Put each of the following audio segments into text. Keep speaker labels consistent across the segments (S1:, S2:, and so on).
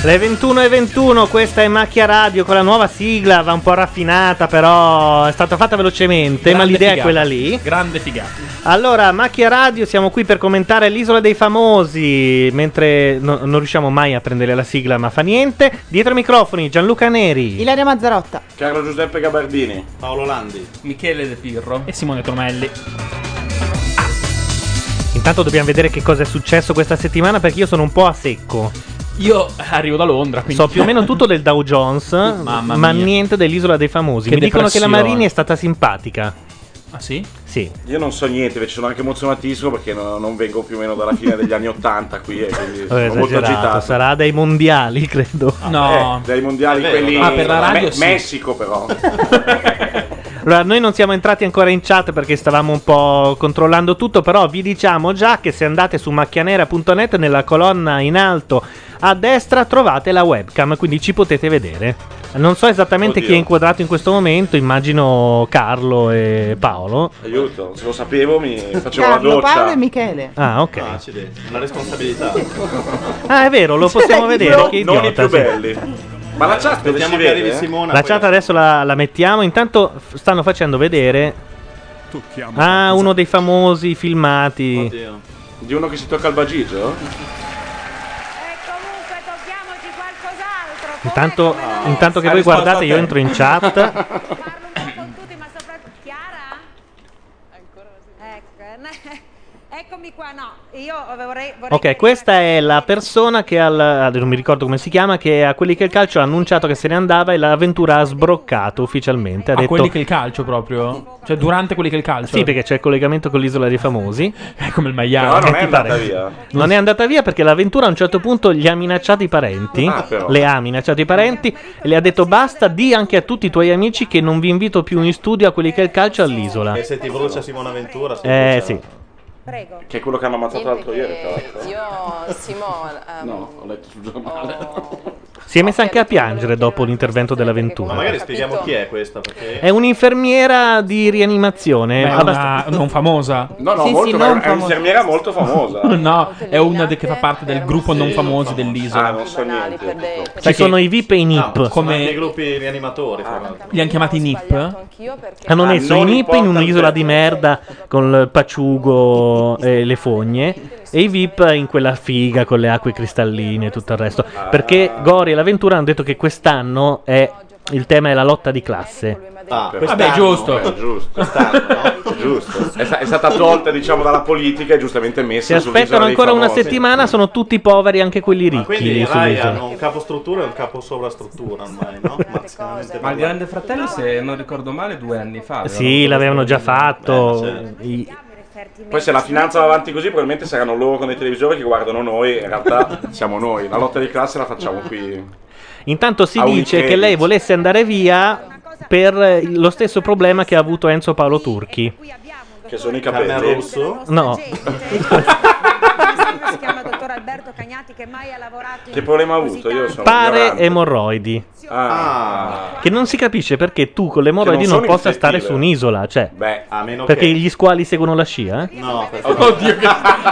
S1: Le 21 e 21, questa è Macchia Radio con la nuova sigla, va un po' raffinata però è stata fatta velocemente, ma
S2: Grande
S1: l'idea è
S2: figata.
S1: quella lì.
S2: Grande figata.
S1: Allora, Macchia Radio, siamo qui per commentare l'isola dei famosi, mentre no- non riusciamo mai a prendere la sigla, ma fa niente. Dietro i microfoni Gianluca Neri.
S3: Ilaria Mazzarotta.
S4: Carlo Giuseppe Gabardini.
S2: Paolo Landi. Michele De Pirro.
S1: E Simone Tomelli. Intanto dobbiamo vedere che cosa è successo questa settimana perché io sono un po' a secco.
S2: Io arrivo da Londra, quindi...
S1: So più o meno tutto del Dow Jones,
S2: mamma
S1: ma
S2: mia.
S1: niente dell'isola dei famosi.
S2: Che
S1: Mi dicono che la
S2: depressione.
S1: Marini è stata simpatica.
S2: Ah sì?
S1: Sì.
S4: Io non so niente, invece sono anche emozionatissimo perché no- non vengo più o meno dalla fine degli anni 80 qui e quindi
S1: Ho
S4: sono molto
S1: esagerato,
S4: agitato.
S1: sarà dai mondiali, credo.
S2: No.
S4: Eh, dai mondiali
S5: È vero,
S4: quelli
S2: ah, per la radio
S4: Me-
S2: sì.
S4: Messico però.
S1: Allora, noi non siamo entrati ancora in chat perché stavamo un po' controllando tutto, però vi diciamo già che se andate su macchianera.net nella colonna in alto a destra trovate la webcam, quindi ci potete vedere. Non so esattamente
S4: Oddio.
S1: chi è inquadrato in questo momento, immagino Carlo e Paolo.
S4: Aiuto, se lo sapevo mi facevo Eh, la
S3: Carlo,
S4: doccia.
S3: Paolo e Michele.
S1: Ah, ok.
S5: Una responsabilità.
S1: Ah, è vero, lo possiamo vedere.
S4: Cioè, No,
S1: Che
S4: non i
S1: idiota.
S4: più
S1: sì.
S4: belli. Ma la chat dove si
S5: Aspettiamo che arrivi
S4: vede? eh?
S5: Simona.
S1: La
S5: poi-
S1: chat adesso la, la mettiamo. Intanto f- stanno facendo vedere. Ah, uno dei famosi filmati.
S5: Oddio.
S4: Di uno che si tocca al bagigio?
S6: comunque tocchiamoci qualcos'altro. com'è,
S1: Intanto,
S6: come no?
S2: Ah,
S1: intanto che
S5: Ha
S1: voi
S5: risposto
S1: guardate,
S5: a
S1: io
S5: te.
S1: entro in chat.
S6: Parlo un po' con tutti, ma soprattutto Chiara? Ancora Ecco, eccomi qua, no, io vorrei... vorrei
S1: Ok, questa è la persona che al. ah, Non mi ricordo come si chiama. Che a quelli che il calcio ha annunciato che se ne andava e l'avventura ha sbroccato ufficialmente. Ha
S2: A quelli
S1: detto.
S2: che il calcio proprio. Cioè durante quelli che il calcio.
S1: Sì, perché c'è il collegamento con l'isola dei famosi.
S2: È come il
S4: Però non
S2: maiale.
S1: che
S4: è
S1: ti
S4: andata
S1: Ah, pare?
S4: via.
S1: Non è andata via perché l'avventura a un certo punto gli ha minacciato i parenti.
S4: Ah, però.
S1: le ha minacciato i parenti e le ha detto basta, di anche a tutti i tuoi amici che non vi invito più in studio a quelli che è il calcio all'isola.
S4: Eh,
S5: E senti voce a Simona Ventura? sì,
S1: Eh
S5: c'era-
S1: sì.
S6: Prego.
S4: Che è quello che hanno ammazzato
S7: Niente
S4: l'altro ieri, tra l'altro.
S7: che Io, Simona. ehm,
S4: No, ho letto sul giornale.
S7: ho-
S1: Si è messa anche a piangere dopo l'intervento
S5: Ma
S1: dell'avventura.
S5: magari
S7: Ho capito.
S5: spieghiamo chi è questa. Perché...
S1: È un'infermiera di rianimazione.
S2: Beh, è
S1: abbast-
S2: una non famosa.
S4: No, no,
S3: Sì, sì,
S4: molto,
S3: non
S4: è un'infermiera molto famosa.
S2: No, è una de- che fa parte del gruppo non famosi
S4: Ah,
S2: dell'isola.
S4: non so
S7: banali
S4: niente.
S7: per dei- Ah,
S4: tutto.
S1: Ci
S2: sai che-
S1: sono i VIP e i
S5: Ah,
S1: NIP.
S5: come
S2: Come-
S5: anche i gruppi rianimatori, fra l'altro.
S2: Li hanno chiamati NIP?
S7: Anch'io perché
S1: Hanno
S5: Ah,
S1: messo i
S4: non
S1: NIP in
S4: importa
S1: un'isola
S4: il
S1: di
S4: tempo.
S1: merda con il paciugo e le fogne e i VIP in quella figa con le acque cristalline e tutto il resto. Perché
S5: Ah.
S1: Gori e l'avventura hanno detto che quest'anno è il tema è la lotta di classe.
S5: Ah,
S4: Per-
S5: quest'anno,
S2: Vabbè, giusto.
S4: Eh, giusto.
S5: quest'anno, no?
S4: Giusto, è, sta- è stata tolta diciamo dalla politica e giustamente messa
S1: Se aspettano ancora una settimana sono tutti poveri, anche quelli
S5: Ma
S1: ricchi
S5: quindi
S1: lì
S5: i Rai
S1: sull'isola.
S5: hanno un capo struttura e un capo sovrastruttura ormai, no? Massimamente
S8: Ma il
S5: parlando.
S8: Grande Fratello, se non ricordo male, due anni fa.
S5: ah,
S8: vero?
S1: Sì, l'avevano già
S5: eh,
S1: fatto.
S5: certo.
S1: I-
S4: Poi se la finanza va avanti così probabilmente saranno loro con i televisori che guardano noi, in realtà siamo noi, la lotta di classe la facciamo qui.
S1: Intanto si
S4: A un
S1: dice che
S4: credit.
S1: lei volesse andare via per eh, lo stesso problema che ha avuto Enzo Paolo Turchi.
S6: Qui abbiamo il
S4: Che sono i
S5: Carmen
S4: capelli.
S5: Russo?
S6: della nostra
S1: No.
S6: gente. si chiama dottor Alberto Cagnati che mai ha lavorato in
S4: Che problema ha avuto? Io sono
S1: Pare
S4: ignorante.
S1: emorroidi.
S4: Ah,
S5: Ah,
S1: Che non si capisce perché tu con le
S4: Che
S1: emorroidi
S4: Cioè, non
S1: non,
S4: sono
S1: possa
S4: infettive.
S1: stare su un'isola, cioè.
S4: beh,
S5: a meno
S1: Perché
S5: che...
S1: gli squali seguono la scia? eh?
S5: No, questo-
S2: Oddio, che,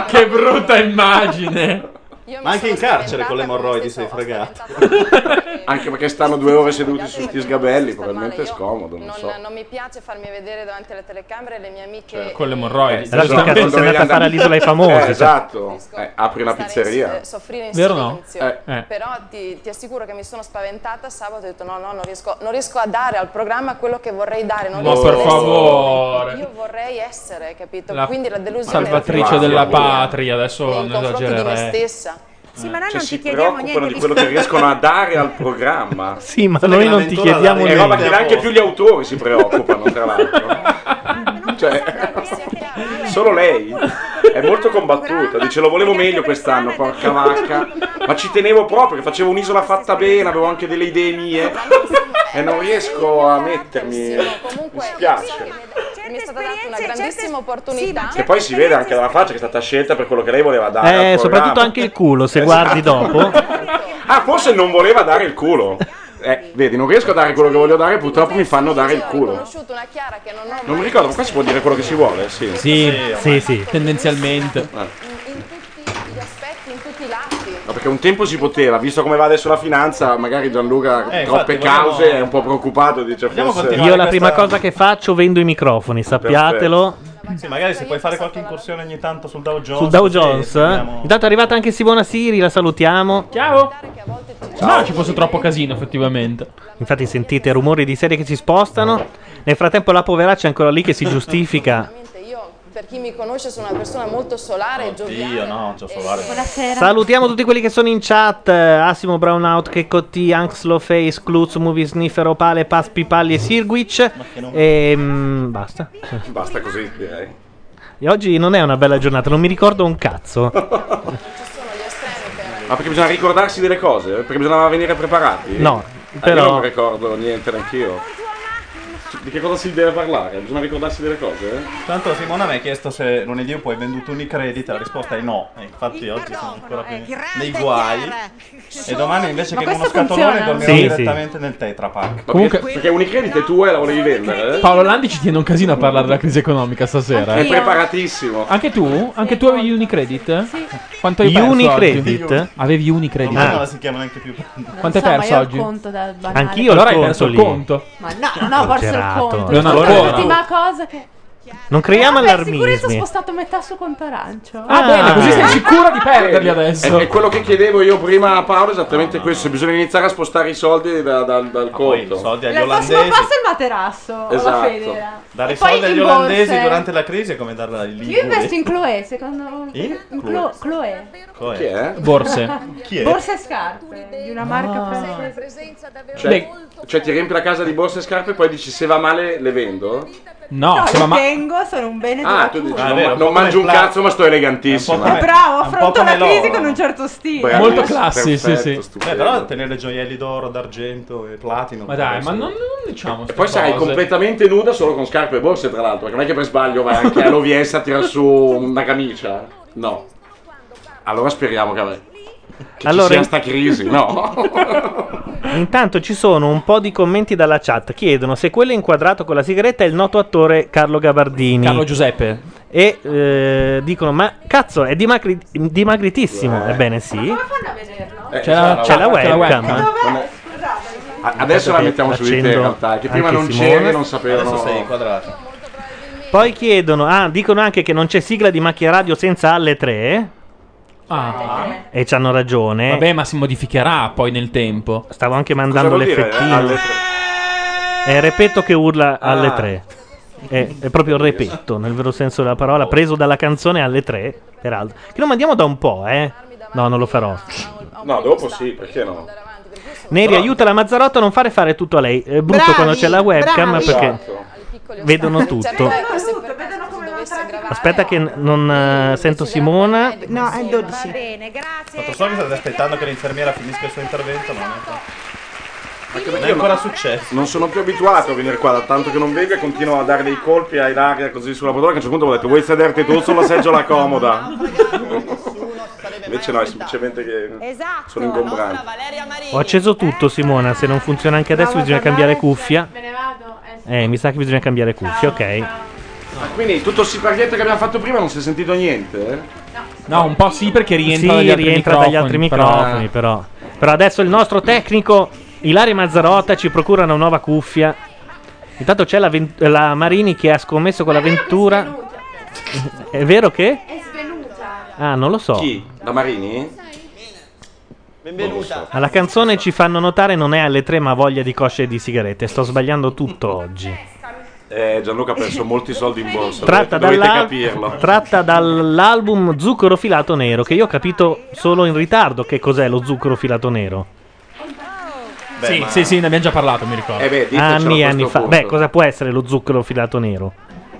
S2: che brutta immagine.
S5: Ma anche in carcere con le emorroidi sei fregato.
S7: fregato.
S4: anche perché stanno due ore seduti su sti sgabelli, probabilmente è scomodo, non
S7: non,
S4: so.
S7: non mi piace farmi vedere davanti alle telecamere le mie amiche.
S2: Cioè, con le emorroidi.
S1: Allora,
S4: Esatto,
S1: che cazzo sei
S4: dovevi
S1: andata a fare
S4: andare-
S1: all'isola ai
S4: Eh,
S1: famosi? cioè.
S4: esatto, Eh, apri una
S7: Stare in-
S4: pizzeria.
S7: eh, soffrire in
S2: Vero o no?
S7: silenzio.
S4: Eh.
S2: Eh.
S7: Però ti, ti assicuro che mi sono spaventata sabato ho detto no, no, non riesco, non riesco a dare al programma quello che vorrei dare. Non
S2: Ma
S7: riesco
S2: per
S4: Oh.
S7: ad essere-
S2: favore.
S7: Io vorrei essere, capito?
S2: La
S7: Quindi la delusione era
S2: Salvatrice
S7: totale
S2: della
S4: Sì.
S2: patria, adesso
S7: nei
S2: non
S7: confronti di me
S2: esagererei.
S7: stessa.
S6: Sì, ma noi
S4: Cioè,
S6: non
S4: si
S6: ti chiediamo
S4: preoccupano
S6: niente
S4: di quello che riescono a dare al programma.
S1: Sì, ma
S5: Sai
S1: noi
S5: che
S1: non ti
S5: l'avventura
S1: chiediamo
S5: la-
S4: È
S5: Eh,
S4: roba
S1: niente.
S4: che neanche più gli autori si preoccupano, tra l'altro. Cioè, solo lei è molto combattuta. Dice: Lo volevo meglio quest'anno, porca vacca. Ma ci tenevo proprio, che facevo un'isola fatta bene, avevo anche delle idee mie. e non riesco a mettermi. Mi spiace.
S7: Mi è stata data una grandissima opportunità.
S4: Che poi si vede anche dalla faccia che è stata scelta per quello che lei voleva dare. al
S1: Eh,
S4: programma. Esatto.
S1: soprattutto anche il culo, se guardi dopo.
S4: Ah, forse non voleva dare il culo. Eh, vedi, non riesco a dare quello che voglio dare, purtroppo mi fanno dare il culo.
S7: conosciuto una Chiara che non ho
S4: Non mi ricordo, ma qua si può dire quello che si vuole, sì.
S3: Sì, sì, sì.
S2: Tendenzialmente.
S7: gli aspetti in tutti i lati.
S4: No, perché un tempo si poteva, visto come va adesso la finanza, magari Gianluca
S5: Eh,
S4: troppe
S5: infatti,
S4: cause
S5: vogliamo-
S4: è un po' preoccupato, dice
S5: Vogliamo
S4: forse
S5: continuare?
S1: Io la prima cosa che faccio vendo i microfoni, sappiatelo.
S5: Sì, magari se puoi fare qualche incursione ogni tanto sul Dow Jones.
S1: Sul Dow
S5: così
S1: Jones. eh.
S5: vediamo-
S1: Intanto è arrivata anche Simona Siri, la salutiamo.
S2: Ciao. No, ci fosse troppo casino, effettivamente.
S1: Infatti sentite rumori di serie che si spostano. Nel frattempo la poveraccia è ancora lì che si giustifica.
S7: Per chi mi conosce sono una persona molto solare e gioviale.
S5: Io no, non so solare.
S9: Buonasera.
S1: Salutiamo tutti quelli che sono in chat. eh, Asimo Brownout, Kekotti, Anxlo Face, Cluz, Movie Sniffer, Opale, Paz Pipalli e Sirguic. E mm, basta.
S4: Basta così, direi.
S1: E oggi non è una bella giornata, non mi ricordo un cazzo.
S4: Ma perché bisogna ricordarsi delle cose? Perché bisognava venire preparati?
S1: No,
S4: Ah,
S1: però-
S4: Io non ricordo niente neanch'io. Di che cosa si deve parlare? Bisogna ricordarsi delle cose? eh?
S5: Tanto Simona mi ha chiesto se lunedì un po' hai venduto Unicredit, la risposta è no. E infatti oggi sono ancora più nei guai. E domani invece
S9: Ma
S5: che con uno
S9: questo
S5: scatolone
S9: funziona?
S5: dormirò
S1: Sì,
S5: direttamente nel Tetra Pak.
S4: Ma
S2: Comunque-
S4: perché, perché Unicredit è tua e la volevi vendere? eh?
S2: Paolo Landi ci tiene un casino a parlare della crisi economica stasera.
S4: È
S2: eh.
S4: preparatissimo.
S2: Anche tu? Anche tu avevi Unicredit? Sì. Quanto hai perso oggi?
S1: Unicredit? Ah.
S2: Avevi
S5: Non
S2: Unicredit.
S5: la si chiama neanche più.
S2: Quanto hai
S9: So, ma
S2: perso
S9: io ho il
S2: oggi?
S9: conto da banale.
S1: Anch'io
S2: Allora hai
S1: il
S2: perso
S1: conto
S2: il
S1: lì.
S2: conto.
S9: Ma no, non ho perso il
S1: Gerato.
S9: conto. Cioè,
S2: Non ancora.
S9: L'ultima cosa che.
S1: Non creiamo
S9: Ah, per sicurezza ho
S1: allarmismi.
S9: spostato metà sul conto arancio.
S2: Ah, bene, così sei sicura di
S4: Vedi?
S2: perderli
S4: Eh, È, è
S2: adesso.
S4: quello che chiedevo io prima a Paolo, esattamente questo. Bisogna iniziare a spostare i soldi da- dal- dal
S5: Poi i
S4: conto.
S5: soldi agli
S9: il prossimo
S5: olandesi.
S9: passo è il materasso.
S4: Esatto.
S9: La federa.
S5: Dare
S9: E
S5: i
S9: poi
S5: soldi agli
S9: in borsa,
S5: olandesi
S9: eh.
S5: durante la crisi è come darla ai
S9: Io investo
S5: Liguri.
S9: in Chloe, secondo
S5: In?
S9: Chlo- Chloe.
S5: Ecco, eh.
S4: Chi è?
S2: Borse.
S5: Chi è?
S9: Borsa e scarpe di una marca francese.
S4: Cioè, cioè, ti riempi la casa di borse e scarpe e poi dici se va male le vendo?
S2: No,
S9: No,
S2: se
S9: li
S2: va ma...
S9: tengo, sono un bene
S4: Ah,
S9: della
S4: tu
S9: cultura.
S4: dici
S5: Ah, è
S4: non,
S5: vero, un po'
S4: non
S5: come
S4: mangio un
S5: Pla-
S4: cazzo ma sto
S5: un po'
S4: elegantissimo.
S9: Eh,
S5: come-
S9: bravo,
S5: un po'
S9: affronto la
S5: come loro.
S9: crisi con un certo stile.
S4: Bravissimo,
S2: Molto classi, Ah, sì,
S4: perfetto,
S2: sì.
S5: Beh,
S4: stupendo.
S5: però tenere gioielli d'oro, d'argento e platino.
S2: Ma dai, ma non, non diciamo
S4: E poi sarai completamente nuda solo con scarpe e borse, tra l'altro, perché non è che per sbaglio vai anche all'OVS a tirar su una camicia. No. Allora speriamo che, che
S1: Allora,
S4: ci sia
S1: in-
S4: sta crisi, no?
S1: Intanto ci sono un po' di commenti dalla chat. Chiedono se quello inquadrato con la sigaretta è il noto attore Carlo Gabardini.
S2: Carlo Giuseppe.
S1: e eh, dicono: Ma cazzo, è dimagri- dimagritissimo.
S4: Eh.
S1: Ebbene, sì.
S9: Come fanno a vederlo?
S4: Eh,
S2: C'è la,
S1: C'è la
S2: c'è
S1: webcam.
S9: Dov'è? Scusate.
S4: A- Adesso la mettiamo su di te in
S1: Accendo
S4: realtà, che prima
S1: anche
S4: non
S1: Simone.
S4: c'era e non
S5: Adesso sei
S4: sapevano.
S5: quadrato.
S1: Poi chiedono: Ah, dicono anche che non c'è sigla di macchia radio senza alle 3.
S2: Ah,
S9: Eh,
S1: E ci hanno ragione.
S2: vabbè, ma si modificherà poi nel tempo.
S1: Stavo anche
S4: Cosa
S1: mandando
S4: vuol
S1: le
S4: dire, eh, alle
S1: fettine.
S4: tre?
S1: È Repetto Eh, che urla alle
S4: Ah.
S1: 3. È, è proprio Repetto, nel vero senso della parola, preso dalla canzone alle 3. Peraltro, che lo mandiamo da un po', eh. No, non lo farò.
S4: No, dopo sì, perché no?
S1: Neri, aiuta la Mazzarotto a non fare fare tutto a lei. È brutto
S9: Bravi,
S1: quando c'è la webcam
S9: bravi.
S1: perché
S4: Esatto.
S1: vedono
S10: Cioè,
S1: tutto.
S7: Certo, se
S9: tutto, vedono come non tratta.
S1: Aspetta che n- non eh, sento Simona.
S9: No, è il
S6: Va
S9: 12.
S11: eh,
S6: bene, grazie.
S5: Tanto so che state aspettando che l'infermiera finisca il suo intervento, ma non è, non è ancora successo.
S4: Non sono più abituato a venire qua da tanto che non vengo e continuo a dare dei colpi ai laria così sulla podologa. Che a un certo punto ho detto: Vuoi sederti tu sulla seggiola comoda? Invece no, è semplicemente che
S6: Esatto.
S4: sono ingombrante.
S1: Ho acceso tutto, Simona. Se non funziona anche adesso,
S9: Bravo,
S1: bisogna
S9: tornare,
S1: cambiare
S9: se-
S1: cuffia.
S9: Me ne vado. eh, sì.
S1: Eh, mi sa che bisogna cambiare cuffia,
S9: Ciao,
S1: ok.
S9: ciao.
S4: Ah, quindi tutto il siparietto che abbiamo fatto prima non si è sentito niente? eh?
S2: No, un po' sì perché rientra
S1: sì,
S2: dagli altri
S1: rientra
S2: microfoni.
S1: dagli altri
S2: però- eh.
S1: microfoni, però. Però adesso il nostro tecnico Ilaria Mazzarotta ci procura una nuova cuffia. Intanto c'è la, Ven- la Marini che ha scommesso con la Ventura. È vero che?
S9: È svenuta.
S1: Ah, non lo so.
S4: Chi? La Marini? Benvenuta.
S1: Alla canzone ci fanno notare non è alle 3 ma voglia di cosce e di sigarette. Sto sbagliando tutto oggi.
S4: Eh, Gianluca ha perso molti soldi in borsa.
S1: Tratta,
S4: dovete, dovete
S1: dalla-
S4: capirlo.
S1: tratta dall'album Zucchero filato nero, che io ho capito solo in ritardo che cos'è lo zucchero filato nero.
S5: Beh,
S2: sì,
S5: ma-
S2: sì, sì, ne abbiamo già parlato, mi ricordo.
S4: Eh beh, ditecelo a
S1: Anni e
S4: questo
S1: anni fa.
S4: punto.
S1: Beh, cosa può essere lo zucchero filato nero?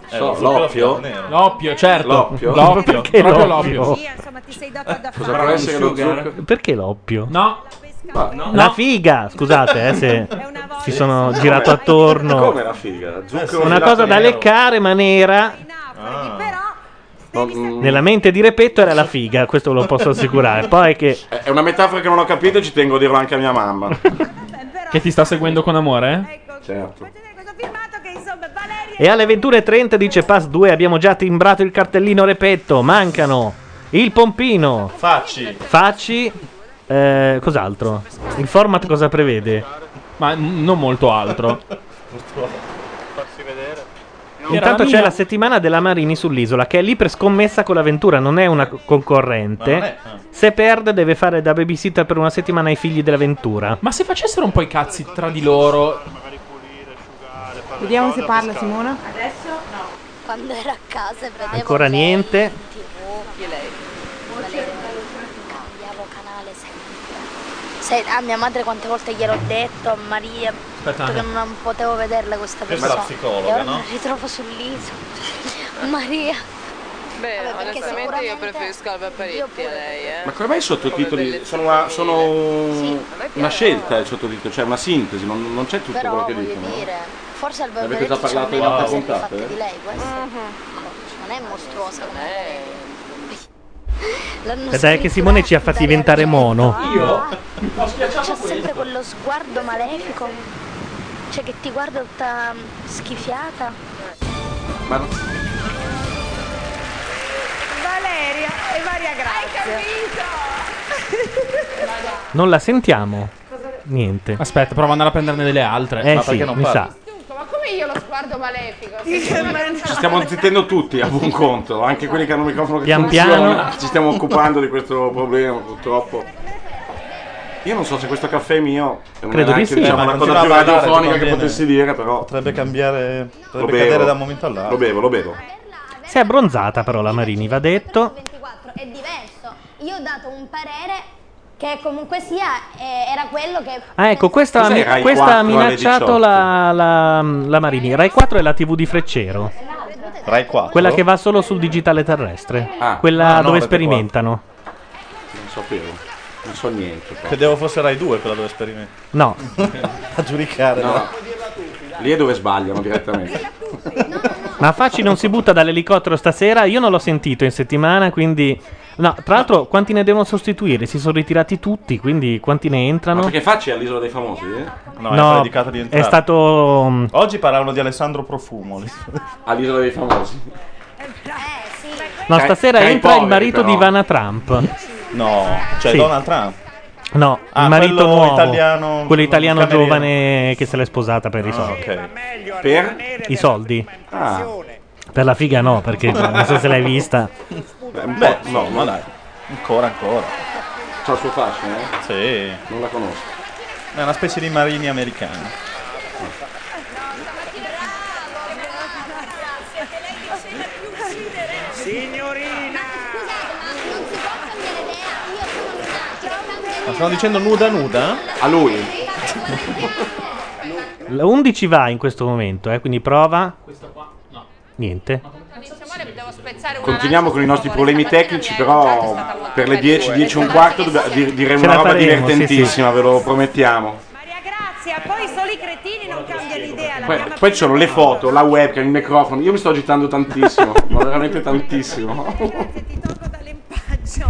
S5: Eh,
S4: So,
S5: lo zucchero
S4: l'oppio?
S5: nero.
S2: L'oppio, certo.
S4: L'oppio? Eh,
S2: L'oppio,
S1: Perché
S2: proprio
S1: l'oppio?
S2: l'oppio.
S6: Sì, insomma, ti sei dato addosso.
S4: Cosa può essere lo zucchero?
S1: Perché l'oppio?
S2: No,
S1: No. La figa, scusate, eh, se si sono girato attorno.
S4: Eh, Come la figa? Zucchero
S1: Una
S4: filato
S1: cosa da
S4: nero.
S1: leccare ma nera.
S4: Mm.
S1: Nella mente di Repetto era la figa, questo lo posso assicurare. Poi che
S4: È è una metafora che non ho capito e ci tengo a dirlo anche a mia mamma.
S2: Che ti sta seguendo con amore?
S4: Certo.
S1: E alle 21.30 dice Pass 2 abbiamo già timbrato il cartellino Repetto, mancano il pompino,
S5: Facci.
S1: Facci, eh, cos'altro? Il format cosa prevede? Ma non molto altro.
S3: Farsi vedere.
S1: Intanto c'è la settimana della Marini sull'isola che è lì per scommessa con l'avventura, non è una co- concorrente.
S2: Ma non è, ah.
S1: Se perde deve fare da babysitter per una settimana ai figli dell'avventura.
S2: Ma se facessero un po' i cazzi tra di loro.
S10: Vediamo se parla Simona.
S9: Adesso no.
S12: Quando ero a casa vedevo
S1: Ancora niente.
S12: Chi è lei? Cambiavo canale sempre. Sai, a ah, mia madre quante volte gliel'ho detto, a Maria,
S5: Aspetta,
S12: tutto che
S5: Anna.
S12: non potevo vederla questa
S5: Questa è la
S12: persona.
S5: psicologa,
S12: e ora
S5: no?
S12: mi ritrovo sull'isola. Maria.
S13: Beh,
S12: Vabbè, perché
S13: onestamente io preferisco Alba Paretti a lei, eh.
S4: Ma come mai i sottotitoli sono una, sono una scelta il sottotitolo, cioè una sintesi, non, non c'è tutto
S12: Però
S4: quello che
S12: voglio
S4: dicono.
S12: dire, forse al
S4: Avete
S12: Barberetti c'è
S4: già parlato
S12: almeno
S4: della
S12: cose più
S4: puntata,
S12: fatte
S4: eh?
S12: di lei, può essere.
S6: Mhm.
S12: Non è mostruosa come
S6: Eh.
S12: lei.
S1: Ed è che Simone ci ha fatti diventare mono.
S12: Ho schiacciato C'è sempre quello sguardo malefico. Cioè che ti guarda tutta mm, schifiata.
S4: Ma no,
S6: Valeria e Maria Grazia.
S1: Non la sentiamo. Niente.
S2: Aspetta, prova ad andare a prenderne delle altre.
S1: Eh sì, mi sa.
S7: Ma come io lo sguardo malefico?
S4: ci stiamo zittendo tutti a
S12: Esatto.
S4: buon conto, anche quelli che hanno un microfono che
S1: Pian
S4: funziona.
S1: piano.
S4: Ci stiamo occupando di questo problema purtroppo. Io non so se questo caffè è mio, è una-
S1: Credo di
S4: anche,
S1: sì.
S4: diciamo,
S5: Cioè,
S1: Eh, ma
S4: una cosa
S1: continua
S4: più
S1: a parlare,
S4: radiofonica
S1: ti
S4: che
S1: conviene.
S4: potessi dire, però. mm.
S5: Potrebbe cambiare,
S4: Lo
S5: potrebbe
S4: bevo.
S5: cadere da un momento all'altro.
S4: Lo bevo, lo bevo.
S1: Si è abbronzata però la Marini, va detto.
S14: è diverso. Io ho dato un parere che comunque sia eh, era quello che
S1: Ah, ecco, questa,
S14: Cos'è
S1: mi-
S14: Rai
S1: questa ha
S14: 4 alle
S1: minacciato
S14: 18?
S1: la, la- la Marini. Rai 4 è la TV di Freccero.
S5: Rai 4.
S1: Quella che va solo sul digitale terrestre.
S4: Ah.
S1: quella
S4: Ah, no,
S1: dove
S4: Rete
S1: sperimentano.
S4: Non sapevo, non so niente. proprio.
S5: Credevo fosse Rai 2 quella dove sperimenti.
S1: No.
S5: a giudicare.
S4: No, lì è dove sbagliano direttamente.
S1: Ma Facci non si butta dall'elicottero stasera. Io non l'ho sentito in settimana, quindi. No, tra l'altro, quanti ne devono sostituire? Si sono ritirati tutti, quindi quanti ne
S4: Ma
S1: entrano?
S4: perché facci all'isola dei famosi? eh?
S5: No, è predicato di entrare.
S1: è stato. mm,
S5: Oggi parlavano di Alessandro Profumo.
S4: All'isola dei famosi.
S1: No,
S4: Cioè,
S5: Tra-
S1: stasera
S5: tra i
S1: entra il
S5: poveri,
S1: marito
S5: però.
S1: di Ivana Trump.
S5: No, cioè
S1: Sì.
S5: Donald Trump.
S1: No,
S5: Ah,
S1: il marito
S5: quello
S1: nuovo,
S5: italiano- Ah,
S1: quello italiano
S5: cameriere.
S1: giovane che se l'è sposata per i soldi.
S4: Per?
S1: I soldi?
S4: Ah.
S1: Per la figa no, perché cioè, non so se l'hai vista.
S4: Beh, un
S5: Beh,
S4: po',
S5: no, ma dai. Ancora, ancora.
S4: C'ha il suo fascino, eh?
S5: Sì.
S4: Non la conosco.
S5: È una specie di marini americani.
S3: Signorina!
S5: Ma stanno dicendo nuda nuda?
S4: A lui.
S1: L'11 va in questo momento, eh, quindi prova. Niente.
S4: Continuiamo con i nostri problemi tecnici, però per le 10, 10 e un quarto dobbiamo di- diremo
S1: Ce la
S4: una roba
S1: faremo,
S4: divertentissima, ve lo promettiamo.
S6: Grazia, poi solo i cretini non cambiano idea.
S4: Poi, poi ci sono le foto, la webcam, il microfono. Io mi sto agitando tantissimo, ma veramente tantissimo.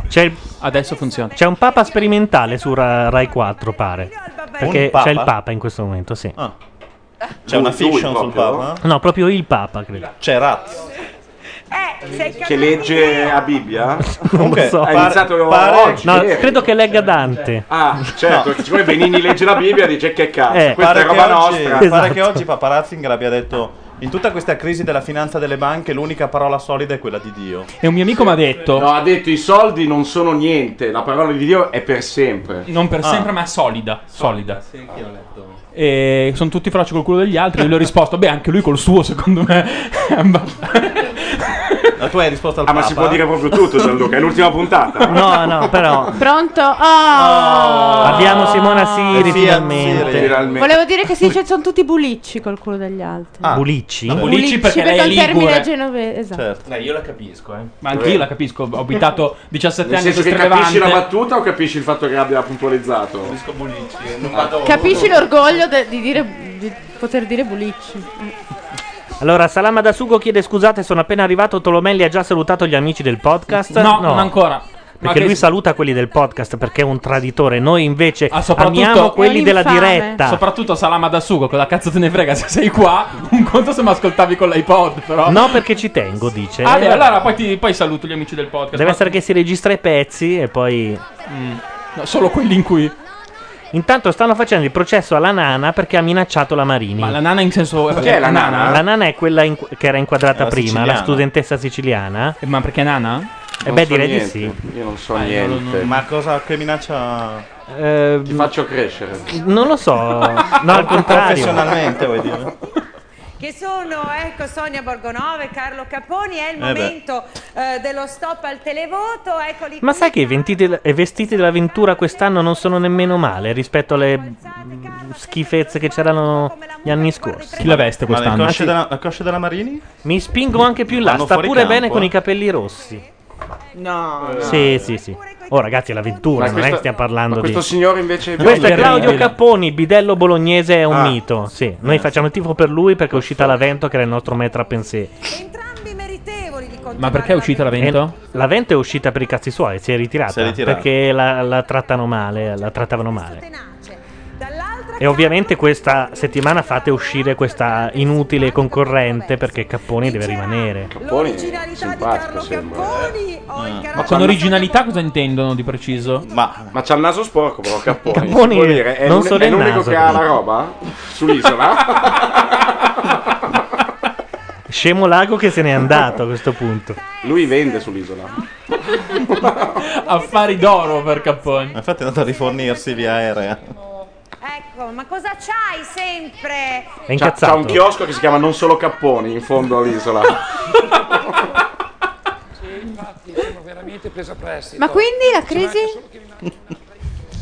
S1: C'è il-
S2: Adesso funziona.
S1: C'è un papa sperimentale su Ra- Rai 4, pare. Perché
S2: Un papa?
S1: c'è il papa in questo momento, sì.
S5: C'è una fiction sul Papa?
S1: No, proprio il papa, credo.
S5: C'è Raz.
S4: Che legge a Bibbia?
S1: lo so.
S4: Ha
S1: Pare-
S4: iniziato
S1: pare-
S4: oggi.
S1: no,
S4: ieri.
S1: credo che legga Dante.
S4: Ah, certo,
S5: No.
S4: che siccome Benini legge la Bibbia dice che cazzo,
S1: Eh,
S4: questa
S5: pare,
S4: è
S5: che
S4: roba
S5: oggi,
S4: nostra.
S1: Esatto.
S5: pare che oggi Papa Ratzinger abbia detto in tutta questa crisi della finanza delle banche l'unica parola solida è quella di Dio.
S2: E un mio amico mi ha detto.
S4: No, ha detto i soldi non sono niente, la parola di Dio è per sempre. Ah.
S2: Non per sempre, ma solida. Solida. E sono tutti froci col culo degli altri. Io gli ho risposto: Beh, anche lui col suo, secondo me.
S5: La tua è risposta al
S4: Ah, ma si può dire proprio tutto, Gianluca, è l'ultima puntata.
S1: No, no, però
S10: Pronto? Oh!
S1: abbiamo Simona Siri
S4: Eh, sì,
S1: finalmente.
S4: Siri, finalmente.
S10: Volevo dire che si dice sono tutti bulicci col culo degli altri.
S2: Ah.
S4: Ah,
S1: Bulicci?
S2: Vabbè. Bulicci perché
S10: perché
S2: lei
S10: è
S2: è
S10: un termine
S2: ligure.
S10: genovese. Esatto.
S4: Certo.
S8: Dai, io la capisco, eh.
S2: Ma anch'io la capisco, ho abitato 17
S4: Nel
S2: anni
S4: senso
S2: su
S4: che capisci la
S2: Strevante.
S4: battuta o capisci il fatto che abbia puntualizzato? Capisco eh,
S5: non
S4: vado.
S10: Capisci l'orgoglio de- di, dire, di poter dire bulicci.
S1: Allora, Salama da Sugo chiede scusate, sono appena arrivato. Tolomelli ha già salutato gli amici del podcast?
S2: No, non ancora. Ma
S1: Perché
S2: che-
S1: lui saluta quelli del podcast perché è un traditore. Noi invece
S2: Ah, soprattutto-
S1: amiamo quelli della diretta.
S2: Soprattutto Salama da sugo, cosa cazzo te ne frega se sei qua? Un conto se mi ascoltavi con l'iPod, però.
S1: No, perché ci tengo, dice.
S2: Ah, beh, allora poi, ti- poi saluto gli amici del podcast.
S1: Deve
S2: Ma- mm.
S1: essere che si registra i pezzi e poi.
S2: No, solo quelli in cui.
S1: Intanto stanno facendo il processo alla nana perché ha minacciato la Marini. Ma
S2: la nana in senso.
S1: Chi è la nana? La nana è quella in- che era inquadrata
S2: Era
S1: prima, la
S2: siciliana.
S1: studentessa siciliana.
S2: ma perché nana?
S1: Eh beh, direi di sì.
S4: Io non so
S5: Ah, io non-
S4: niente.
S5: Ma cosa che minaccia?
S4: Ti faccio crescere.
S1: Ehm, Non lo so. No, al contrario.
S5: Professionalmente vuoi dire?
S6: Che sono, ecco, Sonia Borgonove, Carlo Caponi, è il
S1: Eh beh.
S6: momento eh, dello stop al televoto, Ecco eccoli
S1: Ma sai che i ventiti- i vestiti dell'avventura quest'anno non sono nemmeno male rispetto alle mm, schifezze che c'erano gli anni scorsi?
S2: Chi la veste
S5: Ma le
S2: quest'anno?
S5: cosce
S1: Ah, sì.
S5: della- la coscia della Marini?
S1: Mi spingo anche più in là,
S5: Vanno
S1: sta
S5: fuori
S1: pure
S5: campo,
S1: bene con
S5: eh.
S1: i capelli rossi.
S10: No.
S1: Sì, sì, sì. Oh ragazzi, è l'avventura,
S4: Ma
S1: non è
S4: questo-
S1: che stiamo parlando
S4: ma
S1: di...
S4: questo signore invece è Ah.
S1: Questo è
S4: biondo,
S1: Claudio
S4: terribile.
S1: Capponi, bidello bolognese è un mito. Sì, noi facciamo il tifo per lui perché è uscita la Vento che era il nostro metra pensé.
S2: Ma perché è uscita la Vento?
S1: La Vento è uscita per i cazzi suoi, si è ritirata,
S2: Si è ritirata.
S1: perché la, la trattano male, la trattavano male. E ovviamente questa settimana fate uscire questa inutile concorrente perché Capponi deve rimanere.
S4: Capponi è simpatico sembra. eh.
S2: Ma con originalità cosa intendono di preciso?
S5: Ma,
S4: c'ha il naso sporco però Capponi.
S2: Capponi
S4: Vuol dire, è
S2: non
S4: l'uni-
S2: solo
S4: è
S2: il
S4: l'unico
S2: naso,
S4: che ha la
S2: però.
S4: roba sull'isola.
S1: Scemo Lago che se n'è andato a questo punto.
S4: Lui vende sull'isola.
S2: Affari d'oro per Capponi.
S5: Infatti è andato a rifornirsi via aerea.
S6: Ecco, ma cosa c'hai sempre?
S1: È
S4: C'ha, c'ha un chiosco che si chiama Non Solo Capponi in fondo all'isola.
S15: sono veramente preso a prestito.
S10: Ma quindi la crisi?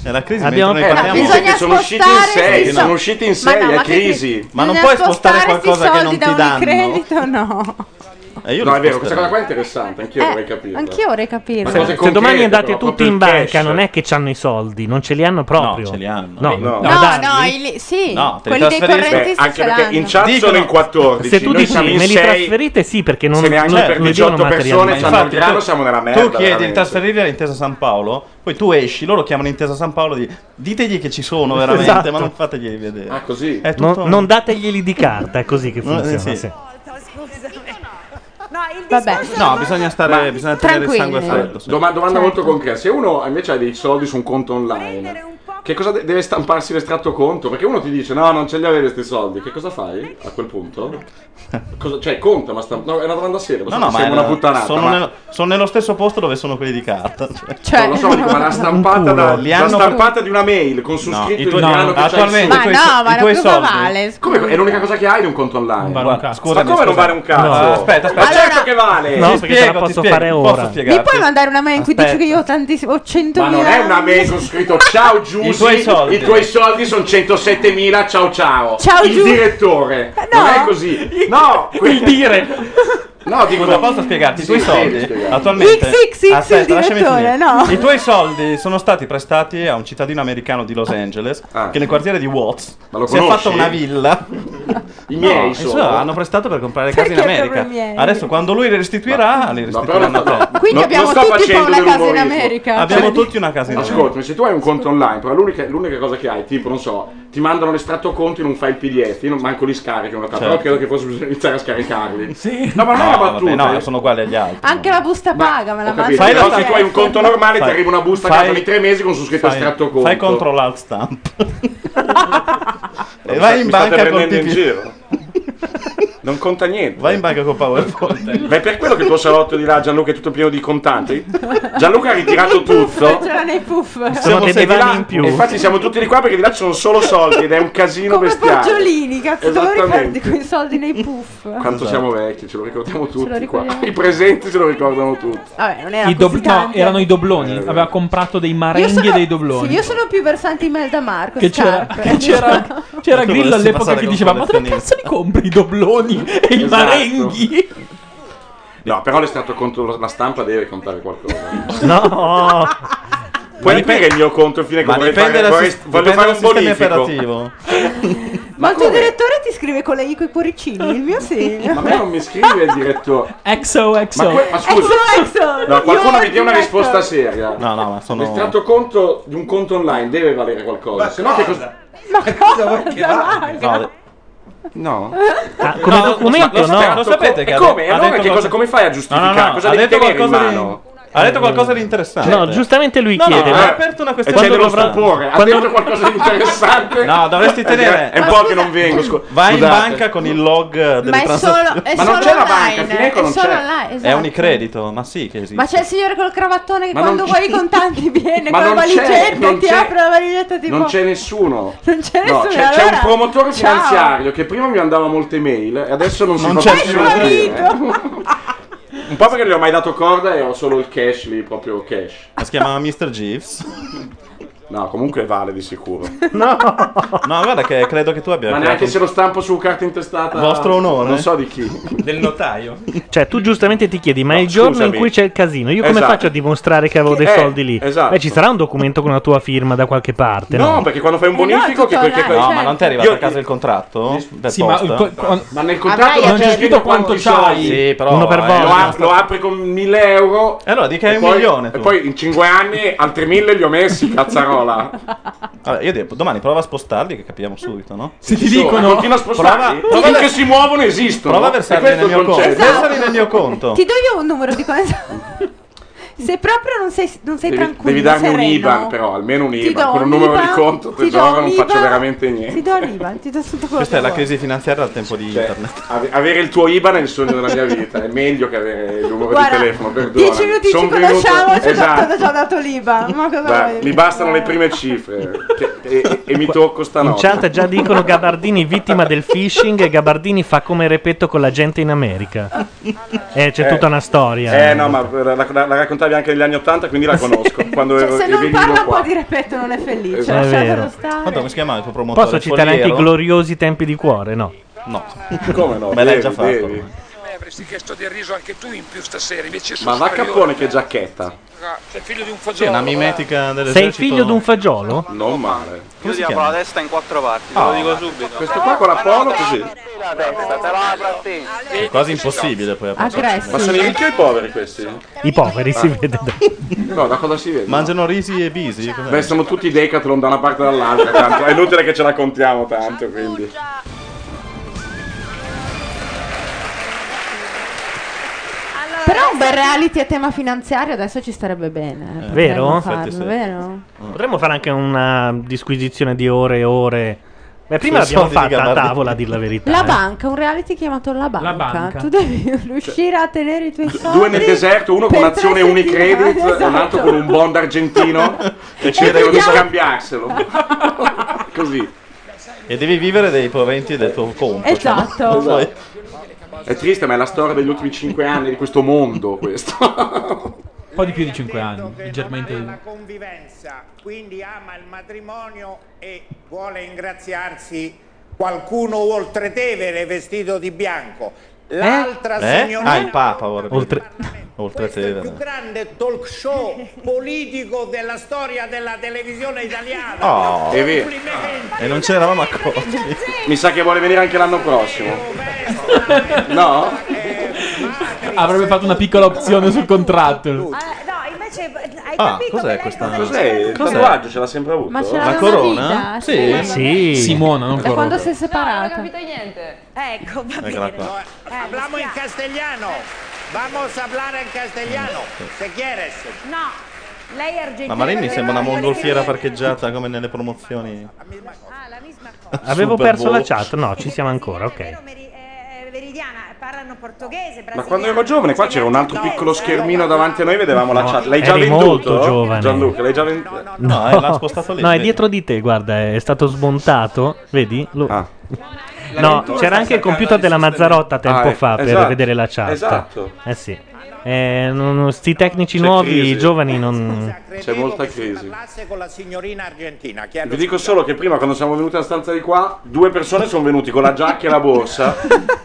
S5: È la crisi
S4: Abbiamo-
S5: mentre
S4: Eh,
S5: noi parliamo.
S4: bisogna Che sono usciti in spostare sei, i sono soldi. usciti in sei,
S10: ma
S4: è
S10: ma che-
S4: crisi.
S5: Ma non
S10: bisogna
S5: puoi spostare
S10: spostarsi
S5: qualcosa che
S10: soldi
S5: non ti
S10: da un
S5: danno?
S10: credito, no.
S5: io lo
S4: no, è vero,
S5: sposterei.
S4: questa cosa qua è interessante, anch'io
S10: Eh,
S4: vorrei capirla.
S10: Anch'io vorrei capirlo.
S4: Ma
S1: Se,
S4: cose
S1: Cioè, se
S4: concrete,
S1: domani andate
S4: però,
S1: tutti
S4: proprio
S1: in
S4: il
S1: banca,
S4: cash.
S1: non è che hanno i soldi, non ce li hanno proprio.
S5: No, ce li hanno.
S1: No,
S5: No.
S1: da
S10: No,
S1: dargli?
S10: no, i li- sì,
S1: No, te li
S10: quelli dei
S1: trasferisci?
S10: correnti
S1: Beh,
S10: sì,
S1: anche
S10: ce
S1: perché
S10: l'hanno.
S4: In chat sono in 14.
S1: Se tu
S4: noi
S1: dici
S4: siamo in
S1: me li
S4: 6.
S1: trasferite, sì, perché non,
S4: se neanche
S1: non,
S4: per
S1: non dicono
S4: 18 persone
S1: materialmente.
S4: c'hanno il grano, siamo nella merda.
S5: Tu chiedi di
S4: veramente.
S5: trasferirli all'intesa San Paolo, poi tu esci, loro chiamano intesa San Paolo di ditegli che ci sono veramente,
S1: Esatto.
S5: ma non fategli vedere. Ah,
S4: così?
S5: È
S1: Non-
S5: tutto...
S1: non dateglieli di carta, è così che
S5: No, eh,
S1: funziona.
S5: sì.
S1: sì.
S6: No, il
S10: Vabbè.
S5: No, bisogna stare,
S4: Ma-
S5: bisogna tenere il sangue
S10: Tranquilli. Certo.
S5: freddo.
S4: Doma- domanda molto concreta: se uno invece ha dei soldi su un conto online, che cosa de- deve stamparsi l'estratto conto? Perché uno ti dice: No, non ce li avevi questi soldi, che cosa fai a quel punto? Cosa- cioè, conta, ma stamp- no, è una domanda seria. lo so
S5: No, no, ma
S4: che
S5: è
S4: sembra una puttanata.
S5: sono,
S4: ma-
S5: nello, sono nello stesso posto dove sono quelli di carta. Cioè,
S4: Non lo so, dico, ma la stampata, da-
S5: Li
S4: la
S5: hanno-
S4: stampata di una mail con su
S5: No,
S4: scritto
S5: i
S4: il
S5: tuoi-
S4: grano
S5: no,
S4: che c'hai
S5: attualmente
S10: Ma
S4: su.
S10: i tuoi- no, ma i non tuoi più soldi? vale, scusa.
S4: Come, è l'unica cosa che hai di un conto online. Guarda,
S5: scusami,
S4: ma come
S5: scusami.
S4: non vale un cazzo?
S5: No, aspetta, aspetta.
S4: Ma certo che vale.
S1: No, Ti perché te la spiego, posso ti spiego, fare posso ora.
S10: Mi puoi mandare una mail in cui dici
S4: Aspetta.
S10: che io ho tantissimi, ho 100.000
S4: Ma non è una mail con scritto ciao Giussi,
S5: I tuoi soldi.
S4: i tuoi soldi sono 107.000, ciao ciao.
S10: Ciao,
S4: il
S10: Giussi.
S4: direttore. Non è così. No, il
S2: dire.
S4: No, dico
S5: Scusa, posso spiegarti? I tuoi
S4: Mm. Sì, sì,
S5: soldi
S4: sì, spiegami.
S5: attualmente.
S10: XXX,
S5: Aspetta,
S10: il
S5: lasciami
S10: direttore,
S5: finire.
S10: no.
S5: I tuoi soldi sono stati prestati a un cittadino americano di
S10: Ah.
S5: Los Angeles che nel quartiere di Watts
S4: Ah. lo
S5: si è
S4: conosci?
S5: fatto una villa.
S4: I miei
S5: No,
S4: sono.
S5: insomma, hanno prestato per comprare case in
S10: Perché proprio i
S5: America.
S10: miei?
S5: Adesso quando lui li restituirà, li restituiranno a te.
S10: Quindi
S4: Non-
S10: abbiamo
S4: non sto
S10: tutti poi
S4: facendo
S10: una casa in
S4: dell'umorismo.
S10: America.
S5: Abbiamo
S10: cioè-
S5: tutti una casa in America.
S4: Ascoltami, se tu hai un conto online, però l'unica, l'unica cosa che hai, tipo, non so, ti mandano l'estratto conto in un file PDF, io non manco li scarico in realtà,
S5: Certo.
S4: però credo che forse bisogna iniziare a scaricarli. No, ma non è
S5: No,
S4: una
S5: vabbè,
S4: battuta. eh.
S5: no, sono uguali agli altri.
S10: Anche la busta paga me la
S4: Ho capito,
S10: manda.
S4: però se tu hai un conto normale ti
S5: Fai-
S4: arriva una busta a
S5: fai-
S4: casa di tre mesi con su scritto
S5: fai-
S4: estratto conto.
S5: Fai control alt stamp. e vai in
S4: Mi state
S5: banca col
S4: prendendo in
S5: TP.
S4: giro. Non conta niente.
S5: Vai in banca con PowerPoint.
S4: Ma è per quello che il tuo salotto di là, Gianluca, è tutto pieno di contanti? Gianluca ha ritirato tutto.
S10: Cioè, C'era nei puff.
S4: Siamo sei di là, e Infatti siamo tutti di qua perché di là ci sono solo soldi ed è un casino bestiale.
S10: Poggiolini, cazzo, te lo ricordi
S4: Esattamente.
S10: quei soldi nei puff?
S4: Quanto siamo
S5: Esatto.
S4: vecchi, ce lo ricordiamo tutti qua.
S10: ricordiamo.
S4: I presenti se lo ricordano tutti.
S10: Vabbè, non era
S2: I
S10: Eh, così
S2: dob- no,
S10: tanti.
S2: erano i dobloni. Aveva comprato dei marenghi e dei dobloni.
S10: Sì, io sono più versante in me da Marco.
S2: Che c'era-
S10: scarpe.
S2: che c'era- C'era
S5: Tu
S2: Grillo
S5: vorresti
S2: all'epoca
S5: passare
S2: che
S5: con
S2: diceva: Ma dove
S5: collezionista?"
S2: cazzo li compri i dobloni e i
S4: Esatto.
S2: marenghi?
S4: No, però l'estratto conto la stampa deve contare qualcosa.
S1: No.
S4: Puoi ripetere il mio conto fine che
S5: Ma
S4: vorrei
S5: dipende
S4: fare,
S5: dal
S4: vorrei-
S5: sis-
S4: voglio fare un
S5: dipende dal
S4: bonifico.
S5: sistema
S10: Ma il tuo direttore ti scrive con le i coi cuoricini, il mio sì.
S4: Ma a me non mi scrive il direttore.
S2: XOXO.
S4: Ma, que- ma scusa.
S10: XOXO.
S4: No, qualcuno
S10: Ecco, Io ecco,
S4: mi dia una
S10: ti
S4: risposta
S10: metto.
S4: seria.
S5: No, no, ma sono.
S4: L'estratto conto di un conto online deve valere qualcosa. Se no che cosa?
S5: No,
S4: No.
S1: Ah, come
S4: No,
S1: documento,
S4: lo
S1: no?
S4: sapete-
S1: Lo
S5: sapete
S4: e
S5: che ha
S4: come?
S5: detto-
S4: E
S5: ha
S4: allora
S5: detto
S4: che cosa,
S5: qualcosa-
S4: come fai a giustificare?
S5: No, no, no,
S4: cosa
S5: ha
S4: devi
S5: detto
S4: tenere in
S5: qualcosa di-
S4: mano?
S5: Ha detto qualcosa di interessante.
S1: No, giustamente lui
S5: No, no,
S1: chiede.
S5: ha
S1: ma-
S5: aperto una
S4: E
S5: questione.
S4: c'è
S1: Quando
S4: dello
S1: dovrà-
S4: stupore. Ha
S1: quando-
S4: detto qualcosa di interessante. Eh,
S5: No, dovresti tenere.
S4: È un po' che non vengo. scu-
S5: Vai in
S4: scusate.
S5: banca con il log delle
S10: Ma è
S5: transazioni.
S10: solo, è
S4: Ma
S10: solo
S4: non c'è la banca,
S10: online.
S4: Fineco
S10: è
S4: non
S10: solo
S4: c'è.
S10: online,
S5: È
S10: esatto.
S5: un credito, ma sì che esiste.
S10: Ma c'è il signore con il cravattone che
S4: Ma
S10: quando
S4: non-
S10: vuoi i contanti viene
S4: Ma
S10: con la
S4: non c'è,
S10: valigetta e
S4: non
S10: ti
S4: c'è.
S10: apre la valigetta tipo...
S4: Non c'è nessuno.
S10: Non c'è
S4: No,
S10: nessuno,
S4: c'è, c'è
S10: allora-
S4: un promotore
S10: ciao.
S4: finanziario che prima mi mandava molte mail e adesso non si
S5: Non
S4: fa
S5: c'è
S4: più
S5: il suo
S4: sentire. Un po' perché gli ho mai dato corda e ho solo il cash lì, proprio cash.
S5: Ma si chiama Mr. Jeeves.
S4: No, comunque vale di sicuro.
S5: No, guarda che credo che tu abbia.
S4: Ma neanche se lo stampo su carta intestata.
S5: Vostro onore.
S4: Non so di chi.
S8: Del notaio.
S1: Cioè, tu giustamente ti chiedi, ma
S4: No,
S1: il giorno
S4: scusami.
S1: in cui c'è il casino, io come
S4: Esatto.
S1: faccio a dimostrare che avevo dei
S4: Eh,
S1: soldi lì?
S4: esatto.
S1: Beh, ci sarà un documento con la tua firma da qualche parte? No,
S4: No, perché quando fai un
S1: Eh no,
S4: bonifico
S1: tutto
S4: che quel che
S1: online,
S5: No, ma non ti è arrivato
S4: Io-
S5: a casa il contratto? Per
S2: Sì, ma
S5: posta?
S2: il co- con-
S4: Ma nel contratto
S2: Avrai-
S4: non c'è scritto quanto c'hai.
S5: Sì, però
S1: Uno per
S5: eh,
S1: volta.
S4: Lo, ap- lo apri con 1000 euro.
S5: E allora di che hai
S4: e
S5: un
S4: poi-
S5: milione tu?
S4: E poi in 5 anni altri 1000 li ho messi, cazzarola.
S5: Allora, io devo- domani prova a spostarli che capiamo subito, no?
S2: Se ti
S4: Insomma,
S2: dicono.
S4: Continua a spostarli.
S5: Prova- prova-
S4: Finché si muovono esistono.
S5: Prova a
S4: versare
S5: versarli nel mio conto.
S1: Esatto.
S5: Versali nel mio conto.
S10: Ti do io un numero di conto. Se proprio non sei, non sei
S4: Devi,
S10: tranquillo,
S4: devi darmi un
S10: sereno,
S4: IBAN però, almeno un
S10: Ti
S4: IBAN,
S10: do
S4: con un
S10: un
S4: numero di
S10: IBAN,
S4: conto
S10: ti do
S4: tesoro
S10: un
S4: non faccio
S10: IBAN,
S4: veramente
S10: Ti
S4: niente. Cioè,
S10: do l'Ivan, ti do tutto quello
S5: Questa è
S10: che
S5: la
S10: vuoi.
S5: crisi finanziaria al tempo di internet.
S4: Ave- Avere il tuo IBAN è il sogno della mia vita, è meglio che avere il numero
S10: Guarda,
S4: di telefono, perdona.
S10: 10 minuti ci
S4: Son
S10: conosciamo
S4: venuto-
S10: ci ho dato-
S4: Esatto.
S10: ti ho dato l'IVA. Ma cosa
S4: Guarda,
S10: vuoi?
S4: mi bastano le prime cifre che- e, e- e mi tocco
S1: In
S4: stanotte.
S1: chat già dicono Gabardini vittima del phishing e Gabardini fa come Repetto con la gente in America. Eh, c'è
S4: Eh.
S1: tutta una storia.
S4: Eh no, ma la, la- la raccontavi anche negli anni 80, quindi la conosco. Quando
S10: Cioè,
S4: ero,
S10: se
S4: e
S10: non
S4: venivo
S10: parla un
S4: qua.
S10: po' di ripeto non è felice.
S1: Esatto. È
S10: lasciatelo
S1: vero.
S10: stare.
S5: Quanto come si chiama il tuo promotore?
S1: Posso citare anche i
S5: Foliero?
S1: gloriosi tempi di cuore? No.
S5: No.
S4: Come no?
S5: Me l'hai già
S4: Devi,
S5: fatto.
S4: devi.
S15: Me avresti chiesto del riso anche tu in più stasera, invece
S4: Ma
S15: sono
S4: va a
S15: superiore.
S4: Capone che giacchetta.
S15: Ah, Sei figlio di un fagiolo.
S5: Sì, è una
S15: guarda.
S5: mimetica
S1: Sei il
S5: dell'esercito.
S1: figlio di un fagiolo?
S4: Non male.
S5: Come si chiama?
S3: testa in quattro parti,
S5: te lo Ah. dico
S3: subito.
S4: Questo qua con la polo così.
S5: Quasi impossibile poi a
S10: Aggressi.
S4: Ma sono i ricchi o i poveri questi?
S1: Ah,
S4: Ah.
S1: I poveri si vede.
S4: No, da cosa si vede?
S5: Mangiano risi e bisi? cos'è?
S4: Beh, sono tutti decathlon da una parte e dall'altra, tanto è inutile che ce la contiamo tanto, quindi.
S10: Però un bel reality a tema finanziario adesso ci starebbe bene. eh, potremmo
S1: vero?
S10: farlo,
S1: Infatti sì.
S10: vero?
S1: Potremmo fare anche una disquisizione di ore e ore. Beh, prima
S5: Sui
S1: l'abbiamo
S5: soldi di
S1: fatta a
S5: Gabardini.
S1: tavola, a dir la verità.
S10: La
S1: eh.
S10: banca, un reality chiamato La Banca.
S1: Banca.
S10: Tu devi riuscire a tenere i tuoi soldi.
S4: Due nel deserto, uno con
S10: per
S4: azione
S10: tre
S4: Unicredit
S10: settimane,
S4: e un
S10: esatto.
S4: altro con un bond argentino e ci
S5: E
S4: devono di
S5: vediamo-
S4: scambiarselo. Così.
S5: E devi vivere dei proventi del tuo conto. cioè.
S10: Esatto.
S5: Poi-
S4: È triste, ma è la storia degli ultimi 5 anni di questo mondo, questo.
S2: Un po' di più di 5 anni, leggermente.
S16: convivenza, quindi ama il matrimonio e vuole ingraziarsi qualcuno oltretevere vestito di bianco. L'altra
S5: Eh?
S16: signorina
S5: Ah, il Papa vorrebbe.
S1: Oltre...
S5: Oltre
S16: più grande talk show politico della storia della televisione italiana.
S5: Oh.
S4: È vero.
S5: E non ce ne eravamo accorti.
S4: Mi sa che vuole venire anche l'anno prossimo. No?
S2: Avrebbe fatto una piccola opzione sul contratto.
S10: Ah,
S3: Eh,
S6: No, invece hai
S5: Ah,
S6: capito
S5: cos'è
S6: che lei
S5: questa?
S6: cosa
S4: Cos'è?
S6: diceva?
S4: Il tatuaggio ce l'ha sempre avuto?
S10: Ma ce l'ha
S5: La
S10: una
S5: corona?
S10: vita?
S5: Sì.
S1: Sì.
S2: Simona, non
S10: Da quando
S2: Corona.
S10: sei separata.
S6: niente. Ecco, va
S5: Eccola
S6: bene.
S16: Eh,
S5: qua.
S16: Parliamo in castellano. Vamos a hablar en castellano. Se quieres.
S6: No, lei è argentina.
S5: La Marini sembra una
S6: perché-
S5: mongolfiera parcheggiata come nelle promozioni.
S6: Ah, la misma cosa.
S1: Avevo
S5: Super
S1: perso la
S5: Bowl.
S1: chat, no, ci siamo ancora, ok.
S6: È veri- quotidiana, parlano portoghese, brasiliano.
S4: Ma quando ero giovane, qua c'era un altro piccolo schermino davanti a noi, vedevamo la
S1: No,
S4: chat. L'hai già
S1: eri
S4: venduto?
S1: molto giovane.
S4: Gianluca, l'hai già venduto?
S1: No,
S4: eh,
S1: No, è dietro di te, guarda, è stato smontato, vedi? Lo-
S4: Ah.
S1: No,
S4: L'avventura
S1: c'era
S4: sta
S1: anche il computer della Mazzarotta tempo
S4: Ah, eh,
S1: fa per
S4: esatto,
S1: vedere la chat.
S4: esatto.
S1: Eh sì. Eh, non- sti tecnici nuovi,
S4: crisi.
S1: giovani, non...
S4: C'è molta crisi.
S16: con la signorina argentina,
S4: Vi dico solo che prima, quando siamo venuti alla stanza di qua, due persone sono venute con la giacca e la borsa.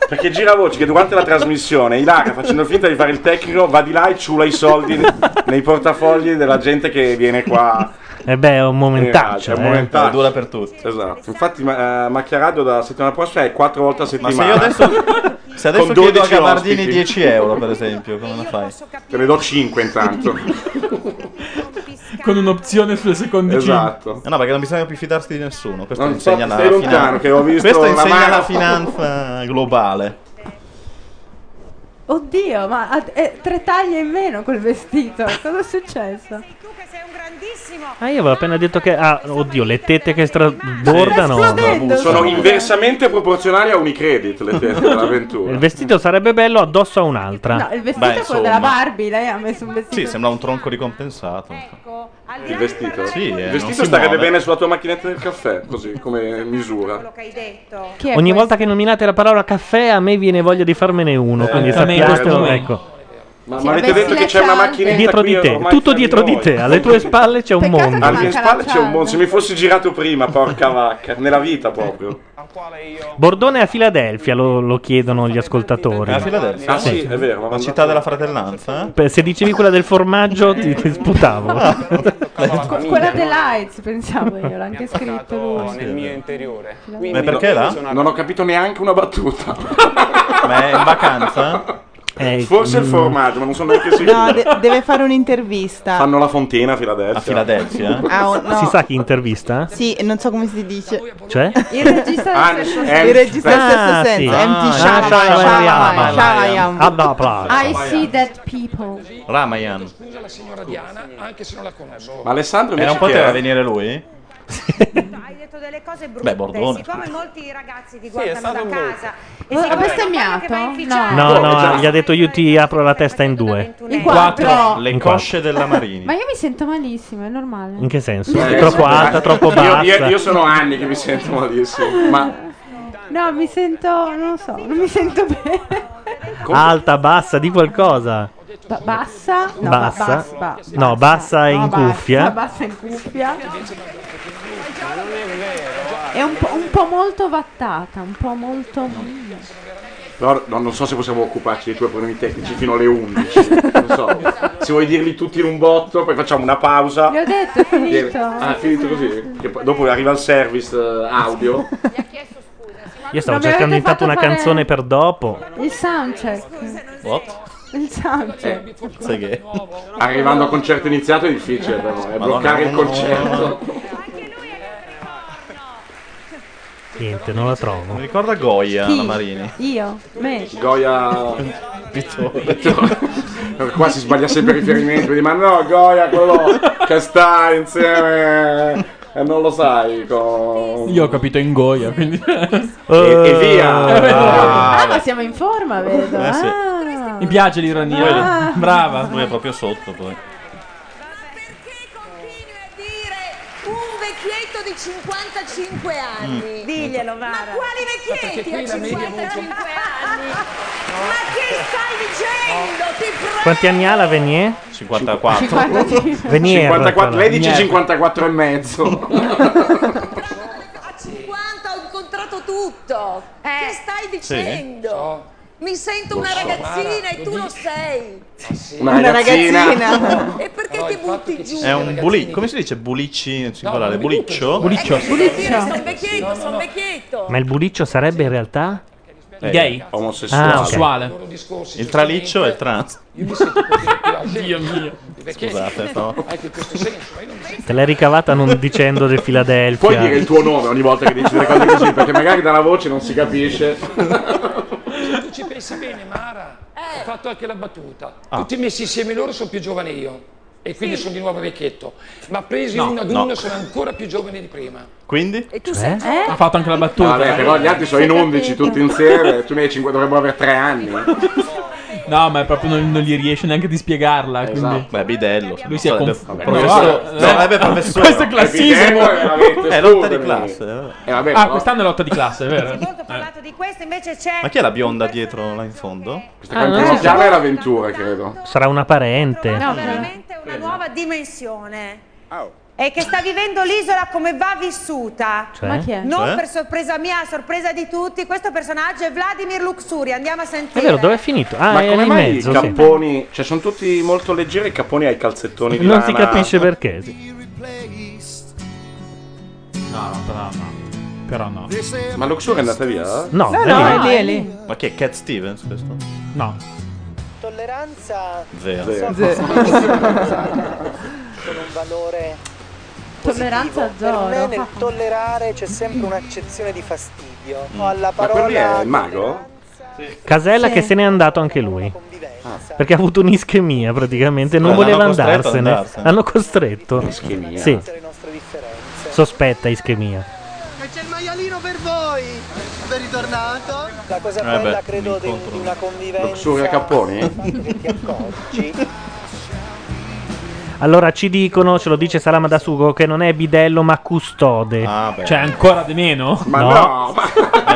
S4: Perché gira voce che durante la trasmissione Ilaria, facendo finta di fare il tecnico, va di là e ciula i soldi nei portafogli della gente che viene qua.
S1: Eh beh, è un momentaccio.
S4: È un
S1: eh.
S4: momentaccio.
S5: Dura per tutti.
S4: Esatto. Infatti, ma, eh, Macchiaradio dalla settimana prossima è quattro volte a settimana.
S5: se io adesso- Se adesso
S4: Con
S5: chiedo a
S4: 12
S5: Gabardini
S4: ospiti.
S5: 10 euro, per esempio, come la fai?
S4: Te ne do 5 intanto.
S5: Con un'opzione sulle seconde
S4: Esatto.
S5: Eh, No, perché non bisogna più fidarsi di nessuno. Questo
S4: Non so,
S5: insegna la
S4: stai lontano,
S5: finanza.
S4: che ho visto
S5: Questo
S4: una
S5: insegna
S4: mano.
S5: la finanza globale.
S10: Oddio, ma ha- è tre taglie in meno quel vestito. Cosa è successo?
S1: Ah, io avevo appena detto che... Ah, oddio, le tette che strabordano.
S4: Sono inversamente proporzionali a Unicredit le teste dell'avventura.
S1: Il vestito sarebbe bello addosso a un'altra.
S10: No, il vestito è quello della Barbie. Lei ha messo un vestito.
S5: Sì,
S6: Ecco.
S5: sembra un tronco ricompensato.
S4: Il vestito?
S5: Sì, eh,
S4: il
S5: non
S4: vestito
S5: si
S4: starebbe
S5: muove.
S4: bene sulla tua macchinetta del caffè, così come misura.
S6: Che hai detto?
S1: Ogni volta che nominate la parola caffè a me viene voglia di farmene uno, quindi
S4: a me in questo
S1: sappiatelo,
S4: momento.
S1: ecco.
S4: Ma,
S1: Sì,
S4: ma avete
S1: vabbè,
S4: detto
S1: sì,
S4: che
S1: la
S4: c'è una
S1: chat.
S4: macchinetta
S1: Dietro di
S4: qui
S1: te,
S4: ormai
S1: tutto
S4: fra di
S1: dietro di
S4: noi.
S1: te, alle tue spalle c'è un mondo.
S4: Alle mie
S1: manca la
S4: spalle c'è un
S1: chat.
S4: mondo, se mi fossi girato prima, porca vacca, nella vita proprio.
S1: Bordone a Filadelfia, lo, lo chiedono gli ascoltatori.
S5: A Filadelfia?
S4: Ah, sì, è vero,
S5: La città della fratellanza? eh?
S1: Beh, Se dicevi quella del formaggio ti, ti sputavo.
S4: Ah,
S10: Que- quella dell'AIDS, pensavo io, l'ha anche scritto lui.
S4: nel mio
S10: interiore.
S4: Quindi
S5: perché là?
S4: Non ho capito neanche una battuta.
S5: Ma è in vacanza?
S4: Forse il
S5: mm.
S4: formaggio, ma non sono neanche sicuro.
S11: No, de- deve fare un'intervista.
S4: Fanno la fontina a Filadelfia. A eh.
S5: Filadelfia?
S11: Ah, oh, no.
S1: Si sa chi intervista?
S11: Sì, non so come si dice.
S1: Cioè?
S11: Il regista
S4: del Ah, sesto senso.
S11: Il regista del sesto
S1: sì.
S11: senso. MT
S1: Ah,
S11: Shyamalan.
S1: Shyamalan.
S11: Shyamalan.
S1: Abba, Abba.
S10: I see that people.
S5: eh? Ramayan.
S15: Scusa la signora Diana, anche se non la conosco.
S4: Ma Alessandro
S5: E
S4: invece
S5: non
S4: chi
S5: poteva
S4: era?
S5: venire lui?
S6: Hai detto delle cose brutte.
S5: Beh, Bordone.
S6: Siccome molti ragazzi ti
S11: è
S6: guardano
S11: stato
S6: da
S11: un
S10: Eh
S6: casa e
S10: Ha
S6: siccome
S10: bestemmiato? No.
S1: No,
S4: Oh,
S1: no, gli ha detto io ti apro la testa in due.
S10: In quattro.
S1: Quattro.
S5: Le
S1: In
S5: cosce della Marini.
S10: Ma io mi sento malissimo, è normale.
S1: In che senso?
S4: Eh,
S1: È troppo
S4: scusa,
S1: alta, troppo
S4: io-
S1: bassa.
S4: Io, io sono anni che mi sento malissimo. Ma
S10: No, mi sento, non lo so, non mi sento bene.
S1: Alta, bassa, di qualcosa.
S10: Ba- bassa? No,
S1: Bassa?
S10: ba- bas- ba-
S1: No, bassa e
S10: No,
S1: in
S10: bassa,
S1: cuffia.
S10: Bassa in cuffia. È un po', un po' molto vattata, un po' molto...
S4: però no, non so se possiamo occuparci dei tuoi problemi tecnici fino alle 11. Non so. Se vuoi dirli tutti in un botto, poi facciamo una pausa.
S10: Le ho detto, è
S4: Viene-
S10: finito.
S4: Ah, è finito così. Che poi- dopo arriva il service eh, audio.
S1: Io
S10: stavo Non
S1: stavo
S10: mi cercando
S1: cercando
S10: avete intanto
S1: intanto
S10: fatto
S1: una
S10: una fare- canzone
S1: canzone per dopo.
S10: Il soundcheck. Il soundcheck.
S5: Sai che?
S4: Arrivando al concerto iniziato è difficile, però. È
S5: Madonna,
S4: bloccare il
S5: no, no,
S4: concerto.
S1: Niente, non la trovo.
S5: Mi ricorda Goya,
S10: Chi?
S5: la Marini.
S10: Io? Me?
S4: Goya. Pittore. Qua si sbaglia sempre il riferimento. quindi, Ma no, Goya, quello che sta insieme. E non lo sai. Con...
S2: Io ho capito in goia, quindi...
S4: E- e via.
S2: Eh,
S10: Ah, ma siamo in forma, vedo.
S5: Eh, sì.
S10: Ah.
S2: Mi piace l'ironia.
S10: Ah.
S2: Brava.
S5: Lui è proprio sotto poi.
S17: Un vecchietto di 55 anni.
S6: Mm. Diglielo, Mara.
S17: Ma quali vecchietti
S6: Ma
S17: a
S6: perché qui la media
S17: 55 anni? Ma che stai dicendo? Ti prego.
S1: Quanti anni ha la Venier?
S5: 54.
S4: 54.
S1: Venier.
S4: 54 lei dice
S1: Venier.
S4: 54 e mezzo.
S17: A 50 ho incontrato tutto.
S6: Eh.
S17: Che stai dicendo? Mi sento
S4: Lo
S17: una
S4: so,
S17: ragazzina
S4: Mara,
S17: e tu lo sei.
S4: Una Una ragazzina.
S5: ragazzina.
S17: e perché ti butti giù?
S5: È un buliccio. Come si dice bulicci in singolare? Buliccio?
S17: Buliccio. Sono vecchietto, sono vecchietto.
S1: Ma il buliccio sarebbe in realtà?
S5: Eh, Gay.
S1: Ah, ok.
S5: Il traliccio è il trans.
S15: Dio mio.
S5: Scusate, no.
S1: Te l'hai ricavata non dicendo del Philadelphia.
S4: Puoi dire il tuo nome ogni volta che dici delle cose così, perché magari dalla voce non si capisce.
S15: Se tu ci
S5: Ah.
S15: pensi bene, Mara, ho fatto anche la battuta. Tutti messi insieme loro sono più giovane io. e quindi sono di nuovo vecchietto, ma presi
S4: No,
S15: uno ad
S4: no.
S15: uno sono ancora più giovane di prima.
S4: Quindi?
S15: E
S5: Eh?
S15: tu
S4: sei-
S10: eh?
S15: sei-
S2: Ha fatto anche la battuta.
S4: Vabbè, però gli altri sono in 11 tutti insieme, tu ne hai 5, dovremmo avere 3 anni.
S2: No, ma proprio non, non gli riesce neanche di spiegarla. Quindi...
S4: Beh, bidello.
S2: Lui si è conf-
S4: Esatto. Vabbè,
S2: provato-
S4: questo-
S5: eh,
S4: no, vabbè, professore.
S2: Questo è
S4: Bidello
S2: classismo.
S4: è veramente- È lotta di scusami. classe, eh. Eh, vabbè,
S2: ah,
S4: però-
S2: quest'anno è lotta di classe, è vero?
S6: parlato di questo, invece c'è.
S5: Ma chi è la bionda dietro là in fondo?
S4: Questa Ah, canzone non si già sa. era l'avventura, credo.
S1: Sarà una parente.
S6: No, veramente una nuova dimensione. E che sta vivendo l'isola come va vissuta.
S1: Cioè? Ma chi è?
S6: Non
S1: Cioè?
S6: per sorpresa mia, sorpresa di tutti. Questo personaggio è Vladimir Luxuri. Andiamo a sentire.
S1: È vero, dov'è finito? Ah,
S4: Ma
S1: è
S4: come
S1: lì in
S4: mai
S1: mezzo.
S4: i
S1: sì.
S4: capponi, cioè sono tutti molto leggeri i capponi ai calzettoni di
S1: Non
S4: lana.
S1: si capisce perché. sì.
S2: No, no, però no. Però no.
S4: Ma Luxor è andata via?
S1: No, No, è no, lì. è lì, è lì.
S5: Ma chi è Cat Stevens questo?
S2: No.
S18: Tolleranza
S5: Zero.
S18: non so
S5: Zero.
S18: come si
S5: Zero.
S18: usa, sono un valore
S11: Tolleranza
S18: positivo. Per me
S11: zero.
S18: nel tollerare c'è sempre un'eccezione di fastidio.
S1: Mm.
S18: Alla
S4: Ma quello lì è
S18: parola
S4: il mago?
S1: Casella
S18: Sì.
S1: che se n'è andato anche lui. Perché ha avuto un'ischemia praticamente, non
S4: L'hanno
S1: voleva
S4: Ah. costretto ad
S1: andarsene.
S4: andarsene.
S1: L'hanno costretto.
S4: Ischemia.
S1: Sì. Sospetta ischemia.
S18: E c'è il maialino per voi! Ben ritornato! La cosa
S4: Eh beh,
S18: bella credo di,
S4: l'incontro.
S18: di una convivenza
S4: Luxuria Capponi?
S18: che ti accorgi
S1: Allora ci dicono, ce lo dice Salama da Sugo, che non è bidello ma custode.
S4: Ah,
S2: Cioè, ancora di meno?
S1: Ma
S2: no,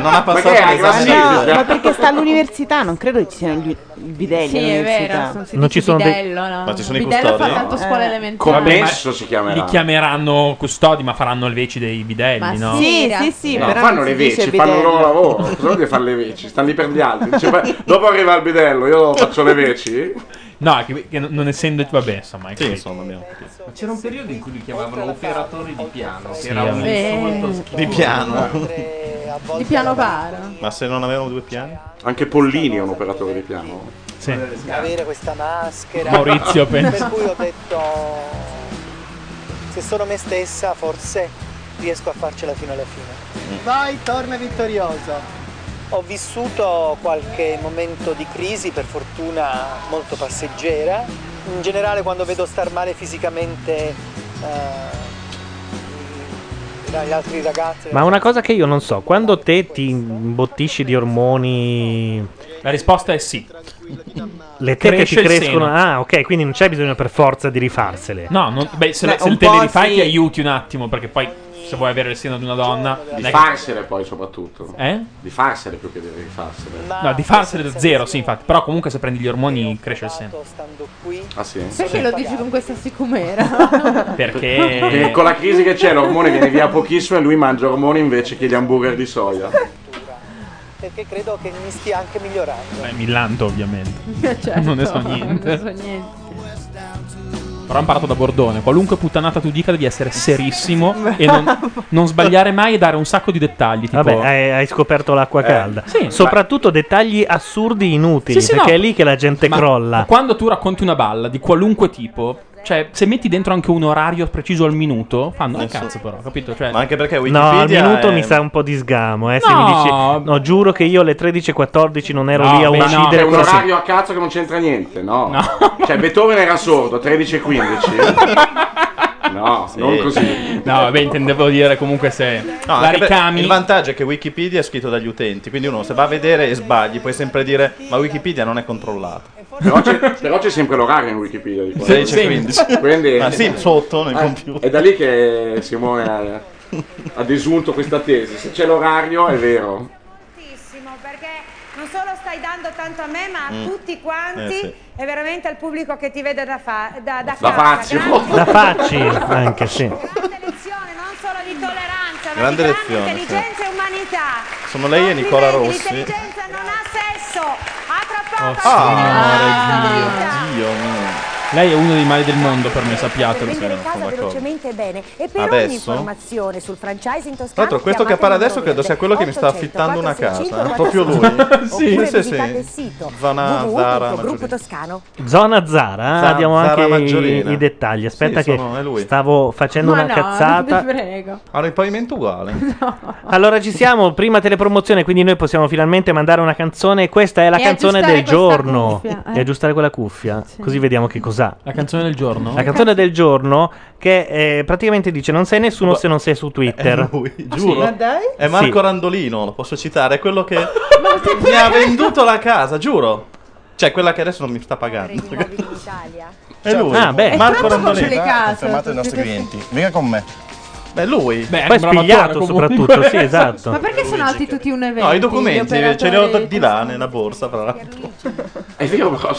S5: non ha passato
S1: che è
S5: l'esame.
S1: classifica?
S5: di-
S11: No, ma perché sta all'università, non credo ci siano gli, i bidelli
S10: Sì, è
S11: all'università. Eh.
S10: vero, sono Non ci sono Eh. dei- bidello, no. Ma ci sono i Bidello fa custodi? tanto scuola elementare.
S4: Commesso si chiamerà.
S2: Li chiameranno custodi, ma faranno il veci dei bidelli,
S10: Ma
S2: no?
S10: sì, sì, sì,
S4: No,
S10: però
S4: fanno
S10: non
S4: le
S10: si dice
S4: veci, fanno il
S10: bidello.
S4: loro lavoro. Cosa vuol dire fare le veci? Stanno lì per gli altri. Dice, "Beh, dopo arriva il bidello, io faccio le veci.
S2: No, che, che non essendo. Vabbè, insomma. Sì,
S5: insomma, abbiamo
S8: Ma C'era un periodo in cui li chiamavano operatori di piano,
S5: Sì,
S8: che era un
S10: eh.
S8: insulto
S10: Sì.
S8: schifoso.
S5: Di piano.
S10: Di piano paro.
S5: Ma se non avevamo due piani?
S4: Anche Pollini è un operatore di piano.
S1: Eh,
S18: avere questa maschera.
S4: Maurizio, penso.
S18: Per cui ho detto se sono me stessa forse riesco a farcela fino alla fine. Mm. Vai, torna vittorioso. Ho vissuto qualche momento di crisi, per fortuna molto passeggera. In generale quando vedo star male fisicamente eh, gli altri ragazzi.
S1: Ma una cosa che io non so, quando te ti imbottisci di ormoni...
S2: La risposta è sì.
S1: Le tette
S2: Cresce
S1: ti
S2: il
S1: crescono...
S2: seno.
S1: Ah, ok, quindi non c'è bisogno per forza di rifarsele.
S2: No, non- beh, se,
S1: Beh,
S2: se
S1: un
S2: te
S1: po'
S2: le rifai
S1: sì.
S2: ti aiuti un attimo, perché poi se vuoi avere il seno di una donna. non è
S4: Di
S1: Ecco.
S2: che-
S4: farsele poi soprattutto.
S2: Eh?
S4: Di farsele più che di rifarsele.
S2: No, di farsele da zero, sì, infatti. Però comunque se prendi gli ormoni cresce il seno.
S4: Ah sì?
S10: Perché lo dici con questa
S1: Esatto.
S10: sicumera?
S2: Perché...
S4: Perché Eh, con la crisi che c'è l'ormone viene via pochissimo e lui mangia ormoni invece che gli hamburger di soia.
S18: Perché credo che mi stia anche migliorando.
S2: Beh, Millanto, Eh, ovviamente.
S18: Certo,
S2: non ne so niente.
S18: non ne so
S2: Però ho imparato da Bordone. Qualunque puttanata tu dica devi essere serissimo e non, non sbagliare mai e dare un sacco di dettagli. Tipo...
S1: Vabbè, hai, hai scoperto l'acqua
S2: Eh,
S1: calda.
S2: sì.
S1: Soprattutto dettagli assurdi inutili,
S2: Sì, sì,
S1: perché
S2: no.
S1: è lì che la gente
S2: Ma
S1: crolla.
S2: Quando tu racconti una balla di qualunque tipo, cioè se metti dentro anche un orario preciso al minuto, fanno eh, cazzo però, capito? Cioè,
S5: Ma anche perché
S1: No, al
S5: Wikipedia
S1: minuto
S5: è-
S1: mi sa un po' di sgamo, eh, se
S2: No.
S1: mi dici... No, giuro che io alle 13.14 non ero
S4: No,
S1: lì a
S4: beh, no,
S1: uccidere
S4: C'è un
S1: così.
S4: orario a cazzo che non c'entra niente, no? Cioè, Beethoven era sordo, 13 e 15. No, non così.
S2: No, vabbè, intendevo dire comunque se
S5: No,
S2: la
S5: anche per-
S2: ricami.
S5: Il vantaggio è che Wikipedia è scritto dagli utenti, quindi uno se va a vedere e sbagli puoi sempre dire ma Wikipedia non è controllata.
S4: Però c'è, però c'è sempre l'orario in Wikipedia. Di
S5: 16 e 15.
S4: Quindi, eh,
S5: Ma sì, sotto nel computer.
S4: È da lì che Simone ha, ha desunto questa tesi. Se c'è l'orario è vero.
S6: Moltissimo, perché non solo stai dando tanto a me, ma a
S4: Mm.
S6: tutti quanti
S4: Eh, sì.
S6: e veramente al pubblico che ti vede da, fa- da, da
S4: Da
S6: casa.
S4: Fazio.
S6: Grande-
S1: Da facci anche, sì.
S6: grande lezione, non solo di tolleranza, ma
S5: Grande
S6: di grande
S5: lezione, sì.
S6: intelligenza e umanità.
S5: Sono lei e Nicola
S6: Complimenti,
S5: Rossi.
S6: L'intelligenza non ha sesso. A tra poco.
S2: Oh,
S6: Ah.
S5: Dio, Dio mio.
S2: Lei è uno dei mali del mondo per me, sappiatelo.
S19: vendere casa velocemente e bene e per
S5: Adesso?
S19: ogni informazione sul franchise in Toscana
S5: Tra l'altro questo che parla adesso credo sia quello che mi sta affittando una casa, eh. proprio lui.
S19: oppure
S5: sì,
S19: visitate
S5: sì.
S19: il sito
S2: Ah,
S5: Zona Zara
S19: www.gruppo
S5: Maggiorino.
S19: toscano
S1: Zona Zara, eh,
S5: Zara-
S1: abbiamo
S5: Zara
S1: anche i,
S5: Maggiorina.
S1: i dettagli. Aspetta
S5: Sì,
S1: che
S5: sono- è lui.
S1: stavo facendo
S10: Ma
S1: una
S10: no,
S1: cazzata.
S10: ti prego.
S5: Hanno il pavimento uguale.
S1: Allora ci siamo, prima telepromozione, quindi noi possiamo finalmente mandare una canzone. Questa è la
S10: E
S1: canzone
S10: aggiustare
S1: del
S10: questa
S1: giorno.
S10: cuffia, eh.
S1: E aggiustare quella cuffia, così vediamo che Scusa.
S2: La canzone del giorno?
S1: La canzone del giorno che eh, praticamente dice non sei nessuno se non sei su Twitter.
S5: È lui, giuro.
S11: Ma dai?
S5: È Marco
S1: Sì.
S5: Randolino, lo posso citare, è quello che mi ha venduto la casa, giuro. Cioè, quella che adesso non mi sta pagando. È lui.
S1: Ah, beh. È
S5: Marco
S1: proprio
S5: Randolino.
S1: sulle case, Confermate i nostri
S5: clienti. Venga con me. Beh, lui.
S1: Beh, Poi è spigliato soprattutto, sì, esatto.
S10: Ma perché sono alti tutti un evento?
S5: No, i documenti
S1: cioè,
S5: ce li ho da- di là nella borsa, fra l'altro.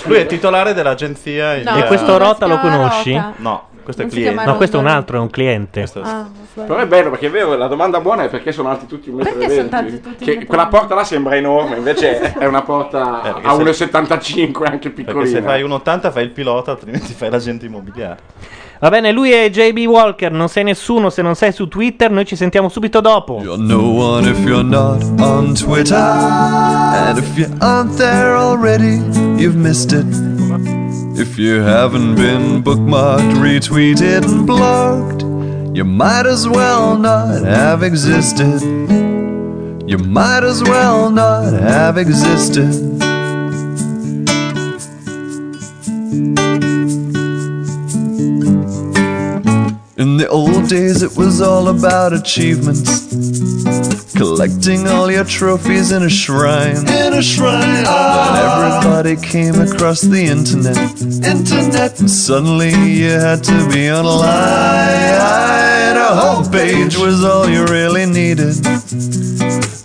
S5: Lui è titolare dell'agenzia.
S10: No,
S1: e
S5: il-
S1: questo Rota lo
S10: si chiama
S1: conosci?
S10: Rota.
S5: No, questo
S10: Non
S5: è
S10: si chiama Ah.
S5: cliente.
S1: No, questo è un altro, è un cliente.
S4: Certo. Però è bello perché è vero, la domanda buona è perché sono alti tutti un metro
S10: Perché
S4: e
S10: sono
S4: venti.
S10: alti tutti un metro
S4: Che
S10: e
S4: quella porta là sembra enorme, invece è una porta
S5: Eh, perché
S4: a
S5: se-
S4: 1,75
S5: Perché se
S4: anche piccolina.
S5: fai un 80 fai il pilota, altrimenti fai l'agente immobiliare.
S1: Va bene, lui è JB Walker, non sei nessuno se non sei su Twitter, noi ci sentiamo subito dopo.
S20: No one if you're not on Twitter. And if you aren't there already, you've missed it. If you haven't been bookmarked, retweeted, and blocked, you might as well not have existed. You might as well not have existed. In the old days, it was all about achievements collecting all your trophies in a shrine. In a shrine. Then everybody came across the internet. Internet. And suddenly you had to be online. A homepage was all you really needed.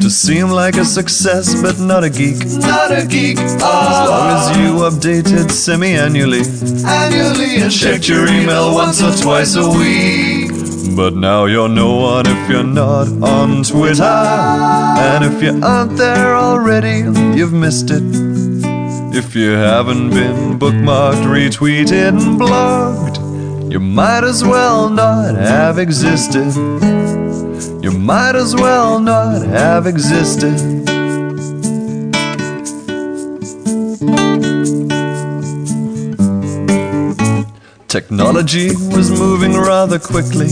S20: To seem like a success, but not a geek. Not a geek. As long as you updated semi-annually. Annually. And checked your email once or twice a week. But now you're no one if you're not on Twitter. And if you aren't there already, you've missed it. If you haven't been bookmarked, retweeted, and blogged, you might as well not have existed. You might as well not have existed. Technology was moving rather quickly.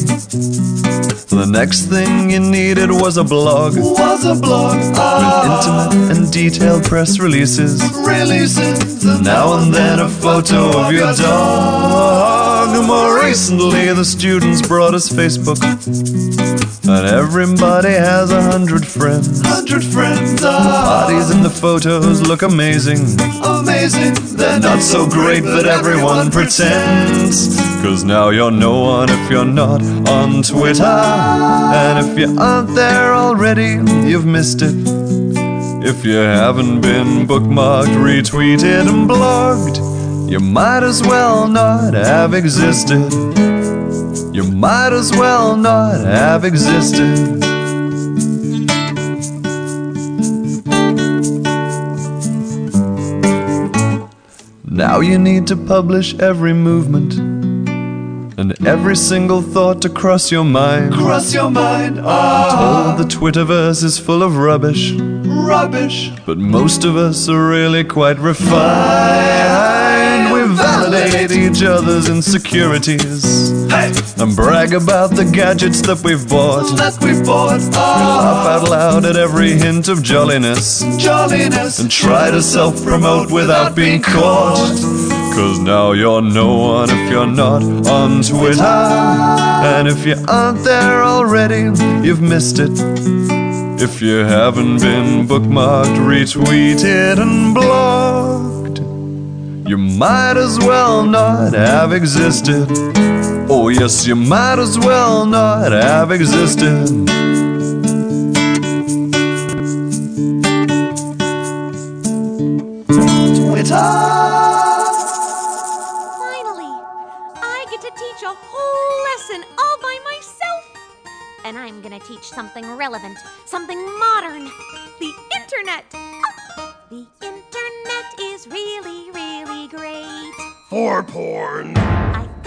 S20: The next thing you needed was a blog. Was a blog with intimate and detailed press releases. Releases now and then a photo of your dog. More recently, the students brought us Facebook, and everybody has a hundred friends. Hundred friends. Ah, Bodies in the photos look amazing. Amazing. They're not so great that everyone pretends. Cause now you're no one if you're not on Twitter. And if you aren't there already, you've missed it. If you haven't been bookmarked, retweeted, and blogged, you might as well not have existed. You might as well not have existed. Now you need to publish every movement and every single thought to cross your mind. Cross your mind, Ah. Told the Twitterverse is full of rubbish, Rubbish. but most of us are really quite refined. We validate each other's insecurities and brag about the gadgets that we've bought. That we've bought. We laugh out loud at every hint of jolliness. Jolliness. And try to self-promote without being caught. Cause now you're no one if you're not on Twitter. And if you aren't there already, you've missed it. If you haven't been bookmarked, retweeted, and blocked, you might as well not have existed. Oh, yes, you might as well not have existed.
S21: Finally, I get to teach a whole lesson all by myself. And I'm gonna teach something relevant, something modern the internet. Ah, The internet is really, really great.
S15: For porn.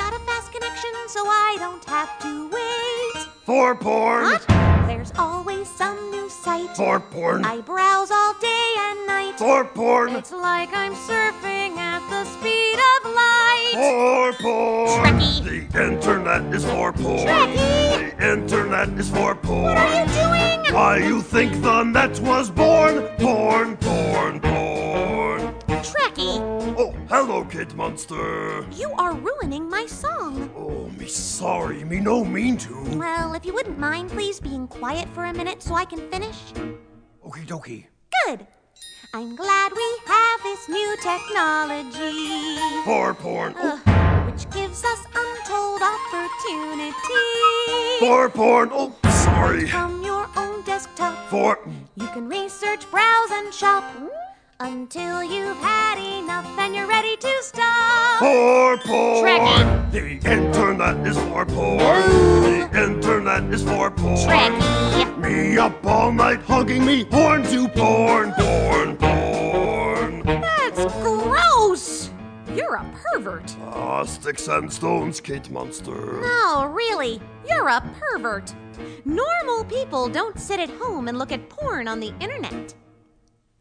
S21: Got a fast connection, so I don't have to wait.
S15: For porn.
S21: What? There's always some new site.
S15: For porn.
S21: I browse all day and night.
S15: For porn.
S21: It's like I'm surfing at the speed of light.
S15: For porn.
S21: Trekkie.
S15: The internet is for porn.
S21: Trekkie.
S15: The internet is for porn.
S21: What are you doing?
S15: Why you think the net was born? Porn, porn, porn.
S21: Trekkie.
S15: Oh,
S22: Hello, Kid Monster!
S21: You are ruining my song.
S22: Oh, me sorry, me no mean to.
S21: Well, if you wouldn't mind, please, being quiet for a minute so I can finish.
S22: Okie dokie.
S21: Good. I'm glad we have this new technology.
S22: For porn.
S21: Ugh, Uh, which gives us untold opportunity.
S22: For porn. Oh, sorry.
S21: From your own desktop,
S22: For.
S21: you can research, browse, and shop until you've had enough and you're ready to stop.
S22: For porn.
S21: Trick.
S22: The internet is for porn. The internet is for porn.
S21: Tricky.
S22: Me up all night hugging me horn to porn, porn, porn.
S21: That's
S22: Oh.
S21: gross. You're a pervert.
S22: Ah, sticks and stones, Kid Monster.
S21: No, really, you're a pervert. Normal people don't sit at home and look at porn on the internet.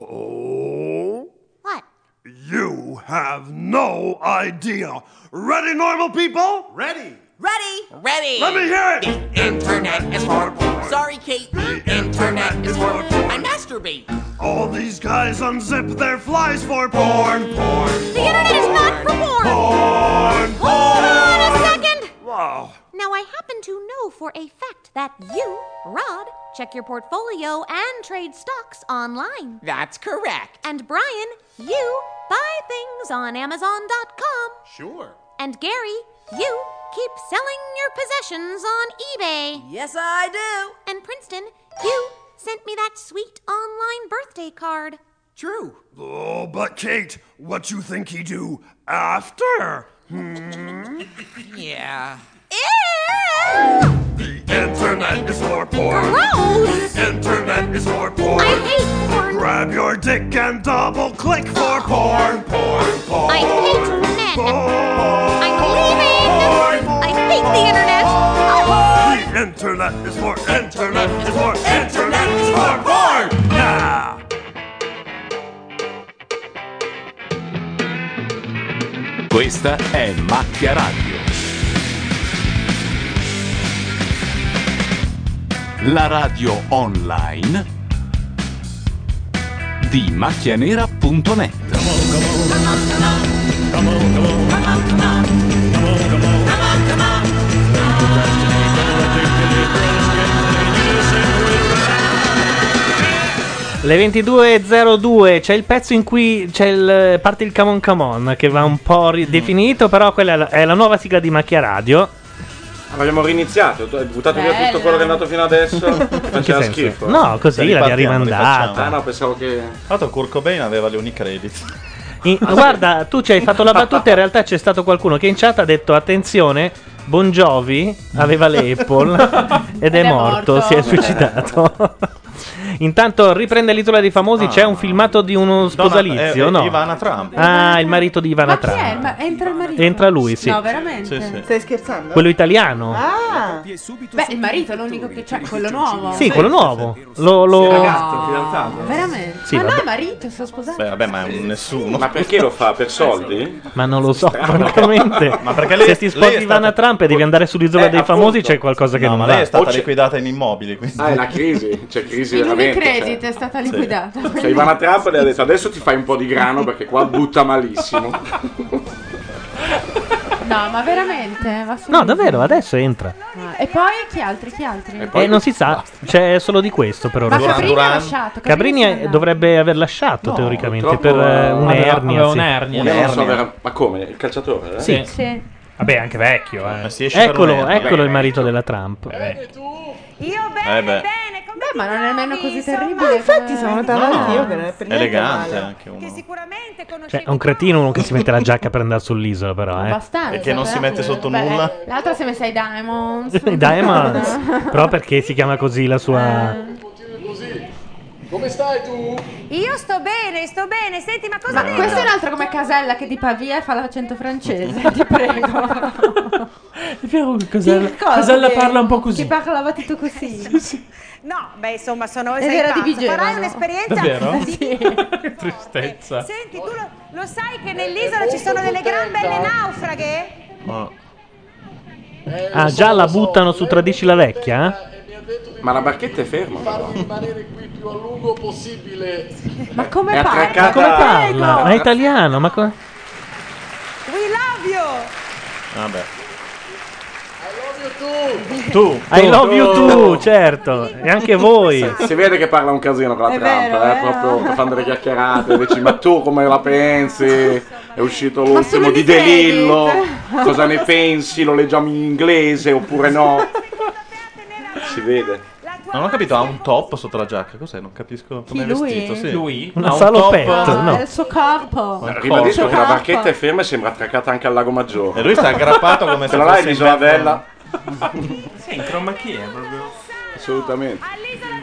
S22: Oh.
S21: What?
S22: You have no idea. Ready, normal people? Ready.
S21: Ready?
S17: Ready?
S22: Let me hear it.
S17: The internet is for porn. Sorry, Kate. The internet is for porn. I masturbate.
S22: All these guys unzip their flies for porn, porn.
S21: The internet is not for porn.
S22: Porn,
S21: Hold on a second.
S22: Wow.
S21: Now, I happen to know for a fact that you, Rod, check your portfolio and trade stocks online.
S17: That's correct.
S21: And Brian, you buy things on Amazon.com.
S17: Sure.
S21: And Gary, you keep selling your possessions on eBay.
S17: Yes, I do.
S21: And Princeton, you sent me that sweet online birthday card.
S17: True.
S22: Oh, but Kate, what you think he do after? Hmm?
S17: Yeah.
S21: Ew!
S22: the internet is for porn.
S21: Gross!
S22: The internet is for porn.
S21: I hate porn.
S22: Grab your dick and double click for porn, porn, porn.
S21: I hate men.
S22: Porn.
S21: I'm leaving. I hate the internet. Oh,
S22: The internet is for internet is for internet is for porn. Yeah.
S9: Questa è Macchia Radio. La radio online di macchianera.net.
S1: Le 22.02 c'è il pezzo in cui c'è il, parte il Camon Camon che va un po' ridefinito, però quella è la, è la nuova sigla di Macchia Radio.
S4: Abbiamo riniziato, hai buttato via tutto quello che è andato fino adesso. Faceva
S1: senso?
S4: schifo. Cioè,
S1: No, così l'abbiamo
S5: ripartiamo,
S1: rimandata.
S5: rifacciamo.
S4: Ah no, pensavo che.
S5: Tra l'altro Kurt Cobain aveva le unicredit.
S1: In- guarda, tu ci hai fatto la battuta, in realtà c'è stato qualcuno che in chat ha detto attenzione, Bon Jovi aveva le Apple ed è morto, si è suicidato. Intanto riprende l'isola dei famosi, c'è un filmato di uno sposalizio,
S5: eh, eh,
S1: no?
S5: Ivana Trump.
S1: Ah, il marito di Ivana
S10: Ma chi è?
S1: Trump.
S10: Ma entra il marito?
S1: Entra lui, sì.
S10: No, veramente?
S1: Sì, sì.
S11: Stai scherzando?
S1: Quello italiano.
S10: Ah! Beh, il marito è l'unico che c'è, quello nuovo.
S1: Sì, quello nuovo. Lo, lo...
S10: ragazzo,
S2: Eh.
S10: fidanzato. Veramente?
S1: Sì,
S10: ma no,
S1: vabbè.
S10: è marito, sono sposato.
S5: Beh, vabbè, ma è un nessuno.
S4: Ma perché lo fa? Per soldi?
S1: Ma non lo so, francamente.
S5: Ma perché lei-
S1: Se ti sposi
S5: lei è Eh,
S1: Ivana Trump e devi andare sull'isola dei famosi, c'è qualcosa che
S5: No,
S1: non
S5: ma
S1: va.
S5: lei è stata
S1: O c'è-
S5: liquidata in immobili, quindi.
S4: Ah, è la crisi. C'è crisi
S10: Il
S4: veramente.
S10: Unicredit
S4: cioè.
S10: è stata
S4: Sì.
S10: liquidata.
S4: Cioè, Ivana Trump le ha detto adesso ti fai un po' di grano perché qua butta malissimo.
S10: No, ma veramente? Va su.
S1: No, davvero, adesso entra.
S10: Ah, E poi chi altri? Chi altri?
S1: E non si sa, c'è solo di questo per ora.
S10: Ma Cabrini ha lasciato.
S1: Cabrini
S10: Cabrini
S1: eh, dovrebbe aver lasciato teoricamente per eh, un'ernia. sì.
S4: Io non so vera- ma come? Il calciatore? eh?
S1: Sì. Vabbè, anche vecchio. eh.
S5: si esce per
S1: Eccolo,
S5: un'ernia.
S1: eccolo il marito della Trump.
S4: Eh,
S6: Io
S5: Eh beh,
S10: Beh, ma non è nemmeno così terribile.
S11: Ma infatti sono
S10: come-
S11: notata
S5: No.
S11: anch'io che non è per niente
S5: elegante
S11: male.
S5: anche uno.
S1: Cioè, è un cretino uno che si mette la giacca per andare sull'isola, però. Eh.
S10: Abbastanza.
S5: E che non si
S10: però- eh,
S5: mette sotto
S10: Beh,
S5: nulla.
S10: L'altra si è messa ai Diamonds.
S1: I Diamonds. però perché si chiama così la
S10: Eh.
S1: sua.
S6: Come stai tu? Io sto bene, sto bene. Senti, ma cosa
S10: Ma
S6: devi?
S10: questo è un altro come Casella che di Pavia e fa l'accento francese, ti prego.
S2: È vero che
S10: Ti
S2: Casella,
S10: ricordi
S2: Casella
S10: che-
S2: parla un po'
S10: Che
S2: così.
S10: parlava tutto così.
S6: No, beh, insomma, sono
S10: Ed
S6: sei
S10: era di
S6: pazzo.
S10: Vigevano.
S6: Farai un'esperienza
S2: Davvero?
S6: di-
S2: Che tristezza.
S6: Senti, tu lo, lo sai che nell'isola ci sono delle gran belle naufraghe?
S1: Ah, già la buttano su Tradisci la vecchia? eh?
S4: Ma la barchetta è ferma. però.
S10: Ma come
S4: È
S10: parla?
S4: attraccata-
S1: Ma come parla? Ma è italiano, ma co-
S5: Vabbè.
S1: Tu, I love you too, certo. E anche voi.
S4: Si vede che parla un casino con la
S1: È
S4: Trump,
S1: vero,
S4: eh,
S1: è
S4: proprio che fanno delle chiacchierate, dici ma tu come la pensi? È uscito l'ultimo
S12: solo
S4: di
S12: di
S4: De Lillo,
S12: David.
S4: cosa ne pensi? Lo leggiamo in inglese oppure no? Si vede.
S5: Non ho capito, ha un top sotto la giacca, cos'è? Non capisco come è
S10: Chi, lui?
S5: vestito. Sì.
S10: Lui?
S5: Ha un top-
S10: Ah, È il suo corpo. Il
S4: Ribadisco
S10: suo
S4: che la
S10: corpo.
S4: barchetta è ferma e sembra attraccata anche al lago Maggiore.
S5: E lui sta aggrappato come se
S4: se non l'hai
S5: fosse in
S4: l'isola
S5: mezzo-
S4: bella.
S8: Sì, in cromachia proprio.
S4: Assolutamente.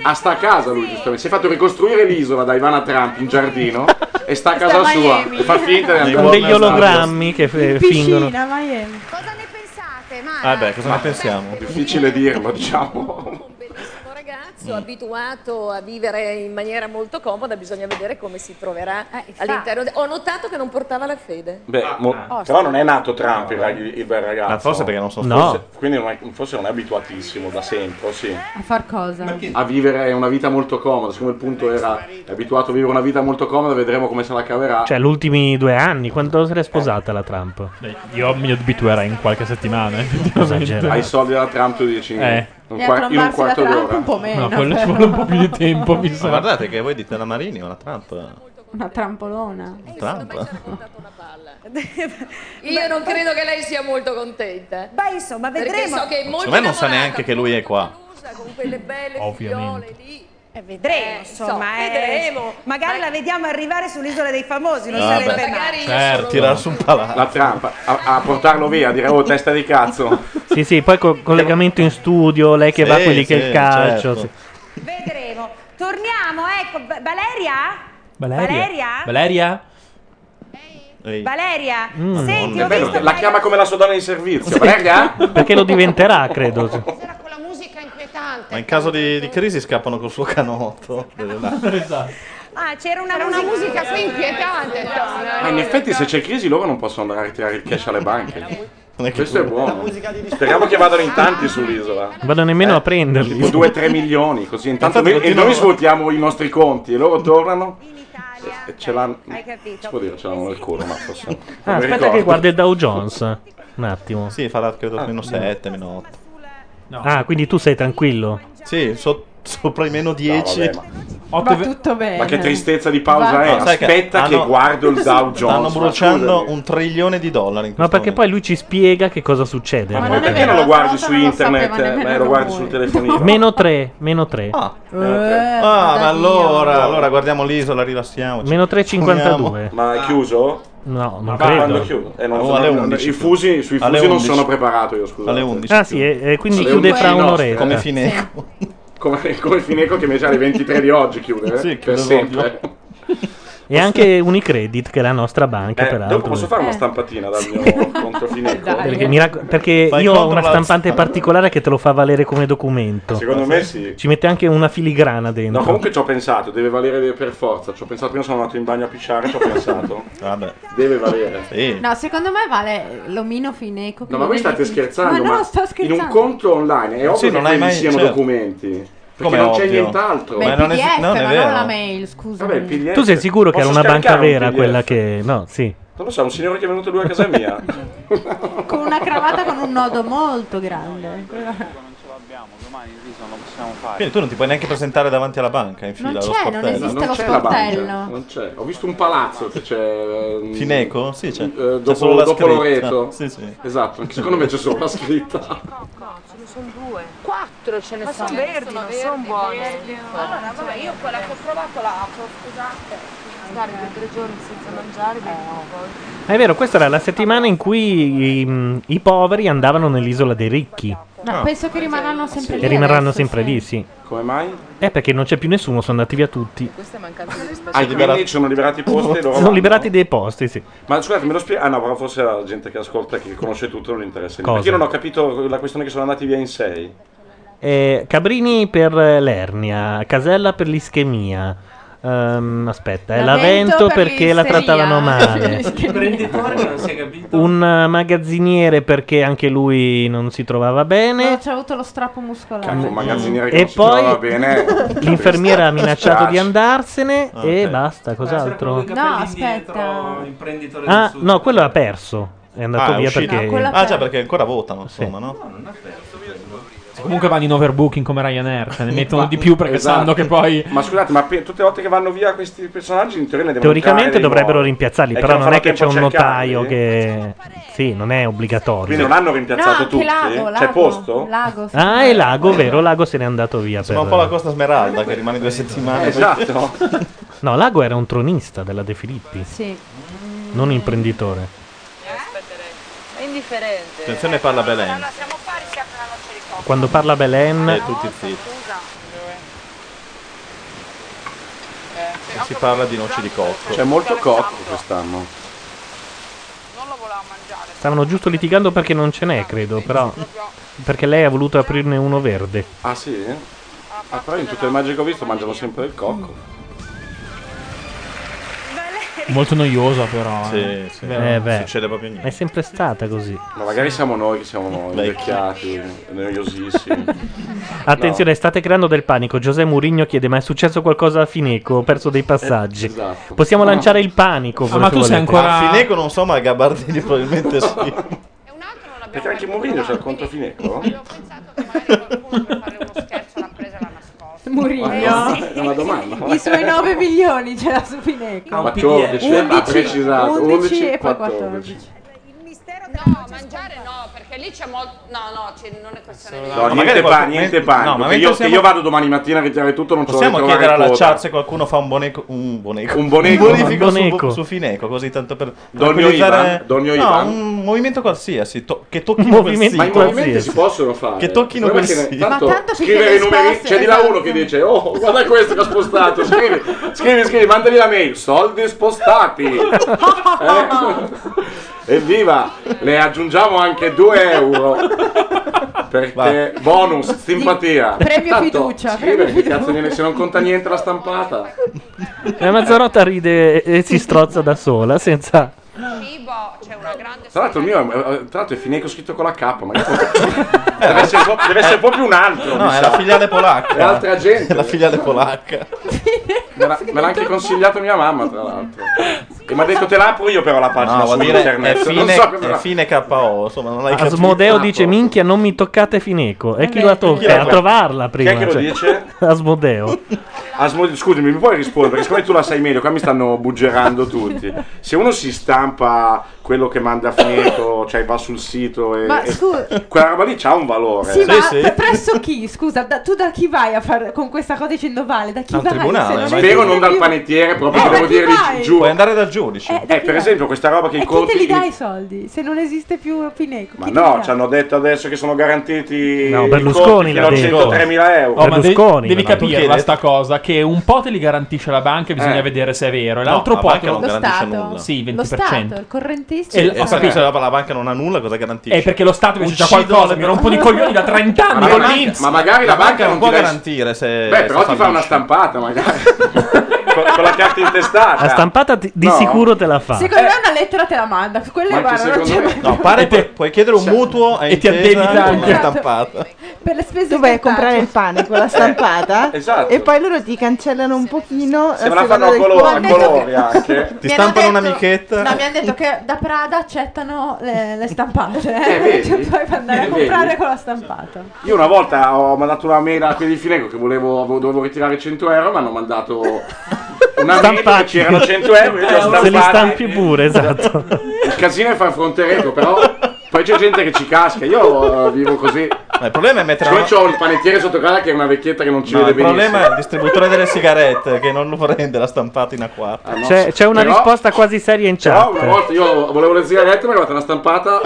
S4: Ah, sta a casa lui, giustamente. Si è fatto ricostruire l'isola da Ivana Trump in giardino e sta a casa
S1: Sta a
S4: sua.
S1: Miami.
S4: E fa finta di andare
S1: Con degli ologrammi che eh, fingono.
S10: Miami.
S5: Ah,
S4: Vabbè, cosa ne pensiamo? Difficile dirlo, diciamo.
S13: ragazzo abituato a vivere in maniera molto comoda, bisogna vedere come si troverà
S6: Eh,
S13: all'interno. de- Ho notato che non portava la fede.
S4: Beh, mo-
S13: Ah.
S4: però non è nato Trump il, rag- il bel ragazzo.
S5: Ma forse perché non so-
S4: Forse-
S5: No.
S4: Quindi non è- forse non è abituatissimo da sempre, o sì.
S10: A far cosa?
S4: A vivere una vita molto comoda, siccome il punto era è abituato a vivere una vita molto comoda, vedremo come se la caverà.
S1: Cioè, gli ultimi due anni, quando si era sposata la Trump?
S2: Io mi abituerei in qualche settimana.
S1: Esagerato.
S5: cioè,
S4: Hai i soldi della Trump, tu dici
S2: Eh.
S4: un
S10: E a
S4: quar- in un
S10: trombarsi
S4: quarto
S10: la Trump
S4: d'ora.
S10: un po' meno.
S2: No, quello ci vuole un po' più di tempo, mi
S5: Ma
S2: sa.
S5: guardate che voi dite la Marini o la Trump.
S10: Una trampolona.
S5: Trump.
S13: Io non credo che lei sia molto contenta.
S6: Beh, insomma,
S13: Perché
S6: vedremo.
S13: so che
S5: Secondo me non sa neanche che lui è qua.
S13: con quelle belle
S5: Ovviamente.
S6: Eh, vedremo,
S13: Eh,
S6: insomma,
S13: so,
S6: eh.
S13: vedremo.
S6: Magari la vediamo arrivare sull'isola dei famosi, non
S4: Ah,
S6: sarebbe
S4: beh.
S6: male.
S4: Certo.
S5: Tirar su un palazzo.
S4: La Trump a, a portarlo via, a dire oh testa di cazzo.
S1: Sì, sì, poi col collegamento in studio, lei che
S4: Sì,
S1: va a quelli che
S4: sì,
S1: il calcio.
S4: certo.
S1: sì.
S6: Vedremo. Torniamo, ecco, Ba- Valeria?
S2: Valeria?
S6: Valeria?
S2: Valeria?
S6: Valeria,
S1: Mm.
S6: senti,
S4: È
S6: ho
S4: bello,
S6: visto
S4: la chiama come la sua donna in servizio. eh? Valeria?
S1: Perché lo diventerà, credo.
S6: la musica inquietante.
S5: Ma in caso di, di crisi scappano col suo canotto. esatto.
S6: Ah, c'era una,
S13: Era una
S6: musica
S13: musica qui inquietante.
S4: Ma Ah, in effetti se c'è crisi loro non possono andare a ritirare il cash alle banche. Questo è buono. Speriamo che vadano in tanti sull'isola.
S1: Vado nemmeno a prenderli.
S4: Tipo 2-3 milioni, così intanto
S1: Infatti
S4: noi- e
S1: continuano-
S4: noi svuotiamo i nostri conti e loro tornano. E ce l'hanno.
S6: Hai capito?
S4: Si può dire ce l'hanno nel culo, ma forse. non mi
S1: Ah, aspetta
S4: ricordo.
S1: che guarda il Dow Jones. Un attimo.
S5: Sì, farà credo meno 7, meno 8.
S1: Ah, quindi tu sei tranquillo.
S5: Sì, so- sopra i meno 10.
S10: Va
S4: vabbè,
S10: tutto bene.
S4: Ma che tristezza di pausa
S5: Va-
S4: è?
S5: No, sai che
S4: Aspetta che,
S5: hanno-
S4: guardo il Dow Jones.
S5: Stanno
S4: ma
S5: bruciando
S4: scusami.
S5: un trilione di dollari. in
S1: No, perché poi lui ci spiega che cosa succede.
S4: Ma perché non lo guardi su internet?
S5: sapeva
S4: eh,
S5: nemmeno
S4: lo guardi
S5: lui.
S4: sul telefonino. Eh,
S1: Meno 3, meno 3.
S5: Ah, ma allora, allora guardiamo l'isola, rilassiamoci.
S1: Meno 3,52.
S4: Ma è chiuso?
S1: No, non
S4: Ma
S1: credo.
S4: quando è chiuso? Eh, non
S5: Oh,
S4: so,
S5: alle
S4: non-
S5: 11.
S4: I fusi, sui
S5: Alle
S4: fusi non
S5: 11.
S4: sono preparato io, scusa.
S5: Alle 11
S1: Ah, sì, e, e quindi chiude fra un'oretta.
S5: Come Fineco.
S4: Come, come Fineco che invece alle 23 di oggi chiude, eh,
S5: Sì,
S4: per
S5: chiude
S4: sempre.
S1: E anche Unicredit, che è la nostra banca,
S4: Eh,
S1: peraltro.
S4: dopo posso fare una stampatina dal mio conto Fineco?
S1: Perché, mi racco- perché
S4: Fai
S1: io ho
S4: contro
S1: una
S4: la-
S1: stampante particolare che te lo fa valere come documento.
S4: Secondo me sì.
S1: Ci mette anche una filigrana dentro.
S4: No, comunque ci ho pensato, deve valere per forza. Ci ho pensato prima, sono andato in bagno a pisciare, ci ho pensato.
S5: Vabbè.
S4: Deve valere.
S10: No, secondo me vale l'omino fineco. che
S4: No, ma
S10: non
S4: voi
S10: è
S4: state
S10: definito.
S4: scherzando,
S10: Ma
S4: ma,
S10: non sto
S4: in
S10: scherzando.
S4: un conto online è ovvio
S5: Sì,
S4: che
S5: non hai
S4: quelli
S5: mai-
S4: siano
S5: certo.
S4: documenti. Perché
S5: Come
S4: non c'è
S5: ovvio?
S4: nient'altro.
S10: Beh,
S5: Ma
S10: il
S5: non es-
S10: PDF,
S5: non è
S10: ma
S5: vero.
S10: non la mail, scusa.
S4: Vabbè, il PDF.
S1: Tu sei sicuro che era
S4: Posso
S1: una banca
S4: scaricare un
S1: vera
S4: PDF?
S1: quella che... No, sì.
S4: Non lo so, un signore che è venuto lui a casa mia.
S10: Con una cravatta con un nodo molto grande.
S8: Domani il riso non lo possiamo fare.
S5: Quindi tu non ti puoi neanche presentare davanti alla banca in fila
S10: Non
S5: allo
S10: c'è, non
S5: sportello.
S10: esiste
S4: non
S10: lo
S4: c'è la banca.
S10: sportello.
S4: Non c'è. Ho visto un palazzo che c'è. ehm,
S5: Fineco? Sì, c'è.
S4: eh,
S5: C'è
S4: dopo
S5: solo la
S4: dopo
S5: scritta.
S4: Loreto.
S5: Sì, sì.
S4: Esatto, anche secondo me c'è solo la scritta.
S13: No, ce ne sono due. Quattro ce ne
S17: Ma
S13: sono.
S17: sono verdi, non sono buoni.
S13: Allora, vabbè, io quella che ho provato la apro, scusate. Andare due o tre giorni senza mangiare, poi.
S1: È vero, questa era la settimana in cui i, i poveri andavano nell'isola dei ricchi.
S3: Ah.
S5: Ah.
S10: No, penso che rimarranno sempre lì.
S1: E rimarranno
S10: adesso,
S1: sempre
S10: sì.
S1: lì, sì.
S4: Come mai?
S1: Eh, perché non c'è più nessuno, sono andati via tutti.
S13: Questa è mancanza di rispetto.
S4: Ah, quindi sono liberati i posti e loro
S1: Sono
S4: vanno.
S1: liberati dei posti, sì.
S4: Ma scusate, me lo spiego. Ah, no, però forse la gente che ascolta, che conosce tutto, non interessa.
S1: Cosa?
S4: Perché io non ho capito la questione che sono andati via in sei.
S1: Eh, Cabrini per eh, l'ernia, Casella per l'ischemia. ehm, aspetta, eh,
S8: Lavento
S1: Lavento
S8: per
S1: perché la
S8: l'isteria.
S1: trattavano male.
S8: Un imprenditore che non si è capito.
S1: Un eh, magazziniere perché anche lui non si trovava bene.
S10: No, c'è avuto lo strappo muscolare.
S4: Cacco, un magazziniere che
S1: E
S4: non si trovava
S1: poi
S4: bene.
S1: l'infermiera ha minacciato
S4: Trash.
S1: di andarsene
S4: Ah,
S1: e
S4: ok.
S1: basta, cos'altro?
S10: No, aspetta.
S8: Imprenditore
S1: Ah,
S8: del sud.
S1: no, quello ha perso. È andato
S5: Ah, è
S1: via
S5: uscito.
S1: perché.
S5: No, quella Ah, per- già, perché ancora votano, insomma, no?
S2: Comunque vanno in overbooking come Ryanair, se ne mettono
S4: Ma-
S2: di più perché
S4: esatto.
S2: sanno che poi.
S4: Ma scusate, ma pe- tutte le volte che vanno via questi personaggi, in teoria ne devono creare
S1: Teoricamente
S4: dei
S1: dovrebbero
S4: nuovi.
S1: rimpiazzarli,
S4: E
S1: però
S4: non
S1: non è
S4: fanno
S1: che c'è
S4: tempo
S1: un
S4: a cercarli.
S1: notaio che. Sì, non è obbligatorio.
S4: Quindi non hanno rimpiazzato
S10: anche
S4: tutti?
S10: Lago,
S4: C'è
S10: Lago.
S4: posto?
S10: Lago, sì.
S1: Ah, è Lago, vero? Lago se n'è andato via.
S5: Sembra un
S1: per-
S5: po' la Costa Smeralda che rimane due settimane.
S4: Esatto.
S1: No, Lago era un tronista della De Filippi,
S10: Sì.
S1: non imprenditore.
S13: Eh?
S17: È indifferente.
S5: Attenzione, Eh, parla Belen.
S1: Quando parla Belen.
S5: Eh, tutti zitti.
S13: eh.
S5: E Si parla di noci di cocco.
S4: C'è molto cocco quest'anno.
S1: Stavano giusto litigando perché non ce n'è, credo, però. Perché lei ha voluto aprirne uno verde.
S4: Ah sì? Ah, però in tutte le immagini che ho visto mangiano sempre del cocco.
S2: Molto noiosa, però. eh. Vero?
S1: Eh, beh, È sempre stata così.
S4: Ma magari siamo noi che siamo invecchiati, noiosissimi.
S1: Attenzione, state creando del panico. Giuseppe Murigno chiede: Ma è successo qualcosa a Fineco? Ho perso dei passaggi.
S4: Eh, Esatto.
S1: Possiamo
S5: No.
S1: lanciare il panico.
S2: Ah,
S10: Ah,
S1: se volete.
S5: A Ah, Fineco non so, ma a Gabardini probabilmente sì.
S4: Perché anche Mourinho c'ha il conto Fineco?
S10: Mourinho.
S4: Ma- Ah, è una domanda.
S10: I suoi 9 milioni ce l'ha su Fineco.
S4: Ah, un 14, ha precisato, 11,
S10: e poi
S4: 14.
S10: 14.
S7: No, mangiare no, perché lì c'è molto. No, no, c'è- non è questione di.
S4: No,
S5: Ma
S4: niente
S5: magari
S4: pa-
S5: qualcuno-
S4: niente panico.
S5: No, ma
S4: che,
S5: mentre
S4: io, che
S5: siamo-
S4: io vado domani mattina a ritirare tutto, non ce lo
S5: Possiamo
S4: ritrovare
S5: chiedere alla
S4: quota.
S5: chat se qualcuno fa un boneco un boneco
S4: Un boneco?
S5: un bonifico
S4: Un boneco.
S5: Su, su Fineco, così tanto per
S4: Don
S5: tranquillizzare-
S4: Iovan? Don
S5: no,
S4: Iovan?
S5: un movimento qualsiasi, to- che tocchino
S4: Movimenti
S5: quel sito.
S4: Ma i movimenti si possono fare.
S5: Che tocchino
S4: Il
S5: quel
S4: problema è che
S5: sito.
S4: tanto scrivere i numeri, c'è di là uno che dice "Oh, guarda questo che ha spostato". Scrivi, scrivi, scrivi, mandami la mail, soldi spostati. Eh? Evviva! Le aggiungiamo anche 2 euro. Perché bonus, simpatia.
S10: Premio
S4: Tanto,
S10: fiducia,
S4: Scrivere
S10: premio
S4: che cazzo viene se non conta niente la stampata.
S1: E Mazzarotta Eh, ride e si strozza da sola, senza.
S4: Tra l'altro il mio è- tra l'altro è Fineco scritto con la K, ma io- deve, essere, pro- deve essere proprio un altro.
S5: Eh, No,
S4: mi
S5: è
S4: sa.
S5: la filiale polacca.
S4: È altra gente.
S5: È la filiale polacca.
S4: Me, l'ha- me l'ha anche consigliato mia mamma, tra l'altro. E mi ha detto te la apro io però la pagina
S5: No,
S4: su
S5: vuol dire è
S4: internet. non
S5: fine,
S4: so cosa
S5: è fine KO, insomma, non l'hai capito. Ah,
S1: Asmodeo dice: Minchia, non mi toccate Fineco. E Eh, chi la
S5: Chi la
S1: tocca? A
S5: tocca?
S1: trovarla
S4: Chi
S1: prima.
S4: è che lo
S1: cioè.
S4: dice?
S1: Asmodeo.
S4: Asmo- Ah, scusami, mi puoi rispondere? Perché siccome tu la sai meglio, qua mi stanno buggerando tutti. Se uno si stampa quello che manda a Fineco, cioè va sul sito e,
S10: Ma
S4: e-
S10: scusa,
S4: quella roba lì c'ha un valore.
S10: sì, ma presso chi? Scusa, da- tu da chi vai a fare con questa cosa dicendo vale? Da chi vai? Se non è-
S4: Spero non dal panettiere, proprio
S10: Eh,
S4: che devo
S10: da chi
S4: dire
S10: vai?
S4: di giù.
S5: Puoi andare dal giudice.
S10: Eh, da chi
S4: per
S10: vai?
S4: esempio, questa roba che i
S10: E chi te
S4: conti.
S10: li dà i soldi? Se non esiste più Fineco.
S4: Ma
S10: chi te li
S4: no,
S10: dà?
S4: ci hanno detto adesso che sono garantiti
S1: No,
S4: i
S1: Berlusconi
S4: conti Eh, fino
S1: l'ha
S4: a
S1: detto.
S4: 103.000 euro.
S2: Oh, ma devi, devi
S4: capire
S2: capirla sta cosa che un po' te li garantisce la banca e bisogna
S4: Eh.
S2: vedere se è vero e
S5: No,
S2: l'altro
S5: la
S2: po'
S5: banca
S2: te lo-
S5: non Lo garantisce Stato. nulla.
S2: Sì, il
S10: Lo
S2: 20%.
S10: Stato, il correntista.
S5: Sì,
S2: Eh,
S5: ho
S2: sì.
S5: capito, se la, la banca non ha nulla, cosa garantisce?
S2: È perché lo Stato invece c'ha
S5: Uccido
S2: qualcosa,
S5: le-
S2: mi rompono i coglioni da 30 anni
S5: Ma
S2: con
S5: la banca-
S2: l'Inps.
S5: ma magari la banca non può garantire se-
S4: Beh, però
S5: se
S4: ti fa una
S5: fallisce.
S4: stampata magari. con, con la carta intestata.
S1: La stampata ti- di
S4: Ah. No.
S1: sicuro te la fa.
S10: Secondo me una lettera te la manda. Quella
S4: Eh. Ma anche
S10: guarda, non c'è mai-
S5: No, pare pu- puoi chiedere
S4: Cioè,
S5: un mutuo e
S2: ti addebita anche.
S5: stampata.
S10: per le spese
S11: Tu vai a comprare il pane con la stampata
S4: esatto.
S11: e poi loro ti cancellano un pochino.
S4: Se me la
S11: seconda
S4: fanno a
S11: del
S4: colo- a
S11: quanto-
S4: colori anche.
S5: Ti stampano un'amichetta.
S10: No, mi hanno detto che da Prada accettano le, le stampate.
S4: Eh, vedi?
S10: Cioè, puoi andare
S4: Eh,
S10: a comprare
S4: vedi?
S10: con la stampata.
S4: Io una volta ho mandato una mail a quelli di Fineco che volevo, avevo- dovevo ritirare 100 euro, mi hanno mandato una mail che
S1: Stampati.
S4: c'erano 100 euro, io li ho
S1: Se li
S4: stampati.
S1: stampi pure, esatto.
S4: Il casino è far fronte reco, però poi c'è gente che ci casca, io eh, vivo così.
S5: Ma il problema è mettere
S4: Poi
S5: la-
S4: c'ho il panettiere sotto casa che è una vecchietta che non ci
S5: No,
S4: vede
S5: il problema è
S4: benissimo.
S5: il distributore delle sigarette che non lo prende la stampata in acqua.
S1: C'è, c'è una
S4: Ah, Però-
S1: risposta quasi seria in
S4: Però
S1: chat.
S5: Esatto.
S4: una volta io volevo le sigarette, mi è arrivata una stampata.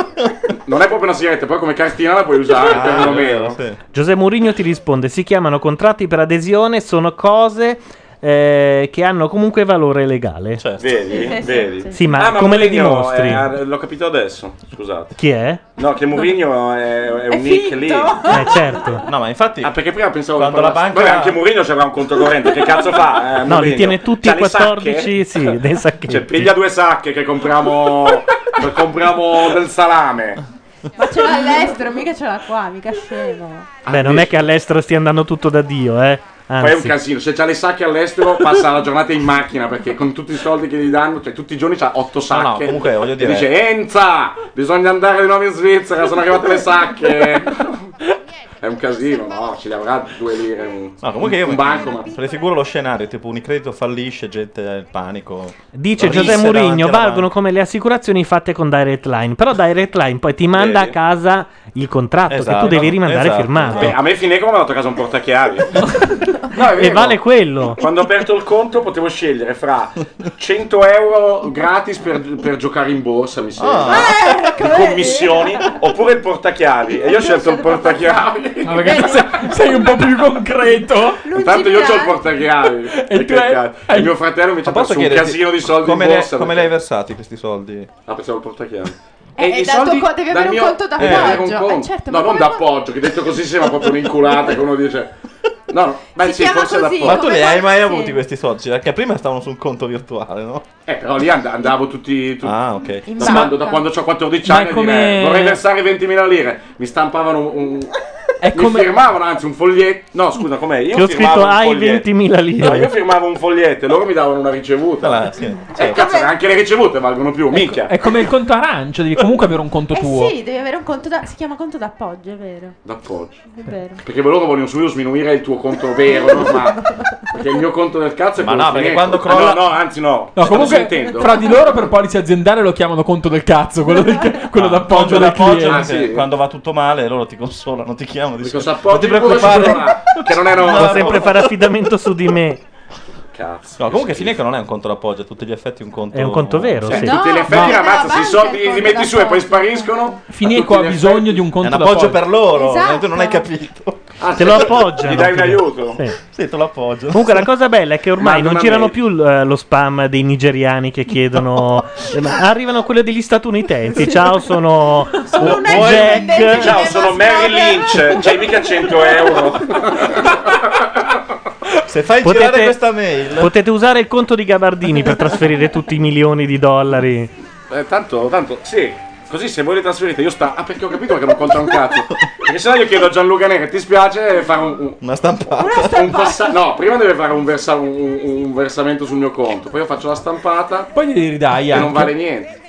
S4: Non è proprio una sigaretta, poi come cartina la puoi usare
S5: Ah,
S4: perlomeno.
S1: Giuseppe Mourinho ti risponde: si chiamano contratti per adesione, sono cose eh, che hanno comunque valore legale.
S4: Certo. Vedi? Vedi?
S1: Eh, Sì, ma
S4: Ah,
S1: come le
S4: Mourinho
S1: dimostri?
S4: è- l'ho capito adesso, scusate.
S1: Chi è?
S4: No, che Mourinho è, è un nick lì.
S1: Eh, certo.
S5: No, ma infatti.
S4: Ah, perché prima pensavo
S5: Quando
S4: che
S5: la
S4: parlasse-
S5: banca-
S4: Vabbè, anche Mourinho c'aveva un conto corrente, che cazzo fa? eh,
S1: No, li
S4: Mourinho?
S1: tiene tutti
S4: C'ha
S1: e
S4: le sacche?
S1: 14. Sì, dei sacchetti.
S4: Cioè, piglia due sacche che compriamo che compriamo del salame.
S10: Ma ce l'ha all'estero, mica ce l'ha qua, mica scemo.
S1: Beh, non è che all'estero stia andando tutto da Dio, eh.
S4: Poi è un
S1: Anzi.
S4: casino, se c'ha le sacche all'estero passa la giornata in macchina perché con tutti i soldi che gli danno, cioè tutti i giorni c'ha otto sacche.
S5: no, comunque, voglio dire-
S4: E dice Enza, bisogna andare di nuovo in Svizzera, sono arrivate le sacche. è un casino, no, ci le avrà due lire. Un,
S5: No, comunque io
S4: un banco, ma...
S5: prefiguro lo scenario, tipo Unicredito fallisce, gente eh, il panico.
S1: Dice
S5: Risse
S1: Giuseppe Mourinho,
S5: davanti alla
S1: valgono come le assicurazioni fatte con Direct Line, però Direct Line poi ti manda a casa il contratto che
S4: Esatto,
S1: tu devi rimandare
S4: esatto.
S1: firmato.
S4: Beh, a me Fineco mi ha dato a casa un portachiavi. No, è
S1: e
S4: vero.
S1: vale quello.
S4: Quando ho aperto il conto potevo scegliere fra 100 euro gratis per, per giocare in borsa, mi sembra,
S5: Ah.
S10: Eh,
S4: di commissioni, oppure il portachiavi. E io ho scelto il portachiavi.
S2: Ma perché sei, sei un po' più concreto.
S4: Intanto io ho il portachiavi. E
S5: tu hai-
S4: cazzo. E mio fratello mi ci ha
S5: Posso
S4: perso un
S5: chiederti
S4: casino di soldi
S5: come
S4: in
S5: li-
S4: borsa.
S5: Come li hai versati questi soldi?
S4: Ah, pensavo il portachiavi.
S10: Eh,
S4: i
S10: eh, dal tuo
S4: soldi
S10: co- devi
S4: dal
S10: avere un
S4: mio-
S10: conto
S4: devi avere un
S10: d'appoggio. Eh,
S4: conto.
S10: certo, ma
S4: no, non
S10: come-
S4: d'appoggio, che detto così sembra proprio un'inculata che uno dice... No, no, ma
S10: Si
S4: sì,
S10: chiama
S4: forse
S10: così,
S4: d'appoggio.
S5: Ma tu li hai mai
S10: sì.
S5: avuti questi soldi? Perché prima stavano su un conto virtuale, no?
S4: Eh, però lì and- andavo tutti. tutti-
S5: ah, ok.
S4: Da quando, da quando ho 14
S5: Ma
S4: anni a
S5: come-
S4: dire, vorrei versare 20.000 lire. Mi stampavano un.
S1: come-
S4: Mi firmavano anzi un foglietto. No, scusa, com'è? Io
S1: Ti ho
S4: firmavo
S1: scritto,
S4: un
S1: "Hai
S4: foglietto."
S1: 20.000 lire.
S4: No, io firmavo un foglietto e loro mi davano una ricevuta.
S5: Ah,
S4: Eh, cazzo, anche le ricevute valgono più, mica.
S2: Cioè, Ecco, È come il conto arancio, devi comunque avere un conto Eh, tuo.
S10: Eh Sì, devi avere un conto da... si chiama conto d'appoggio, è vero.
S4: D'appoggio.
S2: Eh.
S10: È vero.
S4: Perché loro vogliono subito sminuire il tuo conto vero, normale. Perché il mio conto del cazzo è
S5: Ma
S4: quello
S5: no, perché
S4: finito.
S5: quando
S4: Ah,
S5: crolla-
S4: No, no, anzi no.
S2: No,
S4: Stavo
S2: comunque,
S4: sentendo?
S2: fra di loro per polizia aziendale lo chiamano conto del cazzo, quello, del- quello d'appoggio
S5: Appoggio
S2: del
S5: l'appoggio
S2: cliente.
S4: ah,
S5: perché quando va tutto male loro ti consolano, ti chiamano, ti dicono
S4: "Appoggio
S5: non ti
S4: il culo sul
S5: preoccupare.
S4: volano", Che non era
S1: Può sempre fare affidamento su di me.
S5: No, comunque Fineco non è un conto d'appoggio, a tutti gli effetti è un conto
S1: È un conto vero,
S4: Cioè,
S1: sì.
S4: tutti gli effetti una mazza, se i soldi li metti su e poi spariscono.
S2: Fineco ha bisogno di un
S5: È
S2: conto
S5: un appoggio
S2: d'appoggio.
S5: per loro, eh,
S4: Esatto.
S5: tu non hai capito.
S4: Ah,
S1: Te lo appoggiano.
S4: Gli dai un aiuto.
S1: Sì.
S5: Sì, te lo appoggio.
S1: Comunque la cosa bella è che ormai
S5: Manda
S1: non
S5: una
S1: girano
S5: mail.
S1: più l- eh, lo spam dei nigeriani che chiedono... eh, ma Arrivano quelli degli statunitensi. Ciao, sono
S4: Sono
S1: Jack.
S4: Ciao, sono Mary Lynch. C'hai mica 100 euro.
S5: Se fai
S1: Potete-
S5: girare questa mail,
S1: Potete usare il conto di Gabardini per trasferire tutti i milioni di dollari.
S4: Eh, tanto, tanto, sì. Così se voi le trasferite io sta. Ah, perché ho capito che non conta un cazzo. Perché sennò io chiedo a Gianluca Neri, ti spiace eh, fare un. un-
S5: una stampata.
S4: un passa- no, prima deve fare un, versa- un- un- un versamento sul mio conto, poi io faccio la stampata
S2: Poi gli ridai
S4: e non
S2: anche.
S4: vale niente.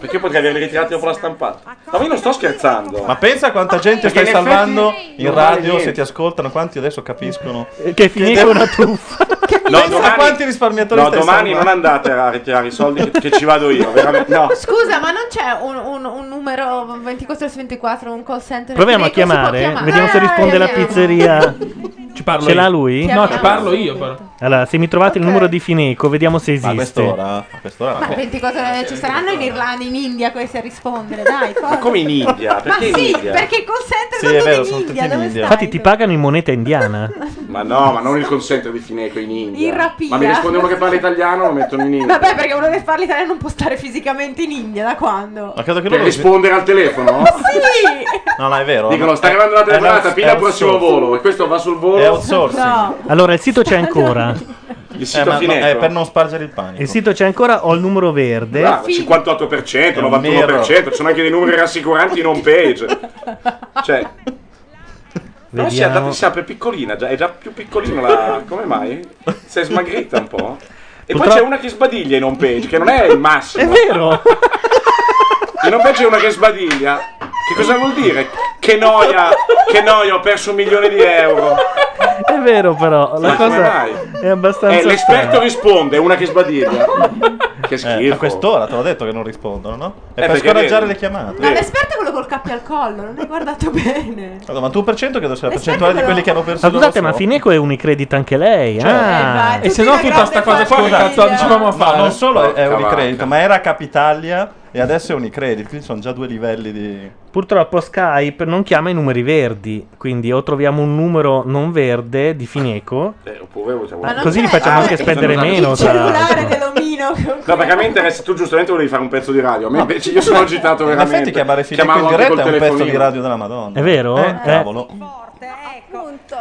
S4: Perché io potrei averli ritirati dopo la stampata. No, ma io non sto scherzando.
S5: Ma pensa quanta gente
S4: Perché
S5: stai
S4: in effetti
S5: salvando in
S4: non vale
S5: radio se
S4: niente. Eh,
S5: ti ascoltano, quanti adesso capiscono.
S1: Che Fineco è una
S5: truffa.
S4: No,
S5: pensa
S4: domani-
S5: quanti risparmiatori
S4: No,
S5: stai
S4: domani
S5: salvando.
S4: non andate a ritirare i soldi che, che ci vado io, veramente. No.
S10: Scusa, ma non c'è un, un- un numero 24 su 24, un call center?
S1: Proviamo a
S10: Fineco si può
S1: chiamare.
S10: chiamare?
S1: Vediamo se
S10: Dai,
S1: risponde la
S10: chiamiamo.
S1: pizzeria.
S2: Ci parlo
S1: Ce
S2: io.
S1: l'ha lui?
S2: No, ci parlo io però.
S1: Allora, se mi trovate il numero di Fineco, vediamo se esiste.
S5: Ma a quest'ora? A quest'ora?
S10: Ma 24 eh, ci saranno in Irlanda, in India questi a rispondere, dai, forza.
S4: Come in India? Perché
S10: ma
S4: in
S10: sì,
S4: India?
S10: perché il call center
S4: Sì,
S10: sono
S4: è
S10: tutti
S4: vero,
S10: in
S4: sono
S10: India,
S4: tutti in
S10: dove
S4: India.
S10: stai?
S1: Infatti ti pagano in moneta indiana.
S4: Ma no, ma non il consente di Fineco in India.
S10: In rapina.
S4: Ma mi risponde uno che parla italiano, lo mettono in India.
S10: Vabbè, perché uno che parla italiano non può stare fisicamente in India, da quando?
S5: Ma credo che
S4: Per
S5: loro...
S4: rispondere al telefono?
S10: Ma sì!
S5: No, no, è vero.
S4: Dicono, sta
S5: È-
S4: arrivando la
S5: è
S4: telefonata,
S5: outs-
S4: piglia
S5: è
S4: il prossimo
S5: outsourcing.
S4: volo. E questo va sul volo.
S5: È outsourcing.
S10: No.
S1: Allora, il sito c'è ancora.
S4: Il sito
S5: Eh, ma-
S4: Fineco.
S5: ma è per non spargere il panico.
S1: Il sito c'è ancora, ho il numero verde.
S4: Bravo, 58%, 91%, ci sono anche dei numeri rassicuranti in home page. Cioè, però si è
S1: Vediamo.
S4: andata si apre piccolina, già- è già più piccolina la... Come mai? Si è smagrita un po'? E poi
S1: Purtroppo-
S4: c'è una che sbadiglia in home page, che non è il massimo.
S1: È vero!
S4: In home page c'è una che sbadiglia. Che cosa vuol dire? Che noia, che noia, ho perso un milione di euro.
S1: È vero però, la
S4: Ma come mai?
S1: cosa è abbastanza...
S4: Eh, l'esperto
S1: strana.
S4: risponde, è una che sbadiglia. Che schifo.
S5: Eh, a quest'ora te l'ho detto che non rispondono, no? È
S4: Eh,
S5: per
S4: perché
S5: scoraggiare
S4: vedi-
S5: le chiamate.
S10: Ma l'esperto è quello col cappio al collo, non hai guardato bene.
S5: Allora, ma tu per cento credo
S2: Eh,
S5: sia la
S10: L'esperto
S2: certo
S5: percentuale di
S10: però-
S5: quelli che hanno perso
S1: Ma
S5: il loro
S1: scusate, ma
S5: soldi.
S1: Fineco è Unicredit anche lei?
S5: Cioè,
S10: eh,
S1: ah.
S2: eh, E se no tutta sta cosa qua che cazzo la dicevamo a
S5: No,
S2: fare?
S5: non solo è- è
S2: Porca
S5: Unicredit,
S2: vacca.
S5: ma era Capitalia e adesso è Unicredit, quindi sono già due livelli di...
S1: Purtroppo Skype non chiama i numeri verdi, quindi o troviamo un numero non verde di Fineco,
S4: Eh, oppure possiamo-
S10: Ma non
S1: così li facciamo anche spendere meno.
S10: Il
S1: tra
S10: cellulare
S1: l'altro.
S10: dell'omino.
S4: No, perché a me interessa, tu giustamente volevi fare un pezzo di radio, a me
S5: No.
S4: invece io sono agitato
S5: In
S4: veramente.
S5: effetti chiamare Filippo
S4: Chiamavo
S5: in
S4: anche
S5: diretta è
S4: col
S5: un pezzo
S4: telefonino.
S5: di radio della Madonna.
S1: È vero?
S5: Eh,
S1: Eh.
S5: cavolo.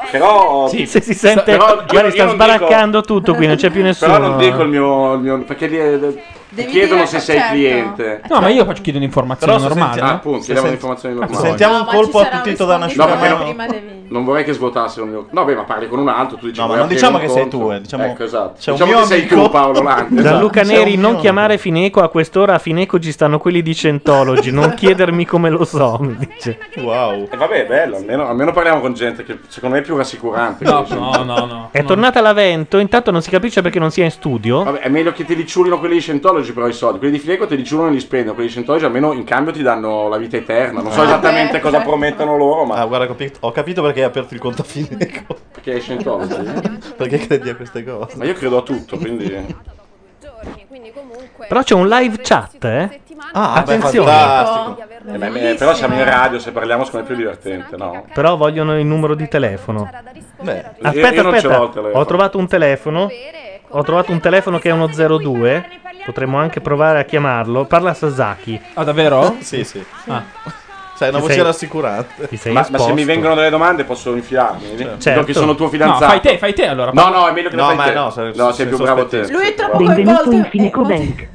S4: Però
S1: Se si sente,
S4: Però io-
S1: guarda,
S4: io
S1: sta
S4: non
S1: sbaraccando tutto qui, non c'è più
S4: dico-
S1: nessuno.
S4: Però non dico il mio, il mio- perché lì è- Ti chiedono se sei
S1: certo.
S4: cliente.
S1: Ah,
S2: No, ma io faccio chiedo un'informazione
S4: Però se
S2: normale.
S4: senti- ah, appunto, chiediamo un'informazione normale.
S5: Sentiamo un
S4: No, ma
S5: colpo
S4: ci
S5: a
S4: sarà un
S5: tuttito da una
S4: rispondente
S5: scimmia.
S4: prima. Non vorrei che svuotasse un mio. No, beh, ma parli con un altro, tu dici
S5: No, ma non
S4: "Vuoi aprire
S5: diciamo
S4: un
S5: che sei
S4: conto?"
S5: tu, eh, diciamo-
S4: Ecco, esatto.
S5: c'è un
S4: diciamo
S5: mio
S4: che sei
S5: amico-
S4: tu, Paolo Lanti. esatto.
S1: Gianluca
S4: Sei
S1: Neri,
S4: un
S1: non
S4: mio-
S1: chiamare Fineco a quest'ora. A Fineco ci stanno quelli di Centology. Non chiedermi come lo so. Mi dice.
S4: Wow. E Eh, vabbè, è bello, almeno, almeno parliamo con gente che secondo me è più rassicurante.
S2: No,
S4: che-
S2: no, no, no.
S1: È tornata la Vento. Intanto non si capisce perché non sia in studio.
S4: Vabbè, è meglio che te li ciulino quelli di Scientology però i soldi, quelli di Fineco te li ciulano e li spendono, quelli di Scientology almeno in cambio ti danno la vita eterna, non so
S5: Ah,
S4: esattamente
S5: beh,
S4: cosa
S5: certo.
S4: promettono loro, Oh, ma
S5: Ah, guarda, ho capito, ho capito perché hai aperto il conto a Fineco.
S4: Perché è Scientology?
S5: perché credi a queste cose?
S4: Ma io credo a tutto, quindi...
S1: Però c'è un live chat, eh?
S4: Ah, beh, fantastico. Eh, ma- eh, però siamo in radio, se parliamo secondo me è più divertente, no?
S1: Però vogliono il numero di teleno.
S4: io
S1: Aspetta,
S4: non ce
S1: aspetta.
S4: l'ho il telefono.
S1: Ho trovato un telefono. Ho trovato un telefono che è uno 02. Potremmo anche provare a chiamarlo. Parla Sasaki.
S2: Ah, davvero?
S5: sì, sì.
S2: Ah.
S5: Sai, una
S1: Ti
S5: voce
S1: sei-
S5: rassicurante.
S1: ti
S4: Ma, ma se mi vengono delle domande posso infilarmi? Dico che sono tuo fidanzato.
S2: No, fai te, fai te allora.
S4: No, no, è meglio che
S5: No,
S4: lo fai
S5: ma
S4: te.
S5: no, se-
S4: no,
S5: se-
S4: sei più
S5: se-
S4: bravo
S5: se-
S4: te.
S5: Lui è troppo
S16: Benvenuto in Fineco Bank.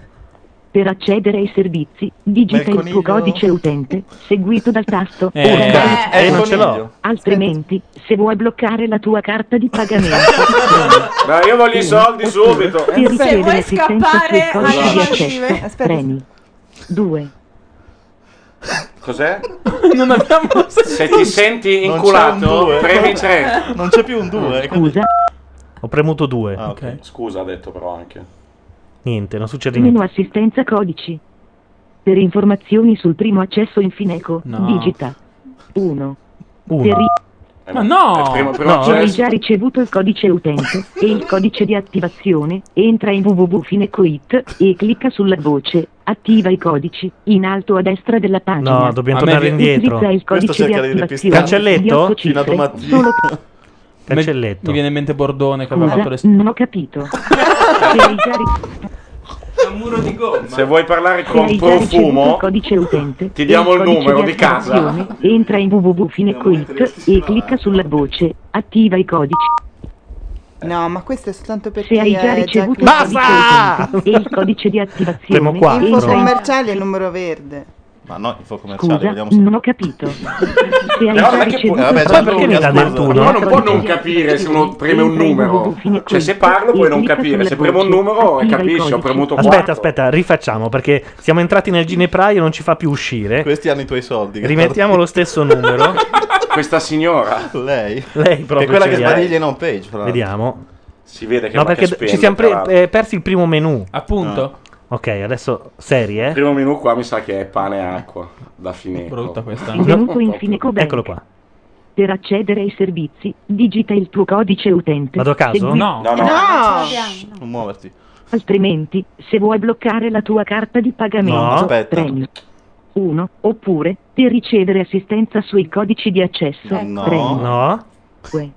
S16: Per accedere ai servizi, digita il tuo codice utente, seguito dal tasto
S1: Eh,
S16: Urca.
S1: eh, non ce l'ho.
S16: Altrimenti, se vuoi bloccare la tua carta di pagamento,
S4: No, io voglio i soldi subito.
S16: per ricevere assistenza sui codici di accesso,
S4: Aspetta.
S16: premi 2.
S4: Cos'è?
S2: non abbiamo
S4: Se ti
S5: Non c'è
S4: senti
S5: un
S4: inculato,
S5: due.
S4: premi 3.
S5: Non c'è più un Ah, 2.
S1: Scusa. Ho premuto 2.
S4: Scusa, ha detto però anche.
S1: Niente, non succede niente.
S16: Meno assistenza codici. Per informazioni sul primo accesso in Fineco,
S1: No.
S16: digita 1.
S1: Uno. Eh,
S16: Ma
S2: no! Il primo- primo
S16: Se hai
S2: accesso.
S16: già ricevuto il codice utente e il codice di attivazione, entra in www.finecoit e clicca sulla voce Attiva i codici in alto a destra della pagina.
S1: No, dobbiamo A me tornare vi- indietro.
S16: Utilizza il
S1: Questo
S16: codice di
S1: cerca di
S16: attivazione.
S1: depistare. Cancelletto?
S16: di otto
S1: Fino a
S16: cifre,
S1: domattina.
S16: solo-
S1: Cancelletto.
S2: Mi viene in mente Bordone che aveva
S16: Scusa,
S2: fatto le
S16: non ho capito. Se hai già ri-
S4: Se vuoi parlare
S16: Se
S4: con
S16: hai già ricevuto il
S4: profumo,
S16: codice utente,
S4: Ti diamo
S16: e
S4: il
S16: codice
S4: numero di casa.
S16: attivazione, Entra in www.finecoit e clicca sulla voce Attiva i codici.
S14: No, ma questo è soltanto eh, perché
S16: Se hai già
S14: è
S16: ricevuto il
S14: cliccabile.
S16: codice utente e il codice di attivazione,
S14: Info
S16: entra in
S14: commerciale e numero verde.
S5: Ma no, info commerciale,
S16: Scusa,
S5: vediamo se...
S16: non ho capito. Se hai
S5: Però
S16: già
S5: non è che puoi-
S16: ricevuto
S5: eh, vabbè,
S16: il
S5: Gianluca,
S16: codice
S5: scusa.
S16: utente
S4: Uno non può non capire se uno preme un numero. Cioè, se parlo puoi non capire. Se premo un numero, eh, capisci, ho premuto
S1: Aspetta,
S4: 4.
S1: aspetta, rifacciamo perché siamo entrati nel ginepraio e non ci fa più uscire.
S5: Questi hanno i tuoi soldi.
S1: Rimettiamo lo stesso numero.
S4: Questa signora.
S5: Lei.
S1: Lei proprio
S5: È quella
S1: ce
S5: che
S1: li ha.
S5: sbadiglia in home page, fra l'altro.
S1: Vediamo.
S4: Si vede che
S1: No,
S4: va
S1: perché
S4: che spende,
S1: ci siamo pre-
S4: tra l'altro.
S1: eh, persi il primo menu.
S4: Appunto. Ah.
S1: Ok, adesso serie.
S4: Il primo menù qua mi sa che è pane e acqua. Da Fineco. Brutta
S2: questa.
S16: Benvenuto in Fineco Bank.
S1: Eccolo qua.
S16: Per accedere ai servizi, digita il tuo codice utente.
S1: Vado a caso?
S16: Segui-
S5: No, no.
S16: No.
S5: Shh, non muoverti.
S16: Altrimenti, se vuoi bloccare la tua carta di pagamento,
S5: No. Aspetta.
S16: premi 1 oppure per ricevere assistenza sui codici di accesso.
S1: Ecco.
S5: No.
S16: Premi
S1: No.
S16: 2.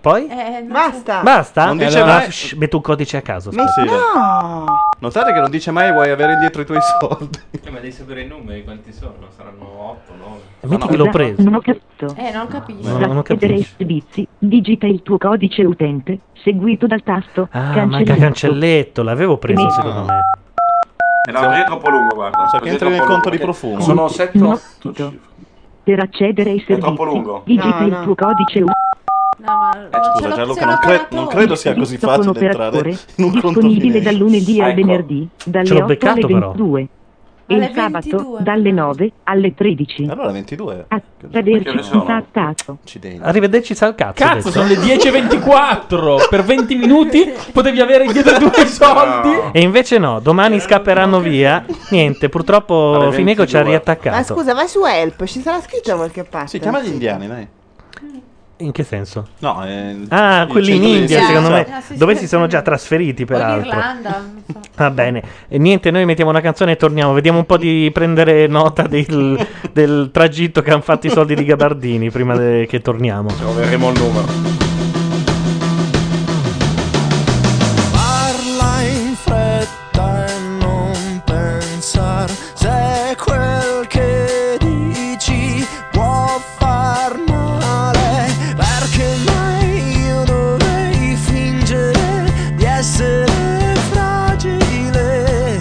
S1: Poi?
S10: Eh,
S14: Basta.
S1: Basta?
S5: Non
S1: Eh,
S5: dice
S1: allora,
S5: mai-
S1: shh, metto un codice a caso.
S14: Ma
S1: scusa.
S14: no!
S5: Notate che non dice mai vuoi avere indietro i tuoi soldi.
S23: Eh, ma devi sapere i numeri, quanti sono? Saranno 8, 9.
S1: Metti che l'ho preso.
S16: Non ho capito.
S10: Eh, non capisco.
S1: No, non ho
S16: Per accedere ai
S1: capisco.
S16: servizi, digita il tuo codice utente, seguito dal tasto
S1: Ah, manca cancelletto, l'avevo preso
S16: Metti-
S1: secondo me.
S4: No, così è troppo lungo, guarda.
S5: So che
S4: Così è
S5: entri
S4: troppo
S5: nel conto
S4: lungo,
S5: di
S4: perché
S5: profumo.
S4: Sono 7
S16: Non ho capito. Per accedere ai servizi,
S4: troppo lungo.
S16: digita
S4: No,
S16: il
S4: no.
S16: tuo codice utente.
S5: Scusa Gianluca, non, cre- non credo sia così
S16: Visto con
S5: facile entrare
S16: operatore,
S5: in un conto
S16: disponibile dal lunedì al
S5: Ecco.
S16: venerdì, dalle
S5: Ce l'ho
S16: 8
S5: beccato,
S16: alle
S5: però.
S16: 22 e
S5: Alle
S16: il sabato
S5: 22.
S16: dalle 9 alle 13.
S5: Allora 22.
S16: Attraverso
S5: Perché sono?
S16: il saltato.
S1: Arrivederci sal cazzo.
S2: Cazzo, sono le 10.24. per 20 minuti potevi avere indietro i tuoi soldi.
S1: E invece no,
S4: Eh,
S1: domani scapperanno via. Niente, purtroppo
S5: Alle
S1: Fineco ci ha
S5: 22.
S1: riattaccato.
S14: Ma scusa, vai su help, ci sarà scritto da qualche parte.
S5: Si chiama gli indiani, dai.
S1: In che senso?
S5: No, eh,
S1: Ah,
S5: il
S1: quelli in
S5: centro di
S1: India,
S5: esistenza.
S1: secondo me,
S10: Ah, sì,
S1: dove
S10: sì.
S1: si sono già trasferiti, peraltro.
S10: Irlanda.
S1: Va bene, E niente, noi mettiamo una canzone e torniamo. Vediamo un po' di prendere nota del, del tragitto che hanno fatto i soldi di Gabardini prima de- che torniamo.
S4: Troveremo il numero.
S12: Parla in fretta e non pensar se quel che dici può far male. Perché mai io dovrei fingere di essere fragile?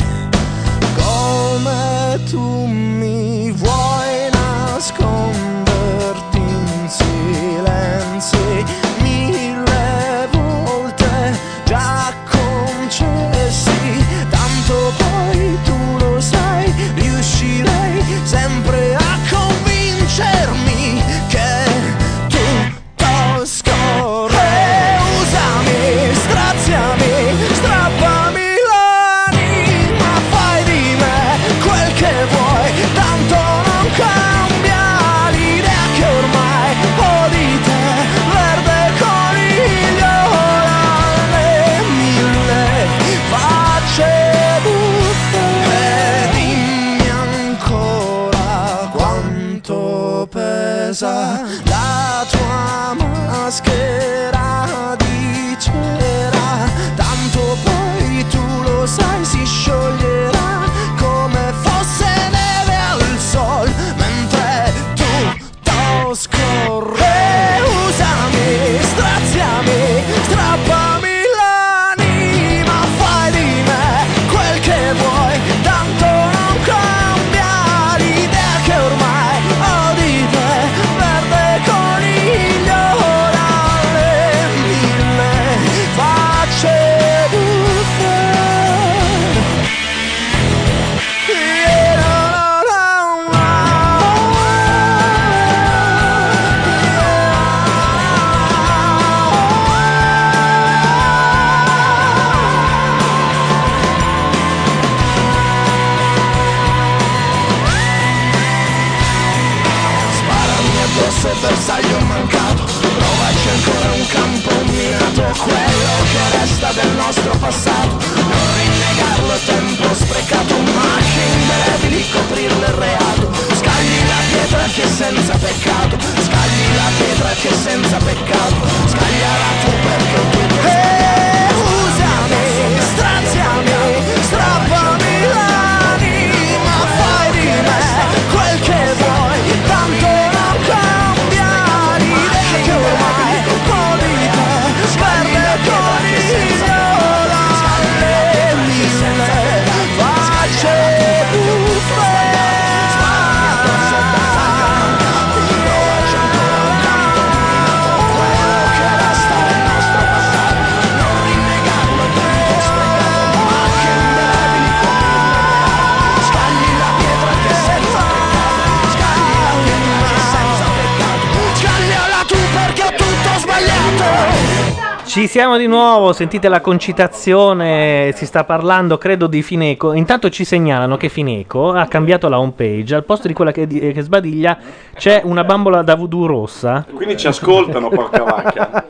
S17: senza peccato Scagliala tu perché qui E usami, straziami, strappami l'anima Fai di me quel che vuoi Tanto non cambia l'idea che ormai Con di te sperde con il le mille facce Scagliala tu perché ho tutto sbagliato
S1: Ci siamo di nuovo, sentite la concitazione, si sta parlando credo di Fineco. Intanto ci segnalano che Fineco ha cambiato la home page, al posto di quella che, di- eh, che sbadiglia c'è una bambola da voodoo rossa.
S4: Quindi ci ascoltano, porca vacca.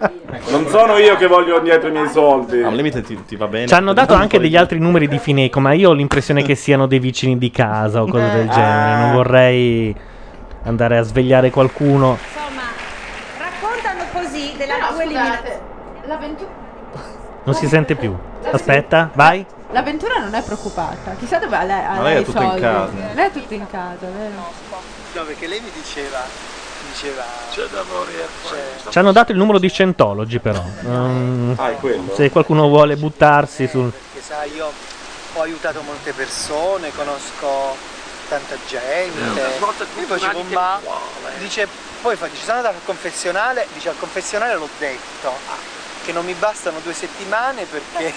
S4: Non sono io che voglio dietro i miei soldi.
S5: Al limite ti, ti va
S4: Eh,
S5: bene.
S1: Ci hanno dato anche degli altri numeri di Fineco, ma io ho l'impressione che siano dei vicini di casa o cose del genere. Non vorrei andare a svegliare qualcuno.
S6: Raccontano così della
S10: Però, scusate,
S6: tua eliminazione.
S10: Eh,
S1: Non si sente più. Aspetta, vai.
S10: L'avventura non è preoccupata. Chissà dove ha lei, ha
S1: Ma lei
S10: lei
S1: è
S10: i
S1: tutto in
S10: soldi.
S1: casa.
S10: Lei è tutto in casa, vero?
S18: No, perché lei mi diceva. Mi diceva. cioè, C'è da morire.
S1: Ci hanno dato il numero di Scientology, però. Ehm,
S4: Ah, è quello?
S1: se qualcuno vuole buttarsi sul.
S18: eh, Perché sai, io ho aiutato molte persone, conosco tanta gente. E poi ci ma dice, poi fa, ci sono andato al confessionale, dice al confessionale l'ho detto, che non mi bastano due settimane perché...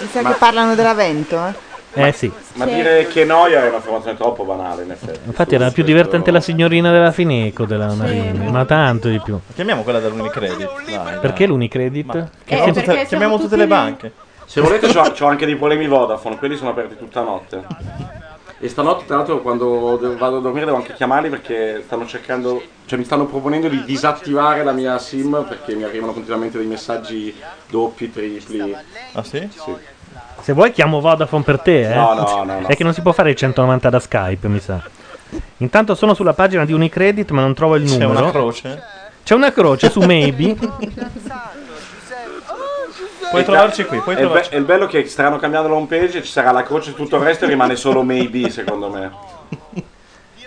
S14: Mi sa che parlano dell'avvento, eh.
S1: Eh sì.
S4: Ma dire che noia è una formazione troppo banale, in effetti.
S1: Infatti era più divertente la signorina della Fineco della Marini, ma tanto di più.
S5: Chiamiamo quella dell'Unicredit. dai.
S1: Perché l'Unicredit? Che
S5: Eh,
S1: sem-
S5: perché siamo Chiamiamo tutte tutti le lì. banche.
S4: Se volete, c'ho, c'ho anche dei polemi Vodafone, quelli sono aperti tutta notte. E stanotte, tra l'altro, quando de- vado a dormire, devo anche chiamarli perché stanno cercando, cioè mi stanno proponendo di disattivare la mia SIM perché mi arrivano continuamente dei messaggi doppi, tripli.
S5: Ah, sì?
S1: Se vuoi chiamo Vodafone per te, eh.
S4: No, no, no, no.
S1: È che non si può fare il 190 da Skype, mi sa. Intanto sono sulla pagina di Unicredit, ma non trovo il
S5: C'è
S1: numero.
S5: una croce?
S1: C'è una croce su Maybe.
S5: Puoi trovarci qui, puoi
S4: È il, be-
S5: trovarci.
S4: è il bello che staranno cambiando la home page, ci sarà la croce e tutto il resto e rimane solo maybe, secondo me.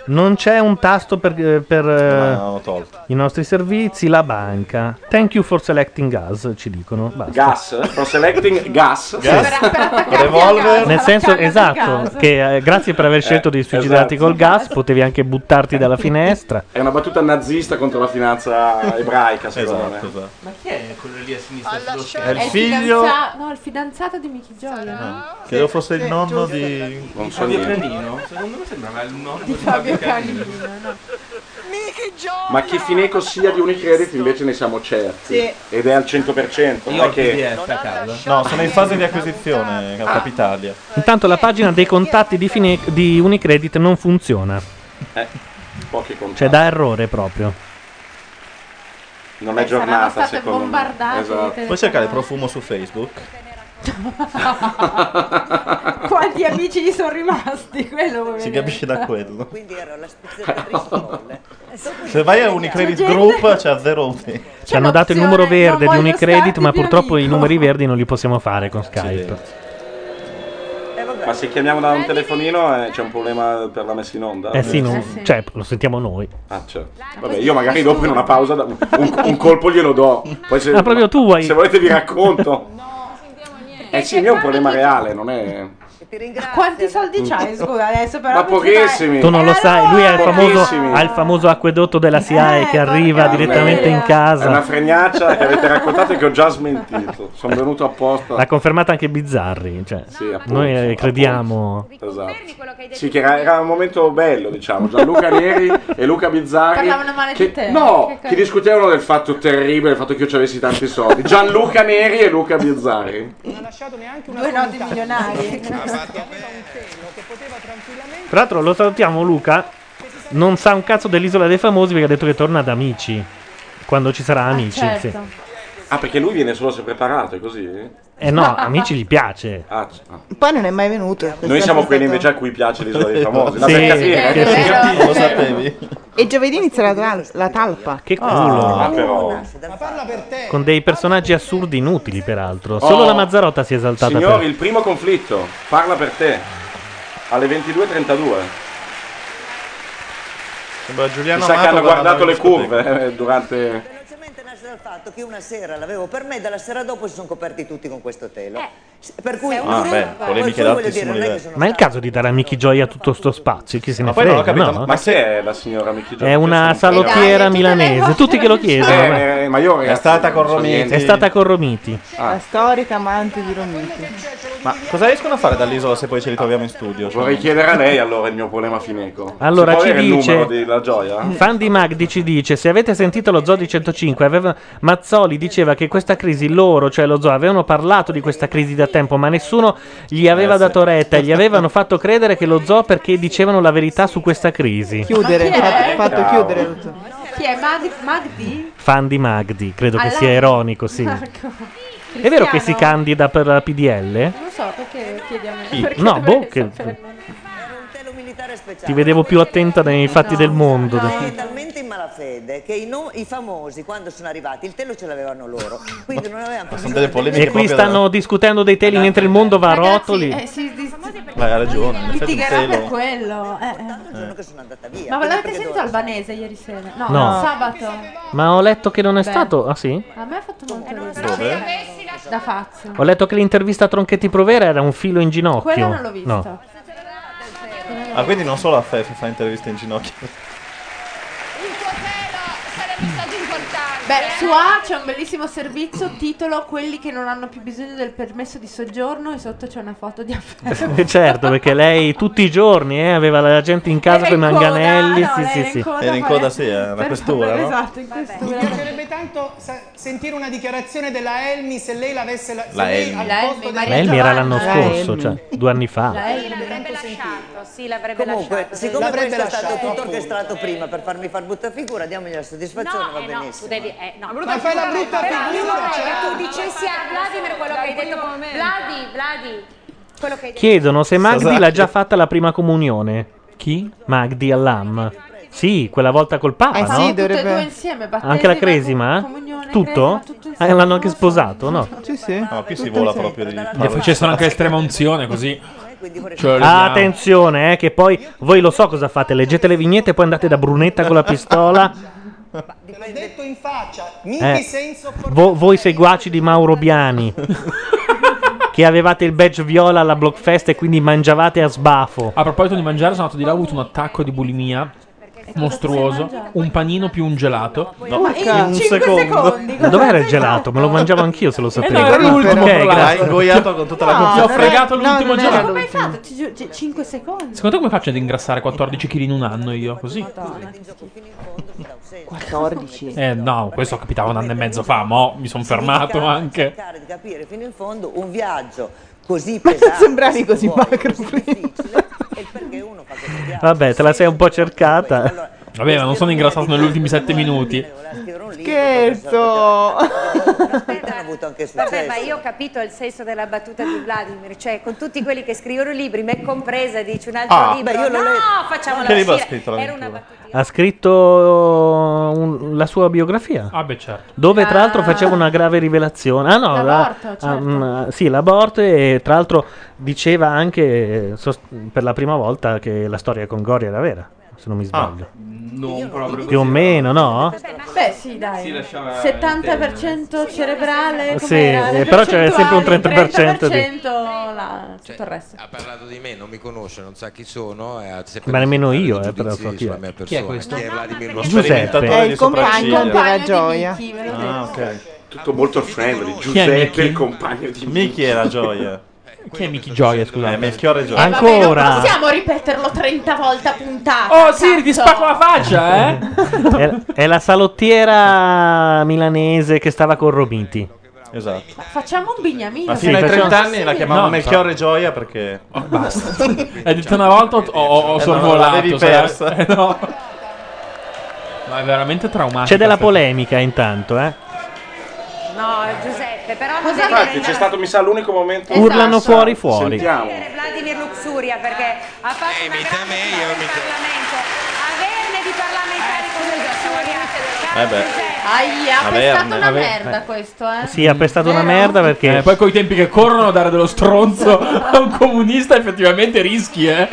S1: Non c'è un tasto per, eh, per, eh,
S4: No, l'ho tolto.
S1: i nostri servizi, la banca. Thank you for selecting us, ci dicono. Basta.
S4: Gas, for selecting gas.
S1: Nel senso, esatto, che eh, grazie per aver scelto di suicidarti
S4: esatto.
S1: col gas, potevi anche buttarti dalla finestra.
S4: È una battuta nazista contro la finanza ebraica, secondo
S5: Esatto,
S4: me.
S10: Ma
S8: Chi è Eh, quello lì a sinistra sullo
S10: È
S8: schermo?
S5: figlio-
S10: fidanza- no, il fidanzato di Mickey Gioia.
S5: Ah, Credo fosse il nonno di.
S8: Non so Fabio niente. Canino? Secondo me sembrava il nonno di
S10: Fabio
S8: Fabio
S10: Canino.
S8: Canino.
S4: Ma chi Fineco sia di Unicredit invece ne siamo certi.
S10: Sì.
S4: Ed è al 100%.
S5: Io
S4: Non
S5: ho
S4: è che...
S5: il No, sono in fase di acquisizione,
S4: Ah.
S5: Capitalia.
S1: Intanto la pagina dei contatti di, Fine- di Unicredit non funziona,
S4: Eh, pochi contatti.
S1: cioè da errore proprio.
S4: Non
S5: Eh,
S10: saranno
S4: è giornata,
S10: state
S4: secondo me.
S10: bombardate di
S4: Esatto.
S10: Puoi cercare il
S5: profumo su Facebook?
S10: Quanti amici gli sono rimasti? Quello Ah. vuoi
S5: Si
S10: vedere?
S5: capisce da quello.
S10: Quindi ero la spezia
S5: Se vai a Unicredit Group c'è zero utenti.
S1: Ci hanno dato il numero verde di
S5: voglio
S1: Unicredit,
S5: starti
S1: ma
S5: più
S1: purtroppo i
S5: amico.
S1: numeri verdi non li possiamo fare con Skype.
S4: Ma se chiamiamo da un telefonino eh, c'è un problema per la messa in onda.
S1: Eh sì, non- cioè, lo sentiamo noi.
S4: Ah, certo. Vabbè, io magari dopo in una pausa da- un, un colpo glielo do. Poi se,
S1: Ah, proprio tu vuoi-
S4: Se volete vi racconto. Eh sì, mio è un problema reale, non è...
S10: Quanti soldi c'hai? Scusa, adesso però.
S4: Ma
S10: mi ci
S4: pochissimi.
S1: Tu non lo sai, lui è il famoso,
S4: Pochissimi.
S1: ha il famoso acquedotto della SIAE che arriva direttamente in
S4: È una
S1: casa.
S4: fregnaccia che avete raccontato e che ho già smentito. Sono venuto apposta.
S1: L'ha confermata anche Bizzarri. Cioè,
S4: appunto,
S1: noi eh, crediamo.
S4: Esatto. Sì, che era, era un momento bello, diciamo. Gianluca Neri e Luca Bizzarri.
S10: Parlavano male
S4: che,
S10: di te.
S4: No,
S10: Che
S4: che,
S10: cosa?
S4: discutevano del fatto terribile, del fatto che io ci avessi tanti soldi. Gianluca Neri e Luca Bizzarri.
S10: Due noti milionari.
S1: Tra l'altro, lo salutiamo, Luca.
S14: certo.
S1: Non sa
S10: Certo.
S1: un cazzo dell'isola dei famosi perché ha detto che torna ad Amici. Quando ci sarà Amici, sì.
S4: Ah, perché lui viene solo se preparato, è così?
S1: Eh no, amici gli piace.
S4: Ah, c- ah.
S14: Poi non è mai venuto.
S4: Noi siamo quelli invece a cui piace l'isola dei famosi. No,
S1: Sì,
S4: per capire,
S1: sì,
S4: per
S1: sì.
S4: capire.
S1: Lo sapevi?
S14: E giovedì inizia la, tra- la talpa.
S1: Che culo.
S4: Ah, però.
S1: Con dei personaggi assurdi inutili, peraltro. Solo
S4: Oh.
S1: la Mazzarotta si è esaltata
S4: Signori,
S1: per.
S4: il primo conflitto. Parla per te. Alle 22.32.
S5: Sembra Giuliano
S4: Chissà che
S5: Amato
S4: hanno guardato
S5: guardando
S4: le
S5: in discoteca.
S4: curve eh, durante...
S3: fatto che una sera l'avevo per me, dalla sera dopo si sono coperti tutti con questo
S10: Eh,
S3: telo. Per cui
S5: Ah,
S3: pure-
S5: beh,
S3: poi-
S5: polemiche
S3: poi voglio
S5: d'altissimo
S3: dire, non è che
S5: livello.
S1: Ma è il caso di dare a Michi Gioia tutto sto spazio? Chi se ne
S4: poi non ho
S1: frega,
S4: capito,
S1: no?
S4: ma che è la signora Michi
S1: È una salottiera milanese. Tutti che lo chiedono.
S4: Eh, eh, ma io, ragazzi, non so niente.
S1: È stata con Romiti.
S14: La storica amante di Romiti.
S5: Ma cosa riescono a fare dall'isola se poi ce li troviamo in studio? Cioè,
S4: Vorrei chiedere a lei allora il mio polema fineco.
S1: Allora,
S4: Si può
S1: ci
S4: avere
S1: dice-
S4: il numero della gioia?
S1: Fan di Magdi ci dice: Se avete sentito lo zoo di 105, aveva- Mazzoli diceva che questa crisi loro, cioè lo zoo, avevano parlato di questa crisi da tempo, ma nessuno gli
S4: Eh,
S1: aveva dato retta. e Gli avevano fatto credere che lo zoo perché dicevano la verità su questa crisi.
S10: Chiudere, fatto- fatto Ciao.
S14: chiudere
S10: Chi è Magdi? Magdi?
S1: Fan di Magdi, credo che
S10: Alla-
S1: sia ironico, sì.
S10: Marco.
S1: È vero che si
S10: Cristiano?
S1: candida per la PDL?
S10: Non so perché chiediamo.
S1: Chi?
S10: perché
S1: No,
S10: dovrei
S1: boh, che-
S10: saperlo.
S1: Ti vedevo più attenta nei fatti del mondo.
S3: è talmente in malafede che i, no- i famosi quando sono arrivati il telo ce l'avevano loro. Quindi non avevano
S5: sono delle polemiche
S1: E qui
S5: proprio
S1: stanno discutendo dei teli mentre il mondo va a rotoli.
S10: Eh, si dis-
S5: da- Ma hai ragione, in effetti un
S10: litigherà per
S5: telo.
S10: quello. eh, eh. Ma
S3: Quindi
S10: l'avete
S3: perché
S10: sentito
S3: dove
S10: Albanese ieri sera? No,
S1: No.
S10: sabato.
S1: Ma ho letto che non è
S10: Beh.
S1: stato. Ah sì?
S10: A me ha fatto
S14: Eh,
S10: molto ridere.
S1: Dove?
S10: Da Fazio.
S1: Ho letto che l'intervista a Tronchetti Provera era un filo in ginocchio.
S10: Quella non l'ho vista.
S1: No.
S5: Ah, quindi non solo a Fefe fa interviste in ginocchio.
S7: messaggio importante.
S10: Beh, su A c'è un bellissimo servizio, titolo Quelli che non hanno più bisogno del permesso di soggiorno e sotto c'è una foto di Afferro.
S1: Eh, certo, perché lei tutti i giorni eh, aveva la gente in casa
S10: Era
S1: con i
S10: in coda,
S1: manganelli.
S10: no,
S1: sì,
S10: era
S1: sì,
S10: in
S1: sì.
S10: coda, Era in coda, ma- sì,
S5: era
S10: per-
S5: questura, no?
S10: Esatto, in
S16: Mi
S10: questura.
S16: piacerebbe tanto sa- sentire una dichiarazione della Elmi se lei l'avesse la, se
S1: La
S16: lei
S1: Elmi.
S16: al
S1: La
S16: posto della-
S1: Ma Elmi era l'anno
S16: La
S1: scorso,
S16: Elmi.
S1: cioè due anni fa.
S3: La Elmi
S16: l'avrebbe
S3: lasciato,
S16: sì, l'avrebbe
S3: Comunque, siccome
S16: l'avrebbe
S3: questo è stato
S16: lasciato.
S3: tutto orchestrato prima per farmi far brutta figura, diamogli la soddisfazione,
S16: No,
S3: va
S16: eh no,
S3: benissimo.
S16: tu devi-
S3: eh,
S16: no, brutta Ma fai la figura brutta no, però figura, prima certo.
S7: tu dicessi a Vladimir quello che hai detto Vladi, Vladi, quello che hai detto.
S1: Chiedono se Magdi
S5: Sasaki.
S1: l'ha già fatta la prima comunione. Chi? Magdi all'AM. Sì, quella volta col Papa,
S10: Eh
S1: no?
S10: sì, Tutte e dovrebbe- due insieme, battesimo,
S1: Anche la cresima? eh? tutto? Eh, l'hanno anche sposato, no?
S14: Sì, sì.
S5: No, qui si vola proprio di...
S2: Gli facessero anche l'estrema unzione così. Cioè,
S1: Ah,
S2: vediamo.
S1: attenzione, eh, che poi voi lo so cosa fate, leggete le vignette e poi andate da Brunetta con la pistola.
S16: Te l'ho detto in faccia, mi
S1: Eh,
S16: senso
S1: vo- voi seguaci di Mauro Biani, che avevate il badge viola alla Blockfest e quindi mangiavate a sbafo.
S2: A proposito di mangiare, sono andato di là, ho avuto un attacco di bulimia mostruoso, un panino più un gelato.
S10: No, Ma in in un cinque secondo. secondi,
S1: Ma dov'era il gelato? Me lo mangiavo anch'io se lo sapevo.
S2: Eh, no, era l'ultimo,
S1: Ok,
S2: tra l'altro.
S1: grazie.
S2: L'ha ingoiato con tutta la No, confidenza.
S1: Ti ho fregato
S10: No,
S1: l'ultimo
S10: non era
S1: gelato.
S10: Come hai fatto? 5 secondi.
S2: Secondo te come faccio ad ingrassare 14 kg in un anno io? Così?
S10: Madonna.
S14: 14.
S2: Eh no, questo capitava un anno e mezzo fa, mo mi sono fermato
S3: Significa
S2: anche.
S3: cercare di capire fino in fondo un viaggio così
S14: Ma non
S3: pesante,
S14: sembravi così
S3: vuoi,
S14: magro
S3: così
S14: prima.
S3: difficile, e il perché uno fa questo viaggio.
S1: Vabbè, te la sei un po' cercata.
S2: Vabbè, ma non sono ingrassato negli ultimi 7 minuti.
S14: Scherzo!
S24: Vabbè, ma io ho capito il senso della battuta di Vladimir, cioè con tutti quelli che scrivono libri, me compresa, dici un altro
S1: Ah.
S24: libro.
S1: Beh, io l'ho
S24: no,
S1: letto.
S24: facciamo
S1: Che
S24: la
S1: libro ha
S24: uscire.
S1: scritto
S24: Era una
S1: Ha scritto un- la sua biografia.
S2: Ah beh certo.
S1: Dove tra l'altro
S24: Ah.
S1: faceva una grave rivelazione. Ah no, la-
S24: L'aborto,
S1: ah,
S24: certo.
S1: mm, sì, l'aborto e tra l'altro diceva anche eh, sost- per la prima volta che la storia con Goria era vera, se non mi
S5: Ah,
S1: sbaglio.
S8: Non proprio
S1: Più o
S8: così.
S1: meno, no?
S10: Beh, sì, dai.
S8: Si lasciava
S10: 70% cerebrale,
S1: Sì,
S10: com'era? Le
S1: eh, però c'è sempre un
S10: percentuali,
S1: 30% di-
S10: 30% la- tutto il resto.
S25: Ha parlato di me, non mi conosce, non sa chi sono. eh, se per
S1: Ma nemmeno
S25: giudicare
S1: io,
S25: i
S1: eh, però so
S25: giudizi
S1: chi
S25: sulla
S1: è.
S25: mia persona.
S1: Chi è questo?
S25: Chi è Vladimir lo
S1: Giuseppe.
S25: sperimentatore di sopracciglia?
S14: della gioia.
S4: Ah, Tutto molto friendly.
S5: Mickey?
S4: Giuseppe, il compagno di
S5: Mickey era Gioia.
S2: Chi è Mickey Gioia,
S5: scusate? Eh, Melchiorre Gioia.
S10: Eh, vabbè, non possiamo ripeterlo 30 volte a puntata.
S2: Oh Siri, ti spacco la faccia, eh!
S1: è, è la salottiera milanese che stava con Romiti.
S5: Esatto.
S10: Facciamo un bignamino.
S5: Ma fino ai
S1: facciamo-
S5: 30 anni la chiamavano
S1: No,
S5: Melchiorre Gioia perché...
S2: basta. Hai detto una volta ho, ho, ho
S5: Oh, Cioè, Eh, no,
S2: sorvolato.
S5: l'avevi
S2: sai?
S5: persa.
S2: Eh, no. Ma è veramente traumatico.
S1: C'è della polemica intanto, eh.
S24: No, Giuseppe, però non devi
S4: Infatti c'è
S24: prendere
S4: stato, mi sa, l'unico momento.
S1: Esatto. Urlano fuori, fuori.
S4: Sentiamo.
S24: Vladimir Luxuria perché ha
S7: Eh,
S24: fatto una grande figura in Parlamento. Averne di parlamentari come Luxuria.
S5: Eh beh.
S10: Aia,
S1: Vabbè,
S10: è stata una
S1: vabbè,
S10: merda
S1: eh.
S10: questo, eh.
S1: Sì, ha pestato una merda perché.
S2: Eh, poi coi tempi che corrono, dare dello stronzo a un comunista effettivamente rischi, eh.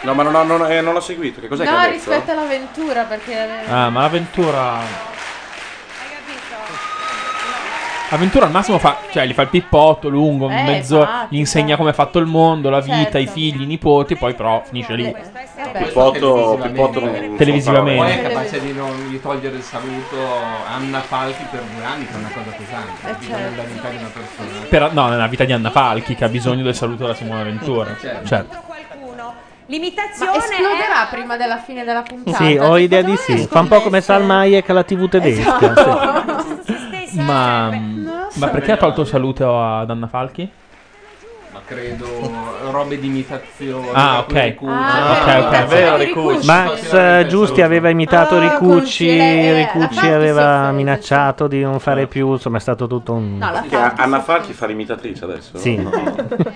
S4: No, ma non, ho- non- eh, non l'ho seguito. Che cos'è che
S10: No,
S4: ha
S10: rispetto
S4: detto?
S10: all'avventura, perché...
S2: Ah, ma l'avventura. Avventura al massimo fa, cioè, gli fa il pippotto lungo,
S10: Eh,
S2: mezzo,
S10: infatti,
S2: gli insegna come è fatto il mondo, la vita,
S10: Certo.
S2: i figli, i nipoti, poi però finisce lì.
S4: Pippotto, Pippotto non-
S2: Televisivamente.
S8: Poi è capace di non gli togliere il saluto Anna Falchi per due anni, che è una cosa pesante.
S10: Eh,
S8: bisogna
S10: certo.
S8: della vita di una persona.
S2: Però, no, nella vita di Anna Falchi che ha bisogno del saluto della Simona Ventura.
S8: Certo.
S2: Certo.
S24: L'imitazione
S10: Ma esploderà prima della fine della puntata.
S1: Sì, ho idea di sì. Fa un po' come Salmayek alla TV tedesca.
S5: Esatto.
S2: Ma, mm, ma perché ha tolto il saluto ad Anna Falchi?
S8: Ma credo robe di imitazione.
S2: Ah, ok.
S8: alcuni cucci.
S2: Ah, ok, ok. Vero, Ricucci.
S1: Max eh, Giusti aveva
S3: Ah,
S1: imitato Ricucci,
S3: eh,
S1: Ricucci aveva minacciato di non fare più, insomma è stato tutto un...
S10: No, la
S4: Che
S10: Falchi
S4: Anna Falchi fa l'imitatrice adesso?
S1: Sì.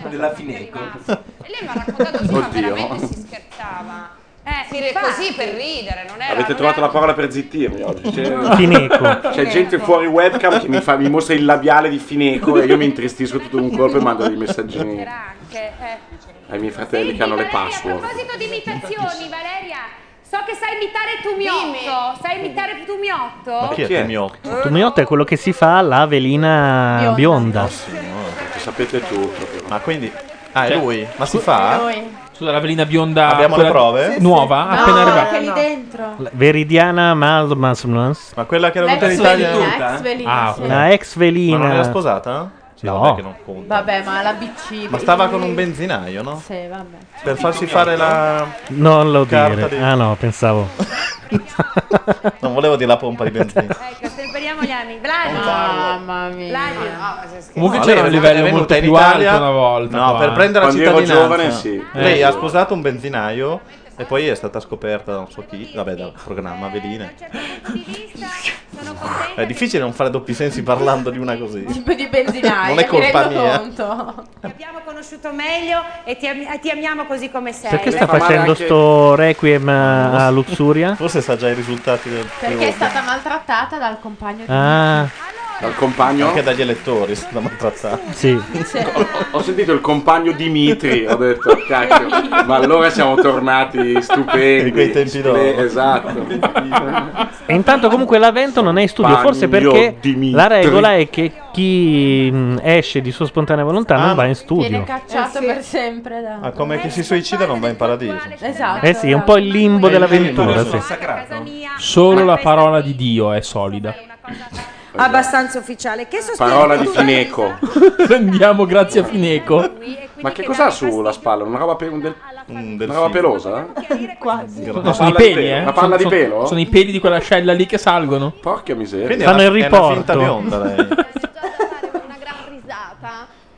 S8: Della Fineco.
S7: E lei mi ha raccontato prima
S4: Oddio.
S7: veramente si scherzava. Eh, si re- così per ridere, non era.
S4: Eh, Avete trovato la parola per zittirmi oggi. C'è,
S1: Fineco.
S4: c'è gente fuori webcam che mi, fa, mi mostra il labiale di Fineco e io mi intristisco tutto d'un colpo e mando dei messaggini
S24: anche. eh.
S4: ai miei fratelli che hanno le
S24: A
S4: password.
S24: proposito di imitazioni, Valeria, so che sai imitare Tumiotto. Sai imitare Tumiotto?
S1: Ma chi è?
S4: Chi è?
S1: Tumiotto è quello che si fa alla velina bionda.
S4: Lo sapete tu proprio.
S5: Ma quindi. Ah, è
S2: Cioè,
S5: lui? Ma si
S2: scusa-
S5: fa?
S2: Scusa, la velina bionda.
S5: Abbiamo le
S2: quella
S5: prove? Sì,
S2: Nuova,
S10: No,
S2: appena arrivata.
S10: perché lì dentro.
S1: Veridiana Malmas.
S5: Ma quella che era
S10: L'ex
S5: venuta in Italia.
S10: velina, ex velina,
S5: Ah,
S10: sì.
S1: Una ex velina.
S5: Ma non era sposata? Sì,
S1: No.
S5: vabbè che non conta.
S10: Vabbè, ma la BC...
S5: Ma stava con un benzinaio, no?
S10: Sì, vabbè.
S5: Per farsi fare la.
S1: Non lo
S5: Carta
S1: dire.
S5: di-
S1: Ah no, pensavo.
S5: Non volevo dire la pompa di benzina.
S24: Ecco, temperiamo gli anni. Vladimir.
S10: Mamma mia.
S24: Vladimir.
S10: ah,
S24: No, se scherzi.
S2: Comunque
S5: No,
S2: c'era
S5: lei
S2: un
S5: è
S2: livello
S5: venuta
S2: molto
S5: in
S2: più
S5: Italia-
S2: alto una volta
S5: No,
S2: qua,
S5: per
S2: eh.
S5: prendere
S4: Quando
S5: la
S4: ero
S5: cittadinanza.
S4: giovane, sì.
S5: Lei
S4: Eh.
S5: ha sposato un benzinaio e poi è stata scoperta da non so chi, vabbè, dal programma Veline. È difficile non fare doppi sensi parlando di una così.
S10: Tipo di benzinaio.
S5: Non è colpa
S10: mi rendo
S5: mia.
S10: Conto.
S24: Ti abbiamo conosciuto meglio e ti, am- ti amiamo così come sei.
S1: Perché sta
S5: Fa male
S1: facendo
S5: anche-
S1: sto requiem eh, a Luxuria?
S5: Forse sa già i risultati del
S10: Perché è stata maltrattata dal compagno di...
S1: Ah,
S4: Dal compagno?
S5: Anche dagli elettori è stata maltrattata.
S1: sì.
S10: Cioè,
S4: Ho- Ho sentito il compagno Dimitri, ho detto cacchio, ma allora siamo tornati stupendi.
S5: Di quei tempi
S4: Sple-
S5: d'oro.
S4: Esatto.
S1: E intanto comunque l'avvento non è in studio, forse
S4: Compagno
S1: perché
S4: Dimitri.
S1: la regola è che chi mh, esce di sua spontanea volontà non va in
S10: Viene
S1: studio.
S10: cacciato per sempre da...
S5: Ma come chi si suicida non va in paradiso.
S10: Esatto.
S1: Eh sì, è un po' il limbo dell'avventura. sì.
S2: Solo la parola di Dio è solida.
S24: Abbastanza ufficiale. Che sostiene
S4: Parola
S24: che
S4: di
S24: tu-
S4: Fineco.
S2: Rendiamo grazie a Fineco.
S4: Ma che cos'ha sulla spalla? Una roba, pe- un del- una roba pelosa?
S5: Quasi.
S2: No, sono
S4: palla
S2: i
S4: di
S2: peli,
S4: pelo.
S2: eh.
S4: Una palla
S2: Sono-
S4: di
S2: sono-
S4: pelo?
S2: Sono i peli di quella scella lì che salgono.
S4: Porca miseria.
S5: Quindi
S1: Fanno
S5: è
S1: il
S5: una, è
S1: riporto.
S5: una finta bionda lei.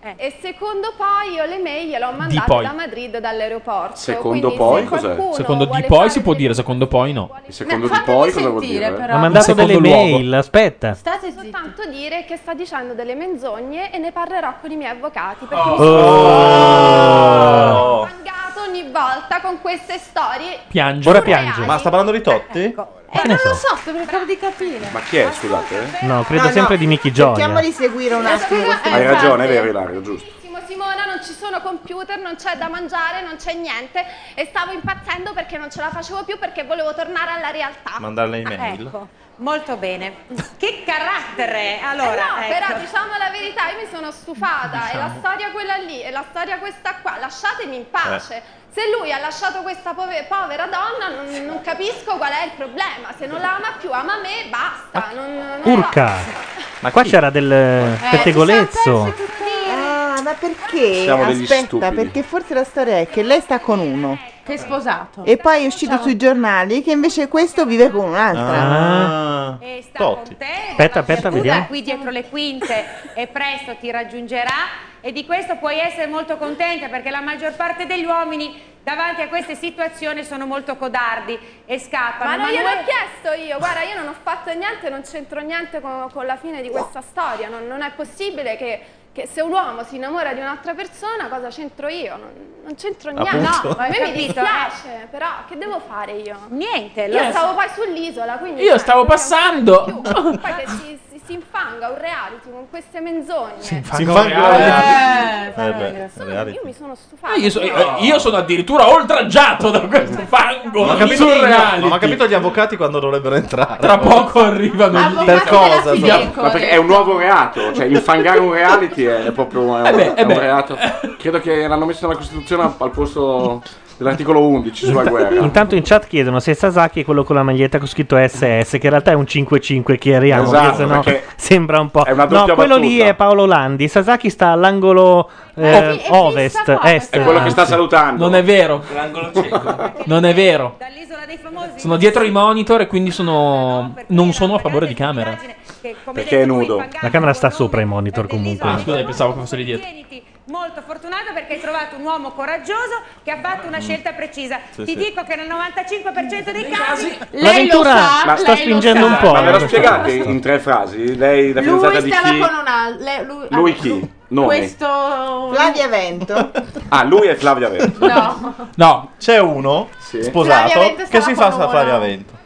S7: Eh.
S15: E secondo poi io le mail gliele ho mandate
S2: poi.
S15: da Madrid dall'aeroporto.
S4: Secondo
S15: quindi
S4: poi
S15: se
S4: cos'è?
S15: qualcuno
S2: Secondo di
S15: vuole
S2: poi
S15: fare-
S2: si può dire, secondo poi no.
S4: Secondo di poi cosa vuol
S15: sentire,
S4: dire?
S15: però.
S1: Ha mandato
S2: Secondo
S1: delle
S2: luogo.
S1: mail, aspetta.
S15: State soltanto dire che sta dicendo delle menzogne e ne parlerò con i miei avvocati perché mi
S1: Oh.
S15: sono mangato ogni volta con queste storie.
S2: Piange.
S1: Ora piange.
S5: Ma sta parlando di Totti?
S4: Ecco.
S15: Eh,
S1: Che ne so?
S15: so, sto cercando di capire.
S4: Ma chi è, scusate?
S1: No, credo
S14: No,
S1: sempre
S14: no,
S1: di Mickey
S14: Cerchiamo
S1: Gioia.
S14: di seguire un attimo.
S4: Hai ragione, è vero Ilario, giusto.
S15: Simo- Simona, non ci sono computer, non c'è da mangiare, non c'è niente e stavo impazzendo perché non ce la facevo più perché volevo tornare alla realtà.
S5: Mandarle email.
S24: Ecco, molto bene. Che carattere!
S15: Eh
S24: Allora,
S15: no,
S24: ecco.
S15: però diciamo la verità, io mi sono stufata. È la storia quella lì, è la storia questa qua. Lasciatemi in pace. Se lui ha lasciato questa pove- povera donna, non, non capisco qual è il problema. Se non la ama più, ama me e basta. Non, non so.
S1: Urca. Ma qua c'era
S10: Eh,
S1: del pettegolezzo.
S14: Ah, ma perché?
S1: Siamo degli
S14: Aspetta,
S1: stupidi.
S14: perché forse la storia è che lei sta con uno
S10: Che è sposato.
S14: e poi è uscito sui giornali che invece questo vive con un'altra.
S5: Ah.
S24: E sta con
S5: Totti.
S24: te,
S14: Aspetta, aspetta,
S24: Scusa,
S14: vediamo.
S24: qui dietro le quinte e presto ti raggiungerà e di questo puoi essere molto contenta perché la maggior parte degli uomini davanti a queste situazioni sono molto codardi e scappano.
S15: Ma non gliel'ho
S24: noi-
S15: chiesto io, guarda, io non ho fatto niente, non c'entro niente con, con la fine di questa storia. Non, non è possibile che, che se un uomo si innamora di un'altra persona, cosa c'entro io? Non, non c'entro niente.
S24: Appunto.
S15: No, a me mi
S24: Capito?
S15: dispiace, però che devo fare io?
S24: Niente,
S15: Io
S24: lo-
S15: stavo poi sull'isola, quindi.
S2: Io
S15: cioè,
S2: stavo
S15: non
S2: passando.
S15: è un- Poi che si, si- si infanga un reality con queste menzogne.
S2: Si infanga un reality.
S15: Eh,
S2: Eh,
S15: però,
S2: beh,
S15: insomma,
S2: reality.
S15: io mi sono stufata.
S2: Eh, Io, so- eh, io sono addirittura oltraggiato da questo fango.
S5: Non ho capito,
S2: sul reality.
S5: non ho capito gli avvocati quando dovrebbero entrare.
S2: Tra poco arrivano
S5: gli Per cosa?
S4: Ma perché è un nuovo reato, cioè infangare un reality è, è proprio un-
S2: Eh beh, eh
S4: è un
S2: beh.
S4: reato. Credo che l'hanno messo nella Costituzione al- al posto dell'articolo 11 sulla guerra.
S1: Intanto in chat chiedono se Sasaki è quello con la maglietta con scritto SS, che in realtà è un 5-5, chiariamo,
S4: Esatto,
S1: perché sennò
S4: perché
S1: sembra un po'...
S4: è una
S1: no,
S4: doppia
S1: quello
S4: battuta.
S1: lì è Paolo Landi, Sasaki sta all'angolo eh, ovest, est.
S4: È quello che sta
S1: anzi.
S4: salutando.
S2: Non è vero. Non è vero. Sono dietro i monitor e quindi sono. Non sono a favore di camera.
S1: Perché è nudo. La camera sta sopra i monitor comunque.
S2: Ah, scusa, pensavo che fosse lì dietro.
S24: molto fortunata perché hai trovato un uomo coraggioso che ha fatto una scelta precisa.
S4: Sì,
S24: Ti
S4: sì.
S24: dico che nel 95% dei casi
S1: Ventura
S24: lei
S1: sta spingendo un po'.
S4: Ma ve lo
S1: eh,
S4: spiegate
S1: questa cosa.
S4: in tre frasi? Lei la fidanzata
S10: Lui
S4: di
S10: stava
S4: chi?
S10: con un altro. lei- Lui, ah,
S4: Lui chi? Nome.
S10: questo. Flavia Vento.
S4: Ah, lui è Flavia Vento.
S10: No.
S2: No,
S5: c'è uno
S10: Flavia
S5: sposato
S10: Vento
S5: che
S10: stava
S5: si fa
S10: con
S5: sta
S10: una.
S5: Flavia Vento.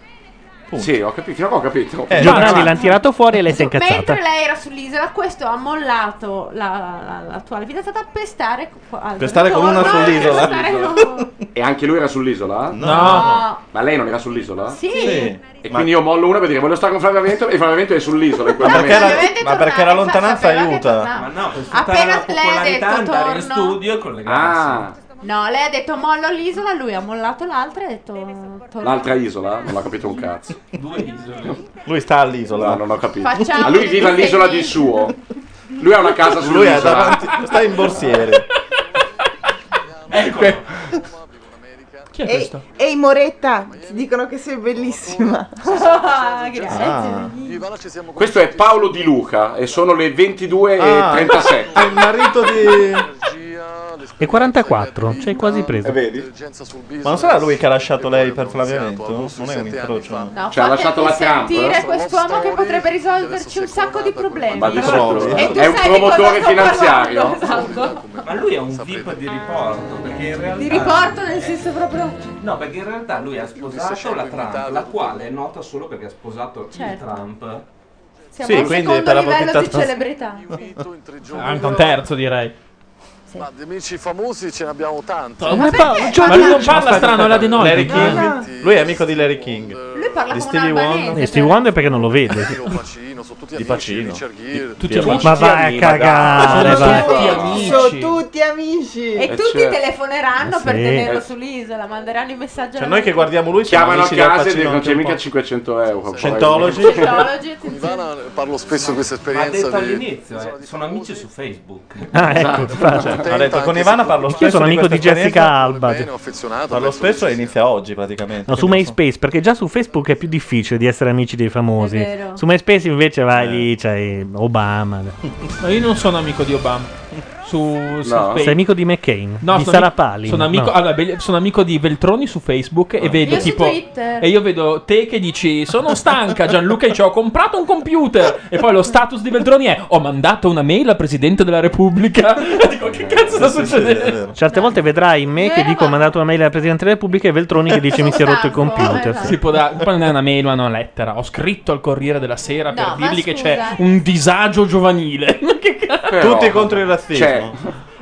S4: Sì, ho capito, fino a qua ho capito.
S1: I giornali l'hanno tirato fuori e lei si è incazzata.
S10: Mentre lei era sull'isola, questo ha mollato la- la- l'attuale fidanzata per stare, co- al
S4: Per stare con
S10: ritorno
S4: una
S10: e
S4: sull'isola.
S10: stare con-
S4: E anche lui era sull'isola?
S10: No.
S4: Ma lei non era sull'isola?
S10: Sì. Sì.
S4: E quindi io mollo una per dire voglio stare con Flavia Vento e Flavia Vento è sull'isola. in quel
S5: Ma perché,
S4: momento.
S5: la, ma perché la lontananza aiuta?
S8: Ma no, per sfruttare
S10: Appena
S8: la
S10: lei ha detto
S8: popolarità andare in
S10: torno.
S8: studio e
S4: Ah.
S8: collegarsi.
S10: No, lei ha detto mollo l'isola, lui ha mollato l'altra e ha detto torno.
S4: L'altra isola? Non ho capito un cazzo.
S8: Due isole.
S4: Lui sta all'isola. No, non ho capito.
S10: Facciamo
S4: Ma lui
S10: delle
S4: vive all'isola di
S10: differenze.
S4: suo. Lui ha una casa sull'isola.
S5: Lui è davanti, sta in borsiere.
S8: Ecco.
S2: Chi è
S14: Ehi-
S2: questo?
S14: Ehi Moretta, ti dicono che sei bellissima.
S4: Ah. Questo è Paolo Di Luca e sono le 22
S5: Ah.
S4: e 37.
S5: È il marito di...
S1: E 44, c'hai quasi
S4: Eh,
S1: preso.
S5: Ma non sarà lui che ha lasciato lei per Flavia Vento? Non è un cioè, incrocio.
S4: Cioè,
S10: No, fatemi sentire quest'uomo che potrebbe risolverci un sacco di problemi.
S4: eh? Ma di
S10: Allora-
S4: sicuro.
S10: E tu
S4: È un
S10: sai di cosa
S4: promotore
S10: sto
S4: finanziario.
S10: parlando, esatto.
S8: Ma lui è un VIP di riporto, perché in realtà...
S10: Di riporto nel senso proprio
S8: No, perché in realtà lui ha sposato la Trump, la quale è nota solo perché ha sposato
S10: Certo.
S8: il Trump.
S10: siamo al secondo livello di celebrità.
S2: Anche un terzo, direi.
S22: Ma di amici famosi ce ne abbiamo tanti.
S2: Ma Ma perché? parla- cioè, ma lui non parla strano, è la De Noldi.
S5: Larry King.
S3: Ah,
S10: No, no.
S5: Lui è amico di Larry King.
S10: Lui parla
S5: Di
S10: come un
S5: Stevie Wonder.
S1: E Steve Wonder perché non lo vede.
S5: Di Pacino.
S1: Tutti amici. Ma vai a cagare,
S14: Sono
S1: vai.
S14: tutti
S1: amici.
S14: Sono tutti amici.
S10: E
S5: Eh,
S10: tutti
S5: certo.
S10: telefoneranno per
S5: Sì.
S10: tenerlo
S5: Eh.
S10: sull'isola, manderanno i messaggi
S5: Cioè
S10: alla
S5: noi che guardiamo lui siamo
S4: Chiamano a
S5: amici del
S4: casa e
S5: Pacino
S4: non
S5: anche
S4: c'è
S5: un
S4: mica
S5: po'.
S4: 500 euro.
S5: Scientology?
S10: Scientology,
S22: Con Ivana parlo spesso di questa
S8: Ma ha
S22: esperienza
S8: detto
S22: di... esatto.
S8: all'inizio, eh, sono amici su Facebook.
S1: Ah, ecco, faccio.
S5: Ha detto con Ivana parlo spesso.
S1: Io sono amico di
S5: questa
S1: Jessica
S5: esperienza.
S1: Alba.
S5: Parlo spesso e inizia oggi praticamente.
S1: No, su MySpace, perché già su Facebook è più difficile di essere amici dei famosi.
S2: È vero.
S1: Su MySpace invece
S5: Eh.
S1: vai lì, c'hai Obama.
S2: No, io non sono amico di Obama. Su, su Facebook.
S1: Sei amico di McCain,
S2: No,
S1: di
S2: sono
S1: Sara
S2: amico-
S1: Palin.
S2: Sono amico,
S1: no.
S2: allora, be- sono amico di Veltroni su Facebook
S3: Ah.
S2: e vedo
S10: Io su
S2: tipo.
S10: Twitter.
S2: E io vedo te che dici: Sono stanca, Gianluca, e ci ho comprato un computer. E poi lo status di Veltroni è: Ho mandato una mail al presidente della Repubblica. E dico: Che cazzo sta succedendo?
S1: Certe volte vedrai me che dico ho mandato una mail al Presidente della Repubblica e Veltroni che dice mi si è rotto il computer.
S2: Si può da- poi non è una mail, ma è una lettera. Ho scritto al Corriere della Sera per
S10: ma
S2: dirgli che c'è
S10: scusa.
S2: un disagio giovanile.
S5: Tutti contro il razzismo.
S4: Cioè,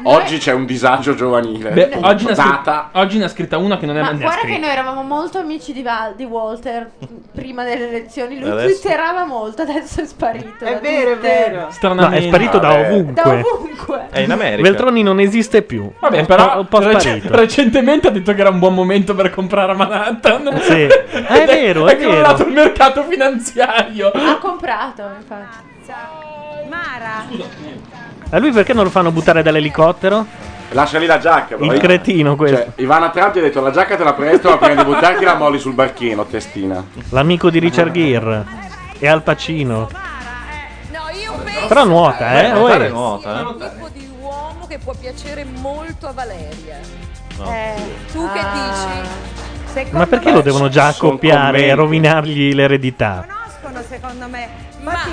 S4: oggi c'è un disagio giovanile.
S2: Beh, oggi, ne ha
S4: Data.
S2: scritta, oggi ne ha scritta una che non è
S10: Ma
S2: mai ne ha
S10: guarda che
S2: scritta.
S10: noi eravamo molto amici di, Val- di Walter prima delle elezioni, lui
S2: Adesso?
S10: twitterava molto, adesso è sparito.
S14: È
S10: da
S14: vero, è
S10: Twitter.
S14: vero.
S1: No, è sparito da
S2: Vabbè.
S10: Da
S1: ovunque.
S10: ovunque.
S5: È in America.
S1: Veltroni non esiste più.
S2: Vabbè, però
S1: È un po'
S2: rec-
S1: sparito.
S2: recentemente ha detto che era un buon momento per comprare a Manhattan.
S1: Sì. È vero,
S2: è
S1: è
S2: crollato
S1: vero.
S2: il mercato finanziario.
S4: Ah.
S10: Ha comprato, infatti.
S24: Mara,
S1: A lui perché non lo fanno buttare dall'elicottero?
S4: Lascia lì la giacca. però.
S1: Il cretino questo.
S4: Cioè, Ivana Trump gli ha detto la giacca te la presto, ma prima di buttarti la molli sul barchino, testina.
S1: L'amico di Richard Gere e Al Pacino.
S13: No, io
S1: Però nuota, eh?
S5: Beh, nuotare
S1: Uè.
S5: nuota, eh.
S13: tipo di uomo che può piacere molto a Valeria.
S1: no.
S10: Eh.
S24: tu che dici? Secondo
S1: Ma perché
S24: me-
S1: lo devono già
S9: Sono
S1: accoppiare e
S9: commenti.
S1: rovinargli l'eredità?
S24: conoscono, secondo me. Infatti,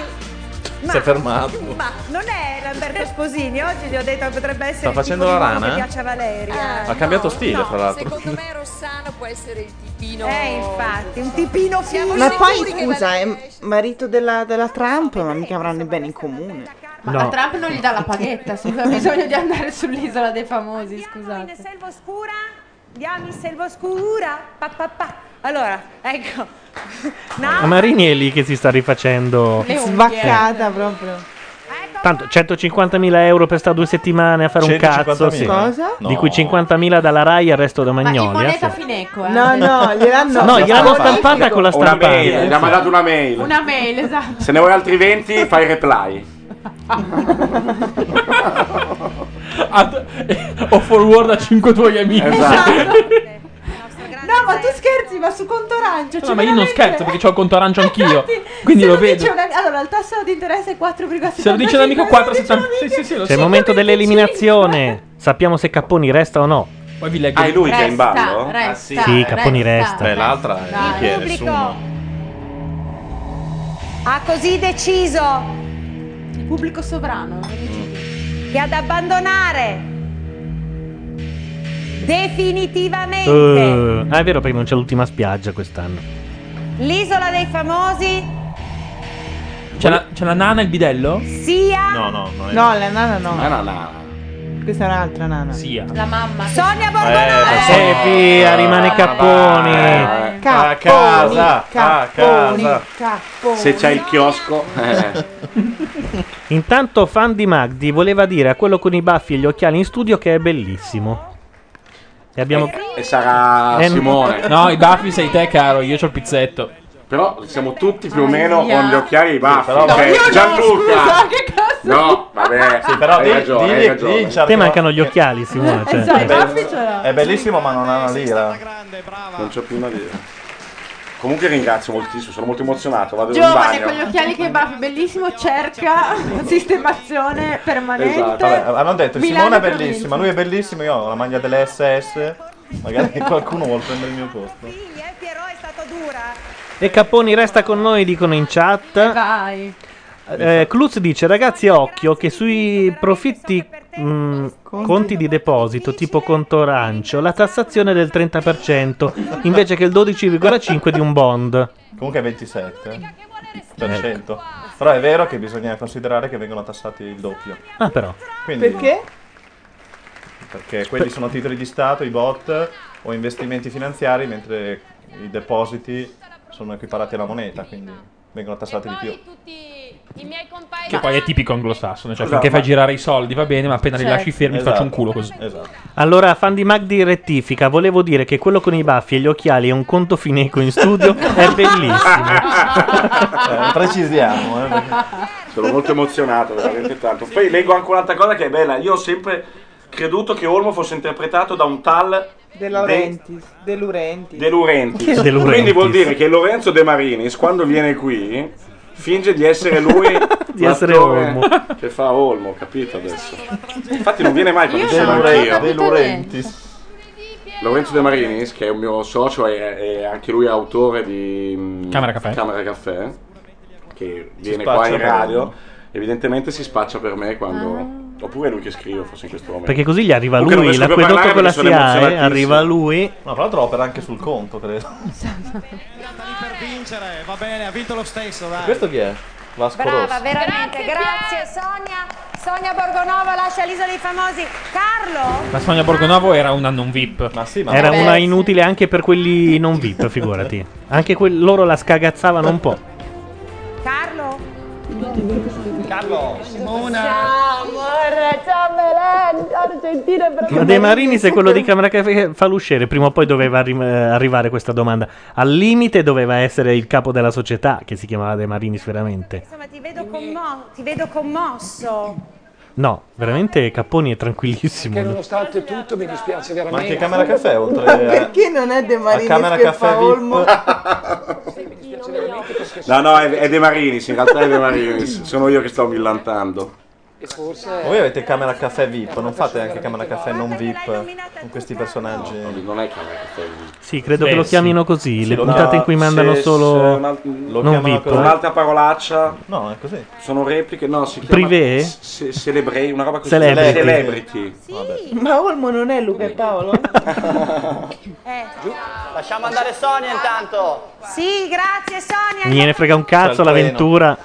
S5: Si è fermato.
S24: ma non è Lamberto Sposini, oggi gli ho detto che potrebbe essere
S5: Sta
S24: il tipo
S5: facendo
S24: di
S5: la
S24: uomo
S5: rana,
S24: che
S5: eh?
S24: piace a Valeria.
S5: Ha cambiato stile, fra l'altro.
S24: Ah, Secondo me Rossano può essere il tipino. Eh, infatti, un tipino figo.
S14: Ma poi scusa, è marito della, della Trump, ma mica avranno i beni in comune.
S10: Ma a Trump non gli dà la paghetta, se ha bisogno di andare sull'isola dei famosi, scusate.
S24: Selva oscura, diamo in selva oscura. Pa, pa, pa. Allora, ecco.
S1: Ma Marini è lì che si sta rifacendo.
S10: eh.
S14: Svaccata proprio.
S1: Tanto 150.000 euro per sta due settimane a fare un cazzo.
S14: 150.000? Cosa?
S1: Di
S14: No.
S1: cui 50.000 dalla Rai e il resto da Magnolia.
S10: Moneta Fineco, eh.
S14: No, no, gliel'hanno-
S1: No, gliel'hanno
S4: Stampata.
S1: stampata con la
S4: Una
S1: stampante.
S4: mail, gli ha mandato una mail.
S10: Una mail, esatto.
S4: Se ne vuoi altri 20, fai reply.
S2: o forward a 5 tuoi amici.
S4: Esatto.
S10: No, ma tu scherzi, ma su conto arancio
S2: No, ma io non scherzo perché ho il conto arancio anch'io. Quindi
S10: Quindi
S2: lo vedo.
S10: Allora, il tasso di interesse è 4,75.
S2: Se lo dice un amico 470. Sì, sì, sì, lo
S1: C'è il
S2: so.
S1: momento dell'eliminazione. Sappiamo se Capponi resta o no.
S2: Poi vi leggo.
S4: Ah, è lui che è in
S10: Resta,
S4: ballo?
S10: resta,
S4: ah, sì.
S1: Sì, Capponi resta.
S5: Beh, l'altra è
S24: Dai,
S5: chi è?
S24: pubblico.
S5: Nessuno.
S24: Ha così deciso
S10: Il pubblico sovrano.
S24: che ad abbandonare definitivamente
S1: Eh, ah, è vero perché non c'è l'ultima spiaggia quest'anno.
S24: l'isola dei famosi
S2: C'è la, c'è la nana e il bidello?
S24: sia
S5: no,
S14: No, la nana no.
S5: No, no, no.
S14: Questa è un'altra nana.
S2: Sia.
S24: la mamma
S10: Eh,
S24: Sonia Borgo
S1: E Eh, via,
S4: Ah,
S1: rimane Capponi. eh,
S14: Capponi,
S4: a casa, a
S14: Capponi,
S4: casa.
S14: Capponi.
S4: Se c'è il chiosco, eh.
S1: Intanto fan di Magdi voleva dire a quello con i baffi e gli occhiali in studio che è bellissimo. E abbiamo
S4: e sarà
S1: Eh,
S4: Ah, Simone.
S2: No, i baffi sei te, caro. Io ho il pizzetto.
S4: Però siamo tutti più o meno con gli occhiali e i baffi.
S2: però-
S4: cioè,
S2: No, io no,
S4: Gianluca.
S2: scusa,
S10: che cazzo?
S4: No, vabbè.
S5: Sì, però
S4: hai
S5: di-
S4: ragione,
S5: digli-
S4: hai ragione.
S5: digli in certo
S1: Te mancano gli occhiali, Simone. cioè.
S5: Esatto, i baffi
S10: ce l'ha.
S5: È bellissimo, ma non ha una lira.
S4: Non c'ho più una lira. Comunque ringrazio moltissimo, sono molto emozionato, vado in
S10: Giovane con gli
S4: bagno.
S10: occhiali che baffi, bellissimo, cerca sistemazione permanente.
S5: Esatto, Vabbè, avevano detto
S10: Milano
S5: Simone è
S10: provincia.
S5: bellissima, lui è bellissimo, io ho la maglia delle SS. Magari qualcuno vuol prendere il mio posto.
S14: eh.
S1: E Capponi resta con noi, dicono in chat.
S10: Vai.
S1: Eh, Cluz dice: Ragazzi, occhio che sui profitti. mh, conti di deposito tipo conto rancio la tassazione è del 30% invece che il 12,5% di un bond
S5: Comunque è 27 per cento. Però è vero che bisogna considerare che vengono tassati il doppio.
S1: ah però
S5: Quindi-
S14: Perché?
S5: Perché quelli sono titoli di Stato, i bot o investimenti finanziari, mentre i depositi sono equiparati alla moneta, quindi vengono tassati di più.
S2: Che poi è tipico anglosassone. Cioè,
S5: Esatto.
S2: finché fai girare i soldi va bene, ma appena li
S14: Cioè,
S5: Certo.
S2: lasci fermi ti faccio un culo così.
S4: Esatto.
S1: Allora, fan di Magdi rettifica, volevo dire che quello con i baffi e gli occhiali e un conto fineco in studio è bellissimo.
S5: precisiamo,
S4: Sono molto emozionato, veramente tanto. Poi leggo anche un'altra cosa che è bella. Io ho sempre creduto che Olmo fosse interpretato da un tal
S14: De Laurentiis, De Laurenti.
S4: De
S1: Chi
S4: Laurentiis.
S1: è De Laurentiis?
S4: Quindi vuol dire che Lorenzo De Marinis, quando viene qui, finge di essere lui.
S1: Di essere
S4: l'attore
S1: Olmo.
S4: Che fa Olmo, capito adesso? Infatti non viene mai quando
S5: Io
S4: ci sono
S5: non ho
S4: anch'io.
S5: capito De Laurentiis.
S4: Lorenzo De Marinis, che è un mio socio e e anche lui è autore di mm,
S2: Camera Caffè.
S4: Camera Caffè, che
S5: Si
S4: viene
S5: spaccia
S4: qua in
S5: per
S4: radio,
S5: Olmo.
S4: evidentemente si spaccia per me quando...
S5: Ah.
S4: Oppure è lui che scrive forse in questo momento.
S1: Perché così gli arriva
S4: Comunque non
S1: lui,
S4: riesco più a
S1: l'acquedotto
S4: parlare
S1: con la
S4: perché sono
S1: SIAE,
S4: emozionatissimo.
S1: arriva lui.
S5: No, tra l'altro opera anche sul conto, credo.
S16: per vincere, va bene, ha vinto lo stesso, dai.
S5: Questo chi è? Vasco
S24: brava
S5: Rossi.
S24: veramente grazie, Sonia Sonia Borgonova lascia l'isola dei famosi Carlo
S2: Ma Sonia Borgonovo era una non VIP.
S5: Ma sì,
S1: Era una inutile anche per quelli non VIP, figurati. Anche que- loro la scagazzavano un po'.
S16: Carlo, Simona.
S17: Ciao amore, ciao Belen, ciao Argentina e Brasile.
S1: Ma De Marini, se quello di Camera Caffè fa l'usciere, prima o poi doveva arri- eh, arrivare questa domanda. Al limite doveva essere il capo della società, che si chiamava De Marini veramente.
S24: insomma ti vedo, commo- ti vedo commosso
S1: No, veramente Capponi è tranquillissimo.
S16: nonostante tutto mi dispiace veramente.
S5: anche Camera Caffè, oltre
S14: Ma perché non è De
S5: a
S14: Marinis
S5: Camera
S14: che
S5: Caffè
S14: fa Olmo?
S4: Cioè, No, no, è, è De Marinis, in realtà è De Marinis. Sono io che sto millantando.
S19: E forse...
S5: Voi avete camera caffè VIP, non fate anche camera caffè non VIP con questi personaggi?
S4: Non è camera caffè VIP.
S1: Sì, credo
S5: Beh,
S1: che lo
S5: sì.
S1: chiamino così.
S5: Sì,
S1: le
S5: lo-
S1: puntate
S5: no,
S1: in cui mandano
S4: se- se
S1: solo.
S4: un'al- lo
S1: non
S4: chiamano
S1: VIP.
S4: con un'altra parolaccia.
S5: No, è così.
S4: Sono repliche, no, si chiama
S1: Privé?
S4: se- celebre- una roba così.
S1: Celebrity.
S4: Celebrity.
S26: Ma Olmo non è Luca e Paolo?
S3: Eh.
S19: Lasciamo andare Sonia intanto.
S24: Sì, grazie Sonia.
S1: Gliene frega un cazzo l'avventura.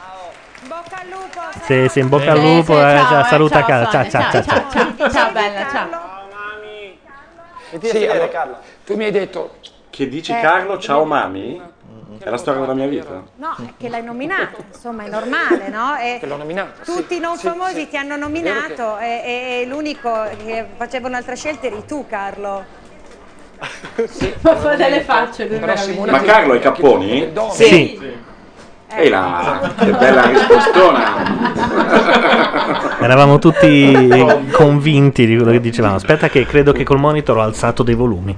S1: Se, se in bocca al
S27: Sì,
S1: lupo,
S27: sì,
S1: eh,
S27: ciao,
S1: già,
S27: eh,
S1: saluta
S27: ciao,
S1: a casa.
S27: Sonia,
S1: Ciao, ciao, ciao. ciao.
S27: ciao.
S10: Ciao bella, ciao.
S4: Sì, allora,
S19: Carlo. Tu mi hai detto...
S4: Che dici
S24: Eh.
S4: Carlo, ciao mami? È la storia della mia vita.
S24: No, è che l'hai nominato, insomma è normale, no? E
S10: Eh,
S19: Che l'ho nominato.
S24: tutti i non famosi ti hanno nominato e, e- e l'unico che faceva un'altra scelta eri tu Carlo.
S10: Fa delle facce, lui meraviglioso.
S4: Ma Carlo hai Capponi?
S10: Sì.
S4: E là, che bella rispostona.
S1: Eravamo tutti convinti di quello che dicevamo. Aspetta, che credo che col monitor ho alzato dei volumi.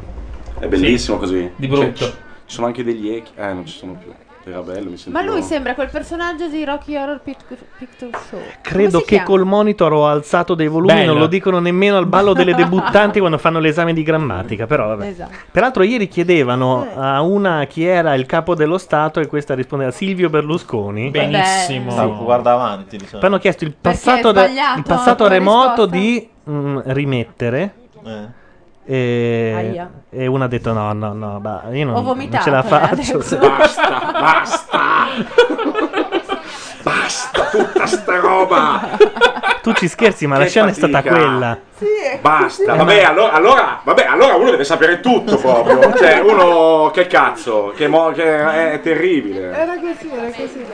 S4: È bellissimo così.
S1: Di brutto.
S4: Cioè, ci- ci sono anche degli echi. Eh, non ci sono più. Era bello, mi sentivo.
S10: Ma lui sembra quel personaggio di Rocky Horror Pict- Picture Show.
S1: Credo che col monitor ho alzato dei volumi.
S2: Bello.
S1: Non lo dicono nemmeno al ballo delle debuttanti quando fanno l'esame di grammatica. Però vabbè.
S5: Esatto.
S3: Esatto.
S1: Peraltro, ieri
S5: Eh.
S1: chiedevano a una chi era il capo dello Stato e questa rispondeva Silvio Berlusconi.
S5: Benissimo. Sì, guarda avanti, diciamo.
S1: Poi hanno chiesto il
S5: Perché
S1: passato,
S5: è
S1: da-
S5: sbagliato
S1: il passato
S5: la tua
S1: remoto
S5: risposta? Eh.
S1: di mm, rimettere. E,
S10: Aia.
S1: e uno ha detto: No, no, no, bah, io non,
S10: Ho
S1: non
S10: vomitato,
S1: ce la
S10: eh,
S1: faccio.
S10: adesso. Basta,
S4: basta. Basta tutta sta roba.
S1: Tu ci scherzi, ma la
S4: Che
S1: scena è stata
S4: fatica.
S1: quella. Eh,
S4: Basta. Vabbè, allo- allora, vabbè, allora uno deve sapere tutto proprio. Cioè, uno che cazzo, che, mo- che è terribile.
S14: Era così, era così.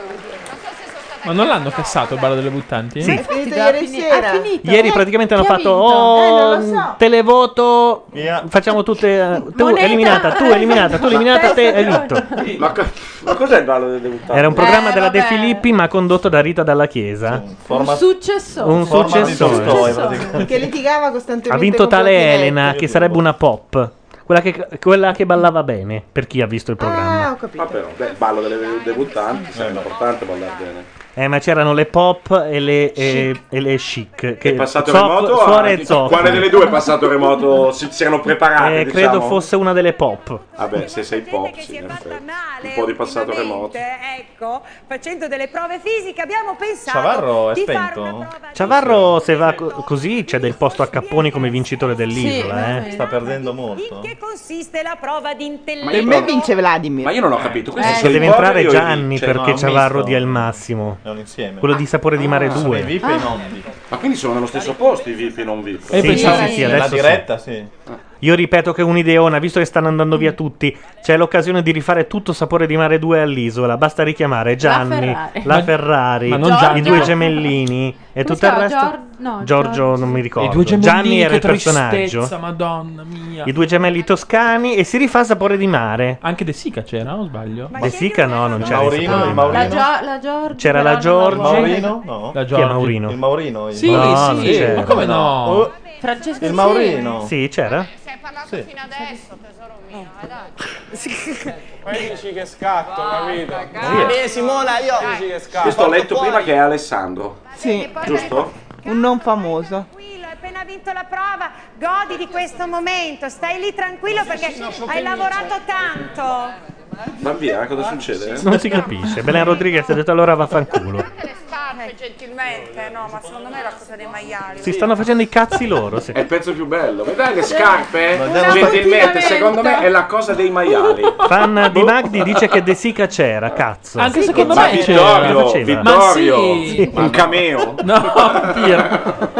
S2: Ma non l'hanno cassato il ballo delle buttanti?
S1: Sì.
S14: È finito ieri sera.
S3: eh,
S1: Ieri praticamente hanno
S14: chi ha
S1: fatto
S14: vinto?
S1: oh,
S14: Eh, non lo so.
S1: televoto. Facciamo tutte. eh, Tu
S14: Moneta.
S1: eliminata, tu eliminata, tu eliminata, te hai vinto.
S4: Ma, co- ma cos'è il ballo del debuttante?
S14: Eh,
S1: Era un programma della De Filippi, ma condotto da Rita Dalla Chiesa.
S14: Un successore.
S1: Un successore.
S14: Che litigava costantemente.
S1: Ha vinto
S14: con
S1: tale
S14: Bottinetti.
S1: Elena, che sarebbe una pop. Quella che, quella che ballava bene, per chi ha visto il programma.
S14: Ah, ho capito.
S4: Vabbè, vabbè, il ballo delle debuttanti, sai, è importante ballare bene.
S1: Eh, ma c'erano le pop e le, e, e le chic. Che
S4: È passato
S1: Zoc-
S4: remoto?
S1: Suore
S4: ah,
S1: e Zoc.
S4: Quale delle due è passato remoto? Si, si erano preparate,
S1: Eh,
S4: diciamo.
S1: credo fosse una delle pop.
S4: Vabbè, se sei pop, sì, in effetti. Un po' di passato remoto.
S24: Ecco, facendo delle prove fisiche abbiamo pensato
S1: Chavarro
S24: di fare
S1: Ciavarro, se va co- così, c'è del posto a Capponi come vincitore dell'isola. eh.
S24: veramente.
S1: Sta perdendo molto.
S24: che consiste la prova di intelligenza.
S14: Per me vince Vladimir.
S4: Ma io non ho capito. Questi
S14: Eh,
S4: sono
S1: deve
S4: i poveri
S1: entrare
S4: o i
S1: Gianni
S4: ricchi?
S1: perché
S4: no,
S1: Ciavarro
S4: misto.
S1: dia il massimo.
S5: È un insieme.
S1: Quello di sapore di mare
S4: Ah, sono
S1: 2.
S4: i VIP e i non VIP. Ma quindi sono nello stesso posto i VIP e i non VIP?
S1: Sì, sì, sì, sì, adesso sì. Io ripeto che è un'ideona, visto che stanno andando via tutti, c'è l'occasione di rifare tutto Sapore di Mare 2 all'isola. Basta richiamare Gianni, la
S10: Ferrari.
S1: Ferrari,
S10: Ma- ma non
S1: i
S10: Gianni.
S1: due gemellini e tutto il resto.
S10: no,
S1: Giorgio non mi
S2: I
S1: ricordo.
S2: due gemellini,
S1: Gianni era
S2: che
S1: il
S2: tristezza,
S1: personaggio.
S2: madonna mia.
S1: I due gemelli toscani e si rifà sapore di mare.
S2: Anche De Sica c'era, o sbaglio?
S1: De Sica no, non c'era.
S5: Maurino,
S1: Sapore di
S5: il
S1: Mare.
S10: La, Gio- la Giorgio.
S1: C'era la Giorgi.
S5: Maurino? No.
S1: La Chi è Maurino?
S5: Il Maurino. il-
S1: Sì, No, sì, non c'era. ma come no?
S5: Oh,
S10: Francesco
S5: il Maurino.
S1: Sì, c'era?
S3: Fino adesso, tesoro mio, eh, dai.
S11: Poi dici che scatto, capito?
S4: cazzo.
S11: Vieni Simona, io dici che scatto.
S4: Questo ho letto prima che è Alessandro.
S14: Sì.
S4: Giusto?
S14: Un non famoso.
S24: appena vinto la prova, godi di questo momento, stai lì tranquillo perché hai lavorato tanto.
S4: Va via, cosa succede? eh?
S1: Non si capisce. Belen Rodriguez ha detto allora vaffanculo.
S3: Le
S24: Eh.
S3: scarpe, gentilmente, no, ma secondo me è la cosa dei maiali.
S1: Si stanno facendo i cazzi loro. sì.
S4: È il pezzo più bello. Ma dai, le scarpe? eh?
S1: Ma dai, ma-
S4: Gentilmente, secondo me è la cosa dei maiali.
S1: Fan di Magdi dice che De Sica c'era, cazzo.
S2: Anche secondo
S4: Boh. Ma
S2: me c'era.
S4: Vittorio,
S1: Faceva.
S4: Vittorio,
S1: Ma sì.
S4: un cameo.
S2: No,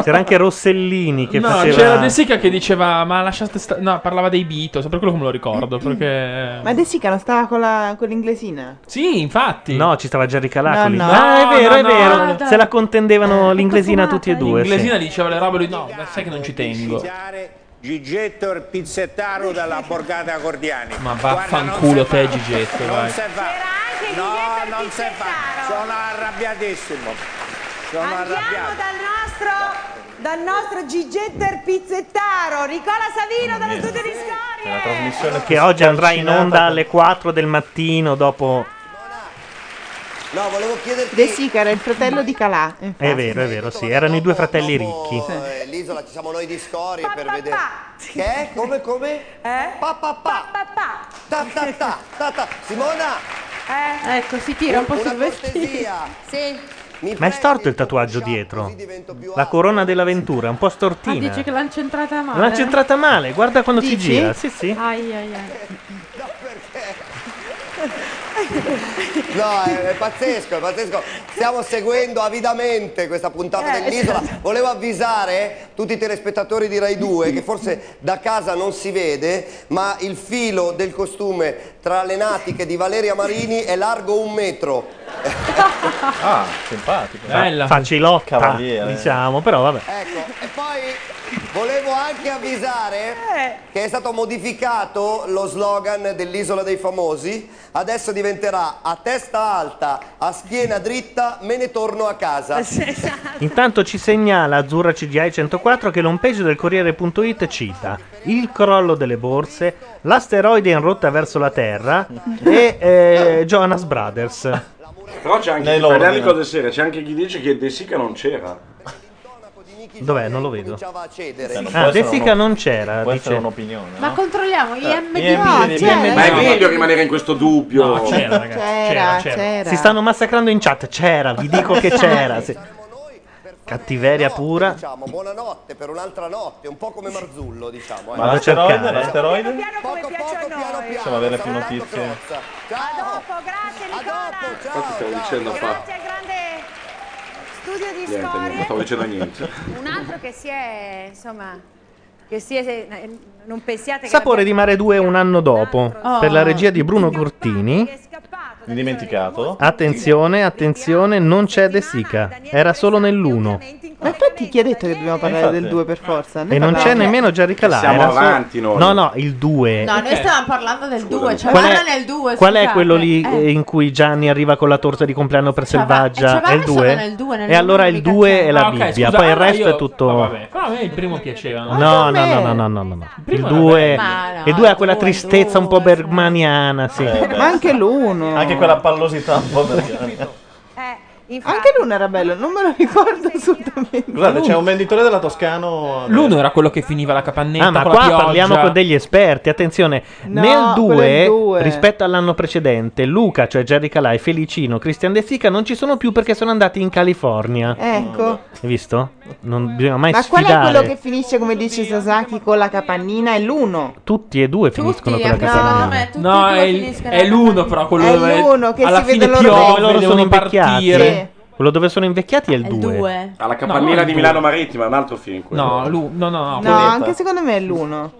S1: C'era anche Rossellini che
S2: no,
S1: faceva.
S2: c'era De Sica che diceva, ma lasciate stare... No, parlava dei Beatles, per quello che me lo
S1: Mm.
S2: ricordo, perché...
S14: Ma De Sica non stava con, la, con l'inglesina?
S2: Sì, infatti.
S1: No, ci stava Jerry Calacoli.
S14: No, no.
S1: ah, è vero,
S2: No,
S1: è
S2: no,
S1: vero.
S2: no, no.
S1: Se la contendevano l'inglesina tutti e due.
S2: L'inglesina
S1: sì.
S2: diceva le robe, lui no, ma sai che non ci tengo.
S11: Gigetto il pizzettaro dalla borgata Cordiani.
S2: Ma vaffanculo te Gigetto,
S11: Non
S2: vai.
S11: se va. no, non se fa. Sono arrabbiatissimo.
S4: Ah,
S11: Sono
S24: Andiamo
S11: arrabbiato.
S24: dal nostro dal nostro Gigetter Pizzettaro, Nicola Savino dallo studio di Scoria.
S5: È la trasmissione
S1: Che oggi andrà in onda alle 4 del mattino dopo
S9: No, volevo chiederti.
S14: De Sica era il fratello di Calà. infatti.
S1: È vero, è vero, Ah, sì. Erano i due fratelli ricchi.
S9: eh, L'isola ci siamo noi di Scorie per vedere. Che? Come come? Eh? Pa pa pa. Pa pa. Ta ta ta. ta, ta. Simona!
S10: Ecco, si tira un po' sul vestito.
S9: Eh? Sì. Mi
S1: Ma è storto il tatuaggio dietro. La corona dell'avventura, un po'
S10: Ah, dice
S1: stortina.
S10: che l'hanno centrata male.
S1: L'ha centrata male, guarda quando si
S10: Dici?
S1: gira. Sì, sì.
S10: Ai, ai, ai.
S9: No, è, è pazzesco, è pazzesco. Stiamo seguendo avidamente questa puntata
S17: Eh,
S9: dell'isola. Volevo avvisare tutti i telespettatori di Rai 2 che forse da casa non si vede, ma il filo del costume tra le natiche di Valeria Marini è largo un metro.
S5: Ah, simpatico.
S1: Bella. Facilotta,
S5: Cavaliere.
S1: diciamo, però vabbè.
S9: Ecco, e poi volevo anche avvisare che è stato modificato lo slogan dell'isola dei famosi. Adesso diventerà a testa alta, a schiena dritta, me ne torno a casa.
S1: Intanto ci segnala Azzurra CGI 104 che l'homepage del Corriere.it cita il crollo delle borse, l'asteroide in rotta verso la Terra e eh, Jonas Brothers.
S4: Però c'è anche
S1: Nell'ordine.
S4: parliamo
S14: eh.
S4: di cose serie, c'è anche chi dice che De Sica non c'era.
S1: Dov'è? Non lo vedo.
S9: a cedere.
S1: Ah, De Sica non c'era.
S5: può essere
S1: un'opinione.
S10: Ma controlliamo IMD. cioè, eh.
S4: Ma è meglio rimanere in questo dubbio.
S1: No, c'era, ragazzi.
S10: C'era, c'era.
S1: Si stanno massacrando in chat. C'era, vi dico che c'era. sì. Cattiveria pura.
S9: Diciamo, buonanotte per un'altra notte, un po' come Marzullo, diciamo. eh.
S1: Vado a cercare.
S5: L'asteroide?
S9: Poco poco, piano piano.
S5: Possiamo avere più notizie.
S4: Infatti stavo dicendo a fa.
S24: Studio di
S4: Niente, niente, non stavo
S24: storie.
S4: dicendo niente.
S24: Un altro che si è, insomma, che si è, eh, non pensiate che
S1: Sapore di Mare 2 un anno dopo,
S24: Oh.
S1: per la regia di Bruno Cortini.
S5: Dimenticato.
S1: Attenzione, attenzione, non c'è De Sica. Era solo nell'1.
S14: Ma infatti chi ha detto che dobbiamo parlare
S1: Infatti.
S14: del 2 per forza? Noi
S1: E non c'è
S14: parlavamo-
S1: nemmeno Jerry Calà.
S4: Siamo
S1: era solo-
S4: avanti noi.
S1: No, no, il 2.
S10: No, noi stavamo parlando del 2, cioè
S1: Qual è-
S10: parla nel 2.
S1: Qual è quello lì eh, in cui Gianni arriva con la torta di compleanno per Selvaggia?
S10: Cioè,
S1: È il
S10: sono
S1: 2?
S10: nel due, nel
S1: E allora
S10: uno
S1: il
S10: mica
S1: 2
S10: c'è.
S1: è la
S10: Ah, ok,
S1: Bibbia,
S10: scusa,
S1: poi il
S10: allora
S1: resto
S10: io-
S1: è tutto...
S10: Ah,
S2: Vabbè, però a me il primo piaceva.
S1: No, no, no, no, no, no, no, no. Il
S2: primo era
S1: 2
S2: bello.
S10: Ma
S1: il 2 ha quella tristezza un po' bergmaniana,
S10: Eh,
S1: sì.
S14: Ma anche l'uno.
S5: Anche quella pallosità un po' perché.
S14: Anche l'uno era bello, non me lo ricordo assolutamente.
S5: Scusate, c'è un venditore della Toscano.
S2: L'uno era quello che finiva la capannetta
S1: Ah, ma
S2: con
S1: qua
S2: la pioggia.
S1: parliamo con degli esperti. Attenzione,
S2: No,
S1: nel
S2: quello è il
S1: 2,
S2: due.
S1: rispetto all'anno precedente, Luca, cioè Jerry Calà e Felicino, Christian De Sica non ci sono più perché sono andati in California.
S14: Ecco.
S1: Hai visto? Non bisogna mai
S14: Ma qual è
S1: sfidare.
S14: quello che finisce come dice Sasaki con la capannina? È l'uno.
S1: Tutti e due finiscono con la
S14: no,
S1: Catalina.
S14: ma
S2: No, è, il- è l'uno però quello
S14: È
S2: dove
S14: l'uno che
S2: alla
S14: si
S2: fine
S14: vede loro
S2: piove,
S1: Dove loro sono
S2: devono
S1: invecchiati.
S2: partire.
S1: Quello dove sono invecchiati è il 2.
S4: Alla capannina di Milano Marittima, un altro film quello.
S2: No, lui, no, no,
S14: No, anche secondo me è l'uno.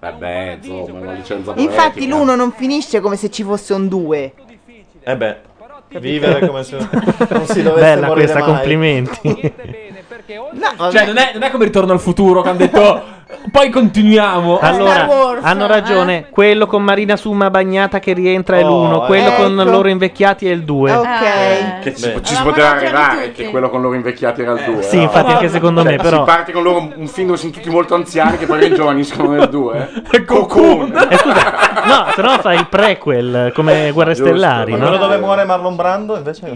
S4: Vabbè, insomma, una licenza
S14: Infatti
S4: poetica.
S14: l'uno non finisce come se ci fosse un due.
S5: Eh beh, vivere come se non si dovesse
S1: Bella
S5: morire
S1: questa,
S5: mai.
S1: complimenti.
S2: cioè, non è, non è come ritorno al futuro che hanno detto poi continuiamo.
S1: Allora, hanno ragione. Quello con Marina Summa bagnata che rientra è
S2: Oh,
S1: l'uno. Quello con
S4: ecco.
S1: loro invecchiati è il Eh. 2.
S4: Eh, Che ci, ci si poteva arrivare che quello con loro invecchiati era il 2.
S1: Eh, Sì, infatti anche secondo me, però.
S4: Si parte con loro un- un film dove sono tutti molto anziani che poi ringiovaniscono nel eh. 2. Cocoon!
S1: No, se no fai il prequel eh, come Guerre
S4: Giusto,
S1: Stellari,
S5: Ma
S1: no?
S5: quello dove muore Marlon Brando invece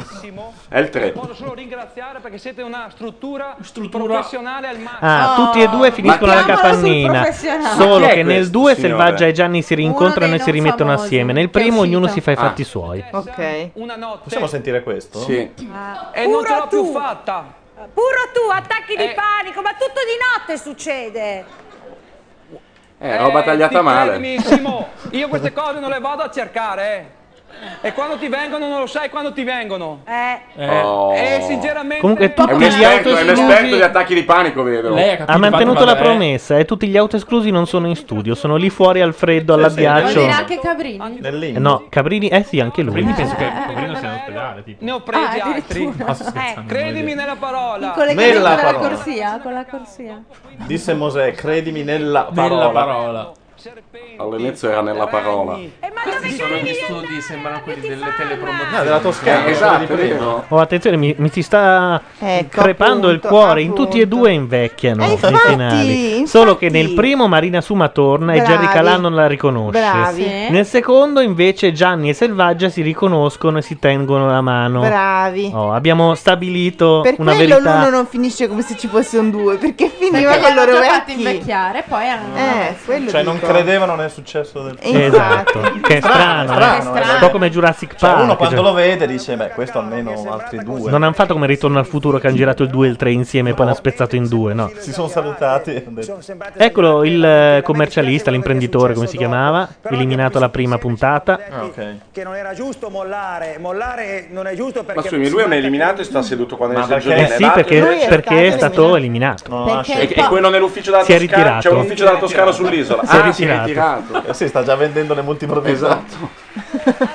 S4: è il 3.
S12: Voglio solo Eh? ringraziare perché siete una struttura, professionale al massimo.
S1: Ah, tutti e due finiscono alla capannina. Solo che nel 2 Selvaggia e Gianni si rincontrano e si rimettono assieme. Nel primo ognuno si fa i
S10: Ah.
S1: fatti suoi.
S14: Ok.
S5: Possiamo sentire questo?
S4: Sì.
S24: E non ce l'ho più fatta. Eh, Puro tu, attacchi di panico, ma tutto di notte succede.
S4: Eh, roba tagliata
S12: ti
S4: male.
S12: credimi, Simo, io queste cose non le vado a cercare. eh. E quando ti vengono non lo sai quando ti vengono.
S24: Eh.
S4: Oh.
S12: E sinceramente
S1: Comunque
S4: È un
S1: tutti gli
S4: esperto, è un esperto
S1: autoesclusi
S4: di attacchi di panico, vedo.
S10: Eh,
S1: ha mantenuto la promessa e tutti gli autoesclusi non sono in studio, sono lì fuori al freddo,
S10: Vuol dire
S1: all'addiaccio.
S10: anche Cabrini.
S1: Eh, No, Cabrini, eh sì, anche lui.
S10: Cabrini penso che-
S12: Poverino sia in ospedale, tipo. Ne ho presi
S10: Ah,
S12: altri.
S10: addirittura. No, sto scherzando,
S12: Eh, credimi nella parola.
S10: In collegamento
S5: Nella
S10: con la
S5: parola.
S10: corsia, con la corsia.
S5: Disse Mosè, credimi nella parola.
S4: All'inizio era nella parola.
S24: E ma
S8: Questi sono gli studi, sembrano quelli delle telepromozioni.
S5: No, Ah, della Toscana,
S12: Eh,
S8: Esatto,
S5: quello di prima.
S8: vero.
S1: Oh, attenzione, mi, mi si sta
S14: Ecco,
S1: crepando
S14: appunto,
S1: il cuore. In tutti e due invecchiano
S14: Eh,
S1: nei
S14: infatti,
S1: finali.
S14: infatti.
S1: Solo che nel primo Marina Suma torna e
S14: Bravi.
S1: Jerry Calà non la riconosce.
S14: Bravi. Sì.
S1: Nel secondo, invece, Gianni e Selvaggia si riconoscono e si tengono la mano.
S14: Bravi.
S1: Oh, abbiamo stabilito
S14: Per
S1: una
S14: quello
S1: verità.
S14: l'uno non finisce come se ci fosse un due, perché finiva
S10: Prima
S14: con loro vecchi.
S10: fatti invecchiare, poi hanno.
S14: Eh, quello
S5: Cioè, non
S14: dico.
S5: credevano nel successo del
S1: Esatto, che è strano, eh. un po' come Jurassic
S5: Cioè,
S1: Park.
S5: uno quando
S1: cioè,
S5: lo vede dice, beh, questo almeno altri due.
S1: Non hanno fatto come Ritorno al futuro che hanno girato il 2 e il 3 insieme e poi l'hanno spezzato in due, no?
S5: Si sono salutati. e hanno detto-
S1: Eccolo il eh, commercialista, l'imprenditore, come si chiamava, eliminato alla prima puntata.
S5: Ah,
S3: che non era giusto mollare, mollare non è giusto perché
S4: Ma scusami, lui è un eliminato e sta seduto quando
S1: Ma
S4: ne sei
S1: perché? Eh sì, perché, perché è stato eliminato.
S4: E, e quello nell'ufficio della
S1: Si è
S4: Toscana? C'è un
S1: ritirato.
S4: ufficio della Toscana sull'isola.
S1: Si è
S4: ah,
S1: ritirato.
S4: si è ritirato.
S5: Eh sì, sta già vendendo le multiprovviste.
S4: Esatto.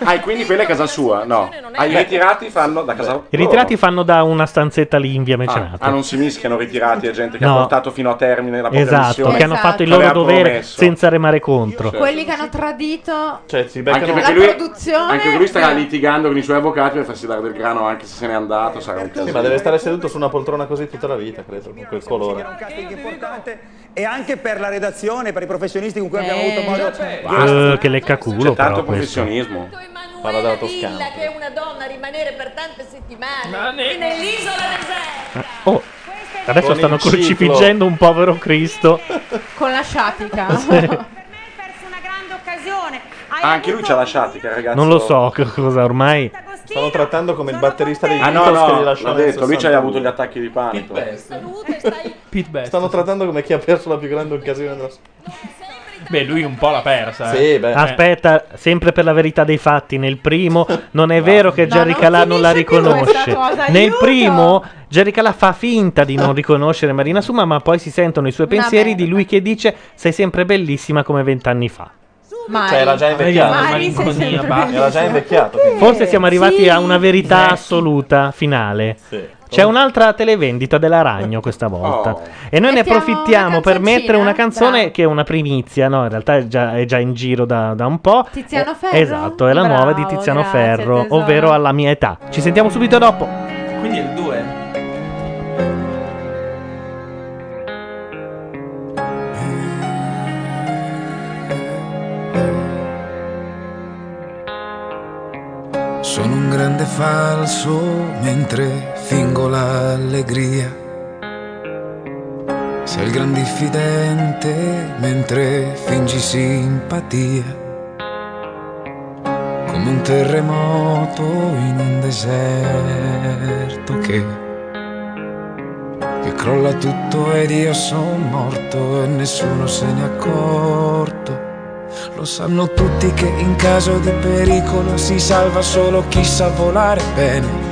S4: Ah, e quindi quella è casa sua? No.
S1: Cioè,
S4: Ah, i ritirati fanno da casa
S1: I ritirati fanno da una stanzetta lì in via
S4: Ah,
S1: Mecenate.
S4: ah, non si mischiano ritirati e gente che
S1: No.
S4: ha portato fino a termine la propria
S1: Esatto,
S4: missione.
S1: che hanno fatto il loro
S4: Aveva
S1: dovere
S4: promesso. certo.
S1: senza remare contro.
S10: Quelli che hanno tradito
S5: Cioè, si
S4: Anche
S10: la
S4: perché lui,
S10: produzione.
S4: anche lui starà litigando con i suoi avvocati per farsi dare del grano anche se se n'è andato. Sarà un
S5: Sì,
S4: casino.
S5: ma deve stare seduto su una poltrona così tutta la vita, credo, con quel colore.
S3: casting importante e anche per la redazione, per i professionisti con cui abbiamo avuto modo
S1: Eh, che leccaculo
S4: C'è tanto
S1: però questo.
S4: professionismo.
S5: Parla della
S13: Villa,
S5: Toscana.
S13: che è una donna a rimanere per tante settimane e nell'isola del re.
S1: Oh, adesso
S5: Con
S1: stanno
S5: il ciclo.
S1: crucifiggendo un povero Cristo.
S10: con la sciatica.
S6: Occasione.
S4: Ah, anche lui ci ha lasciati, che ragazzo.
S1: Non lo so che cosa ormai.
S5: Stanno trattando come il batterista dei
S4: Ah no,
S5: Beatles che
S4: no,
S5: li lasciò
S4: l'ha
S5: nel
S4: detto, lui ci ha
S5: 62.
S4: avuto gli attacchi di panico.
S5: Stanno trattando come chi ha perso la più grande occasione della sua
S2: Beh, lui un po' l'ha persa. eh.
S5: Sì, beh.
S1: Aspetta, sempre per la verità dei fatti, nel primo non è vero che Jerry
S10: non
S1: Calà non la
S10: finisce più
S1: riconosce.
S10: questa cosa,
S1: nel
S10: aiuto!
S1: primo Jerry Calà fa finta di non riconoscere Marina Suma, ma poi si sentono i suoi
S10: Una
S1: pensieri
S10: merda.
S1: di lui che dice sei sempre bellissima come vent'anni fa.
S10: Mari.
S5: Cioè, era già invecchiato.
S10: Mari, sei sempre
S5: Era già
S10: bellissima.
S5: invecchiato.
S1: Forse siamo arrivati a una verità assoluta finale. C'è un'altra televendita dell'Aragno questa volta. E noi ne
S10: Mettiamo
S1: approfittiamo
S10: una
S1: per
S10: canzoncina?
S1: mettere una canzone
S10: Bravo.
S1: che è una primizia, no? In realtà è già, è già in giro da, da un po'.
S10: Tiziano
S1: Eh,
S10: Ferro?
S1: Esatto, è la nuova di
S10: Bravo,
S1: Tiziano
S10: grazie,
S1: Ferro,
S10: tesoro.
S1: ovvero alla mia età. Ci sentiamo subito dopo.
S2: Eh,
S8: Quindi è il 2.
S19: Sono un grande falso mentre fingo l'allegria. Sei il gran diffidente mentre fingi simpatia. Come un terremoto in un deserto che, che crolla tutto ed io sono morto e nessuno se ne è accorto. Lo sanno tutti che in caso di pericolo si salva solo chi sa volare bene.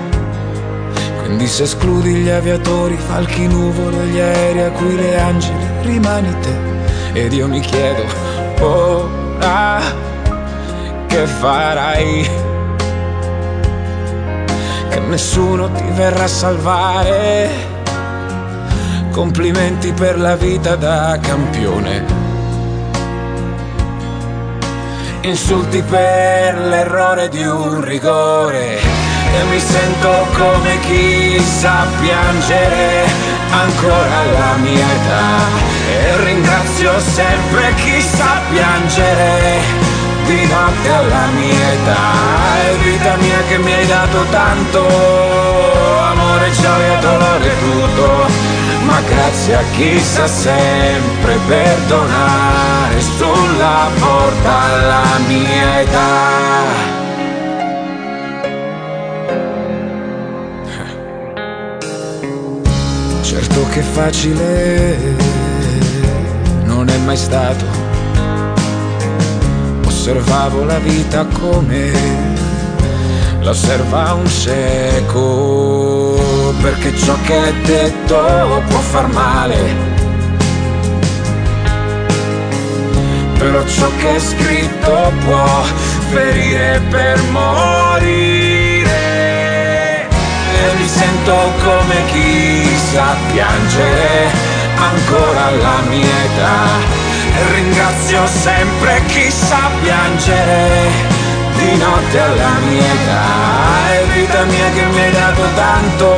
S19: Quindi se escludi gli aviatori, falchi nuvole, gli aerei a cui le angeli rimani te. Ed io mi chiedo, ora che farai? Che nessuno ti verrà a salvare. Complimenti per la vita da campione. insulti per l'errore di un rigore e mi sento come chi sa piangere ancora alla mia età e ringrazio sempre chi sa piangere di notte alla mia età e vita mia che mi hai dato tanto amore, gioia, dolore, tutto ma grazie a chi sa sempre perdonare sulla porta alla mia età. Certo che facile non è mai stato. Osservavo la vita come la osserva un cieco, perché ciò che è detto può far male. Però ciò che è scritto può ferire per morire. E mi sento come chi sa piangere ancora alla mia età E ringrazio sempre chi sa piangere di notte alla mia età. È vita mia che mi hai dato tanto,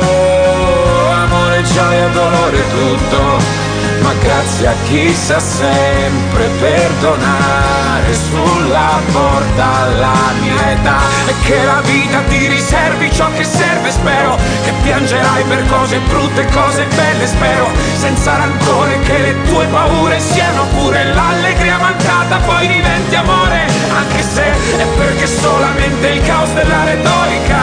S19: amore, gioia, dolore, tutto. Ma grazie a chi sa sempre perdonare sulla porta alla mia età. E che la vita ti riservi ciò che serve, spero che piangerai per cose brutte, e cose belle, spero senza rancore che le tue paure siano pure l'allegria mancata, poi diventi amore, anche se è perché solamente il caos della retorica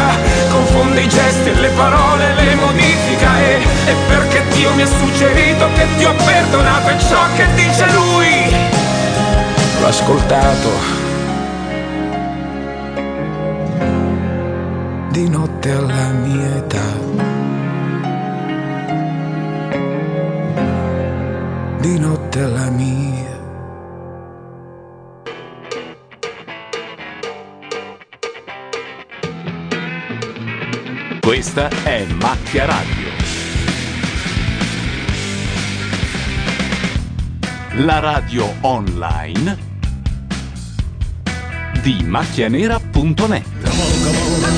S19: confonde i gesti e le parole, le modifica e, e perché Dio mi ha suggerito che ti ho perdonato e ciò che dice lui l'ho ascoltato. Di notte alla mia età. Di notte alla mia.
S15: Questa è Macchia Radio. La radio online di macchianera.net.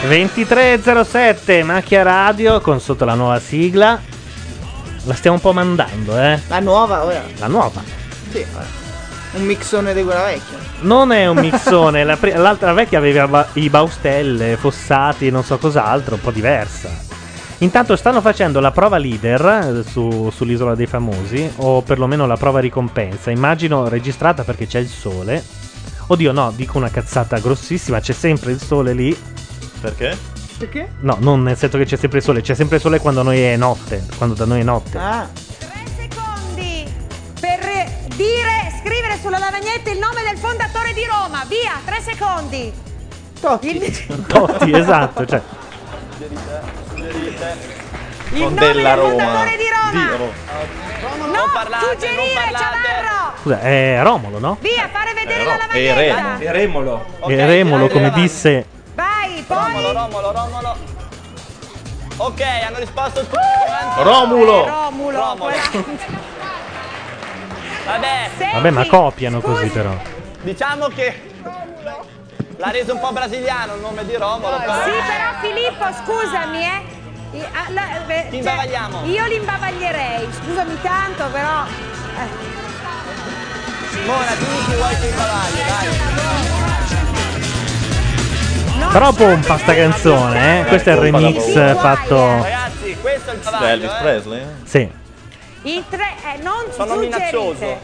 S20: Come
S1: 2307 Macchia Radio con sotto la nuova sigla. La stiamo un po' mandando, eh?
S14: La nuova ora.
S1: La nuova.
S14: Sì, ora. Un mixone di quella vecchia.
S1: Non è un mixone, la pri- l'altra vecchia aveva ba- i Baustelle, Fossati, non so cos'altro, un po' diversa. Intanto stanno facendo la prova leader eh, su- sull'isola dei famosi, o perlomeno la prova ricompensa, immagino registrata perché c'è il sole. Oddio no, dico una cazzata grossissima, c'è sempre il sole lì.
S5: Perché?
S14: Perché?
S1: No, non nel senso che c'è sempre il sole, c'è sempre il sole quando noi è notte, quando da noi è notte.
S14: Ah.
S24: secondi per dire, scrivere sulla lavagnetta il nome del fondatore di Roma. Via, tre secondi. Il,
S1: Totti, esatto, cioè.
S24: il nome del fondatore di Roma. No, suggerire, Ciavarro.
S1: Scusa, è Romolo, no?
S24: Via, fare vedere la lavagnetta.
S1: E Remolo.
S8: E Remolo.
S1: e Remolo, come disse
S24: Vai, poi.
S16: Romolo, Romolo, Romolo. Ok, hanno risposto tutti. quanti.
S1: Uh! Romulo.
S16: Eh, Romulo. Vabbè.
S1: Vabbè, ma copiano così però.
S16: Diciamo che l'ha reso un po' brasiliano il nome di Romolo. però-
S24: Sì, però Filippo, scusami, eh. I- ah, la- beh, cioè,
S16: imbavagliamo.
S24: io li imbavaglierei, scusami tanto, però. eh.
S16: Mona, dimmi chi vuoi che imbavagli, dai.
S1: Però pompa sta canzone, eh. Questo è il remix
S24: eh.
S1: fatto.
S16: Ragazzi, questo è il bavaglio.
S5: Elvis
S16: eh.
S5: Presley?
S1: Sì.
S24: I tre, eh, non
S16: Sono
S24: suggerite.
S16: minaccioso.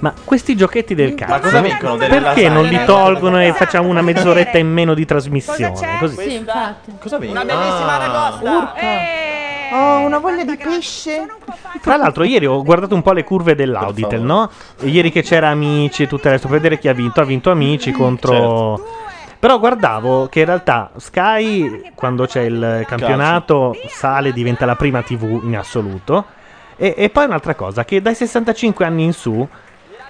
S1: Ma questi giochetti del
S5: Ma
S1: cazzo
S5: cosa vincono? Delle
S1: perché
S5: lasagne?
S1: non li tolgono e facciamo una mezz'oretta in meno di trasmissione?
S14: Sì,
S1: Così.
S14: infatti.
S5: Cosa vedi?
S1: Una bellissima Ah. ragosta.
S14: Urca. Ho una voglia di pesce.
S1: Tra l'altro, ieri ho guardato un po' le curve dell'Auditel, no? Ieri che c'era Amici e tutto il resto, per vedere chi ha vinto. Ha vinto Amici contro.
S5: Certo.
S1: Però guardavo che in realtà Sky, quando c'è il campionato, sale, diventa la prima TV in assoluto. E, e poi un'altra cosa, che dai 65 anni in su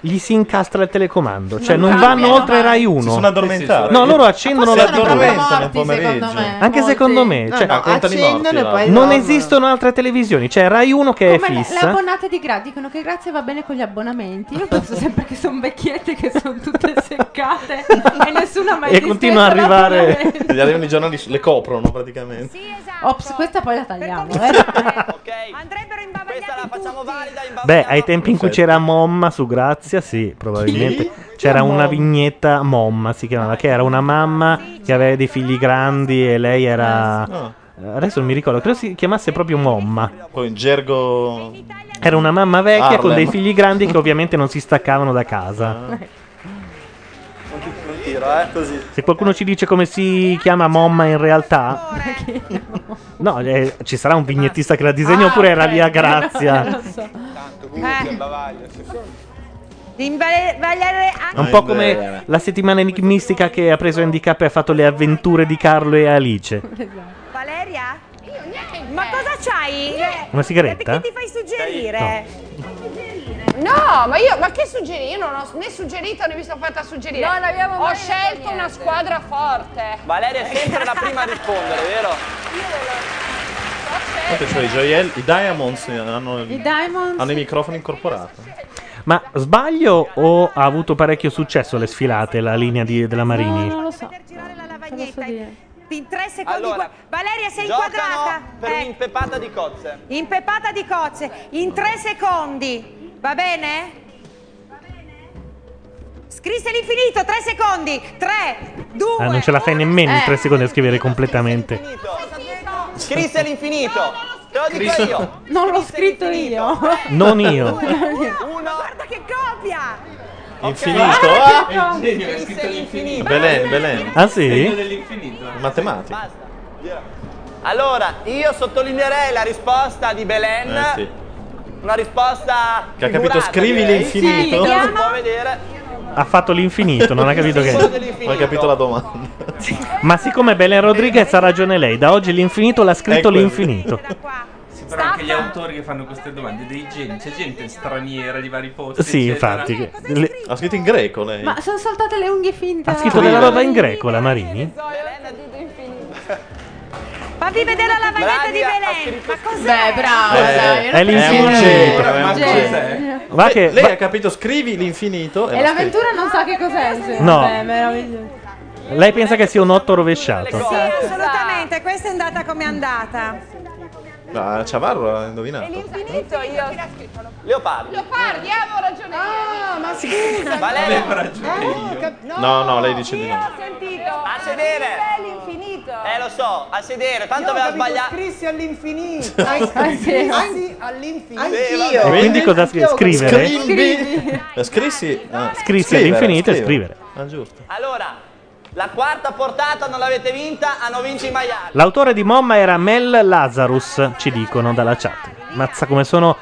S1: gli si incastra il telecomando, cioè
S5: Non
S1: non, vanno
S5: cambiano
S1: oltre Rai 1.
S5: Si sono addormentati.
S1: No, loro accendono la
S5: addormentano pomeriggio.
S1: Anche secondo me,
S5: No,
S1: cioè,
S5: no, contano i morti, accendono e là. poi
S1: non
S5: dormono.
S1: esistono altre televisioni, c'è Rai 1 che è
S10: le, le
S1: fissa.
S10: abbonate di Gra dicono che grazie va bene con gli abbonamenti. Io penso sempre che sono vecchiette che sono tutte seccate e nessuno ha mai
S5: E
S10: disdetto
S5: continua a arrivare.
S10: l'abbonamento.
S5: Gli arrivano i giornali, le coprono praticamente.
S24: Esatto.
S10: Ops, questa poi la tagliamo. eh.
S1: Beh, ai tempi in cui c'era Momma su Grazia, sì, probabilmente c'era una vignetta Momma si chiamava, che era una mamma che aveva dei figli grandi e lei era
S5: Ah.
S1: eh, Adesso non mi ricordo, credo si chiamasse proprio Momma.
S5: Poi in gergo.
S1: Era una mamma vecchia con
S5: Harlem.
S1: dei
S5: Ah.
S1: figli grandi che ovviamente non si staccavano da casa.
S3: Un tiro, eh, così.
S1: Se qualcuno ci dice come si chiama Momma in realtà, no, eh, ci sarà un vignettista che la disegna
S24: Ah,
S1: oppure era lì a
S24: Eh.
S1: Grazia.
S24: Di imbavagliare anche.
S1: È un po' come la settimana enigmistica che ha preso handicap e ha fatto le avventure di Carlo e Alice.
S10: Esatto.
S24: Valeria? Ma cosa c'hai?
S1: Una sigaretta?
S24: Che ti fai suggerire?
S9: No, ma io, ma che suggeri? Io non ho né suggerito né mi sono fatta suggerire.
S28: No, non abbiamo
S9: Ho
S28: mai detto
S9: scelto una squadra forte.
S3: Valeria è sempre la prima a rispondere, vero?
S5: Attenzione, i gioielli, i diamonds eh, hanno,
S10: I Diamonds.
S5: hanno i microfoni incorporati.
S1: Ma sbaglio o ha avuto parecchio successo le sfilate, la linea di- della Marini?
S10: No, non lo so.
S24: Lavagnetta, in tre secondi.
S3: Allora,
S24: qua- Valeria, sei
S3: giocano
S24: inquadrata.
S3: per
S24: Eh,
S3: un'impeppata di cozze.
S24: Impeppata di cozze, in tre secondi. Va bene? Scrisse l'infinito, tre secondi. Tre, due.
S1: Ah, non ce la fai nemmeno in
S24: Eh.
S1: tre secondi a scrivere completamente.
S3: Scrisse all'infinito. Te lo dico
S1: Scrisse-
S3: io. Eh,
S10: Non l'ho scritto io.
S1: Non io.
S24: Guarda che copia!
S5: Infinito.
S24: Ah, che
S5: Ah!
S24: pronto.
S3: Genio, ha scritto all'infinito.
S5: Belen, Belen.
S1: Ah, sì? Segno
S5: Matematica.
S3: Allora, io sottolineerei la risposta di Belen.
S5: Eh sì.
S3: Una risposta
S5: Che ha capito,
S3: figurata,
S5: scrivi
S3: direi.
S5: l'infinito. Sì,
S3: Che non si
S5: chiama?
S3: può vedere.
S1: Ha fatto l'infinito, non ha capito che.
S5: Ho capito la domanda.
S1: Ma siccome Belen Rodriguez ha ragione lei, da oggi l'infinito l'ha scritto
S2: Ecco.
S1: l'infinito.
S2: Sì, però anche gli autori che fanno queste domande, dei geni, c'è gente straniera di vari posti.
S1: Sì,
S2: eccetera.
S1: infatti. che- le-
S5: Ha scritto in greco lei.
S10: Ma sono saltate le unghie finte.
S1: Ha scritto della roba in greco la Marini?
S24: Fammi vedere la lavagnetta di Belen. Ma cos'è?
S10: Beh, brava,
S5: Eh,
S10: dai, Eh,
S5: è l'infinito.
S1: eh,
S5: è un
S10: Genio.
S5: centro. Lei- lei ha capito, scrivi l'infinito.
S10: E
S5: l'ha scritto.
S10: l'avventura non sa che cos'è. sì.
S1: No.
S10: Beh, meraviglioso.
S1: Lei pensa che sia un otto rovesciato?
S24: Sì, assolutamente, questa è andata come è andata.
S5: No, Ciavarro l'ha indovinato.
S24: Finito io.
S3: Leopardi. eh,
S9: Leopardi, avevo ragione
S18: Ah,
S9: io.
S24: ma
S3: scusa. Valeria.
S18: Eh,
S5: No, no, lei dice di
S3: Io
S5: no.
S24: sentito.
S3: A sedere.
S24: L'infinito.
S3: Eh, lo so, a sedere, tanto aveva sbagliato.
S18: Scrissi all'infinito.
S3: Ah, sì.
S18: Anzi, all'infinito.
S3: Anch'io.
S1: E quindi cosa scrive? Scrivere?
S5: Eh, Scrissi, ah,
S1: Scrissi
S5: scrivere,
S1: all'infinito e scrivere.
S5: Ah, giusto.
S3: Allora, la quarta portata non l'avete vinta, hanno vinto i maiali.
S1: L'autore di Momma era Mel Lazarus, ci dicono dalla chat. Mazza come sono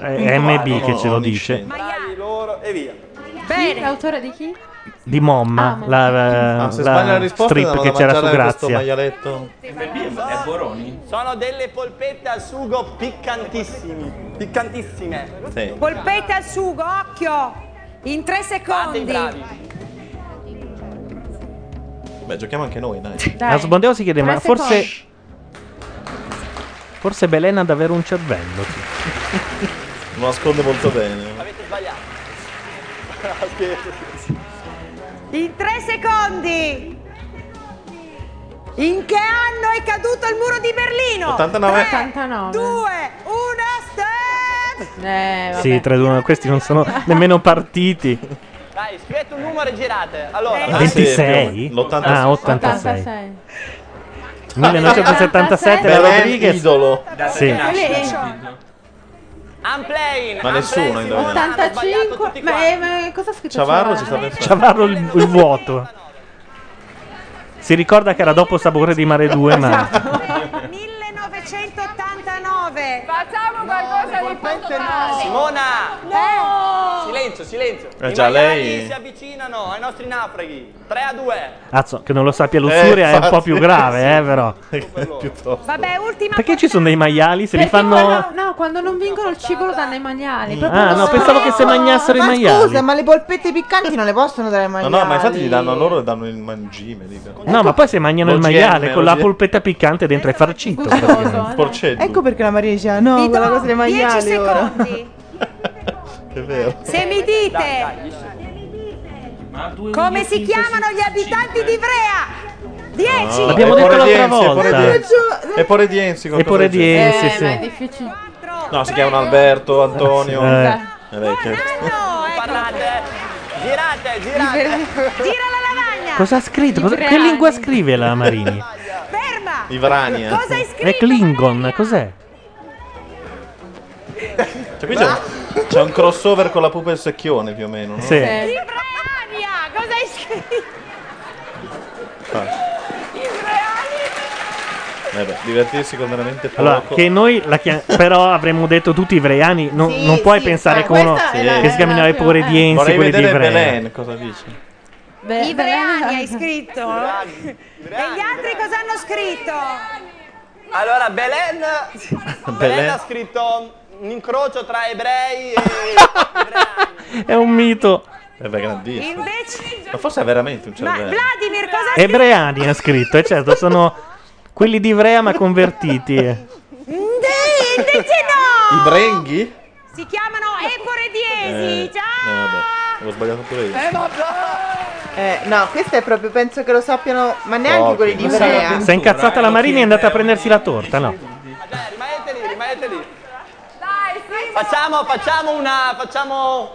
S1: eh, MB che ce lo dice.
S3: Bravi loro e via.
S10: Bene. L'autore di chi?
S1: Di Momma, la, eh, la-
S5: Ah, se sbaglia la risposta
S1: strip
S5: andiamo
S1: che
S5: da
S1: c'era su
S5: mangiare questo
S1: Grazia.
S5: maialetto.
S3: È Boroni? Sono delle polpette al sugo piccantissimi. Piccantissime.
S5: Sì.
S24: Polpette al sugo,
S1: Ah,
S24: occhio. In tre secondi.
S5: Beh, giochiamo anche noi, dai.
S24: Dai.
S1: Asmodeo si chiede, ma
S24: Tre
S1: forse...
S24: secondi.
S1: Forse Belen ha davvero un cervello.
S5: Lo nasconde molto bene.
S3: Avete sbagliato. No, scherzo.
S24: In tre secondi. In che anno è caduto il muro di Berlino?
S5: 89.
S10: 89.
S24: 2, 1, step.
S10: Eh, vabbè.
S1: Sì, tra i due, questi non sono nemmeno partiti.
S3: Dai, scrivete un numero e girate. Allora,
S1: Ah, 26? Ah, 86. 1977 la
S5: Belen
S1: Rodriguez.
S5: idolo.
S1: Sì.
S3: I'm playing.
S5: Ma nessuno ha indovinato.
S10: 85. Ma, eh, ma cosa ha scritto?
S5: Ciavarro ci sta
S10: Ciavarro?
S5: pensando.
S1: Ciavarro il, il vuoto. Si ricorda che era dopo Sapore di Mare 2, ma...
S5: Esatto.
S24: 1989.
S9: Facciamo qualcosa di totale.
S3: Simona!
S24: No!
S3: Silenzio, silenzio.
S1: Eh,
S3: I
S1: già,
S3: maiali
S1: lei-
S3: si avvicinano ai nostri naufraghi. 3 a 2.
S1: Azzo, che non lo sappia Lussuria è un po'
S5: infatti.
S1: più grave, eh, però.
S24: Vabbè, ultima.
S1: Perché ci sono dei maiali? Se li
S10: Perché
S1: fanno...
S10: quando- no, quando non vincono il cibo lo danno ai maiali. proprio
S1: Ah,
S10: lo
S1: no, pensavo che se
S10: spreco.
S1: mangiassero i
S10: Ma
S1: maiali.
S14: Scusa, ma le polpette piccanti non le possono dare ai
S5: No,
S14: maiali.
S5: no, ma infatti gli danno a loro e danno il mangime. dico.
S1: No, ma poi se mangiano il
S5: Ecco. Lo
S1: maiale
S5: GM,
S1: con
S5: lo
S1: la
S5: GM.
S1: polpetta piccante dentro è farcito. praticamente.
S14: Ecco perché la Maria diceva no,
S24: Vi do
S14: quella cosa dei
S24: 10
S14: maiali ora.
S24: secondi.
S5: È vero.
S24: Se mi dite come si chiamano gli abitanti di Ivrea? 10.
S5: No,
S1: L'abbiamo
S5: è
S1: detto
S5: Porre
S1: l'altra
S5: Dienzi, è Porre
S1: volta.
S5: Dienzi. È Porre Dienzi. qualcosa
S1: Porre
S5: del genere.
S1: Dienzi, Eh, sì, sì. ma è
S10: difficile.
S5: No, si chiamano Alberto, Antonio.
S1: Eh.
S5: È vecchio.
S3: Parlate. Girate, girate.
S24: Gira la lavagna.
S1: Cosa ha scritto? Cosa- che lingua scrive la Marini?
S24: Ferma.
S5: Ivrania.
S24: Cosa hai
S1: È
S24: scritto?
S1: Klingon, cos'è?
S5: Cioè, qui c'è un, c'è un crossover con la pupa e il secchione più o meno. No?
S1: Sì.
S24: Ivrania, cosa hai scritto?
S5: Ah, vabbè, Eh, divertirsi con veramente poco.
S1: Allora, che noi la chia- però avremmo detto tutti ivreani, non, non puoi pensare che uno
S5: questa è la-
S1: che si chiamino le pure Dienzi,
S5: Vorrei
S1: quelli di
S5: vedere
S1: Ivrea.
S5: Belen cosa dice.
S24: Ivreani hai scritto. E gli altri cosa hanno scritto?
S3: Allora, Belen. Belen ha scritto
S22: un incrocio tra ebrei e...
S1: È un mito.
S5: È Eh, grandissimo.
S24: Invece...
S5: Ma forse è veramente un
S24: Ma
S5: cervello.
S24: Vladimir, cosa ha scritto?
S1: Ebreani ha scritto, e certo, sono quelli di Ivrea ma convertiti. I
S24: Dei, invece no!
S1: brenghi?
S24: Si chiamano
S22: Eh.
S24: eporediesi.
S5: Eh, vabbè, avevo sbagliato pure io.
S14: Eh, no, questo è proprio, penso che lo sappiano, ma neanche
S5: Pochi.
S14: quelli di Ivrea.
S1: Si è incazzata la Marini e è andata a prendersi la torta, no?
S22: Rimanete lì, rimanete lì. Facciamo, facciamo una... facciamo...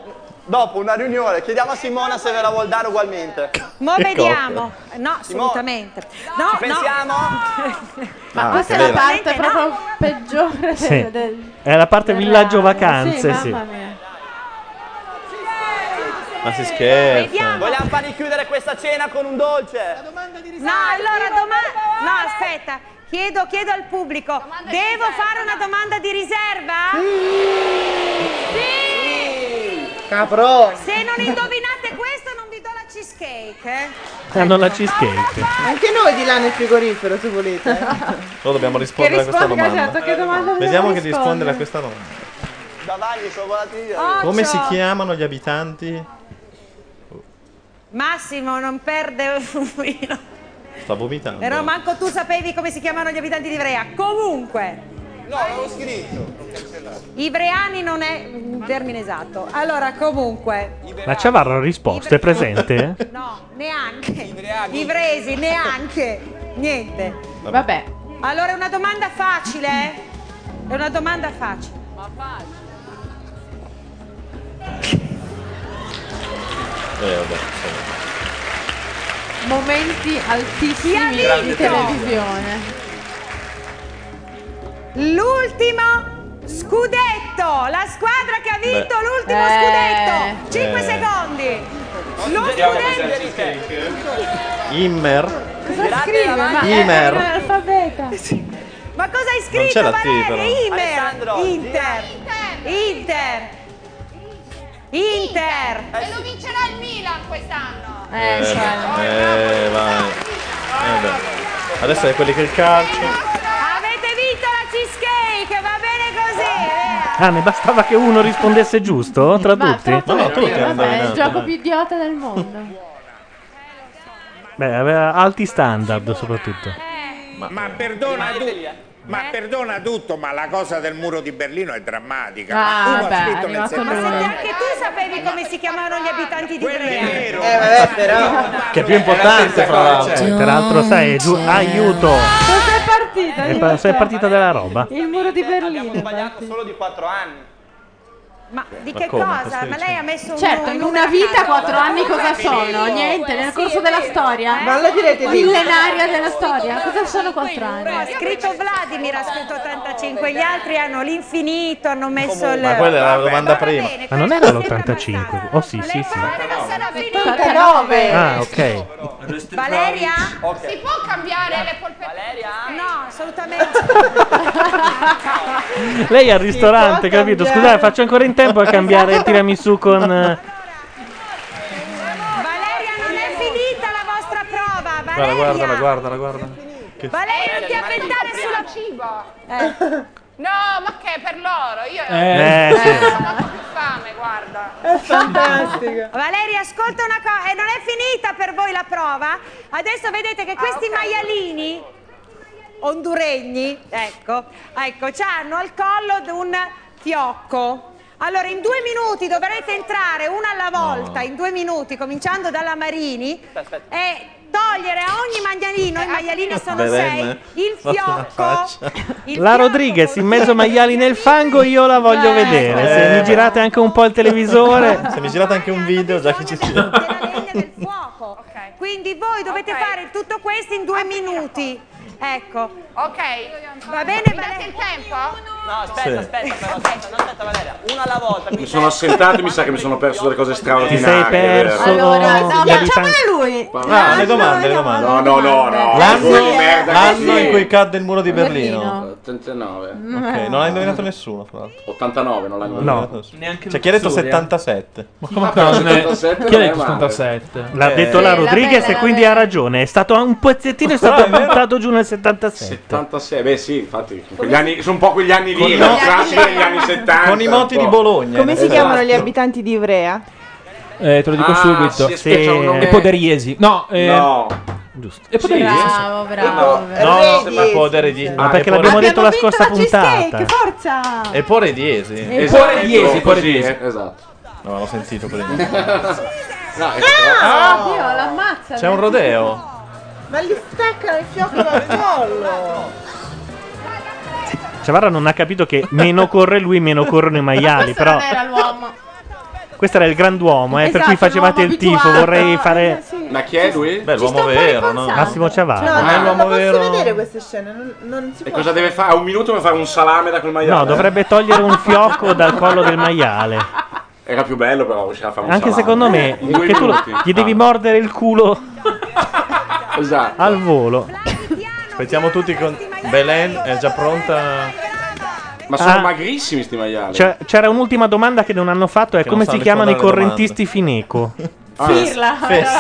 S22: Dopo una riunione, chiediamo a Simona se ve la vuol dare ugualmente.
S24: Mo
S9: Ecco.
S22: Che
S24: vediamo. No,
S22: Simone.
S24: assolutamente. No,
S22: Ci pensiamo?
S10: Ma
S1: Ah,
S10: questa è
S1: vera.
S10: la parte proprio peggiore
S1: Sì.
S10: del...
S1: È la parte villaggio vacanze,
S10: sì.
S1: sì.
S10: Mamma mia.
S5: Ma si scherza.
S22: Vogliamo fargli chiudere questa cena con un dolce?
S24: No, allora domanda. No, aspetta. Chiedo, chiedo al pubblico. Devo fare una domanda di riserva? Sì!
S14: Caprone.
S24: Se non indovinate questo non vi do la cheesecake. eh.
S1: Hanno la cheesecake.
S14: Anche noi di là nel frigorifero, se volete.
S5: Però dobbiamo rispondere a questa domanda.
S14: esatto, che domanda
S5: Vediamo che rispondere a questa domanda.
S22: Davagli, sono volati via.
S5: Come si chiamano gli abitanti?
S24: Massimo, non perde un filo.
S5: Sta vomitando.
S24: Però manco tu sapevi come si chiamano gli abitanti di Ivrea. Comunque,
S22: No, l'avevo scritto.
S24: Ivreani non è un termine esatto. Allora, comunque,
S1: La Ciavarro ha risposto, è presente?
S24: no, neanche. Ivresi, neanche. Niente.
S10: Vabbè.
S24: Allora, è una domanda facile. eh? È una domanda facile. Ma facile.
S5: Eh, vabbè, insomma.
S10: Momenti altissimi
S24: Chi ha
S10: di
S24: vinto?
S10: televisione.
S24: L'ultimo scudetto. La squadra che ha vinto
S10: Beh.
S24: l'ultimo
S10: Eh.
S24: scudetto. 5
S5: Eh.
S24: secondi. Lo scudetto.
S5: Immer.
S24: Cosa
S10: scrive? Ma è
S5: Imer.
S7: Eh,
S24: analfabeta. Ma cosa hai
S5: Non
S24: scritto,
S5: c'è la T,
S24: Valeria?
S5: però.
S24: Imer.
S22: Alessandro,
S24: Inter. Inter. Inter.
S7: E lo vincerà il Milan quest'anno.
S5: Eh,
S24: cioè.
S5: eh, vai. Eh, beh. Adesso è quelli che il calcio.
S24: Avete vinto la cheesecake, va bene così. eh.
S1: Ah, ne bastava che uno rispondesse giusto? Tra tutti?
S10: Tra tutti,
S5: hanno
S10: vabbè, è il
S5: indovinato,
S10: gioco
S5: dai.
S10: più idiota del mondo.
S1: Beh, aveva alti standard soprattutto.
S11: Ma,
S5: eh,
S11: perdona tu- ma perdona tutto, ma la cosa del muro di Berlino è drammatica.
S24: Ah,
S11: ma uno
S24: vabbè,
S11: ha scritto
S24: Ma
S11: nel
S24: senti,
S11: 70.
S24: anche tu sapevi come si chiamavano gli abitanti di Ivrea?
S11: Eh,
S14: vabbè, però.
S1: Che è più importante, fra l'altro.
S11: cosa, cioè.
S1: Peraltro, sai, è giù- aiuto.
S10: Cosa è partita?
S1: È,
S10: Io
S1: pa-
S10: non
S1: sei
S10: so.
S1: partita della roba.
S10: Il muro di Berlino.
S22: Solo di 4 anni.
S24: Ma di
S1: Ma
S24: che
S1: come?
S24: cosa?
S1: Cosa
S24: Ma
S1: dici?
S24: lei ha messo un
S10: Certo, in una vita quattro anni cosa sono? Niente, nel corso della storia? eh?
S24: Non lo direte lì.
S10: Millenaria della storia? Cosa sono quattro
S24: Ha
S10: anni?
S24: scritto Vladimir, ha scritto 85, gli altri hanno l'infinito, hanno messo il...
S5: Ma quella era la domanda prima.
S1: Ma non era l'85? Oh sì, sì, sì. Ah, ok.
S24: Valeria?
S7: Si può cambiare le polpette?
S24: No, assolutamente.
S1: Lei è al ristorante, capito? Scusate, faccio ancora in tempo a
S24: Esatto.
S1: cambiare il tiramisù con... eh,
S24: Non è finita la vostra prova,
S5: Guarda,
S24: Valeria.
S5: guardala, guardala, guardala. Che...
S24: Valeria, non ti
S7: Inventare
S24: avventare
S7: sulla
S24: sulla...
S7: cibo.
S24: Eh.
S7: No, ma che per loro? Io
S1: Eh, sì.
S7: ho più fame, guarda.
S24: È fantastico. Valeria, ascolta una cosa, e non è finita per voi la prova. Adesso vedete che questi maialini honduregni, ecco, ecco, hanno al collo d- un fiocco. Allora, in due minuti dovrete entrare una alla volta, in due minuti, cominciando dalla Marini, e togliere a ogni maialino, i maialini sono sei,
S1: Belen,
S24: il
S1: fatto una
S24: fiocco. il
S1: La Rodriguez in mezzo maiali nel fango io la voglio
S14: Certo.
S1: vedere. Se mi girate anche un po' il televisore.
S5: Se mi girate anche un video, già che ci siamo.
S24: fuoco. Quindi voi dovete fare tutto questo in due minuti. Ecco.
S7: Ok.
S24: Va bene,
S7: Mi date il tempo?
S22: No, aspetta,
S4: Sì.
S22: aspetta, però, aspetta, non aspetta Valeria. Una alla volta.
S4: Mi sono assentato e mi sa che mi sono perso delle cose straordinarie.
S1: Ti sei perso,
S10: Allora, no,
S4: gli abitanti-
S10: facciamole lui.
S5: Ah, le domande, le domande.
S4: No, no, no, no.
S5: L'anno,
S4: Merda
S5: l'anno
S4: così.
S5: in cui cadde il muro di Berlino.
S4: 79.
S5: Ok, non l'ha indovinato nessuno, fra l'altro.
S1: Esatto.
S4: 89 non l'ha
S5: Non l'ha
S4: indovinato.
S5: indovinato nessuno.
S4: Neanche
S5: Cioè, chi ha detto
S4: Luxuria.
S5: 77?
S4: Ma come Ah, però cazzo? 77
S2: eh. Chi ha detto 77?
S1: L'ha
S5: Eh,
S1: detto la
S5: sì, la
S1: Rodriguez
S5: bella,
S1: e
S5: la
S1: quindi ha ragione. È stato un pezzettino, è stato buttato giù nel 77.
S4: 76, beh sì, infatti, sono quegli anni- sono un po' quegli anni lì,
S1: Con-
S4: no?
S1: no.
S4: classici degli anni 70.
S5: Con i moti
S4: un po'.
S5: di Bologna.
S14: Come si
S4: Esatto.
S14: chiamano gli abitanti di Ivrea?
S2: Eh, te lo dico
S4: Ah,
S2: subito. Eh,
S4: sì, aspetta, un nome-
S2: I poderiesi. No, eh,
S4: No.
S2: Giusto. E poderiesi.
S14: Bravo,
S10: Oh,
S14: bravo.
S5: No, sembra un po' dere di...
S1: Ma perché l'abbiamo detto la scorsa puntata.
S14: forza!
S5: E pore diesi.
S14: E Esatto, pore
S4: diesi, pore
S5: così,
S4: diesi.
S5: eh,
S4: Esatto.
S5: No, l'ho sentito pore diesi.
S4: No, è
S14: Ah, Dio, l'ammazza!
S5: C'è un rodeo.
S14: Ma gli staccano il fiocco dal collo!
S1: Ciavara Cioè, non ha capito che meno corre lui, meno corrono i maiali.
S14: Questo
S1: Però
S14: non era l'uomo.
S1: questo era il grand'uomo, eh, per cui
S14: Esatto,
S1: facevate
S14: l'uomo
S1: il tifo.
S14: abituato.
S1: Vorrei fare.
S4: Eh, Ma chi è lui?
S5: Beh, l'uomo vero, no?
S1: Massimo Ciavara.
S14: No,
S4: Ah,
S14: no, non
S4: l'uomo
S14: la posso
S4: vero.
S14: vedere queste scene, non, non si
S4: E
S14: può.
S4: cosa deve fare? A un minuto per fare un salame da quel maiale?
S1: No, dovrebbe togliere un fiocco dal collo del maiale.
S4: Era più bello però, riuscire a fare un
S1: Anche
S4: salame. Eh,
S1: secondo me,
S4: In due
S1: che tu lo-
S4: minuti. Ah.
S1: gli devi mordere il culo
S4: Esatto.
S1: al volo.
S5: Aspettiamo tutti con... Belen è già pronta...
S4: Ma sono
S1: Ah.
S4: magrissimi sti maiali.
S1: C'è- Cioè, c'era un'ultima domanda che non hanno fatto: è
S4: Che
S1: come
S4: non
S1: si
S4: sanno
S1: chiamano i
S4: rispondere alle
S1: correntisti Fineco?
S4: Ah,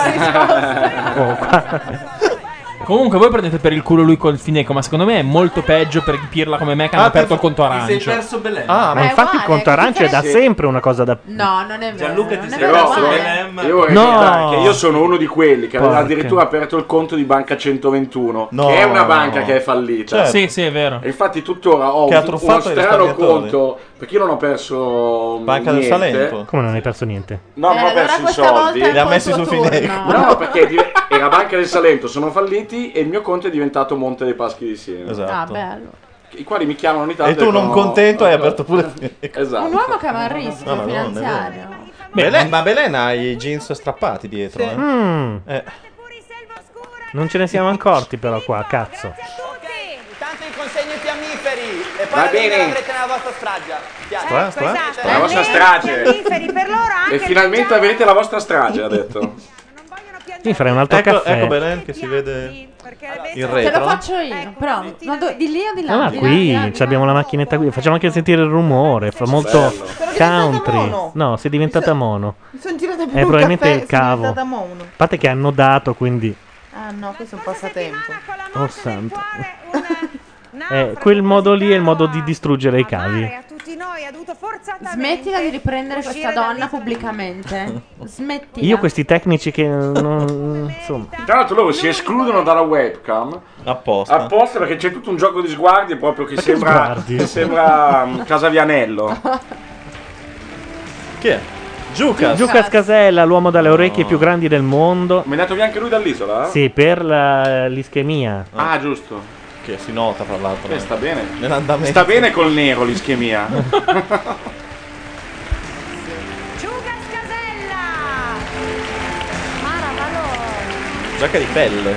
S2: Firla, Oh, Comunque voi prendete per il culo lui col Fineco, ma secondo me è molto peggio per chi pirla come me che hanno
S4: Ah,
S2: aperto il conto arancio.
S20: sei perso Belen.
S1: Ah, ma
S20: Ma è
S1: infatti il
S20: uguale,
S1: conto
S20: che
S1: arancio è da
S20: differenza-
S1: sempre una cosa da.
S10: No, non è vero.
S20: Gianluca ti
S10: non
S20: sei
S10: è vero.
S4: Però
S10: uguale.
S4: io vorrei
S1: No.
S4: ricordare che io sono uno di quelli che aveva
S1: Porca.
S4: addirittura aperto il conto di Banca 121,
S1: No.
S4: che è una banca che è fallita.
S2: Certo. Sì, sì, è vero.
S4: E infatti tuttora ho
S2: Che ha
S4: un- uno
S2: truffato i
S4: strano
S2: risparmiatori.
S4: conto, perché io non ho perso
S5: Banca del
S4: niente.
S5: Salento.
S1: Come non hai perso niente?
S4: No, non ho perso i soldi.
S5: Li ha messi su Fineco.
S4: No, perché di- era Banca del Salento, sono falliti e il mio conto è diventato Monte dei Paschi di Siena.
S10: Ah, bello.
S4: I quali mi chiamano ogni tanto.
S5: Esatto. E tu non
S4: dicono- "Ecco".
S5: contento hai aperto pure Fineco.
S4: Esatto.
S10: Un uomo che aveva un rischio
S5: No, no, no, non è
S10: finanziario.
S5: Belen- ma Belen ha i jeans strappati dietro.
S1: Sì.
S5: eh.
S1: Mm.
S5: Eh.
S1: Non ce ne siamo accorti, però, qua, cazzo.
S22: Intanto vi consegno i fiammiferi e poi
S1: Va
S22: la
S1: bene.
S22: linea l'avrete nella vostra strage. Piano.
S4: Stra- stra-
S22: Esatto.
S4: La vostra strage. E finalmente avrete la vostra strage, ha detto.
S1: Sì, farei un altro
S5: Ecco-
S1: caffè.
S5: ecco Belen che si vede il
S10: Te
S5: retro.
S10: lo faccio io, però. Ma do- di lì o di là?
S1: Ah, ma
S10: Di là, di
S1: qui
S10: là, di là.
S1: ci abbiamo la macchinetta qui, facciamo anche sentire il rumore, fa molto
S5: Bello.
S1: country.
S14: mono.
S1: No, sei diventata mono.
S14: Mi sono girata per
S5: Eh,
S1: È
S14: un
S1: probabilmente
S14: caffè,
S1: il cavo.
S14: Sono diventata mono.
S1: A parte che hanno dato, quindi
S14: Ah no, questo è un passatempo.
S1: oh santo. Eh, quel modo lì è il modo di distruggere i cavi.
S10: Smettila di riprendere questa donna pubblicamente. Smettila.
S1: Io questi tecnici che non insomma,
S4: Tra l'altro loro si escludono dalla webcam.
S5: Apposta.
S4: Apposta perché c'è tutto un gioco di sguardi proprio che
S1: Perché
S4: sembra,
S1: sguardi?
S4: che sembra mm, Casavianello.
S5: Chi è? Giucas.
S1: Giucas Casella, l'uomo dalle orecchie più grandi del mondo.
S4: Mi è andato via anche lui dall'isola?
S1: Sì, per la- l'ischemia.
S4: Ah, giusto.
S5: Che si nota fra l'altro.
S4: Eh, sta bene.
S5: Nell'andamento.
S4: Sta bene col nero l'ischemia.
S5: Giacca di pelle.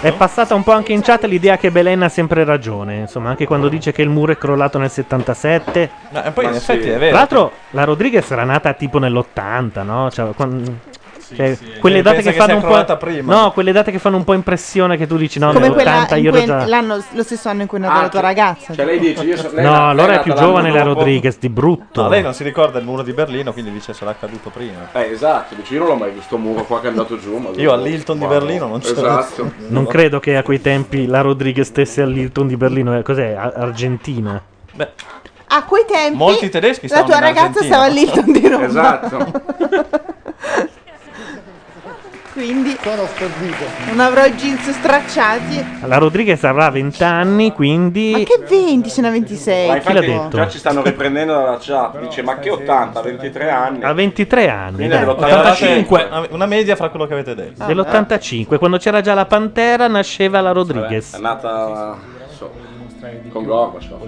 S1: È passata un po' anche in chat l'idea che Belen ha sempre ragione, insomma, anche quando dice che il muro è crollato nel 77.
S5: No, e poi
S4: Ma
S5: in
S4: sì.
S5: effetti è
S1: Tra
S5: vero.
S1: l'altro la Rodriguez era nata tipo nell'80, no? Cioè, quan- cioè,
S5: sì.
S1: quelle
S5: Quindi
S1: date
S5: Eh, pensa
S1: che
S5: che
S1: fanno
S5: sia
S1: un
S5: crollata
S1: po'...
S5: prima.
S1: No, quelle date che fanno un po' impressione che tu dici no,
S14: Come quella
S1: nell'80
S14: in
S1: io
S14: cui-
S1: ero già...
S14: l'anno, lo stesso anno in cui è nata la tua ragazza.
S4: Cioè, lei dice, io so- lei
S1: No,
S4: nata-
S1: allora è
S4: nata
S1: più
S4: l'anno
S1: giovane la
S4: dopo.
S1: Rodriguez, di brutto.
S5: No, lei non si ricorda il muro di Berlino, quindi dice sarà caduto prima.
S4: Eh, esatto, dice, io non l'ho mai visto un muro qua che è andato giù. Ma
S5: Io all'Hilton di Berlino non c'ero.
S4: Esatto.
S1: Non credo che a quei tempi la Rodriguez stesse all'Hilton di Berlino, eh, cos'è? A- Argentina.
S14: A quei tempi
S1: Molti tedeschi
S14: la tua
S1: stavano in
S14: ragazza
S1: Argentina.
S14: stava lì di Roma.
S4: Esatto.
S14: Quindi Non avrò i jeans stracciati.
S1: La Rodriguez avrà 20 anni, quindi...
S14: Ma che 20 ce n'ha
S4: Ma
S14: 26?
S1: chi l'ha
S4: infatti
S1: detto?
S4: già ci stanno riprendendo dalla chat. Dice, ma che 80, 23 anni.
S1: A 23 anni,
S4: Quindi
S1: dai.
S4: dell'85.
S5: Una- Una media fra quello che avete detto.
S1: dell'85, quando c'era già la Pantera, nasceva la Rodriguez.
S4: È nata so, con Gorbachev.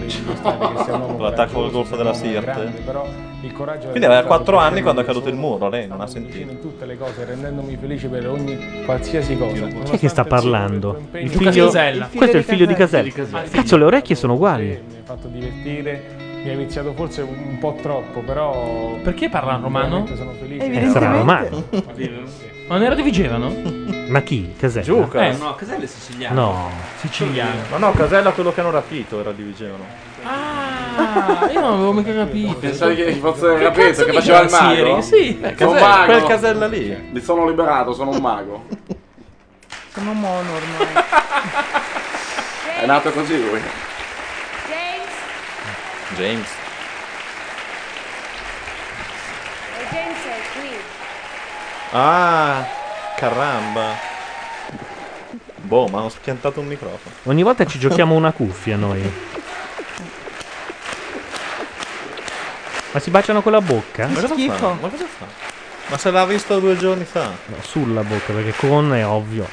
S5: L'attacco al golfo della Sirte.
S17: però il coraggio
S5: Quindi aveva 4 anni quando è caduto il muro, lei non ha sentito.
S17: tutte le cose rendendomi felice per ogni qualsiasi cosa
S1: Chi è che sta parlando? Il
S17: Giuca
S1: figlio...
S17: Casella.
S1: Questo è il figlio di
S17: Casella.
S1: Casella. Cazzo, le orecchie sono uguali.
S17: mi hai fatto divertire mi è iniziato forse un po' troppo, però...
S2: Perché parla romano?
S17: veramente Sono felice.
S2: Eh, sarà romano.
S17: Sì.
S2: Ma non era di Vigevano?
S1: Ma chi? Casella?
S2: Eh, no, Caselle è siciliano.
S1: No.
S2: Siciliano.
S5: Ma no, Casella quello che hanno rapito era di Vigevano.
S2: Ah, io non avevo mica capito.
S4: Pensavi che fosse un
S2: Che
S4: rapetto
S2: cazzo
S4: che
S2: dice
S4: faceva il
S2: Alsieri?
S4: mago?
S2: Sì. Eh,
S4: sono un
S2: Casella,
S4: mago.
S2: quel Casella lì.
S4: Mi sono liberato, sono un mago.
S14: Sono mono ormai.
S4: È nato così lui.
S24: James
S4: James.
S24: e James è qui.
S5: Ah, caramba. Boh, ma ho schiantato un microfono.
S1: Ogni volta ci giochiamo una cuffia noi. Ma si baciano con la bocca?
S5: Ma cosa fa? Ma cosa fa? Ma se l'ha visto due giorni fa.
S1: No, sulla bocca, perché con è ovvio.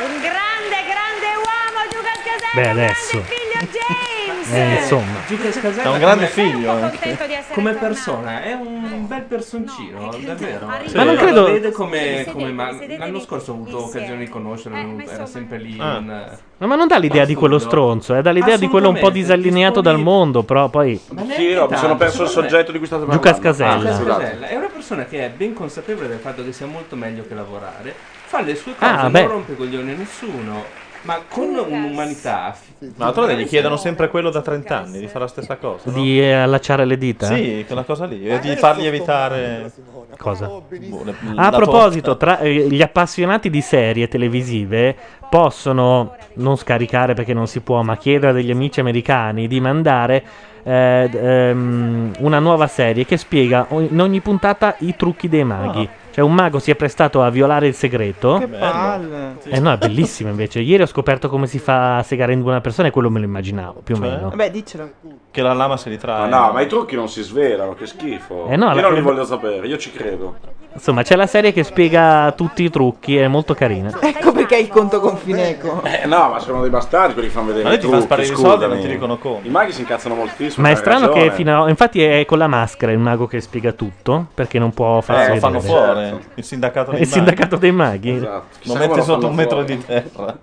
S24: Un grande, grande uomo, Giugas Casella.
S1: Beh, adesso.
S24: Figlio James.
S1: Eh, insomma.
S20: Giucas
S1: Ha
S20: Casella
S1: un grande
S20: come-
S1: figlio
S5: eh.
S1: Sono anche. contento
S24: di essere
S20: come persona, è un bel personcino, davvero.
S1: Sì. Ma non
S20: Lo
S1: credo-
S20: vede come,
S24: Sedetevi,
S20: come ma-
S24: sedetevi
S20: l'anno scorso ho avuto
S24: insieme.
S20: occasione di conoscerlo, era sempre lì
S1: Ah.
S20: in-
S1: No, ma non dà l'idea di quello
S20: Assurdo.
S1: stronzo, eh, dà l'idea di quello un po'
S20: Assolutamente,
S1: disallineato dal mondo, però poi...
S20: Ma neanche Sì, no, mi tanto, sono perso il secondo me. soggetto di cui state
S1: Giù
S20: parlando.
S1: Cascasella.
S20: Giucas Casella è una persona che è ben consapevole del fatto che sia molto meglio che lavorare, fa le sue cose,
S5: Ah, beh.
S20: non rompe i coglioni a nessuno, ma con un'umanità.
S5: Ma allora gli chiedono sempre quello da 30 anni di fare la stessa cosa. no?
S1: Di eh, allacciare le dita?
S5: Sì, quella cosa lì. E di fargli evitare.
S1: Cosa?
S5: Boh, le-
S1: Ah, A
S5: la
S1: proposito, tra eh, gli appassionati di serie televisive possono non scaricare perché non si può, ma chiedere agli amici americani di mandare eh, d- ehm, una nuova serie che spiega o- in ogni puntata i trucchi dei maghi. Cioè, un mago si è prestato a violare il segreto.
S14: Che palle.
S1: Eh no, è bellissimo invece. Ieri ho scoperto come si fa a segare in una persona e quello me lo immaginavo, più o
S4: Cioè?
S1: meno.
S14: Vabbè, diccelo.
S5: Che la lama se li trae.
S4: Ma no, ma i trucchi non si svelano, che schifo.
S1: Eh no,
S4: io
S1: la-
S4: non li voglio sapere, io ci credo.
S1: Insomma, c'è la serie che spiega tutti i trucchi, è molto carina.
S14: Ecco perché hai il conto con Fineco.
S4: Eh no, ma sono dei bastardi quelli che fanno vedere.
S5: Ma lei
S4: i
S5: ti fa
S4: trucchi,
S5: sparire i soldi e non
S4: scusami.
S5: ti dicono come.
S4: I maghi si incazzano moltissimo.
S1: Ma è
S4: hai
S1: strano che
S4: ragione.
S1: fino a... Infatti è con la maschera il mago che spiega tutto, perché non può farsi
S5: Eh, lo fanno
S1: vedere.
S5: fuori.
S4: certo.
S5: Il sindacato
S1: È
S5: dei
S1: il sindacato dei maghi.
S4: Esatto.
S5: Lo metti sotto un metro di terra.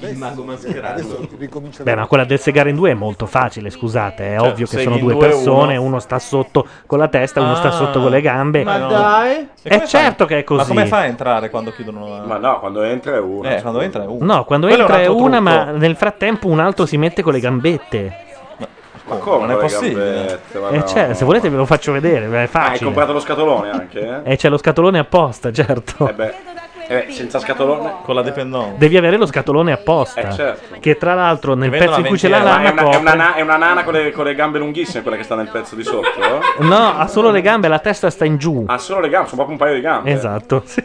S20: Il mago mascherato.
S1: Beh, ma quella del segare in due è molto facile, scusate. È
S5: Cioè,
S1: ovvio che
S20: seghi
S1: sono
S20: in
S1: due
S20: due,
S1: persone,
S20: uno.
S1: uno. sta sotto con la testa, uno sta
S5: Ah,
S1: sotto con le gambe.
S4: Eh,
S5: ma No. dai. E
S1: È
S5: come
S1: certo che è così.
S5: Ma come fa a entrare quando chiudono la.
S4: Ma no, quando entra è uno.
S5: Eh, quando entra è uno.
S1: No, quando
S5: Quello è un
S1: entra è
S5: altro
S1: una, ma
S5: trucco.
S1: nel frattempo un altro si mette con le gambette.
S4: Ma come?
S5: Non è
S4: le
S5: possibile.
S4: gambette, ma
S1: Eh,
S4: no.
S1: cioè, se volete ve lo faccio vedere, beh, è
S4: Ah, hai
S1: facile.
S4: comprato lo scatolone anche? Eh?
S1: E c'è lo scatolone apposta, certo.
S4: Eh beh, eh beh, senza scatolone.
S5: Con la dependente.
S1: Devi avere lo scatolone apposta.
S4: Eh, certo.
S1: Che tra l'altro nel
S4: Vendono
S1: pezzo in
S4: a
S1: cui c'è
S4: 20
S1: la
S4: euro. Ma
S1: lama
S4: è una, è
S1: copre-
S4: una na- è una nana con le, con le gambe lunghissime, quella che sta nel pezzo di sotto. eh?
S1: No, ha solo le gambe, la testa sta in giù.
S4: Ha solo le gambe, sono proprio un paio di gambe.
S1: Esatto. sì.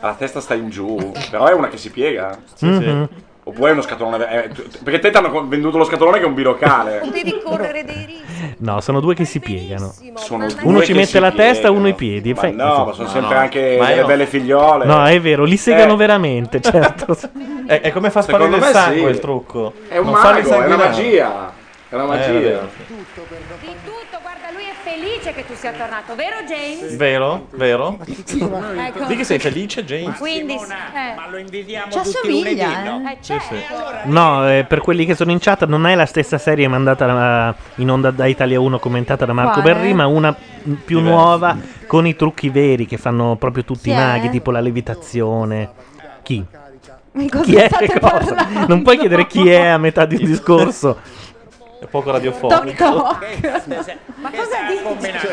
S4: La testa sta in giù, però è una che si piega.
S1: Mhm.
S4: Oppure è uno scatolone. eh, tu- perché te ti hanno co- venduto lo scatolone che è un bilocale.
S13: Potevi correre dei rischi.
S1: No, sono due che si piegano.
S4: Sono
S1: Uno
S4: due
S1: ci
S4: che
S1: mette
S4: si
S1: la testa,
S4: piegano.
S1: uno i piedi.
S4: Ma
S1: Fai-
S4: no, ma sono
S5: Ma
S4: sempre
S5: no.
S4: anche
S5: Ma
S4: delle
S5: no.
S4: belle figliole.
S1: No, è vero, li segano
S4: Eh.
S1: veramente, certo.
S5: È, è come fa sparire
S4: Secondo
S5: il
S4: me
S5: sangue
S4: sì.
S5: il trucco.
S4: È un
S5: Non farli
S4: mago, è una
S5: sanguinare.
S4: magia. È una magia.
S5: Eh, è vero.
S24: Di tutto, guarda, lui è felice che tu sia tornato, vero James?
S5: Vero? Vero?
S24: Ecco.
S5: Di che sei felice, James?
S24: Quindi, eh.
S11: ma lo invidiamo
S24: Ci
S11: tutti
S24: assomiglia,
S11: lunedì, no?
S24: Eh, certo.
S1: No, eh, per quelli che sono in chat, non è la stessa serie mandata da- in onda da Italia 1 commentata da Marco
S9: Quale?
S1: Berri, ma una più nuova con i trucchi veri che fanno proprio tutti
S9: Chi
S1: i
S9: è?
S1: maghi, tipo la levitazione. Chi?
S9: Di cosa
S1: Chi è
S9: state
S1: che cosa?
S9: parlando?
S1: Non puoi chiedere chi è a metà di un discorso.
S5: È poco radiofonico.
S13: Ma cosa dici?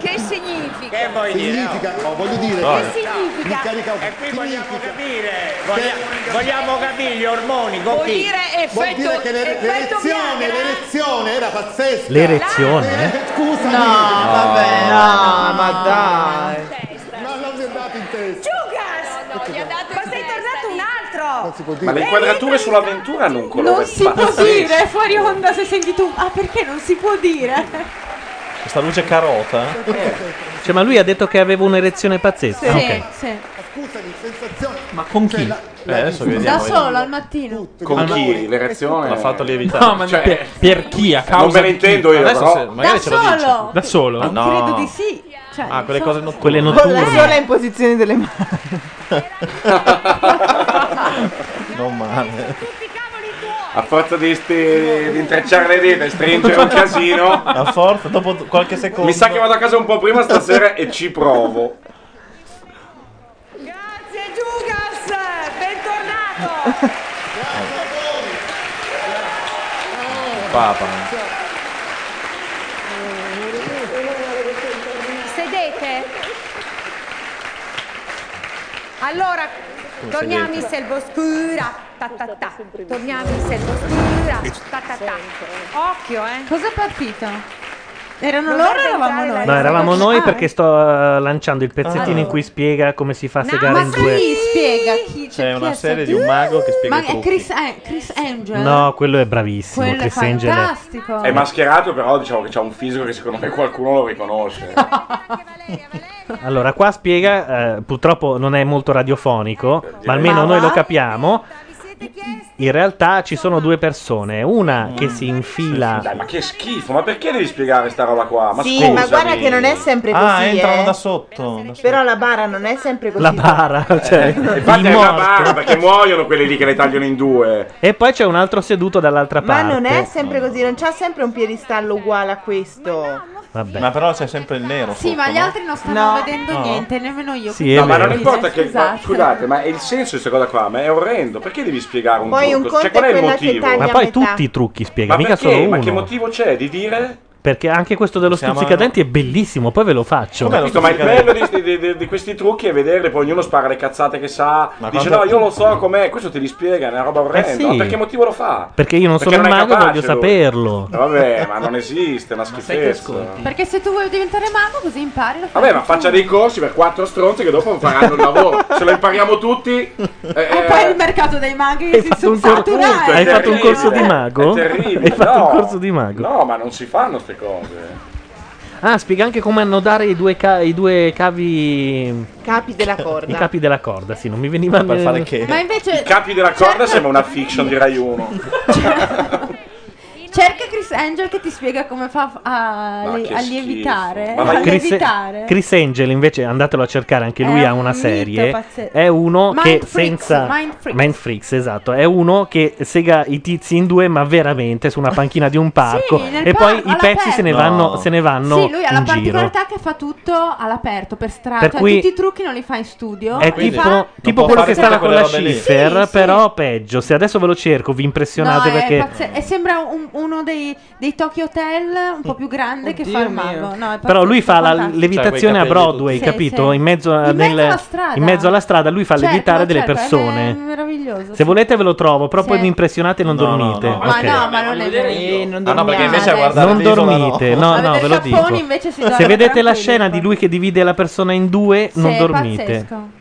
S13: Che significa? Che
S11: vuoi
S18: Significa, no, voglio dire,
S11: No.
S18: che
S13: significa?
S11: E qui vogliamo capire, voglia- vogliamo capire gli ormoni. con
S18: Vuol
S11: chi?
S18: dire Vuol dire che l'ere- l'erezione, l'erezione era pazzesca.
S1: L'erezione?
S18: Eh, Scusa,
S14: No, vabbè, no, ma dai.
S18: No, non mi è andato in testa.
S24: Giugas! Ma sei tornato un altro!
S4: Ma le inquadrature sull'avventura hanno un colore
S10: Non si può
S4: pazzesco.
S10: dire, fuori onda se senti tu. Ah, perché non si può dire?
S5: Questa luce carota.
S1: Cioè, ma lui ha detto che aveva un'erezione pazzesca. Ah, ok.
S10: sì.
S18: Scusami, sensazione.
S1: Ma con chi?
S5: Eh, adesso
S10: Da solo al mattino.
S4: Con chi? L'erezione?
S5: L'ha fatto lievitare.
S2: No, ma per, per chi? A causa
S4: Non me ne
S2: di chi?
S4: intendo io,
S5: Adesso
S4: però.
S5: se- magari
S10: Da ce lo dice. solo!
S2: Da solo?
S5: Ah, no.
S10: Credo di sì. Cioè,
S5: Ah, quelle
S10: so-
S5: cose notturne.
S1: Quelle
S14: Con la sola in posizione delle mani.
S5: non male.
S4: A forza di, sti- di intrecciare le dita e stringere un casino.
S5: A forza, dopo qualche secondo.
S4: Mi sa che vado a casa un po' prima stasera e ci provo.
S24: Grazie Giugas, bentornato.
S5: Papa.
S24: Sedete. Allora,
S5: Come
S24: torniamo
S5: sedete?
S24: in selva oscura. Ta ta ta. Torniamo in selva oscura. Ta ta ta. Occhio, eh. Cosa è partito?
S14: Erano
S24: Dovrebbe
S14: loro o eravamo
S24: entrare
S14: noi?
S1: No, eravamo
S10: Ah.
S1: noi perché sto eh, lanciando il pezzettino
S14: Ah.
S1: in cui spiega come si fa a
S14: No,
S1: segare
S14: ma
S1: in
S14: sai-
S1: due.
S10: Chi spiega chi
S5: C'è
S10: chi
S5: una
S10: è
S5: serie
S10: stato-
S5: di un mago che spiega
S10: Ma
S5: i
S10: è
S5: trucchi.
S10: Chris, eh, Chris Angel?
S1: No, quello è bravissimo.
S10: quello è
S1: Chris Angel è-
S10: fantastico.
S4: È mascherato, però diciamo che ha un fisico che secondo me qualcuno lo riconosce.
S1: Allora, qua spiega, eh, purtroppo non è molto radiofonico,
S14: Eh,
S1: ma almeno
S22: Ma
S1: noi
S22: va?
S1: lo capiamo. In realtà ci sono due persone, una
S14: Mm.
S1: che si infila.
S4: Dai, ma che schifo, ma perché devi spiegare sta roba qua? Ma
S14: Sì,
S4: scusami.
S14: ma guarda che non è sempre
S5: Ah,
S14: così.
S4: ah,
S14: eh.
S5: sotto.
S14: Però la bara non è sempre così. Eh,
S1: La bara, cioè,
S4: Infatti
S1: il
S4: è una
S1: morto.
S4: barra perché muoiono quelli lì che le tagliano in due.
S1: E poi c'è un altro seduto dall'altra
S14: Ma
S1: parte.
S14: non è sempre così, non c'ha sempre un piedistallo uguale a questo.
S5: Ma però c'è sempre il nero.
S10: Sì, ma gli altri non stanno vedendo
S4: No.
S10: niente, nemmeno io.
S4: Sì,
S14: eh.
S4: no, ma non
S10: Quindi,
S4: importa che. ma
S14: Esatto.
S10: scusate.
S4: scusate, ma il senso di questa cosa qua ma è orrendo. Perché devi spiegare un
S14: Poi un
S4: trucco? Cioè,
S14: conto
S4: qual è
S14: è
S4: il
S14: quella che
S4: motivo?
S14: taglia
S1: Ma poi tutti i trucchi spiega,
S4: Ma
S1: mica
S4: perché?
S1: solo
S4: Ma che
S1: uno.
S4: motivo c'è di dire?
S1: Perché anche questo dello
S4: Siamo-
S1: stuzzicadenti è bellissimo, poi ve lo faccio.
S4: Ho capito, Ecco, ma il bello di, di- di- di questi trucchi è vederli, poi ognuno spara le cazzate che sa. dice
S1: cosa-
S4: no, io lo so com'è, questo te li spiega, è una roba orrenda.
S1: Eh sì.
S4: Ma perché motivo lo fa?
S1: Perché io non
S4: Perché
S1: sono
S4: non
S1: un
S4: è
S1: mago,
S4: capace
S1: voglio
S4: lui.
S1: saperlo.
S4: Vabbè, ma non esiste, è una schifezza.
S10: Perché se tu vuoi diventare mago, così impari. lo fai
S4: Vabbè, ma
S10: tu.
S4: faccia dei corsi per quattro stronzi che dopo faranno il lavoro. Se lo impariamo tutti,
S10: E poi il mercato dei maghi si satura.
S4: Appunto, è
S1: Hai fatto un
S4: terribile,
S1: corso di mago?
S4: È terribile.
S1: Hai fatto
S4: no,
S1: un corso di mago?
S4: No, ma non si fanno queste cose.
S1: Ah, spiega anche come annodare i due, ca- i due cavi.
S14: Capi della
S1: I
S14: corda.
S1: capi della corda, sì, non mi veniva
S5: Per fare
S14: che? Ma invece-
S4: I capi della corda sembra una fiction di Rai 1.
S10: Cerca Chris Angel che ti spiega come fa a,
S4: Ma che
S10: a
S4: schifo.
S10: lievitare.
S4: Ma vai-
S10: a
S1: Chris,
S10: lievitare.
S1: Chris Angel invece andatelo a cercare, anche lui
S10: È
S1: ha
S10: un
S1: una
S10: mito
S1: serie.
S10: pazzesco.
S1: È uno
S10: Mind
S1: che
S10: Freaks,
S1: senza
S10: Mind Freaks.
S1: Freaks, esatto, è uno che sega i tizi in due, ma veramente su una panchina di un parco
S10: nel
S1: e poi
S10: parco,
S1: i pezzi se ne
S5: all'aperto.
S1: vanno
S5: No.
S1: se ne vanno
S10: Sì, lui ha la
S1: in giro.
S10: particolarità che fa tutto all'aperto, per strada.
S1: Per
S10: cioè,
S1: cui-
S10: tutti i trucchi non li fa in studio.
S1: È
S10: li
S1: tipo,
S10: fa-
S1: tipo quello che
S5: fare
S1: stava
S5: tutte
S1: con
S5: quelle
S1: la
S5: robe lì.
S1: Schiffer, però peggio. Se adesso ve lo cerco, vi impressionate
S10: No, è
S1: perché
S10: pazze- e sembra un- uno dei, dei Tokyo Hotel un po' più grande che fa il mago. No, è
S1: Però lui
S10: pazzesco,
S1: fa la
S10: fantastico.
S1: levitazione a Broadway,
S10: Sì,
S1: capito?
S10: sì.
S1: In mezzo, a-
S10: In mezzo
S1: nel-
S10: alla strada.
S1: in mezzo alla strada lui fa
S10: Certo,
S1: levitare delle
S10: certo, è
S1: persone.
S10: me- meraviglioso.
S1: Se volete ve lo trovo, però poi
S10: Sì.
S1: vi impressionate e non
S5: No, no,
S1: dormite.
S5: Ah, no.
S1: Ok.
S10: Ma no, ma non è vero.
S5: Ah no, perché invece a guardare
S1: Non
S5: l'isola no.
S1: dormite, no, no, ve lo dico.
S10: Schiaffoni invece si dorme
S1: Se vedete la
S10: tranquilli,
S1: scena di lui che divide la persona in due,
S10: Sì,
S1: non
S10: è
S1: dormite.
S10: pazzesco.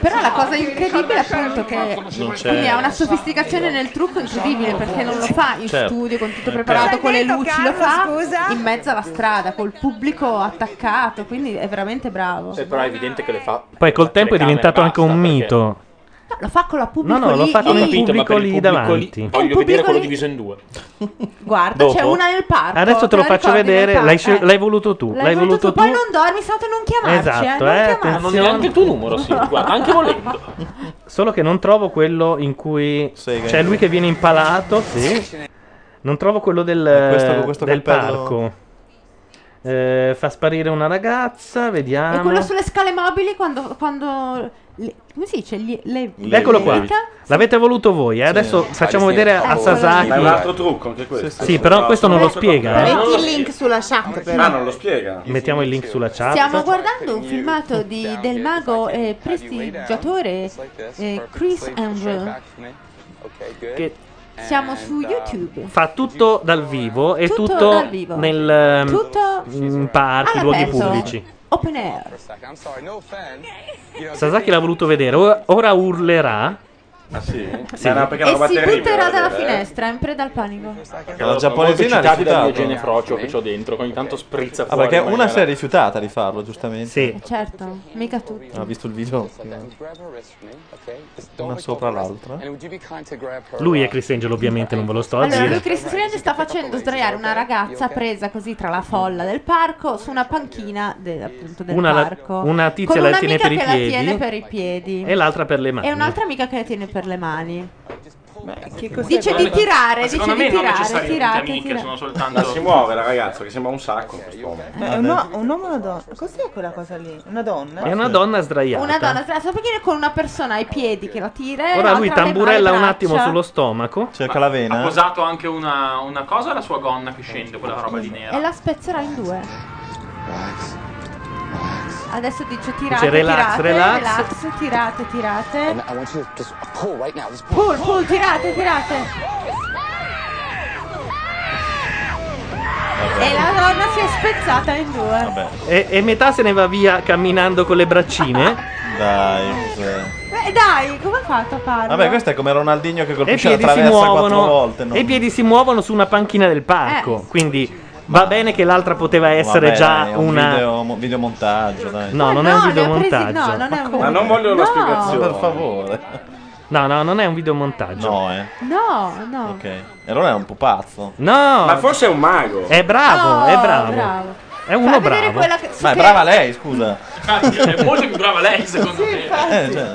S10: Però la cosa incredibile è appunto che
S1: Non c'è.
S10: quindi ha una sofisticazione nel trucco incredibile perché non lo fa in
S1: Certo.
S10: studio con tutto
S1: Eh,
S10: preparato,
S1: certo.
S10: con le luci, lo fa in mezzo alla strada, col pubblico attaccato, quindi è veramente bravo.
S9: Eh, però è evidente che le fa.
S1: Poi
S2: Cioè,
S1: col tempo è diventato anche un mito.
S10: No, lo fa con la pubblico
S1: No, no, lo
S10: lì,
S1: fa con
S10: lì.
S1: il pubblico
S9: per il
S1: lì
S9: pubblico
S1: davanti.
S9: Voglio vedere quello diviso in due.
S10: Guarda, c'è
S1: Dopo?
S10: una nel parco.
S1: Adesso te lo
S10: la
S1: faccio
S10: ricordi nel
S1: vedere.
S10: parco?
S1: L'hai, scel-
S10: Eh.
S1: l'hai voluto tu.
S10: L'hai
S1: L'hai voluto tu.
S10: Poi non dormi, se no te non chiamarci.
S1: Esatto,
S10: eh, non
S1: eh,
S10: chiamarci.
S1: attenzione. Non neanche il tuo numero, sì, guarda, anche
S10: volendo.
S1: Solo che non trovo quello in cui c'è
S5: in
S1: lui
S5: due.
S1: che viene impalato. Sì. Non trovo quello del,
S4: Eh,
S5: questo- con questo
S1: del
S5: cappello-
S1: parco. Eh, fa sparire una ragazza,
S10: E
S1: vediamo.
S10: quello sulle scale mobili quando. quando le- come si dice? Gli- le-
S1: Eccolo qua.
S10: Levica?
S1: L'avete voluto voi, eh? adesso facciamo
S4: Sì, sì.
S1: vedere a
S4: Eccolo.
S1: Sasaki.
S4: Ma è un altro trucco anche questo.
S1: Sì, sì, però questo non lo spiega. eh.
S14: Metti il link sulla chat però.
S4: Ah, Esatto. non lo spiega.
S1: Mettiamo il link sulla chat.
S10: Stiamo guardando un filmato di- del mago eh, prestigiatore eh, Chris Angel.
S1: Che
S10: Siamo su
S4: uh,
S10: YouTube.
S1: fa tutto dal vivo e
S10: Tutto
S1: tutto,
S10: dal vivo.
S1: nel ehm,
S10: Tutto
S1: in parchi, luoghi
S10: all'aperto.
S1: pubblici.
S10: Open air.
S1: Sasaki l'ha voluto vedere, o- ora urlerà.
S4: Ah sì?
S1: Sì.
S4: Ma no, perché è
S10: E
S4: una roba
S10: si
S4: terribile
S10: butterà
S4: da
S10: dalla
S4: vedere, eh.
S10: finestra in preda al panico.
S5: La
S9: molto
S5: giapponesina ha
S9: eccitati dal mio
S5: rifiutato.
S9: gene frocio che ho dentro, che ogni tanto sprizza
S5: Ah,
S9: fuori.
S5: perché una
S9: magari.
S5: si è rifiutata di farlo, giustamente.
S1: Sì.
S10: Certo, mica tutti.
S5: Ha Ah, visto il video. Una sopra l'altra.
S1: Lui è Chris Angel, ovviamente, non ve lo sto a
S10: Allora, lui
S1: dire.
S10: Chris Strange sta facendo sdraiare una ragazza presa così tra la folla del parco su una panchina de- appunto del
S1: Una la-
S10: parco.
S1: una tizia
S10: con
S1: la
S10: una
S1: tiene
S10: amica
S1: per i
S10: che la
S1: piedi
S10: tiene per i piedi
S1: E l'altra per le mani.
S10: E un'altra amica che la tiene per per le mani.
S1: eh.
S14: Che
S10: cos'è? Dice di tirare,
S9: Secondo
S10: dice
S9: me
S10: di
S9: non
S10: tirare,
S9: necessariamente
S10: tirate,
S9: amiche,
S10: tirate.
S9: sono soltanto...
S4: Non si muove la ragazza, che sembra un sacco in quest'uomo.
S14: Eh, un, uo- un uomo e una donna. Cos'è quella cosa lì? Una donna?
S1: È una donna sdraiata.
S10: Una donna sdraiata, sta per dire con una persona ai piedi che la tira. e
S1: Ora lui
S10: l'altra le
S1: tamburella un
S10: braccia.
S1: attimo sullo stomaco. Cerca la
S9: Ha posato anche una, una cosa alla sua gonna che scende, quella roba di nero.
S10: E la spezzerà in due. Adesso dice tirate,
S1: Dice relax,
S10: tirate,
S1: relax.
S10: relax, tirate, tirate. Pull, pull, tirate, tirate. E la donna si è spezzata in due.
S1: E, e metà se ne va via camminando con le braccine.
S5: Dai.
S10: Beh, dai, come ha fatto a farlo?
S5: Vabbè, questo è come Ronaldinho che
S1: E i
S5: colpisce la
S1: piedi si
S5: traversa quattro
S1: muovono.
S5: volte. no?
S1: E i piedi si muovono su una panchina del
S10: Eh,
S1: parco. Quindi va bene che l'altra poteva
S5: Vabbè,
S1: essere già
S5: dai, è un
S1: una.
S5: video- mo- videomontaggio, dai.
S1: No, eh, non è un videomontaggio.
S10: no, non è un
S5: Ma non voglio la
S10: No.
S5: spiegazione. Per favore.
S1: No, no, non è un videomontaggio.
S5: No, eh.
S10: No, no.
S5: Ok. E allora è un pupazzo.
S1: No.
S4: Ma forse è un mago.
S1: È bravo, è
S10: Oh,
S1: bravo. È uno
S10: Fa vedere
S1: bravo.
S10: quella che- su
S5: Ma è
S10: che-
S5: brava lei, scusa.
S9: è molto più brava lei, secondo me.
S5: Eh, cioè,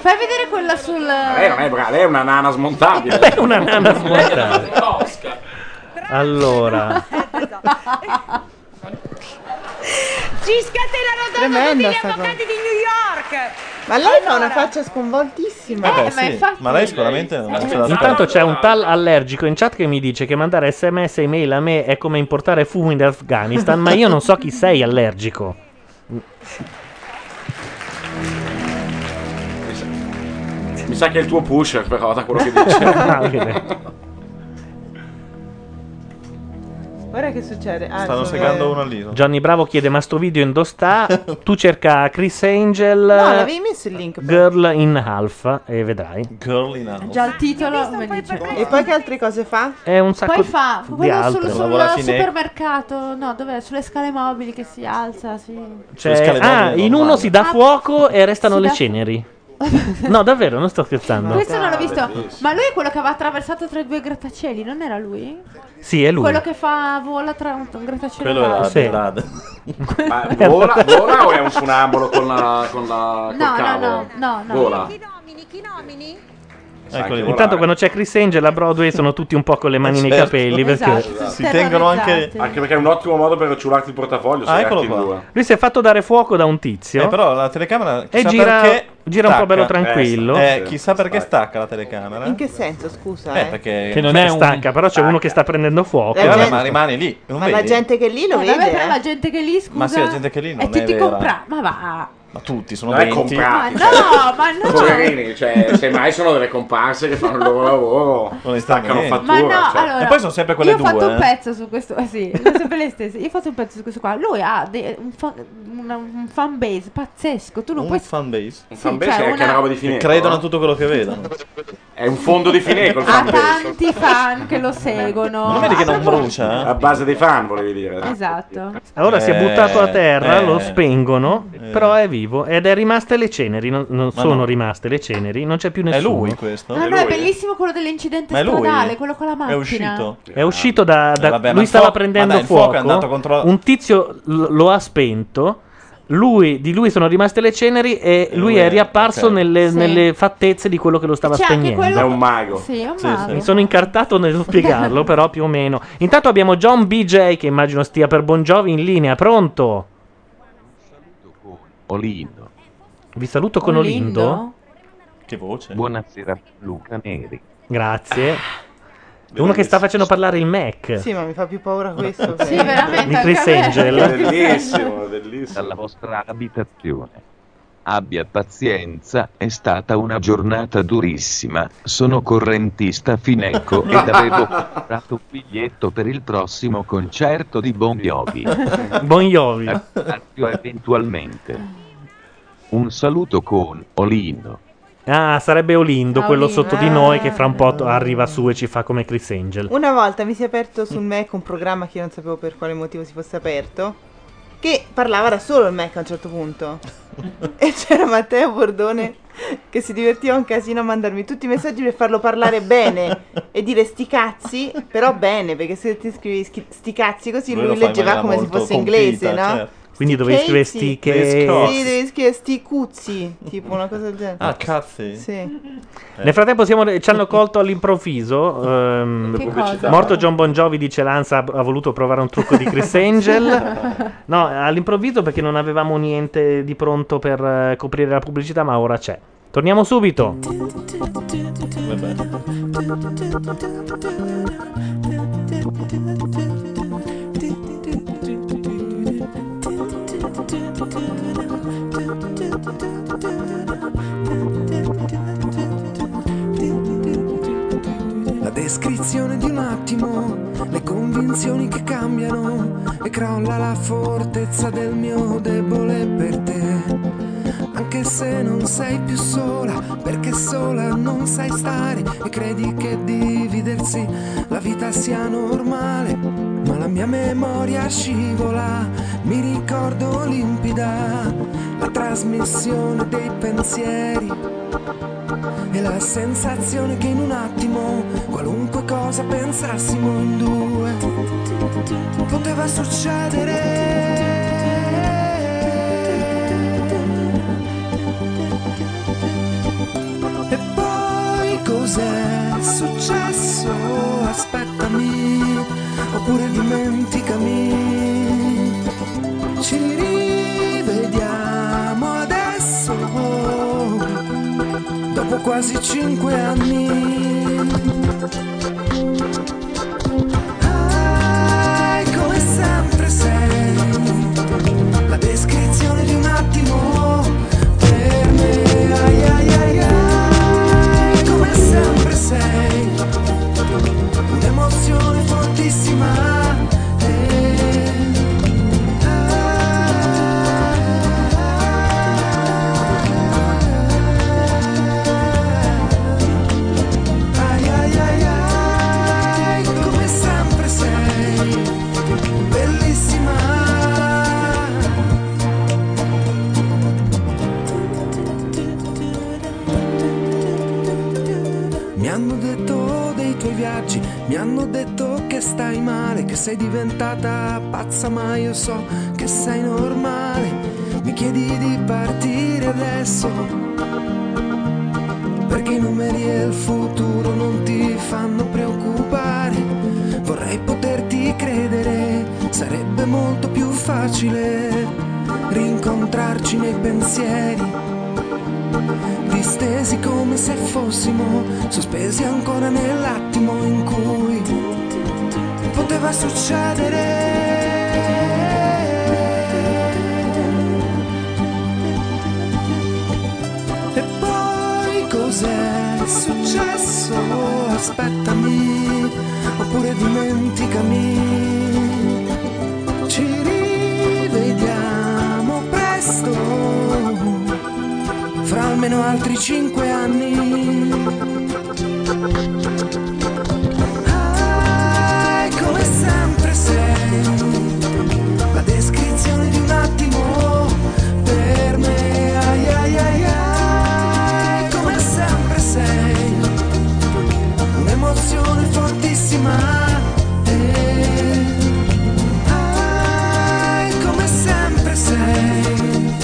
S10: Fai vedere quella sul.
S4: Lei non è brava, lei è una nana smontabile.
S1: Lei è una nana smontabile. Allora,
S24: Ci scatenano dopo
S14: Tremenda
S24: tutti gli
S14: sta
S24: avvocati di New York.
S14: Ma lei fa una faccia
S10: Eh,
S14: sconvoltissima.
S5: Vabbè, Eh, sì, ma lei sicuramente non ce la fa.
S1: intanto Cioè, c'è un tal allergico in chat che mi dice che mandare sms e email a me è come importare fumo in Afghanistan, ma io non so chi sei allergico.
S4: Mi sa che è il tuo pusher, però, da quello che
S1: Ah, ok.
S4: dice.
S14: Ora che succede? Ah,
S5: Stanno
S14: sono-
S5: segando uno lì.
S1: Gianni Bravo chiede: Ma sto video in dove sta? tu cerca Chris Angel
S14: No,
S1: eh,
S14: l'avevi messo il link. però.
S1: Girl in Half e vedrai.
S5: Girl in Half.
S10: Già il titolo. come dice. Eh.
S14: E poi che altre cose fa?
S1: È un sacco
S10: Poi fa
S1: di
S10: quello
S1: altro.
S10: sul, sul supermercato, no, dov'è? Sulle scale mobili che si alza, sì.
S1: Cioè, ah, in uno si dà fuoco e restano
S10: Si
S1: le
S10: dà-
S1: ceneri. No, davvero, non sto scherzando.
S10: Questo
S5: Ah,
S10: non l'ho visto. Ma lui è quello che aveva attraversato tra i due grattacieli, non era lui?
S1: Sì, è lui.
S10: Quello che fa vola tra un, un grattacielo. e l'altro.
S1: Sì.
S4: Ma vola, vola o è un funambolo con la. con la. col
S10: No, no,
S4: cavo?
S10: no, no, no. Ecco,
S4: Vola.
S1: Eccoli. Ecco, Intanto quando c'è Chris Angel a Broadway sono tutti un po' con le mani nei
S4: Certo.
S1: capelli
S5: Esatto,
S1: perché
S10: Esatto,
S4: Anche perché è un ottimo modo per ciularti il portafoglio. se
S5: Ah,
S4: è
S5: eccolo
S4: anche in
S5: qua.
S4: due.
S1: Lui si è fatto dare fuoco da un tizio.
S5: Eh, però la telecamera
S1: E
S5: chissà
S1: gira-
S5: perché
S1: gira un po'
S5: stacca.
S1: bello tranquillo.
S5: Eh, chissà perché stacca la telecamera.
S14: In che senso, scusa?
S5: Eh,
S14: eh?
S5: perché
S1: che non è stanca, Cioè, però c'è uno che sta prendendo fuoco. Cioè,
S5: Eh, vabbè, ma rimane lì, non
S14: Ma
S5: vedi?
S14: la gente che lì lo
S10: Eh,
S14: vede.
S10: vabbè, però
S14: eh?
S10: la gente che lì scusa.
S5: Ma sì, la gente che lì non
S10: e
S5: è
S10: tutti
S5: vera.
S10: compra- Ma va.
S5: Ma tutti sono
S4: Non è
S5: 20.
S10: Ma
S4: comprati.
S10: no, ma no.
S4: Poverini, cioè, semmai sono delle comparse che fanno il loro lavoro.
S5: Non
S4: staccano
S5: niente.
S4: fattura.
S10: Ma no,
S4: cioè.
S10: allora, io ho fatto un pezzo su questo, eh, sì, sono sempre le stesse. Io ho fatto un pezzo su questo qua. Lui ha de- un, fa- una- un fan base pazzesco. Tu non
S1: Mm.
S5: Un
S10: puoi.
S5: fanbase. Un
S10: Sì, fanbase cioè,
S4: è anche una roba di
S5: Che
S4: Fineco,
S5: credono a
S4: no?
S5: tutto quello che vedono.
S4: È un fondo di Fineco il
S10: ha
S4: fan base.
S10: tanti fan che lo seguono.
S5: brucia?
S4: A base dei fan, volevi dire.
S10: Esatto.
S1: Allora si è buttato a terra,
S4: eh.
S1: lo spengono,
S4: Eh.
S1: però è vivo ed è rimaste le ceneri, non, non
S5: Ma
S1: sono
S5: no.
S1: rimaste le ceneri, non c'è più nessuno.
S5: lui questo?
S10: Ah,
S14: Ah,
S10: No, no, è bellissimo quello dell'incidente
S1: Ma è lui?
S10: stradale, quello con la macchina.
S1: È uscito da, da-
S5: Eh, vabbè, ma
S1: lui
S5: il
S1: stava
S5: fuoco-
S1: prendendo
S5: ma dai, il
S1: fuoco,
S5: fuoco è andato contro-
S1: un tizio l- lo ha spento. Lui, di lui sono rimaste le ceneri e lui,
S5: lui
S1: è
S5: è-
S1: riapparso
S5: Eh, ok.
S1: nelle,
S10: Sì.
S1: nelle fattezze di quello che lo stava
S10: C'è anche
S1: spegnendo.
S10: quello- È un mago. Sì, è un Sì, mago. sì.
S1: Mi sono incartato nello spiegarlo, però più o meno. Intanto abbiamo John BJ che immagino stia per Bongiovi in linea, pronto?
S6: Olindo.
S1: Vi saluto con Olindo.
S5: Che voce.
S6: Buonasera, Luca Neri.
S1: Grazie. È uno che sta facendo parlare il Mac.
S14: Sì, ma mi fa più paura questo.
S10: Sì, veramente,
S1: Di Chris anche a me. Angel.
S6: Bellissimo, bellissimo. Dalla vostra abitazione. Abbia pazienza, è stata una giornata durissima. Sono correntista Fineco ed avevo comprato un biglietto per il prossimo concerto di Bon Jovi.
S1: Bon Jovi.
S6: Eventualmente. Un saluto con Olino.
S1: Ah, sarebbe Olindo,
S14: Ah,
S1: quello
S14: Olindo. Ah.
S1: sotto di noi che fra un po' to- arriva su e ci fa come Chris Angel.
S14: Una volta mi si è aperto sul Mac un programma che io non sapevo per quale motivo si fosse aperto. Che parlava da solo il Mac a un certo punto. e c'era Matteo Bordone che si divertiva un casino a mandarmi tutti i messaggi per farlo parlare bene e dire sti cazzi, però bene, perché se ti scrivi schi- sti cazzi così
S5: Lui
S14: lui,
S5: lo fa in
S14: leggeva
S5: maniera
S14: come se
S5: molto
S14: fosse
S5: compita,
S14: inglese, no?
S5: certo.
S1: Quindi dovevi
S14: Cazzi?
S1: scrivere sti
S14: Sì,
S1: che...
S14: devi scrivere sti cuzzi, tipo una cosa del genere.
S1: Ah,
S5: cazzi.
S14: Sì.
S1: Eh. Nel frattempo siamo- ci hanno colto all'improvviso. ehm,
S14: Che cosa?
S1: morto John Bon Jovi dice Lanza ha ha voluto provare un trucco di Chris Angel. No, all'improvviso perché non avevamo niente di pronto per eh, coprire la pubblicità, ma ora c'è. Torniamo subito.
S12: La descrizione di un attimo, le convinzioni che cambiano e crolla la fortezza del mio debole per te. Anche se non sei più sola, perché sola non sai stare e credi che dividersi la vita sia normale. Ma la mia memoria scivola, mi ricordo limpida la trasmissione dei pensieri e la sensazione che in un attimo qualunque cosa pensassimo in due poteva succedere. E poi cos'è successo? Aspettami oppure dimenticami. Ci rivediamo adesso, dopo quasi cinque anni. Ai, come sempre sei la descrizione di un attimo per me. Ai, ai, ai, ai, come sempre sei un'emozione fortissima. E Ai ai ai ai, come sempre sei bellissima. Mi hanno detto dei tuoi viaggi, mi hanno detto che stai male, che sei diventata pazza, ma io so che sei normale. Mi chiedi di partire adesso perché i numeri e il futuro non ti fanno preoccupare. Vorrei poterti credere, sarebbe molto più facile rincontrarci nei pensieri, distesi come se fossimo sospesi ancora nell'attimo in cui poteva succedere. E poi cos'è successo? Aspettami, oppure dimenticami. Ci rivediamo presto, fra almeno altri cinque anni. Ah, come sempre sei la descrizione di un attimo per me. Ai ai ai ai, come sempre sei un'emozione fortissima. Eh, ai, come sempre sei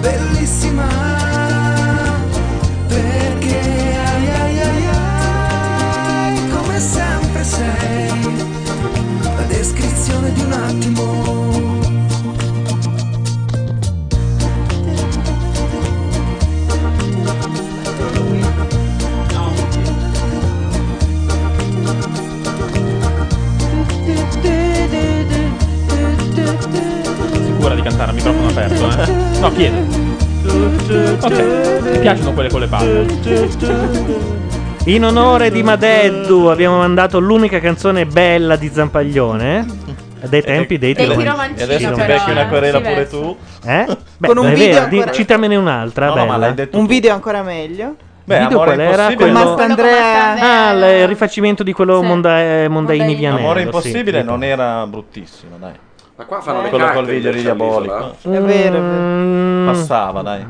S12: bellissima. Perché ai ai ai ai, come sempre sei la descrizione di un attimo.
S2: Sicura di cantare a microfono aperto, eh? No, chiedo. Ok, mi piacciono quelle con le palle.
S1: In onore di Madeddu abbiamo mandato l'unica canzone bella di Zampaglione.
S14: Eh,
S1: Dei tempi dei
S5: Dei
S1: tempi.
S5: tiromancino, E adesso ti però, becchi una eh, querela pure diverso. tu.
S1: Eh? Beh,
S14: Con un
S1: è
S14: video
S1: vero, di-
S14: ancora-
S1: citamene un'altra.
S5: No, no, ma
S1: bella.
S5: l'hai detto
S14: Un video ancora meglio.
S1: Beh, video
S5: Amore
S1: qual era?
S5: Impossibile.
S1: Quello-
S5: Con
S14: Mastandrea.
S1: Ah, il rifacimento di quello Monda- eh, Mondaini Vianello.
S5: Amore
S1: sì.
S5: impossibile non era bruttissimo, dai. Eh.
S4: Ma qua fanno le
S5: Quello col
S4: carte
S5: video
S4: invece
S5: diabolico.
S4: all'isola. eh.
S14: È vero, è
S1: Mm.
S5: Passava, dai.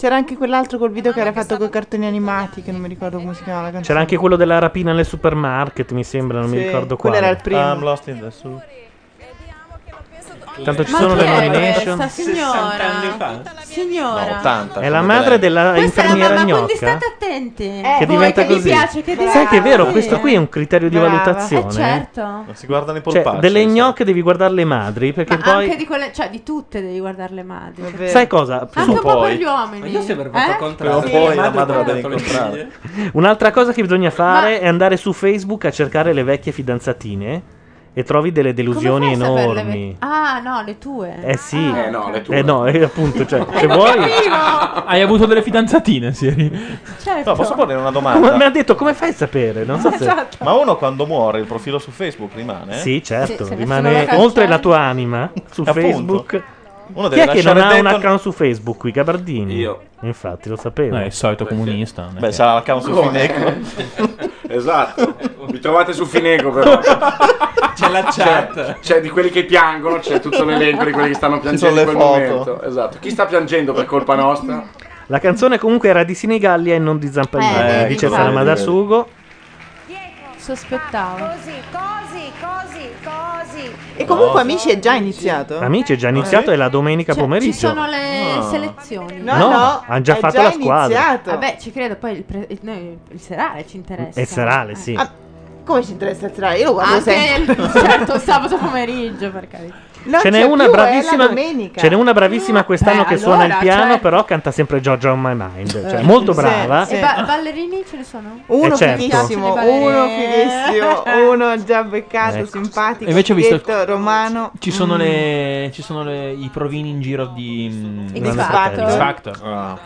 S14: C'era anche quell'altro col video che era fatto con cartoni animati, che non mi ricordo come si chiamava la canzone.
S1: C'era anche quello della rapina nel supermarket, mi sembra, non mi
S14: Sì,
S1: ricordo
S14: quello
S1: quale.
S14: era il primo.
S5: I'm lost in the soup.
S1: Tanto ci
S10: Ma
S1: sono
S10: chi
S1: le
S10: è
S1: nomination.
S10: questa signora? Signora.
S1: È la madre della
S10: Questa è la
S1: infermiera
S10: mamma, quindi
S1: gnocca.
S10: state attenti.
S1: Che diventa
S10: Eh, che
S1: così.
S10: Vi piace, che
S1: Sai che è vero,
S10: disastri.
S1: questo qui è un criterio di
S10: Brava.
S1: valutazione.
S10: Eh, certo.
S5: Non si guardano i
S1: Cioè,
S5: polpacci.
S1: delle gnocche devi guardare le madri perché
S10: Ma
S1: poi
S10: anche di quelle, cioè di tutte devi guardare le madri. Cioè,
S1: Sai cosa?
S10: Anche un po' per gli uomini.
S1: Ma io se aver
S10: eh?
S1: votato
S5: Prima o
S1: Sì,
S5: poi la
S1: madre
S5: madre la
S1: guarda
S5: deve
S1: con le
S5: incontrare.
S1: Un'altra cosa che bisogna fare è andare su Facebook a cercare le vecchie fidanzatine e trovi delle delusioni
S10: Come fai a saperle?
S1: enormi.
S10: Ah, no, le tue.
S1: Eh sì.
S10: Ah,
S1: le tue. Eh no, eh, appunto, cioè, se vuoi
S2: Ah, Hai avuto delle fidanzatine, Siri?
S10: Certo.
S5: No, posso porre una domanda?
S1: Come mi ha detto, come fai a sapere? Non so se...
S10: Esatto.
S5: Ma uno quando muore il profilo su Facebook rimane?
S1: Sì, certo,
S5: Sì, se nessuno la
S1: rimane
S5: cancella.
S1: oltre la tua anima su
S5: Eh? Appunto.
S1: Facebook.
S5: Uno
S1: Chi
S5: deve
S1: è che non
S5: lasciare
S1: ha un
S5: dentro-
S1: account su Facebook qui, Gabardini? Io. Infatti, lo sapevo.
S2: Eh, il solito comunista. non è
S5: Beh,
S2: che-
S5: sarà l'account su
S4: Come?
S5: Fineco.
S4: esatto. Mi trovate su Finego però.
S20: C'è la chat.
S4: C'è, c'è di quelli che piangono, c'è tutto l'elenco di quelli che stanno
S5: Ci
S4: piangendo
S5: sono
S4: in
S5: le
S4: quel
S5: foto.
S4: momento. Esatto. Chi sta piangendo per colpa nostra?
S1: La canzone comunque era di Sinigallia e non di
S4: Eh,
S1: Zampagnini,
S4: vedi,
S1: dice
S4: infatti.
S1: Salma da Sugo.
S10: Sospettavo.
S24: Ah, Così, così, così, così.
S14: E comunque, amici, è già
S5: Certo.
S14: iniziato.
S1: Oh. Amici, è
S5: Eh.
S1: già iniziato, è la domenica pomeriggio.
S10: Cioè, Ci sono le
S1: Ah.
S10: selezioni.
S1: No, No, no, hanno già è fatto già la squadra. iniziato.
S10: Vabbè, ci credo, poi il, pre- il- noi- il serale ci interessa.
S1: È serale, sì.
S14: Ah, come ci interessa il serale? Io lo guardo
S10: Anche
S14: sempre.
S10: il- certo, il sabato pomeriggio, per carità.
S1: ce n'è una bravissima. Ce n'è una bravissima quest'anno
S10: Beh,
S1: che suona il
S10: allora,
S1: piano,
S10: cioè-
S1: però canta sempre Giorgia on my mind. Cioè,
S10: Eh,
S1: molto
S10: sì,
S1: brava.
S10: E ba- ballerini ce ne sono?
S1: Uno Eh, certo.
S14: Fighissimo,
S10: Mi piacciono i
S14: uno
S10: ballerini.
S14: fighissimo, uno già beccato,
S2: Ecco.
S14: simpatico,
S2: E invece ho visto il-
S14: fighetto, romano.
S2: Ci sono,
S14: Mm.
S2: le, ci sono le- i provini in giro di mm,
S14: X Factor.
S2: X Factor.
S5: Ah,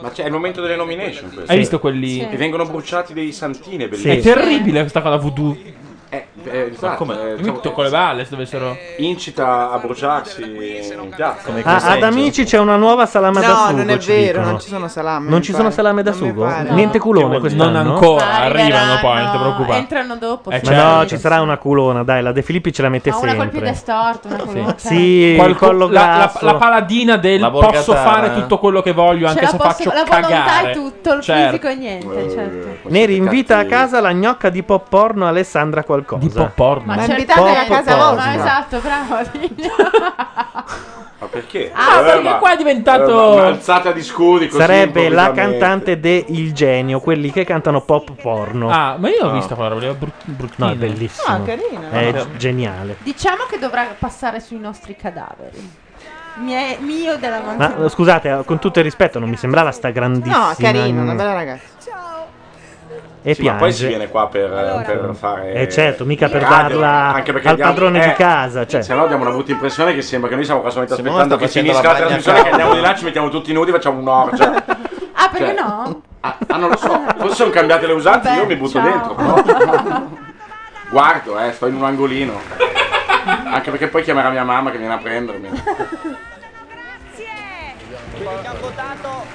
S4: Ma c'è il momento delle nomination questo.
S2: Hai visto quelli- Sì.
S4: E vengono bruciati dei santini, è
S2: È
S4: bellissimo.
S2: terribile questa cosa voodoo.
S4: Eh, eh,
S2: Ma
S4: infatti,
S2: come?
S4: eh,
S2: Mi
S4: diciamo-
S2: tocco le balle se dovessero.
S4: incita a bruciarsi in piazza.
S1: Ah, ad amici c'è una nuova salame da
S14: No,
S1: sugo.
S14: non è
S1: ci
S14: vero,
S1: dicono.
S14: non ci sono salame,
S1: Non
S14: mi
S1: ci
S14: pare.
S1: sono salame da
S14: Non mi
S1: sugo?
S14: pare.
S1: Niente
S14: No.
S1: culone
S14: Non
S1: quest'anno.
S2: ancora, Ma arrivano arriveranno, poi, non ti preoccupare. Eh, certo.
S10: entrano dopo,
S1: Ma
S10: sì.
S1: no, ci sarà una culona, dai, la De Filippi ce la mette
S10: Ma una col piede
S1: sempre.
S10: storto, una col
S14: Cioè,
S1: Sì, il
S2: Qualcu-
S1: collo
S2: la, la,
S1: grasso.
S2: la paladina del
S1: La
S2: posso
S1: borgatara.
S2: fare tutto quello che voglio
S10: Ce
S2: anche
S10: la
S2: se
S10: posso-
S2: faccio
S10: la volontà
S2: cagare.
S10: è tutto, il
S2: Certo.
S10: fisico è niente, certo.
S1: Eh, Neri invita a casa la gnocca di pop porno Alessandra qualcosa. Di pop
S2: porno.
S14: Ma invitatela a casa vostra.
S10: Ma esatto, bravo. Dino.
S4: Ma perché?
S2: Ah, perché
S4: ma-
S2: qua è diventato-
S4: eh, ma- un'alzata di scudi così
S1: Sarebbe la
S4: improvvisamente.
S1: cantante de Il Genio, quelli che cantano pop porno.
S2: Ah, ma io l'ho
S1: No.
S2: vista quella roba, lì, è brut- bruttina.
S1: No, è bellissimo.
S10: Ah, carina.
S1: È
S10: Ah.
S1: geniale.
S10: Diciamo che dovrà passare sui nostri cadaveri. Mie- mio della
S1: Ma
S10: mansione.
S1: eh, scusate, con tutto il rispetto, non mi sembrava sta grandissima.
S10: No, carina, una bella-
S14: Allora, ragazzi.
S1: E
S4: Sì, ma
S1: piange.
S4: poi si viene qua per, per fare.
S1: Eh, certo, mica per
S4: radio,
S1: darla
S4: anche perché
S1: al
S4: abbiamo-
S1: padrone di
S4: eh,
S1: casa, cioè.
S4: Se no diamo una brutta impressione che sembra che noi siamo casualmente
S5: Se no
S4: aspettando
S5: sta
S4: che
S5: facendo la
S4: finisca la
S5: bagna
S4: trasmissione, che
S5: calda.
S4: andiamo di là, ci mettiamo tutti nudi, facciamo un'orgia.
S10: Ah, perché
S4: Cioè,
S10: no?
S4: Ah, non lo so, forse sono cambiate le usanze,
S10: Vabbè,
S4: io mi butto
S10: ciao.
S4: dentro. però. Guardo, eh, sto in un angolino. Anche perché poi chiamerà mia mamma che viene a eh, prendermi.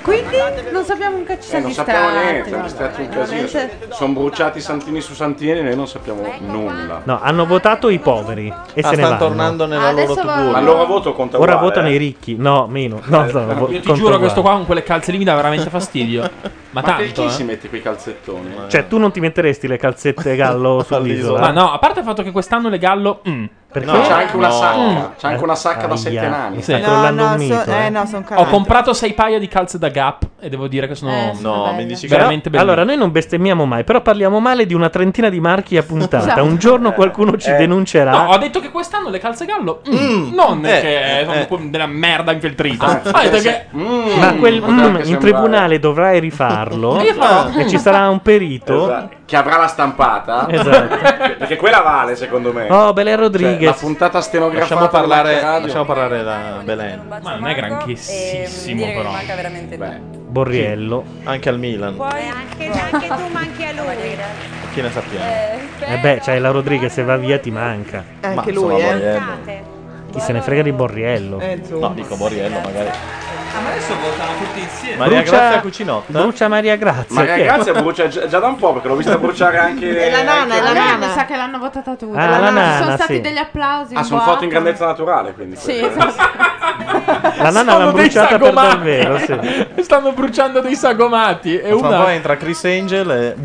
S10: Quindi non sappiamo un cazzo ci
S4: Eh,
S10: siamo
S4: non sappiamo
S10: distratti,
S4: niente, siamo
S10: vabbè,
S4: distratti un casino.
S10: veramente.
S4: Sono bruciati santini su santini e noi non sappiamo nulla.
S1: No, hanno votato i poveri e
S4: Ah,
S1: se ne
S4: stanno
S1: vanno.
S4: tornando nella Adesso loro to-do.
S1: Ma
S4: Ma il loro voto conta
S1: Ora
S4: uguale,
S1: votano
S4: eh?
S1: i ricchi. No, meno. No, no, vo-
S2: Io ti
S1: conta
S2: giuro, questo
S1: uguale.
S2: qua con quelle calze lì mi dà veramente fastidio.
S4: Ma
S2: Ma, tanto.
S4: perché
S2: eh.
S4: si mette quei calzettoni?
S1: Cioè, tu non ti metteresti le calzette gallo sull'isola?
S2: Ma no, a parte il fatto che quest'anno le gallo. mm.
S1: Perché?
S4: No, c'è anche una
S2: No.
S4: sacca,
S2: Mm.
S4: c'è anche una sacca da
S2: Aia.
S4: sette nani.
S2: Sì.
S14: No, crollando no, un so- mito, eh. eh, no, son calate.
S2: Ho comprato sei paia di calze da Gap e devo dire che sono,
S14: Eh, sono No, belle. mi
S1: Però-
S2: veramente belle.
S1: Allora, noi non bestemmiamo mai, però parliamo male di una trentina di marchi a puntata. Un giorno qualcuno ci
S2: Eh.
S1: denuncerà.
S2: No, ho detto che quest'anno le calze gallo mm,
S1: Mm.
S2: non
S1: Eh,
S2: che
S1: eh.
S2: sono un po' della merda infeltrita.
S1: Ah,
S2: Ah, ho detto
S1: sì.
S2: che
S1: Ma quel
S4: potrebbe
S1: mm,
S4: anche
S1: in
S4: sembrare.
S1: tribunale dovrai rifarlo
S4: Io farò.
S1: e ci sarà un perito.
S4: Esatto. Che avrà la stampata.
S1: Esatto.
S4: Perché quella vale, secondo me.
S1: Oh, Belen
S4: Cioè, la
S1: Rodriguez.
S4: puntata stenografata.
S5: Lasciamo parlare,
S4: della radio.
S5: lasciamo parlare la Belen.
S2: Ma non è granchissimo,
S5: però.
S24: manca veramente
S1: Borriello.
S5: Anche al Milan.
S24: Poi anche, anche tu manchi a lui.
S5: Chi ne sappiamo?
S1: Eh beh, c'hai la Rodriguez, se va via ti manca.
S14: Anche Ma, lui, insomma, eh.
S1: Chi se ne frega di Borriello?
S14: Eh, insomma.
S5: No, dico Borriello, magari.
S24: Ah, ma adesso votano tutti insieme.
S5: Maria Grazia Cucinotta.
S1: Brucia Maria Grazia.
S4: Maria
S1: chi è?
S4: Grazia brucia già, già da un po' perché l'ho vista bruciare anche. ecco,
S10: È la nana, la
S4: anche-
S10: nana. Mi sa che l'hanno votata tutti.
S4: Ah, la nana,
S10: Ci sono stati
S4: sì.
S10: degli applausi.
S4: Ah,
S10: un
S4: sono
S10: boato.
S4: fatto in grandezza naturale quindi.
S10: Sì,
S4: questo.
S10: esatto.
S1: La nana l'ha
S2: Sono dei
S1: bruciata per
S2: sagomati.
S1: davvero, sì.
S2: Stanno bruciando dei sagomati. E
S5: Fra
S2: una.
S5: un po' entra Chris Angel e.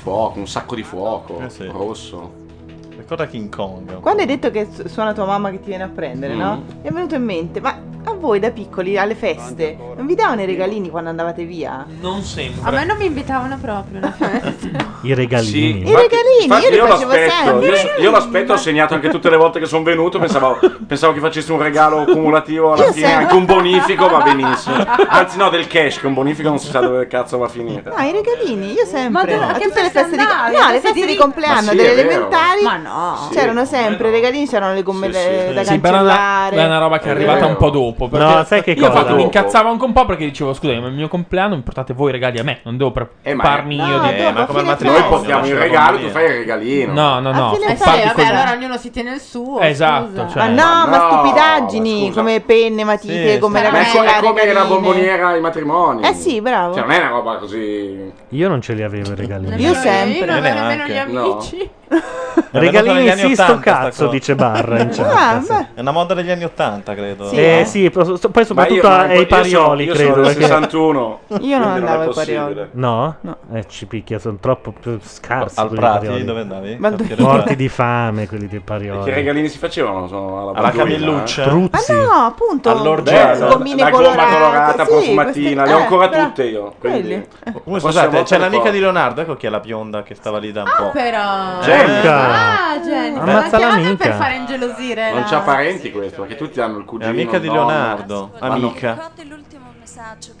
S4: Fuoco, un sacco di fuoco. Rosso.
S5: Eh, Ricorda King Kong.
S14: Quando hai detto che su- suona tua mamma che ti viene a prendere, no?
S4: Mm.
S14: Mi è venuto in mente, ma a voi da piccoli alle feste non vi davano i regalini quando andavate via?
S9: Non sempre.
S10: A me non mi invitavano proprio. no.
S1: I regalini.
S14: I regalini,
S4: Infatti
S14: io li
S4: io
S14: facevo
S4: l'aspetto,
S14: sempre.
S4: io, so- io l'aspetto, ho segnato anche tutte le volte che sono venuto, pensavo, pensavo che facessi un regalo cumulativo alla
S14: Io
S4: fine,
S14: sempre-
S4: anche un bonifico va benissimo. Anzi no, del cash, che un bonifico non si sa dove cazzo va a finire.
S14: No, Ah, i regalini, io sempre.
S10: Ma tu a
S14: a
S10: che
S14: tutte le
S10: festa
S14: feste di
S10: andavi?
S14: No,
S10: Alle
S14: le
S10: feste
S14: feste di
S10: di-
S14: compleanno
S4: Ma sì, è
S14: delle
S4: vero.
S14: elementari.
S10: Ma no.
S4: Sì.
S14: C'erano sempre i regalini, c'erano le gomme da- da
S2: Sì, però è una,
S14: cancellare.
S2: è una roba che è arrivata un po'
S4: Eh.
S2: dopo. perché
S1: No, sai che
S2: io infatti
S1: cosa?
S2: mi incazzavo anche un po' perché dicevo: Scusate, ma il mio compleanno mi portate voi i regali a me, non devo preoccuparmi
S4: ma-
S2: io
S4: no,
S2: di
S4: dopo, Eh, ma a come fine al matrimonio, festa. noi portiamo il regalo, tu fai il regalino.
S2: No, no, no.
S4: A fine
S10: Eh sì,
S2: fatti
S10: vabbè,
S2: così.
S10: allora ognuno si tiene il suo.
S2: Esatto,
S10: scusa.
S2: cioè-
S14: Ma no, ma
S4: No, ma
S14: stupidaggini
S4: scusa.
S14: come penne, matite, gomme da
S4: Ma è co-
S14: cancellare.
S4: è come la
S14: regalini.
S4: bomboniera ai matrimoni.
S14: Eh sì, bravo.
S4: Cioè non è una roba così...
S1: Io non ce li avevo i regalini.
S14: Io sempre.
S10: Io non
S14: Io
S10: avevo nemmeno
S14: neanche.
S10: gli
S4: No.
S10: amici.
S5: È
S1: Regalini
S5: venuta negli
S1: sì,
S5: anni
S1: sto
S5: 80 sta
S1: cazzo,
S5: cosa.
S1: dice Barra in chat.
S14: Ah, beh.
S5: È una moda degli anni 80, credo.
S1: Sì, eh, sì, pro- so- poi soprattutto
S4: Ma io- ma
S1: ai
S4: io sono-
S1: parioli,
S4: io sono
S1: credo.
S4: del
S1: perché-
S4: 61. Io non
S14: Quindi non è andavo ai possibile.
S4: parioli.
S1: No? Eh, ci picchia, sono troppo più scarsi.
S5: Al
S1: quelli
S5: Prati,
S1: parioli.
S5: dove andavi?
S14: Baldoria.
S1: Morti di fame quelli dei parioli.
S4: Che regalini si facevano? Sono alla,
S5: Alla
S4: Balduina,
S5: Camilluccia?
S4: eh.
S1: Truzzi.
S14: Ma no, appunto.
S4: Bello,
S14: gommine
S4: la gomma
S14: colorate,
S4: colorata,
S14: sì,
S4: profumatina,
S14: queste-
S4: le ho ancora
S14: eh,
S4: tutte io.
S14: quelli.
S4: Quindi,
S5: Comunque,
S4: Possiamo
S5: scusate, c'è
S4: fare
S5: l'amica
S4: cosa.
S5: di Leonardo, ecco chi è la bionda che stava lì da un po'.
S10: Ah, Però.
S5: Jenica!
S10: Ah, Jenica.
S5: Ammazza
S10: L'ha chiamata
S5: l'amica.
S10: per fare ingelosire.
S4: non
S10: la-
S4: c'ha parenti questo, perché tutti hanno il
S5: È
S4: cugino.
S5: amica di
S4: il nonno.
S5: Leonardo,
S4: Ma no,
S5: amica.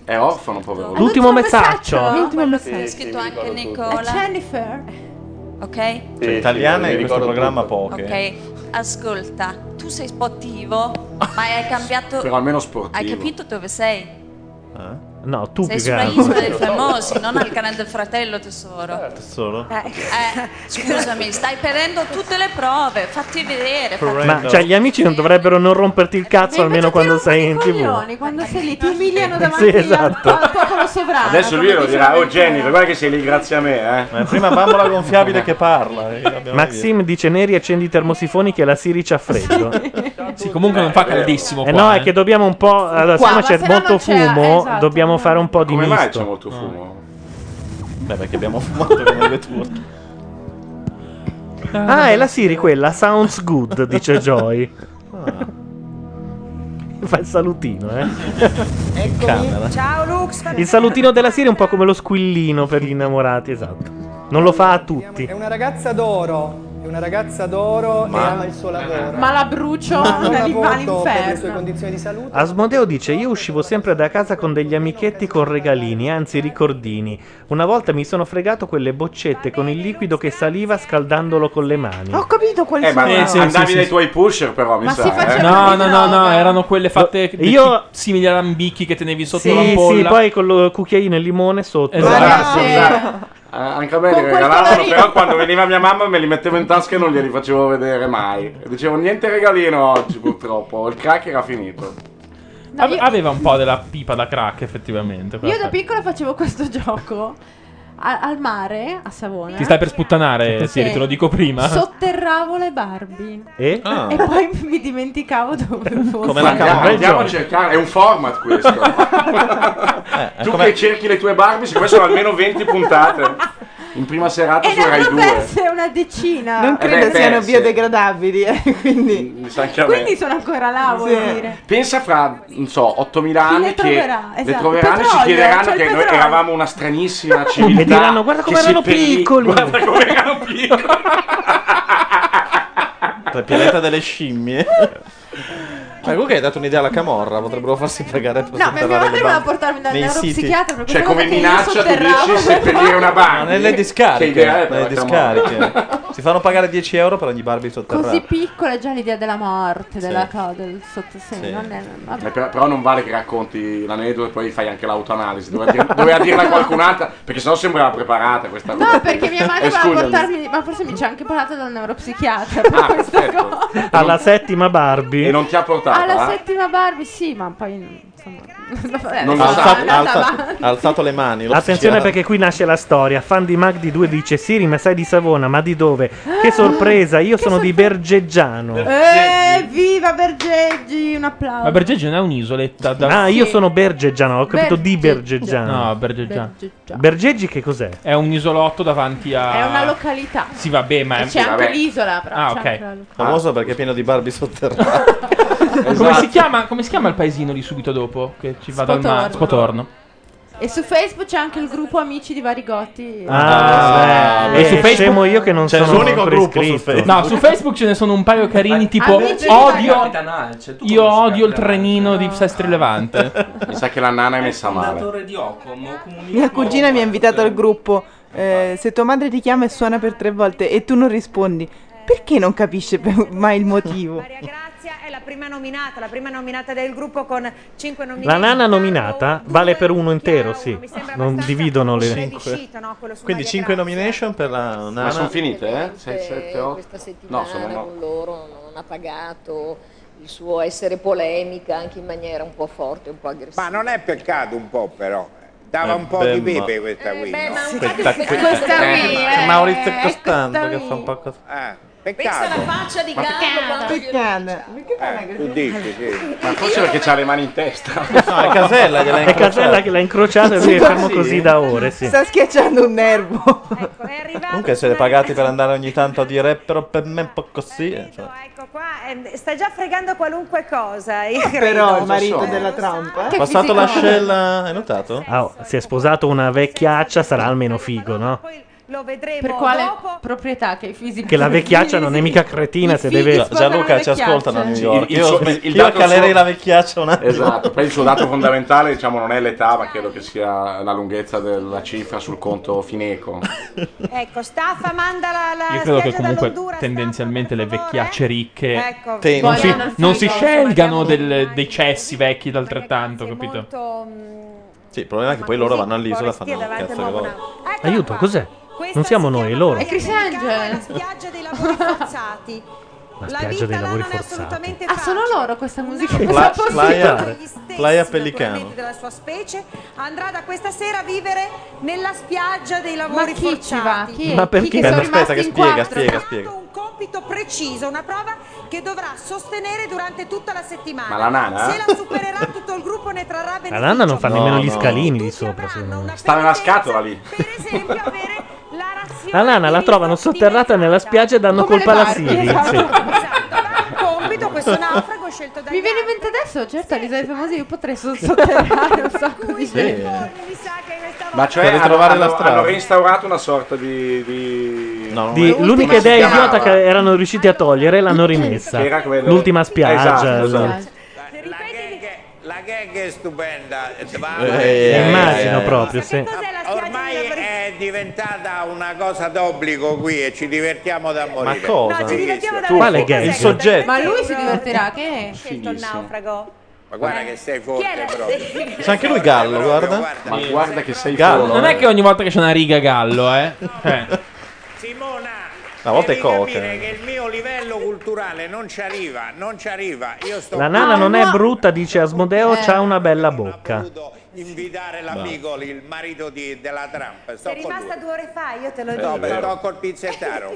S4: È orfano, povero.
S1: L'ultimo messaggio.
S10: L'ultimo Eh,
S4: Sì,
S10: messaggio.
S4: sì, mi ricordo tutto.
S10: È Jennifer.
S15: Ok?
S5: Cioè, italiana in questo programma poche.
S15: Ok, ascolta, tu sei sportivo, ma hai cambiato...
S4: Però almeno sportivo.
S15: Hai
S3: boh.
S15: capito dove sei?
S5: Eh?
S1: No, tu
S15: sei
S1: più che
S15: sulla
S1: altro. Certo,
S15: isola dei famosi, non al canale del fratello tesoro.
S5: Solo.
S15: Eh, scusami, stai perdendo tutte le prove, fatti vedere. fatti-
S1: Ma cioè, gli amici non dovrebbero non romperti il cazzo almeno quando sei in tv.
S10: Coglioni, quando sei lì ti umiliano
S1: Sì,
S10: davanti
S1: esatto.
S10: al popolo sovrano.
S14: Ah,
S4: Adesso lui
S10: come
S4: lo
S10: diceva
S4: dirà, oh
S10: Ventura.
S4: Jennifer, guarda che sei lì grazie a me, eh.
S5: Ma è prima bambola gonfiabile che parla. eh, l'abbiamo
S1: Maxim dice Neri accendi i termosifoni che la Siri c'ha freddo.
S2: Sì, comunque non fa caldissimo.
S1: Eh
S2: qua,
S1: no, è
S2: eh.
S1: che dobbiamo un po'. Allora,
S2: Qua,
S1: siccome
S2: ma
S1: c'è
S2: se no
S1: molto
S2: non c'è-
S1: fumo,
S10: esatto.
S1: dobbiamo fare un po' di
S4: Come mai c'è
S1: misto.
S4: molto fumo?
S5: visto. Beh, Eh, perché abbiamo fumato come due turni.
S1: Ah, è la Siri quella. Sounds good, dice Joy. Ah. Fa il salutino, eh. Camera.
S24: Ciao Lux,
S1: Il salutino della Siri è un po' come lo squillino per gli innamorati, esatto. Non lo fa a tutti.
S16: È una ragazza d'oro, è una ragazza d'oro e ama il suo lavoro.
S10: Ma la brucio
S16: Ma non la voto
S10: all'inferno.
S16: per le sue condizioni di salute.
S1: Asmodeo dice: Io uscivo sempre da casa con degli amichetti con regalini, anzi ricordini. Una volta mi sono fregato quelle boccette con il liquido che saliva scaldandolo con le mani.
S14: Ho capito quali
S4: Eh, ma
S14: sono.
S4: andavi
S2: sì,
S4: dai
S2: sì.
S4: tuoi pusher però, mi sa. eh.
S2: No, no, no, no, erano quelle fatte
S1: Io-
S2: io... simili a lambicchi che tenevi sotto
S1: Sì, sì,
S2: l'ampolla.
S1: poi con lo cucchiaino e il limone sotto.
S4: Esatto, esatto. Eh, anche a me li
S1: Con quel
S4: regalavano,
S1: colorino.
S4: però quando veniva mia mamma me li mettevo in tasca e non glieli facevo vedere mai. E dicevo niente regalino oggi purtroppo, il crack era finito.
S10: No,
S2: Ave-
S10: io-
S2: Aveva un po' della pipa da crack, effettivamente.
S10: Io
S2: quella
S10: da
S2: fa-
S10: piccola facevo questo gioco a- al mare, a Savona.
S2: Ti stai per sputtanare,
S10: Sì.
S2: Siri, te lo dico prima.
S10: Sotterravo le Barbie.
S1: E?
S4: Ah.
S10: E poi mi dimenticavo dove fosse.
S4: Ma andiamo, andiamo a cercare, è un format questo.
S1: Eh,
S4: tu che cerchi le tue Barbie, siccome sono almeno 20 puntate. In prima serata
S10: E
S4: su
S10: ne
S4: Rai
S10: hanno
S4: 2.
S10: perse una decina.
S14: Non
S4: Eh
S14: credo
S4: beh,
S14: siano
S4: beh, sì.
S14: biodegradabili, eh, quindi.
S4: Mi sa anche a me.
S10: Eh, Quindi sono ancora là, vuol
S14: Sì.
S10: dire.
S4: Pensa fra, non so, 8000
S10: Chi le
S4: anni che
S10: troverà?
S4: le
S10: Esatto.
S4: troveranno e ci
S10: Petrolio,
S4: chiederanno
S10: c'è il
S4: che noi
S10: petrolio.
S4: eravamo una stranissima civiltà.
S1: E diranno, "Guarda come
S4: che si
S1: erano
S4: perì-
S1: piccoli."
S4: Guarda come erano piccoli.
S5: Tra pianeta delle scimmie. Ma Cioè, comunque hai dato un'idea alla camorra, potrebbero farsi pagare per
S10: No, ma mia
S5: sotterrare
S10: madre
S5: le
S10: voleva
S5: barbe
S10: portarmi dal
S5: nei siti.
S10: neuropsichiatra per questa
S4: Cioè, come
S10: cosa che io
S4: minaccia tu
S10: sotterravo
S4: dici se
S10: le
S4: per dire
S10: Barbie.
S4: una Barbie.
S5: Ma nelle
S4: Che idea
S5: discariche, nelle
S4: è per la camorra?
S5: discariche. Si fanno pagare 10 euro per ogni Barbie
S10: Così
S5: sotterrata.
S10: piccola è già l'idea della morte, della
S5: Sì.
S10: cosa, del sottosegno.
S5: Sì.
S10: Non è, vabbè.
S4: Eh, però, però non vale che racconti l'aneddoto e poi fai anche l'autoanalisi. Doveva, dir- doveva dirla qualcun'altra, perché sennò sembrava preparata questa cosa.
S10: No, perché mia madre
S4: Eh,
S10: voleva
S4: scusami.
S10: portarmi. Ma forse mi ci ha anche parlato dal neuropsichiatra
S4: Ah,
S10: per questa cosa.
S1: Alla settima Barbie. E
S4: non ti ha portato. eh?
S10: Alla settima Barbie, sì, ma poi.
S14: insomma. Vabbè,
S5: eh? Non lo
S14: andata
S5: sa,
S14: avanti.
S5: alza- ha alzato le mani. lo
S1: Attenzione
S5: schiavo.
S1: perché qui nasce la storia. Fan di Magdi 2 dice: Siri, ma sei di Savona, ma di dove? Che sorpresa, io sono di Bergeggiano.
S14: Eh, viva Bergeggi, un applauso.
S4: Ah.
S2: Ma Bergeggi non è un'isoletta.
S1: Ah, io sono Bergeggiano, ho capito di
S14: Bergeggiano.
S1: Bergeggiano.
S2: No, Bergeggiano.
S1: Ah. Bergeggi che cos'è?
S2: È un isolotto davanti a.
S14: È
S5: Ah.
S14: una località.
S2: Sì, vabbè, ma è
S14: C'è anche l'isola, però.
S2: Ah,
S14: c'è anche la
S2: ok.
S14: località.
S5: Eh, Famoso perché è pieno di Barbie sotterranee.
S2: Come,
S4: Esatto.
S2: si chiama, come si chiama il paesino lì subito dopo? Che ci vado al mare.
S5: Spotorno.
S2: Spotorno.
S14: E su Facebook c'è anche il gruppo Amici di Varigotti.
S1: Ah,
S2: Ah,
S1: beh.
S2: e su
S1: Eh,
S2: Facebook-
S1: scemo io che non
S5: Cioè,
S2: C'è
S1: sono
S2: l'unico
S1: ancora
S2: gruppo su
S1: iscritto.
S2: Facebook. No, su Facebook ce ne sono un paio carini, tipo
S1: Amici di
S2: odio.
S20: Capitan
S4: cioè,
S20: Alce, tu
S2: Io
S20: come si
S2: odio il
S20: chiama?
S2: trenino di Sestri Levante.
S4: Mi sa che la nana è messa male.
S20: Torre di Occom, comuni-
S14: Mia cugina mi ha invitato al gruppo. eh, se tua madre ti chiama e suona per tre volte e tu non rispondi, perché non capisce per- mai il motivo?
S24: Grazia è la prima nominata, la prima nominata del gruppo con 5
S1: La
S24: nominati.
S1: nana nominata vale per uno intero, sì. Non dividono le.
S5: Quindi 5 nomination per la nana.
S4: Ma sono finite, eh? Sei,
S13: Eh,
S4: sette, otto.
S13: questa settimana
S4: No, sono no.
S13: con loro non ha pagato il suo essere polemica anche in maniera un po' forte, un po' aggressiva.
S11: Ma non è peccato un po' però. Dava
S5: Eh,
S11: un po'
S5: beh,
S11: di
S5: ma-
S11: pepe questa qui. no?
S5: Questa qui. Eh, Maurizio Costante che fa un po' così.
S11: Eh, Peccato.
S13: Pensa alla faccia di Carlo quando gli-
S4: Eh,
S11: Tu dici, sì.
S4: Ma forse perché c'ha le mani in testa.
S5: No, è Casella che l'ha
S1: È Casella che l'ha incrociato e lui è fermo così da ore, sì.
S14: Sta schiacciando un nervo.
S5: Eh, Comunque siete pagati per andare ogni tanto a dire però per me è un po' così. eh, cioè.
S24: Ecco qua, ehm, sta già fregando qualunque cosa. Io
S14: Però
S24: credo.
S14: il marito
S5: so.
S14: della Trump. eh?
S5: Passato l'ascella, hai notato?
S1: Ah, oh, si è sposato una vecchiaccia, sarà almeno figo, no?
S24: Lo vedremo
S14: Per quale proprietà che i fisici
S1: Che la vecchiaccia non è mica cretina se deve.
S5: Gianluca ci ascoltano a New York.
S4: Il- il
S5: Io,
S4: suo- il- il
S5: io
S4: dato
S5: calerei
S4: suo-
S5: la vecchiaccia un attimo.
S4: Esatto, poi il suo dato fondamentale diciamo non è l'età, ma credo che sia la lunghezza della cifra sul conto Fineco.
S24: Ecco, staffa, manda la, la
S2: Io credo che
S24: spiaggia
S2: comunque
S24: dall'Honduras.
S2: tendenzialmente le vecchiacce ricche
S24: Ecco,
S2: non,
S24: Tendono.
S2: si,
S24: vogliono il
S2: non si
S24: frigo,
S2: scelgano del- dei cessi vecchi d'altrattanto, capito?
S5: Sì, il problema è che poi loro vanno all'isola e fanno il cazzo che vogliono.
S4: Ecco
S1: Aiuto, cos'è? Non siamo noi, è loro.
S10: È Chris Angel.
S24: Spiaggia dei lavori forzati.
S1: La spiaggia dei lavori forzati.
S24: Ah, sono loro questa musica?
S5: Pla- Playa, playa Pellicano.
S24: della sua specie andrà da questa sera a vivere nella spiaggia dei lavori
S10: chi ci
S24: forzati.
S10: va?
S5: Ma perché? Cioè, Aspetta che spiega, spiega,
S24: Dato
S5: spiega.
S24: un compito preciso, una prova che dovrà sostenere durante tutta la settimana.
S4: Ma la nana?
S24: Se la supererà tutto il gruppo ne trarrà
S1: La
S24: beneficio.
S1: nana non fa
S4: No,
S1: nemmeno gli
S4: no.
S1: scalini di sopra, secondo me.
S4: Sta nella scatola lì.
S1: La Ah, nana la trovano sotterrata nella spiaggia e danno
S10: Come
S1: colpa
S10: le
S1: alla
S10: Barbie,
S1: Siri.
S10: esatto.
S1: sì.
S24: compito questo naufrago scelto da
S10: Mi viene in mente adesso, certo, all'isola dei famosi io potrei so- sotterrare un sacco di gente.
S4: Eh. Ma cioè
S5: Per ritrovare
S4: hanno,
S5: la strada.
S4: hanno reinstaurato una sorta di... di...
S1: Di- l'unica
S4: Come si
S1: idea
S4: chiamava?
S1: idiota che erano riusciti a togliere l'hanno rimessa.
S4: Che era quella-
S1: L'ultima spiaggia.
S4: Esatto, esatto.
S1: sì.
S11: La gag è stupenda. Va-
S5: Eh,
S1: Immagino
S5: eh, eh.
S1: proprio, sì.
S11: Ormai è diventata una cosa d'obbligo qui e ci divertiamo da morire.
S5: cosa? No, ci
S11: divertiamo
S5: da Tu, morire. quale gag?
S11: Il soggetto.
S10: Ma lui si divertirà che
S11: Scelto il
S10: naufrago.
S11: Ma guarda che sei forte proprio.
S5: C'è anche lui Gallo, guarda.
S4: Ma guarda che sei
S5: Gallo.
S4: fuori.
S2: Non
S1: eh.
S2: è che ogni volta che c'è una riga gallo, eh? Cioè,
S5: Una volta è
S1: eh.
S5: coca.
S11: Capire che il mio livello culturale non ci arriva, non ci arriva. Io sto
S1: La nana
S11: qui
S1: non è brutta, dice Asmodeo,
S11: Eh.
S1: c'ha una bella bocca.
S11: a invitare l'amico, lì, il marito di- della Trump. Sto
S24: Sei rimasta due ore fa, io
S10: Eh,
S24: te lo
S11: No, beh,
S24: dico.
S11: sto col pizzettaro.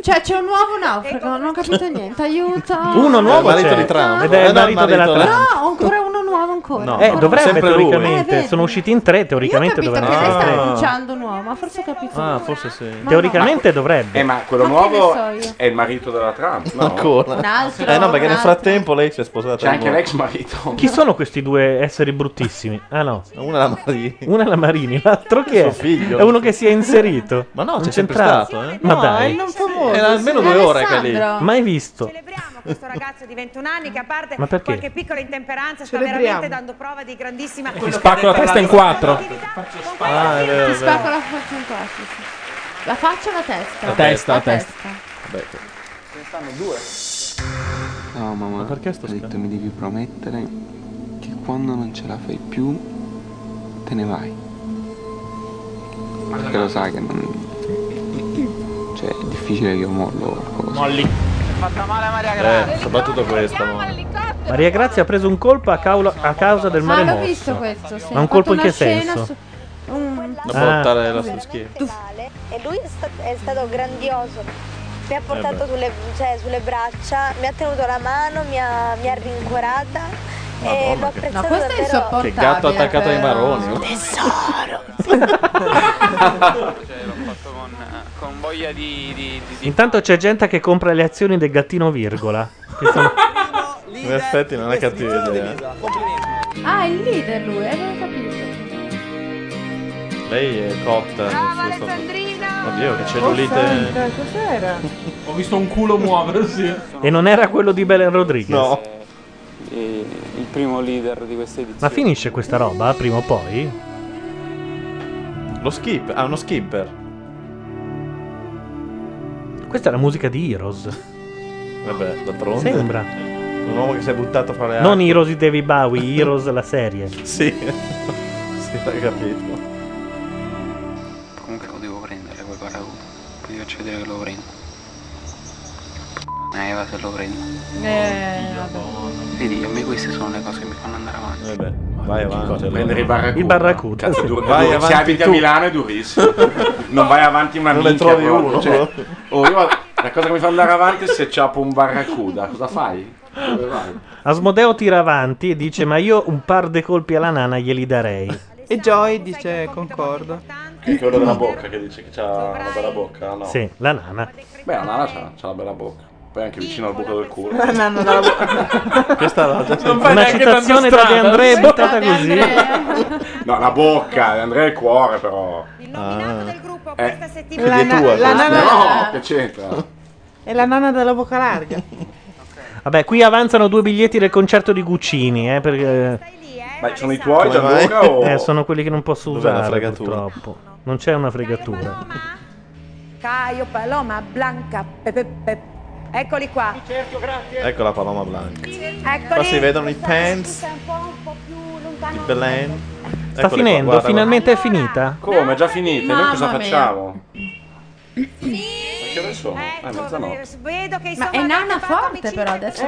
S10: Cioè, c'è un nuovo naufrago, non ho capito niente, aiuto.
S1: Uno nuovo
S5: marito
S1: c'è,
S5: di Trump.
S1: ed è
S5: Non è
S1: il
S5: il
S1: marito
S5: marito
S1: della
S5: della-
S1: Trump.
S10: No, ancora uno nuovo ancora.
S1: eh,
S10: ancora
S1: dovrebbe
S5: sempre lui.
S1: teoricamente.
S10: Eh, vedi.
S1: sono usciti in tre, teoricamente
S10: uno.
S1: dovrebbero
S10: Perché lei
S1: essere in
S10: sta
S1: tre.
S10: annunciando un uomo, ma forse ho capito.
S5: Ah, forse sì.
S1: Teoricamente dovrebbe.
S4: Eh, ma quello
S10: Ma che
S4: nuovo
S10: ne so io?
S4: è il marito della Trump, no?
S5: Ancora.
S10: Un altro,
S5: eh no,
S10: un
S5: perché nel
S10: altro.
S5: frattempo lei si è sposata.
S4: C'è anche
S5: di nuovo. Ah.
S4: l'ex marito.
S1: Chi sono questi due esseri bruttissimi? Ah no.
S5: Una è la Marini.
S1: Una è la Marini, l'altro chi è?
S5: Suo figlio.
S1: È uno che si è inserito.
S5: Ma no,
S1: Non
S5: c'è sempre
S1: c'entrava.
S5: stato, eh.
S1: Ma
S5: No,
S1: dai.
S5: è non
S24: Cioè,
S5: famoso, Era almeno sì. due ore che è lì. Alessandro.
S1: Mai visto.
S24: Questo ragazzo di 21 anni che a parte
S1: Ma perché?
S24: qualche piccola intemperanza sta
S14: Celebriamo.
S24: veramente dando prova di grandissima
S2: ti spacco la testa in quattro.
S5: Ah, è vero,
S10: Ti
S5: è
S10: spacco
S5: vero.
S10: la faccia in quattro. sì. La faccia o la testa?
S2: La testa, la testa.
S5: Vabbè,
S8: No, mamma, ma perché sto detto, mi devi promettere che quando non ce la fai più te ne vai. Perché lo sai che non. Cioè, è difficile che io mollo o qualcosa.
S2: Molli.
S5: Eh, soprattutto questa, ma.
S1: Maria Grazia ha preso un colpo a, caulo- a causa del
S10: Ah,
S1: mare
S10: l'ho
S1: morto.
S10: visto questo. Sì.
S1: Ma
S10: Ha
S1: un colpo in
S10: fatto
S1: che
S10: una scena
S1: senso?
S10: su- un-
S1: Da portare
S3: Ah,
S1: la sua
S3: E lui è sta- è stato grandioso. Mi ha portato
S5: beh.
S3: sulle, cioè, sulle braccia, mi ha tenuto la mano, mi ha, mi ha rincuorata. e l'ho
S5: Madonna, che-
S3: apprezzato
S5: No, questo è
S3: davvero.
S5: insopportabile, Che gatto attaccato ai però. maroni.
S3: Tesoro.
S9: Cioè, l'ho fatto con, con voglia di. di, di, di-
S1: Intanto c'è gente che compra le azioni del gattino virgola. che sono-
S5: In effetti non è cattiva idea.
S10: Ah, è il leader lui, eh, non ho capito.
S5: Lei è cotta.
S10: Brava,
S5: nel suo stato-
S10: Alessandrina!
S5: Oddio, che
S14: Oh, Santa,
S5: cellulite.
S14: cos'era?
S2: Ho visto un culo muoversi.
S1: E non era quello di Belen Rodriguez.
S5: No.
S19: il primo leader di questa edizione.
S1: Ma finisce questa roba prima o poi?
S5: Lo skip, ah, uno skipper.
S1: Questa è la musica di Heroes.
S5: Vabbè, d'altronde.
S1: Sembra.
S5: Un uomo che si è buttato fra le
S1: Non
S5: acque.
S1: Heroes di David Bowie, Heroes la serie.
S5: ecco. Sì. sì, hai capito.
S19: Comunque lo devo prendere quel paraculo. Poi ti faccio vedere che lo prendo. Eh, Eva se lo prendo.
S10: Eh,
S19: Vedi, a me queste sono le cose che mi fanno andare avanti.
S5: Vai avanti.
S4: Prendere i barracuda.
S1: Il barracuda.
S4: Cazzo,
S1: sì.
S4: due- due- se abiti a Milano è durissimo. non vai avanti una
S5: Non ne
S4: minchia,
S5: trovi
S4: proprio,
S5: uno,
S4: cioè, oh, io- la cosa che mi fa andare avanti è se ciapo un barracuda. Cosa fai? Dove vai?
S1: Asmodeo tira avanti e dice: Ma io un par de colpi alla nana glieli darei.
S14: E Joy dice concordo.
S4: Che è quello della bocca che dice che c'ha una bella bocca, no?
S1: Sì, la nana.
S4: Beh, la nana c'ha, c'ha una bella bocca. Poi è anche vicino al buco del culo.
S14: La nana dalla bocca.
S5: Questa l'ho già
S4: sentita.
S1: Una citazione da De André buttata
S4: De
S1: così.
S4: No, la bocca, Andrea è il cuore però. Eh. Il nominato del gruppo questa
S14: La na- la nana-
S4: No, che c'entra?
S14: È la nana dalla bocca larga.
S1: Vabbè, qui avanzano due biglietti del concerto di Guccini. Eh, perché...
S4: Ma sono i tuoi
S1: eh? Come
S4: Gianluca
S1: mai?
S4: o...
S1: Eh, sono quelli che non posso
S5: Dov'è la
S1: usare
S5: fregatura?
S1: purtroppo. Non c'è una fregatura.
S24: Caio, Paloma, Blanca, Pepe, Pepe. Eccoli qua.
S5: Ecco la paloma blanca.
S10: Ecco
S24: Eccoli.
S5: Qua si vedono i pants di Belen.
S1: Sta finendo, finalmente è finita.
S4: Come? È già finita? Noi cosa
S10: Mamma mia.
S4: facciamo? Che ore sono? Ah, è mezzanotte.
S24: Vedo che
S10: Ma è nana forte però
S24: Eh.
S10: adesso.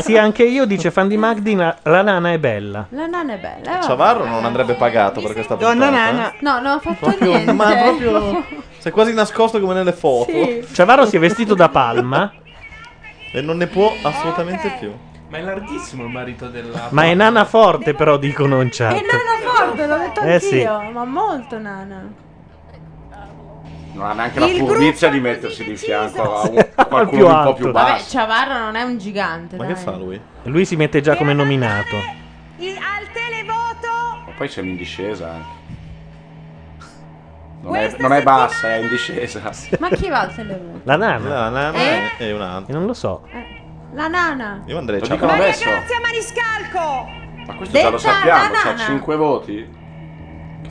S1: Sì, anche io dice Fandi Magdi, na- la nana è bella.
S10: La nana è bella. eh,
S5: Chavarro non andrebbe pagato per questa puntata.
S10: Donna
S5: eh.
S10: nana. No, non ho fatto niente. eh.
S5: ma proprio- Sei quasi nascosto come nelle foto.
S10: Sì.
S1: Chavarro si è vestito da palma.
S5: E non ne può assolutamente più.
S20: Ma è larghissimo il marito della.
S1: Ma è nana forte, però dicono in
S10: È
S1: chat.
S10: nana forte, l'ho detto
S1: Eh,
S10: anch'io,
S1: sì.
S10: ma molto nana.
S4: Non ha neanche la
S10: Il
S4: furbizia di mettersi di fianco a un- a
S1: Al
S4: qualcuno
S1: più
S4: un po'
S1: alto.
S4: più
S10: Vabbè,
S4: basso.
S10: Ciavarro non è un gigante, dai.
S1: lui? Lui si mette già come nominato.
S4: Ma poi siamo in discesa anche. Non è, non è bassa, è in discesa. Ah,
S10: Ma chi va al televoto?
S1: La nana.
S5: La nana
S10: Eh?
S5: è un'altra.
S1: Non lo so.
S10: La nana.
S5: Io andrei
S4: Lo
S5: ciao.
S4: dicono adesso.
S24: Maniscalco.
S4: Ma questo già lo
S10: Detta
S4: sappiamo, c'ha
S10: banana.
S4: 5 voti.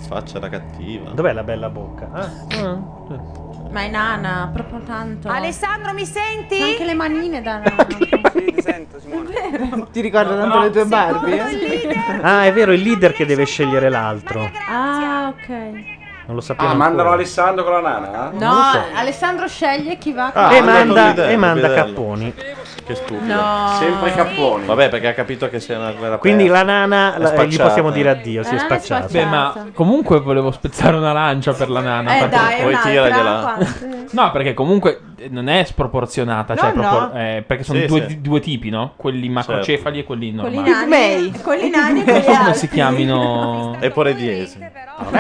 S5: Faccia da cattiva.
S1: Dov'è la bella bocca? Ah.
S10: Ah. Ma è nana, proprio tanto.
S24: Alessandro, mi senti?
S10: C'ha anche le manine da nana.
S14: Ti ricorda tanto le tue Barbie? eh?
S1: Ah, è vero, il leader che deve scegliere l'altro.
S10: ah, ok.
S1: Non lo sappiamo.
S4: Ah, mandano
S1: ancora.
S4: Alessandro con la nana? eh?
S10: No, Alessandro sceglie chi va.
S5: Ah,
S1: e
S5: allora
S1: Eh, manda,
S5: Pidello,
S1: e manda
S5: Pidello.
S1: Capponi.
S5: Che stupido.
S10: No. Sempre
S4: Capponi.
S5: Vabbè, perché ha capito che sei una guerra
S20: Eh.
S1: Quindi
S5: aperta.
S1: la nana
S5: È
S1: la- eh, gli
S5: spacciata.
S1: possiamo dire addio, si è spacciata.
S2: Beh, ma comunque volevo spezzare una lancia per la nana.
S10: Eh,
S2: perché-
S10: dai, un'altra, quanti?
S2: No, perché comunque eh, non è sproporzionata. cioè,
S10: No,
S2: propor-
S10: no.
S2: eh, perché sono
S5: Sì,
S2: due,
S5: sì.
S2: due tipi, no? Quelli
S1: Certo.
S2: macrocefali e quelli normali.
S10: Con i nani. Con i nani e con
S2: Non
S10: gli
S2: so come
S10: altri.
S2: si chiamino.
S5: E poi le diesi.
S4: Non è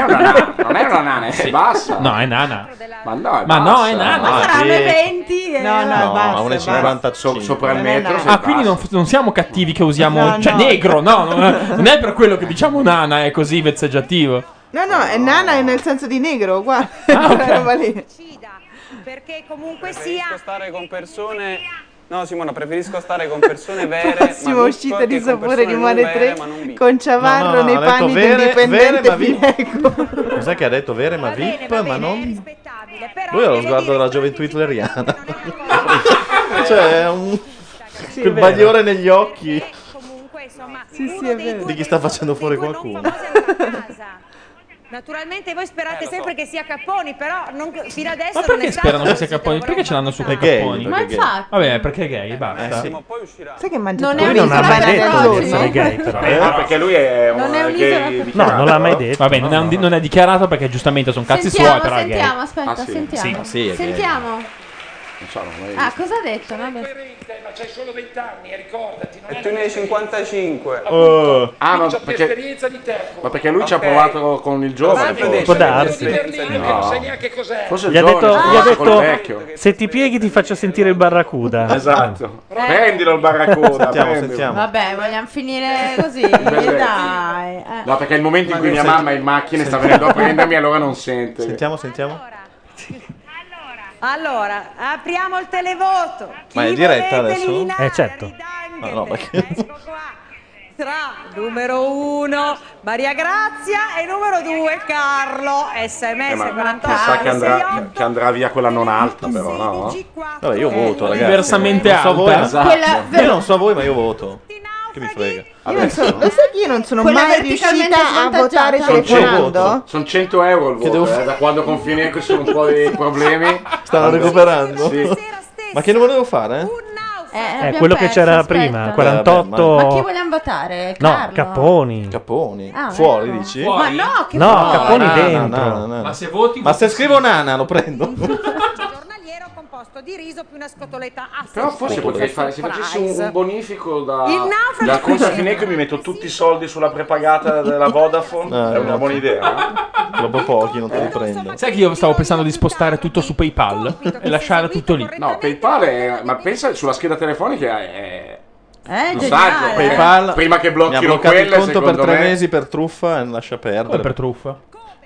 S4: una nana, non è una nana, è bassa.
S2: No, è nana.
S4: Ma no, è
S2: Ma Ah, no,
S4: bassa.
S2: è nana.
S5: Ma
S10: Saranno
S5: sì.
S10: 20 e...
S14: No, no,
S5: No,
S14: basta.
S5: a una e
S14: basta.
S5: 55.
S4: sopra il metro. sei
S2: Ah, quindi non,
S4: bassa.
S2: non siamo cattivi che usiamo.
S14: No,
S2: cioè,
S14: no.
S2: negro, no, no, non è per quello che diciamo nana, è così vezzeggiativo.
S14: No, no, è nana è nel senso di negro, guarda.
S4: Ah,
S14: Quella roba
S4: Eh,
S14: lì.
S24: Perché comunque sia.
S19: Preferisco stare con persone. No, Simona, preferisco stare con persone vere.
S14: Prossima
S19: ma
S14: uscita di sapore di
S19: mare
S14: Mare 3 con
S5: No,
S14: Ciavarro
S5: no, no,
S14: nei
S5: ha detto
S14: panni
S5: vere-
S14: di un
S5: vere, ma
S14: dipendente
S5: vi-
S14: Fineco.
S5: Cos'è che ha detto vere ma VIP, ma non. Lui ha lo sguardo della gioventù hitleriana. cioè, è un.
S14: Sì,
S5: quel
S14: è vero.
S5: bagliore negli occhi
S14: Sì, sì, è vero.
S5: di chi sta facendo fuori qualcuno.
S24: Naturalmente voi
S20: Eh,
S24: sperate
S20: lo so.
S24: sempre che sia Capponi, però non- fino adesso
S2: Ma
S24: non è
S2: perché
S24: stato.
S2: sperano che sia Capponi? Perché ce l'hanno su
S24: Ma
S2: Capponi?
S24: perché è gay. Eh, infatti.
S2: Vabbè, perché è gay, basta.
S14: Sai che mangia
S24: Non
S14: tutto?
S2: Lui non ha mai detto di
S14: Capponi.
S2: essere gay, però.
S4: Eh,
S5: Ah.
S4: no, perché lui è un
S14: Non è un
S4: gay
S14: isolato.
S4: dichiarato.
S2: Vabbè, non, è un- non è dichiarato perché giustamente sono cazzi
S10: sentiamo,
S2: suoi, però è gay.
S10: sentiamo, aspetta,
S14: Ah,
S4: Ah,
S10: sentiamo. sentiamo. Ah, cosa ha detto? No, beh.
S7: Ma c'hai solo 20 anni, e ricordati. Non
S22: E tu ne hai 55.
S4: Oh. Ah, ma
S7: c'ho più
S4: perché-
S7: esperienza di te.
S4: Ma perché lui ci ha
S22: Ok.
S4: provato con il giovane?
S22: Può
S4: forse.
S1: darsi.
S4: No. Forse
S1: Gli
S4: il
S1: ha
S4: giovane
S1: detto,
S4: si
S1: gli ha
S4: trova col
S1: detto,
S4: vecchio.
S1: se ti pieghi ti faccio sentire il barracuda.
S4: Esatto.
S1: Eh.
S4: Prendilo il barracuda.
S1: Sentiamo,
S4: prendilo.
S1: sentiamo.
S10: Vabbè, vogliamo finire così.
S4: Vabbè.
S10: dai. eh.
S4: No, perché è il momento in cui mia
S5: Senti-
S4: mamma è in macchina e sta
S5: Sentiamo.
S4: venendo a prendermi, allora non sente.
S5: Sentiamo, sentiamo.
S24: Allora, apriamo il televoto.
S5: Ma è
S24: Chi
S5: diretta
S24: volete
S5: adesso?
S24: eliminare?
S5: Eh certo. No, no, perché...
S24: Tra numero 1 Maria Grazia e numero 2 Carlo
S4: Eh,
S24: SMS
S4: ma mi
S24: 48
S4: sa che andrà, che andrà via quella non alta, però, no?
S5: Vabbè,
S10: Eh,
S5: io voto, ragazzi.
S2: Diversamente
S5: non so
S2: alta.
S5: voi, ma-
S2: Esatto.
S10: Quella-
S5: Io non so voi, ma io voto. Che mi frega.
S14: Io non so- lo sai che io non sono
S10: Quella
S14: mai
S10: verticalmente
S14: riuscita a votare
S10: svantaggiata?
S4: Sono
S14: telefonando?
S4: 100, sono 100 euro il voto, eh, da quando con Fineco sono un po' dei problemi.
S5: Stanno
S4: Vabbè.
S5: recuperando?
S4: Sì.
S5: Ma che non volevo fare?
S10: Eh,
S1: È
S10: abbiamo
S1: quello che
S10: perso,
S1: c'era
S10: aspetta.
S1: prima,
S10: Ma chi
S1: 48...
S10: vogliamo votare?
S1: No,
S10: Carlo?
S1: Capponi.
S5: Capponi.
S10: Ah,
S5: Fuori,
S10: ecco.
S5: dici?
S10: Ma no, che
S5: No,
S10: fuori?
S5: Capponi
S10: No, no,
S5: dentro.
S10: no, no,
S5: no.
S20: Ma se voti...
S5: Ma se scrivo Nana lo prendo.
S24: composto di riso più una scotoletta a
S4: Però forse
S5: Sotto
S4: potrei
S5: prezzo.
S4: fare, se facessi un,
S24: Price.
S4: un bonifico da,
S24: Il naufrago
S4: da conto
S24: c'è.
S4: Fineco e mi metto tutti i soldi sulla prepagata della Vodafone,
S5: Eh,
S4: è una
S5: no.
S4: buona idea.
S5: Troppo pochi, non te li prendo.
S2: Sai che io stavo pensando di spostare tutto su PayPal e lasciare tutto lì.
S4: No, PayPal è, ma pensa sulla scheda telefonica è...
S10: Eh,
S4: Lo
S10: geniale.
S4: sai, Eh, prima che blocchino
S5: mi ha bloccato il
S4: quelle,
S5: conto per
S4: secondo
S5: tre
S4: me-
S5: mesi per truffa e lascia perdere.
S2: Come per truffa?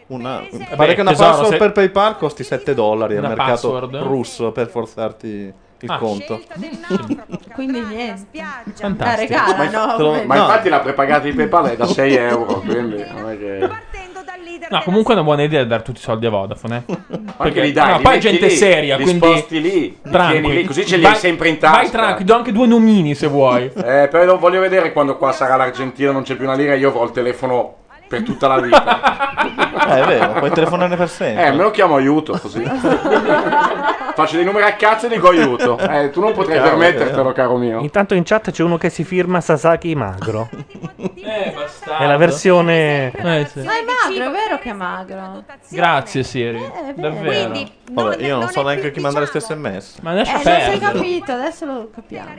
S5: Una,
S2: Vabbè,
S5: pare che una
S2: tesoro,
S5: password
S2: se-
S5: per PayPal costi 7 dollari al
S2: Una
S5: mercato
S2: password?
S5: russo per forzarti il
S2: Ah.
S5: conto.
S10: Quindi niente.
S5: Fantastico.
S10: La regalano.
S4: te lo-
S10: Beh,
S4: ma
S10: no.
S4: infatti la prepagata di PayPal è da 6 euro, quindi non è che...
S2: No, comunque è una buona idea dare tutti i soldi a Vodafone. Eh. Perché
S4: li dai,
S2: no,
S4: li
S2: poi è
S4: metti
S2: gente
S4: lì,
S2: seria,
S4: li
S2: quindi
S4: sposti lì, li
S2: tranquilli.
S4: tieni lì, così ce li
S2: Vai-
S4: hai sempre in tasca.
S2: Vai tranquillo, do anche due nomini se vuoi.
S4: Eh, però lo voglio vedere quando qua sarà l'Argentina, non c'è più una lira, io ho il telefono per tutta la vita.
S5: Eh, è vero, puoi telefonare per sempre.
S4: Eh, me lo chiamo aiuto così. Faccio dei numeri a cazzo e dico aiuto. Eh, tu non potrai
S1: Cavolo,
S4: permettertelo,
S5: eh.
S1: vero.
S4: caro mio.
S1: Intanto in chat c'è uno che si firma Sasaki Magro.
S2: Eh, bastardo.
S1: È la versione...
S2: Eh, sì.
S10: Ma è magro, è vero che è magro.
S2: Grazie, Siri.
S10: vero.
S2: Davvero.
S10: Eh, Quindi,
S5: Vabbè, io non, so neanche chi manda questi sms.
S2: Ma
S10: Eh,
S2: lascia
S10: non sei
S2: perdere.
S10: capito, adesso lo capiamo.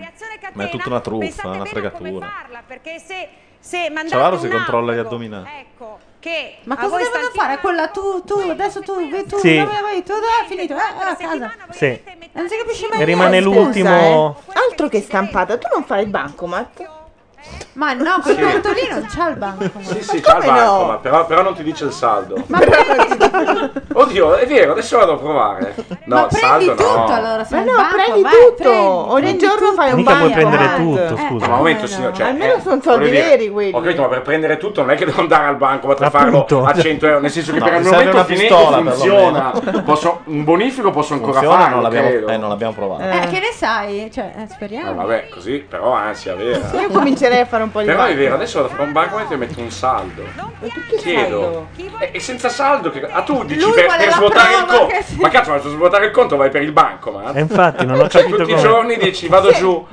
S5: Ma è tutta una truffa, una fregatura.
S24: perché se, se mandate
S5: Ciavaro si
S24: un
S5: controlla gli addominali.
S24: ecco che
S10: Ma
S24: a
S10: cosa
S24: voi
S10: devono fare? Quella tu, tu, adesso tu, ve- tu,
S1: Sì.
S10: dove vai? Tu dove hai finito? Eh, eh, a casa.
S1: Sì.
S10: Non si capisce mai
S1: E rimane
S10: niente.
S1: l'ultimo...
S14: Eh, Altro che stampata, tu non fai il bancomat?
S10: Ma no, quel
S4: Sì.
S10: conto lì non c'ha il banco.
S4: Sì, sì, c'ha il
S10: come no?
S4: bancomat, però, però non ti dice il saldo. Oddio, è vero, adesso vado a provare. No, il saldo
S10: Prendi tutto
S4: no.
S10: allora, se
S14: Ma
S10: il
S14: no,
S10: banco,
S14: prendi
S10: vai,
S14: tutto.
S10: prendi,
S14: Ogni
S10: prendi
S14: giorno
S10: tutto.
S14: fai un
S1: Mica
S14: banco.
S1: puoi prendere
S14: Eh,
S1: tutto, scusa.
S4: Ma un momento, signor, cioè,
S14: Almeno
S4: eh,
S14: sono soldi
S4: voglio dire,
S14: veri quelli.
S4: Ho capito, ma per prendere tutto non è che devo andare al banco per farlo
S1: Appunto.
S4: a 100 euro. Nel senso che
S5: No,
S4: per il
S5: mi serve
S4: momento
S5: una
S4: Fineco
S5: pistola,
S4: funziona.
S5: perlomeno.
S4: Posso- un bonifico posso ancora
S5: Funziona,
S4: fare.
S5: non l'abbiamo-
S4: credo.
S5: eh, non l'abbiamo provato.
S10: Eh, che ne sai? Cioè, eh, speriamo.
S4: Eh, vabbè, così, però ansia vera.
S14: Io comincerei a fare un po' di
S4: Però è
S14: banco.
S4: vero, adesso vado a fare un bancomat e metto un saldo. Chiedo. E, e senza saldo che... Ah, tu dici
S14: Lui
S4: per,
S14: vuole
S4: per
S14: la
S4: svuotare il
S14: prova
S4: conto.
S14: che sì.
S4: Ma cazzo, ma per svuotare il conto vai per il bancomat.
S1: E infatti non ho
S4: Cioè,
S1: capito
S4: tutti i
S1: come...
S4: giorni dici vado giù,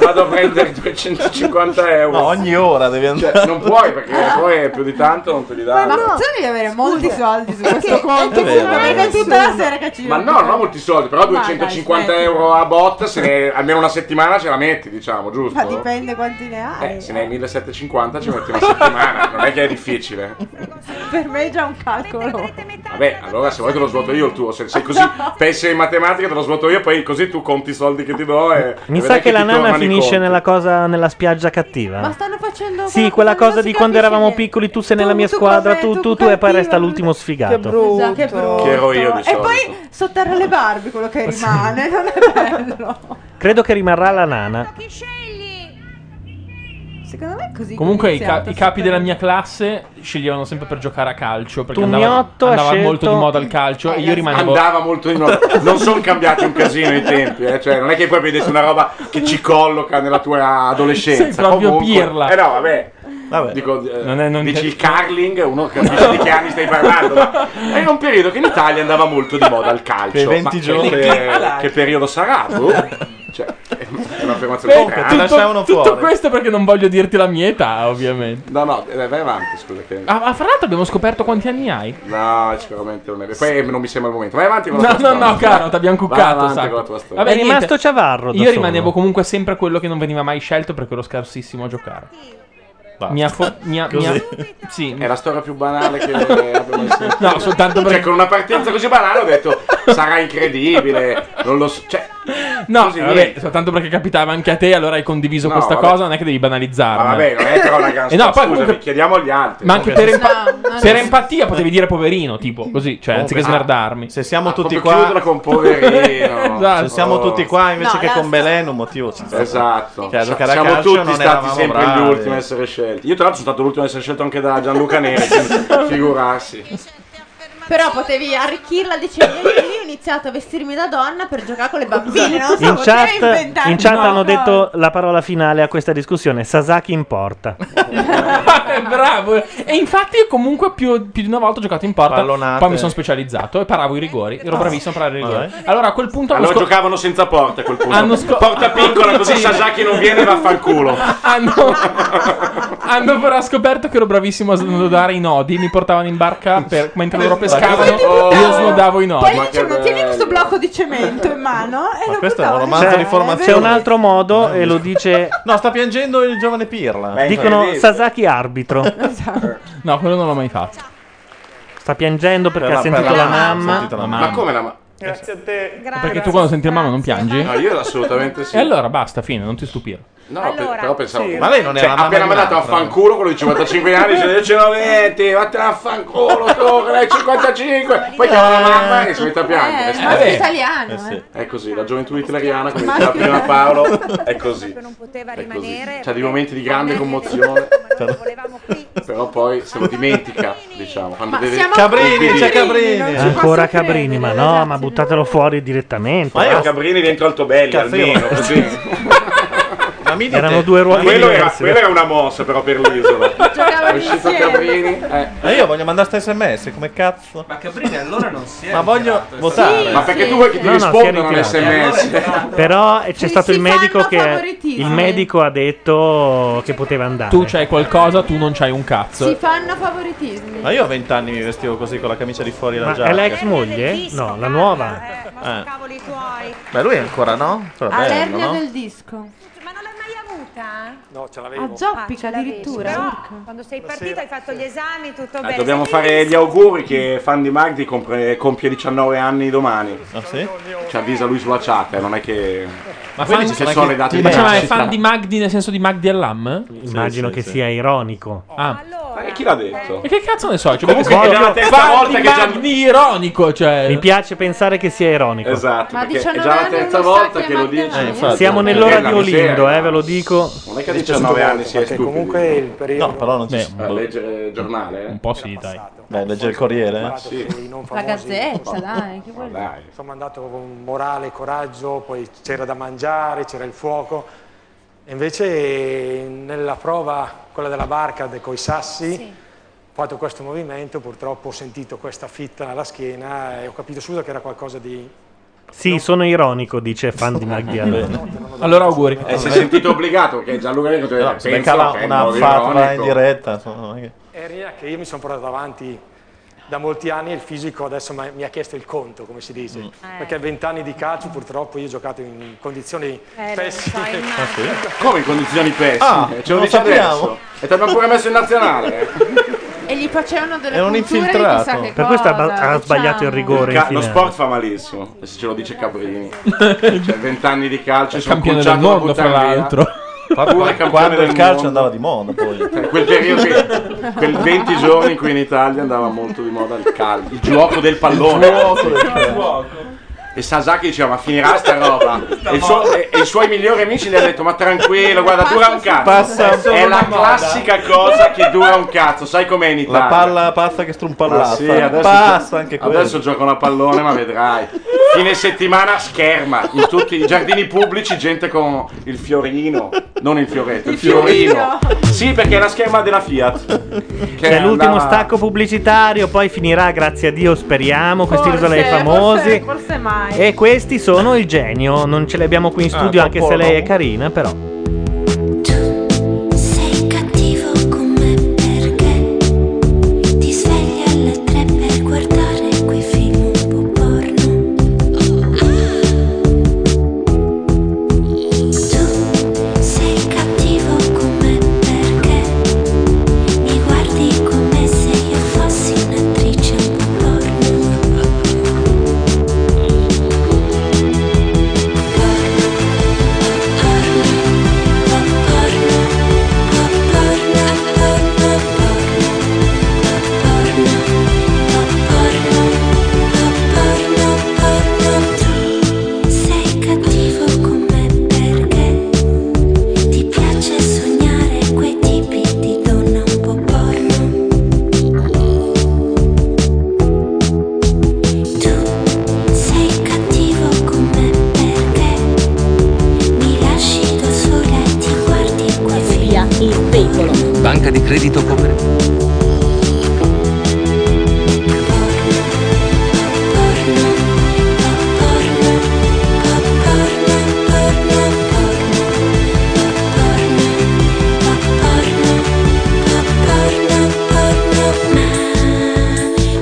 S4: vado a prendere 250 euro.
S5: ogni ora devi andare.
S4: Cioè, non puoi perché poi più di tanto non te li
S10: Ma
S4: danno.
S10: tu devi avere molti soldi su questo conto.
S4: è che
S10: Se
S4: non
S10: non
S4: è
S10: è tutta la sera che ci
S4: Ma no, non ho molti soldi, però
S10: Ma dai,
S4: 250
S10: smetti.
S4: euro a bot, se ne- almeno una settimana ce la metti, diciamo,
S10: Ma
S4: giusto?
S10: dipende quanti ne hai.
S4: Eh, se ne hai 1750 ci metti una settimana, non è che è difficile. Eh.
S10: Per me è già un calcolo.
S4: Vabbè, allora se vuoi te lo svuoto io il tuo, se sei così pensi in matematica te lo svuoto io, poi così tu conti i soldi che ti do e...
S1: Mi
S4: e
S1: sa
S4: vedrai
S1: che la
S4: ti
S1: nana
S4: tornano i
S1: finisce
S4: conti.
S1: nella cosa nella spiaggia cattiva.
S10: Ma stanno facendo.
S1: Sì, quella cosa di quando eravamo piccoli, tu sei nella mia squadra, tu, tu, tu, e poi resta l'ultimo
S10: Che
S1: sfigato.
S10: brutto, Esatto, che brutto.
S1: Che ero io diciamo. di
S10: e
S1: solito.
S10: poi sotterra le Barbie quello che rimane. Non è bello.
S1: Credo che rimarrà la nana.
S10: Secondo me è così.
S2: Comunque i, ca-
S10: iniziato,
S2: i capi della mia classe sceglievano sempre per giocare a calcio perché andava,
S4: Tugnotto ha
S2: andava molto
S4: scelto-
S2: di moda il calcio e io rimanevo
S4: Andava molto di moda. Non sono cambiati un casino i tempi, eh, cioè non è che poi vedessi una roba che ci colloca nella tua adolescenza.
S2: Sei proprio
S4: Comunque-
S2: pirla.
S4: Eh no, vabbè. Dico, eh, dici il curling, uno capisce di che anni stai parlando. ma Era un periodo che in Italia andava molto di moda il calcio.
S5: Per 20
S4: ma
S5: giorni.
S4: Che, che periodo sarà? boh? Cioè, è un'affermazione
S2: Comunque,
S4: strana.
S2: tutto, tutto questo perché non voglio dirti la mia età, ovviamente.
S4: No, no, eh, vai avanti, scusa. Che...
S2: Ah, ah, fra l'altro abbiamo scoperto quanti anni hai.
S4: No, sicuramente non è vero. Poi non mi sembra il momento. Vai avanti con la
S2: No,
S4: tua
S2: no,
S4: storia.
S2: no, caro, ti abbiamo
S4: Vai
S2: cuccato.
S4: avanti
S2: sacco.
S4: con la tua storia.
S2: Vabbè,
S1: È
S2: niente.
S1: rimasto Ciavarro da
S2: Io
S1: solo.
S2: rimanevo comunque sempre quello che non veniva mai scelto perché ero scarsissimo a giocare. Mia fo- mia-
S4: Così.
S2: mia- sì.
S4: È la storia più banale che abbia mai sentito.
S2: No, soltanto perché-
S4: Cioè, con una partenza così banale ho detto sarà incredibile. Non lo so. Cioè,
S2: No,
S4: così
S2: vabbè,
S4: niente.
S2: soltanto perché capitava anche a te, allora hai condiviso
S4: No,
S2: questa
S4: vabbè.
S2: cosa, non è che devi banalizzarla.
S4: Ma vabbè, non è però una gran
S2: E no,
S4: storia.
S2: poi
S4: Scusami,
S2: comunque-
S4: chiediamo agli altri.
S2: Ma anche
S4: Cioè,
S2: per, empa-
S4: No, no,
S2: per
S4: no.
S2: empatia potevi dire poverino,
S4: Mm.
S2: tipo, così, cioè, anziché
S5: ah,
S2: smerdarmi. Se
S4: ah,
S5: siamo tutti qua. Se
S2: Esatto.
S5: siamo tutti qua invece
S2: No,
S5: che
S2: la-
S5: con Belen, un motivo ci sta.
S4: Esatto,
S5: Cioè, a giocare a
S4: siamo
S5: calcio
S4: tutti
S5: non
S4: stati
S5: eravamo
S4: sempre
S5: bravi.
S4: gli ultimi a essere scelti. Io, tra l'altro, sono stato l'ultimo a essere scelto anche da Gianluca Neri. quindi figurarsi,
S10: Però potevi arricchirla dicendo io, io ho iniziato a vestirmi da donna per giocare con le bambine. Non so,
S1: In
S10: potevi
S1: chat,
S10: inventarti
S1: in chat hanno
S10: qualcosa.
S1: detto la parola finale a questa discussione: Sasaki in porta.
S2: Eh, Bravo. E infatti comunque più, più di una volta ho giocato in porta,
S5: Pallonate.
S2: poi mi sono specializzato e paravo i rigori, ero bravissimo a parare i rigori. Allora a quel punto hanno
S4: allora
S2: scop-
S4: giocavano senza porta a quel punto.
S2: Hanno scop-
S4: porta piccola, così
S2: Sì.
S4: Sasaki non viene e vaffanculo.
S2: hanno, hanno però scoperto che ero bravissimo a snodare i nodi. Mi portavano in barca per- mentre loro pescavano. Io snodavo i nodi.
S10: Poi dicevano, tieni questo blocco di cemento in mano e lo
S5: questo è
S10: buttavano.
S5: un romanzo di formazione.
S1: Cioè, C'è un altro modo e lo dice.
S5: No, sta piangendo il giovane Pirla.
S1: Dicono Sasaki arbitro.
S2: No, quello non l'ho mai fatto.
S1: Sta piangendo perché
S5: Per
S1: ha
S5: la-
S1: sentito
S5: per
S1: la
S5: la mamma, Eh, ha
S1: mamma.
S5: sentito la
S2: mamma. Ma come
S4: la mamma?
S17: Grazie a te.
S2: Perché tu quando senti la mamma non piangi?
S5: Ah,
S4: No, io assolutamente sì.
S2: E allora basta, fine, non ti stupire.
S4: No, pe- però pensavo.
S2: sì. Ma lei non
S4: cioè,
S2: era la mamma
S4: appena
S2: di
S4: mi ha dato a
S2: un'altra.
S4: fanculo quello di 55 anni, dice io ce l'ho 20, vattene a fanculo, torna, hai 55. Poi chiama la mamma e si mette a piangere.
S10: Eh, ma
S4: Vabbè.
S10: è italiano, eh.
S4: È così, la gioventù italiana, come diceva prima Paolo, è così. È così. C'ha dei momenti di grande commozione, però poi se lo dimentica, diciamo. Quando deve...
S1: Ancora Cabrini, ma no, ma buttatelo fuori direttamente.
S4: Ma io
S1: basta.
S4: Cabrini dentro Altobelli almeno, così. Ma mi
S1: Erano due ruoli
S4: quello era,
S1: diversi.
S4: quella era una mossa però per l'isola. È uscito Cabrini. eh.
S5: Ma io voglio mandare sta sms, come cazzo?
S17: Ma Cabrini allora non si è
S5: Ma voglio
S17: ritirato,
S5: votare.
S4: Ma perché tu vuoi che ti
S1: No, no, si è
S4: rispondano un
S1: ritirato.
S4: sms?
S1: Però eh, c'è stato il medico che
S10: favoritismi.
S1: il medico ha detto che poteva andare.
S2: Tu c'hai qualcosa, tu non c'hai un cazzo.
S10: Si fanno favoritismi.
S5: Ma io a 20 anni mi vestivo così con la camicia di fuori e la
S1: Ma
S5: giacca.
S1: è l'ex moglie? No, la nuova.
S5: Eh. Beh, lui ancora no? Però bello,
S10: Allergia
S5: no?
S10: del disco.
S17: No, ce
S10: A
S17: l'avevo.
S24: Ah,
S10: zoppica addirittura.
S17: Però,
S10: Urca.
S17: quando sei partito hai fatto gli esami, tutto
S4: Eh, dobbiamo fare gli auguri che Fan di Magdi compre- compie 19 anni domani.
S5: Ah sì?
S4: Ci avvisa lui sulla chat, eh, non è che...
S2: Ma
S4: Quindi
S2: fan,
S4: ci sono le date
S2: ma cioè, ma è
S4: nascita.
S2: fan di Magdi nel senso di Magdi Allam?
S1: Immagino che sia ironico.
S2: Ah.
S4: Ma chi l'ha detto?
S2: E che cazzo ne so? Cioè,
S4: Comunque
S2: perché-
S4: è già la terza
S2: fan
S4: volta
S2: di
S4: che già-
S2: Magdi ironico, cioè.
S1: Mi piace pensare che sia ironico.
S4: Esatto,
S10: Ma
S4: perché è
S10: 19
S4: già la
S10: anni
S4: terza
S10: non sa
S4: volta
S10: chi è
S4: che lo dice.
S10: Magdalena. Eh, infatti.
S1: Siamo
S4: Perché
S1: nell'ora
S4: è una
S1: di
S4: miseria.
S1: Olindo, eh, ve lo dico.
S4: Non è che a 19 anni si è
S17: perché
S4: stupidi.
S17: comunque il periodo- No,
S5: però non ci
S4: si A leggere giornale, eh? Un
S2: po' sì, dai.
S5: Beh, leggere il Corriere? eh.
S17: Vado sui non
S10: La
S17: famosi.
S10: gazzetta, dai, che vuoi?
S17: Insomma, andato con morale, coraggio, poi c'era da mangiare, c'era il fuoco. E invece nella prova, quella della barca de- coi sassi, ho fatto questo movimento, purtroppo ho sentito questa fitta alla schiena e ho capito subito che era qualcosa di...
S1: Sì, sono ironico, dice fan di Magdi Allam.
S2: Allora auguri.
S4: E si è sentito obbligato perché Gianluca Neri
S5: No, si beccava una fatwa
S4: fatwa
S5: in diretta. insomma, non è che-
S17: Era che io mi sono portato avanti da molti anni e il fisico adesso mi ha- mi ha chiesto il conto, come si dice. Perché vent'anni di calcio purtroppo io ho giocato in condizioni Eh, lo pessime. so, immagino.
S4: Come in condizioni pessime?
S17: Ah,
S4: Ce lo
S17: lo
S4: dice
S17: sappiamo.
S4: adesso. E ti abbiamo pure messo in nazionale. eh.
S10: E gli facevano delle
S4: Era un
S10: punture di
S4: infiltrato.
S10: chissà che
S1: Per questo ha
S10: cosa,
S1: ba- ha
S10: diciamo.
S1: sbagliato il rigore.
S4: Ca-
S1: in
S4: lo
S1: finale.
S4: sport fa malissimo. E se ce lo dice Cabrini. cioè, vent'anni di calcio. sono
S5: campione del
S4: conciato da
S5: mondo, fra
S4: buttare via.
S5: l'altro.
S4: Pure campione
S5: Quando
S4: del
S5: il calcio
S4: mondo. Cioè,
S5: andava di moda poi.
S4: Quel periodo, che- quel 20 giorni in cui in Italia andava molto di moda il calcio, il gioco del pallone.
S5: Il gioco del
S4: Il
S5: pallone.
S4: E Sasaki diceva, ma finirà sta roba. e, il suo- e- e i suoi migliori amici gli hanno detto, ma tranquillo, guarda, dura un cazzo.
S5: Passa- È solo
S4: è
S5: una
S4: la
S5: moda.
S4: classica cosa che dura un cazzo, sai com'è in Italia.
S5: La palla pazza che strumpallata.
S4: Ma sì, adesso
S5: passa
S4: gio-
S5: anche quella.
S4: Adesso giocano a pallone, ma vedrai. Fine settimana scherma in tutti i giardini pubblici, gente con il fiorino, non il fioretto, il, fiorino. Sì, perché è la scherma della Fiat. Che
S1: C'è l'ultimo
S4: andava-
S1: stacco pubblicitario, poi finirà, grazie a Dio, speriamo, questi
S10: Forse,
S1: risola dei famosi.
S10: Forse, forse mai.
S1: E questi sono il genio, non ce li abbiamo qui in
S10: Ah,
S1: studio anche se
S10: Popolo.
S1: lei è carina, però.
S6: Sei cattivo con me perché ti svegli alle tre per guardare quei film un po' porno. Tu sei cattivo con me perché mi guardi come se io fossi un'attrice un po' Sei cattivo con me perché ti piace sognare quei tipi di donna un po' porno. Tu sei cattivo con me perché mi lasci da sola e ti guardi quei
S13: Via il veicolo.
S19: Banca di credito come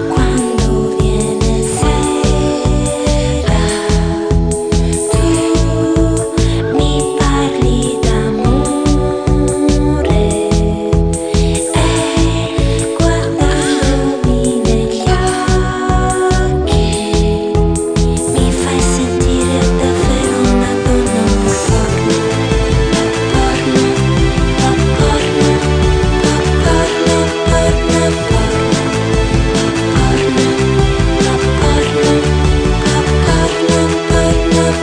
S6: Quando viene sera, tu mi parli d'amore
S3: Eh,
S6: e guardandomi negli occhi mi fai sentire davvero una donna un forno. Porno, porno, porno, porno, porno.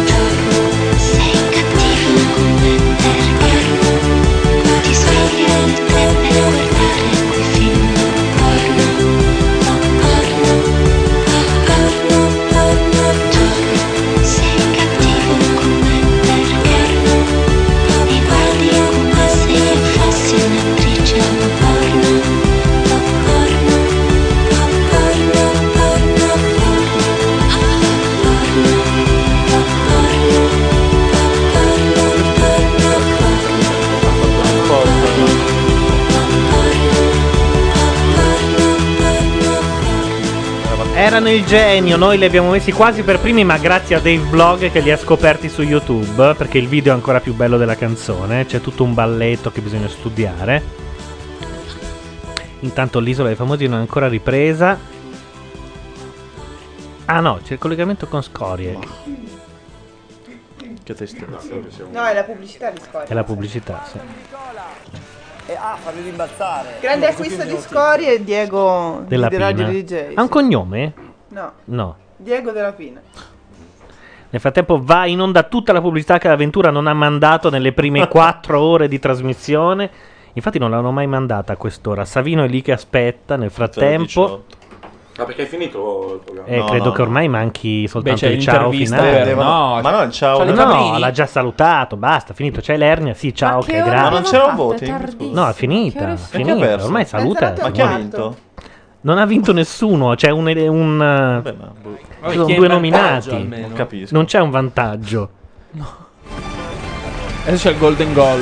S6: Sei cattivo con me perché ti svegli alle tre per guardare quei film porno, porno, porno, porno. Tu sei cattivo con me perché mi guardi come se io fossi un'attrice un porno, porno, porno, porno, porno, porno,
S1: Erano il genio, noi li abbiamo messi quasi per primi, ma grazie a Dave Vlog che li ha scoperti su YouTube, perché il video è ancora più bello della canzone, c'è tutto un balletto che bisogna studiare. Intanto l'isola dei famosi non è ancora ripresa. Ah no, c'è il collegamento con Scorie. Che tristezza.
S14: No, è la pubblicità di Scoria.
S1: È la pubblicità, sì.
S18: ah, farli rimbalzare.
S14: Grande acquisto di Scoria e Diego
S1: Della
S14: di Radio
S1: Pina.
S14: DJ.
S1: Ha un cognome?
S14: No,
S1: No.
S14: Diego della Pina.
S1: Nel frattempo va in onda tutta la pubblicità che l'avventura non ha mandato nelle prime 4 ore di trasmissione. Infatti non l'hanno mai mandata a quest'ora. Savino è lì che aspetta
S2: Cioè,
S1: nel frattempo.
S4: Ah, perché è finito il programma?
S1: Eh, credo che ormai manchi soltanto
S2: c'è
S1: il ciao
S2: l'intervista
S1: finale.
S2: per- no, Ma no, il ciao c'è
S1: No,
S2: le Cabrini.
S1: l'ha già salutato, basta, finito. C'è l'ernia, sì, ciao,
S2: che
S1: che,
S2: ora
S1: grazie.
S2: Ma non abbiamo c'era un fatto? È voting? tardissimo.
S1: No, è
S2: Che
S1: finita,
S2: ora
S1: è
S2: sono?
S1: finita,
S2: E chi ha perso?
S1: ormai saluta.
S2: Ma chi ha vinto?
S1: Non ha vinto nessuno, c'è un... un
S2: Vabbè,
S1: ci sono
S2: chi è in
S1: due
S2: vantaggio
S1: nominati.
S2: almeno? boh. Non capisco.
S1: non c'è un vantaggio.
S2: Adesso c'è il golden goal.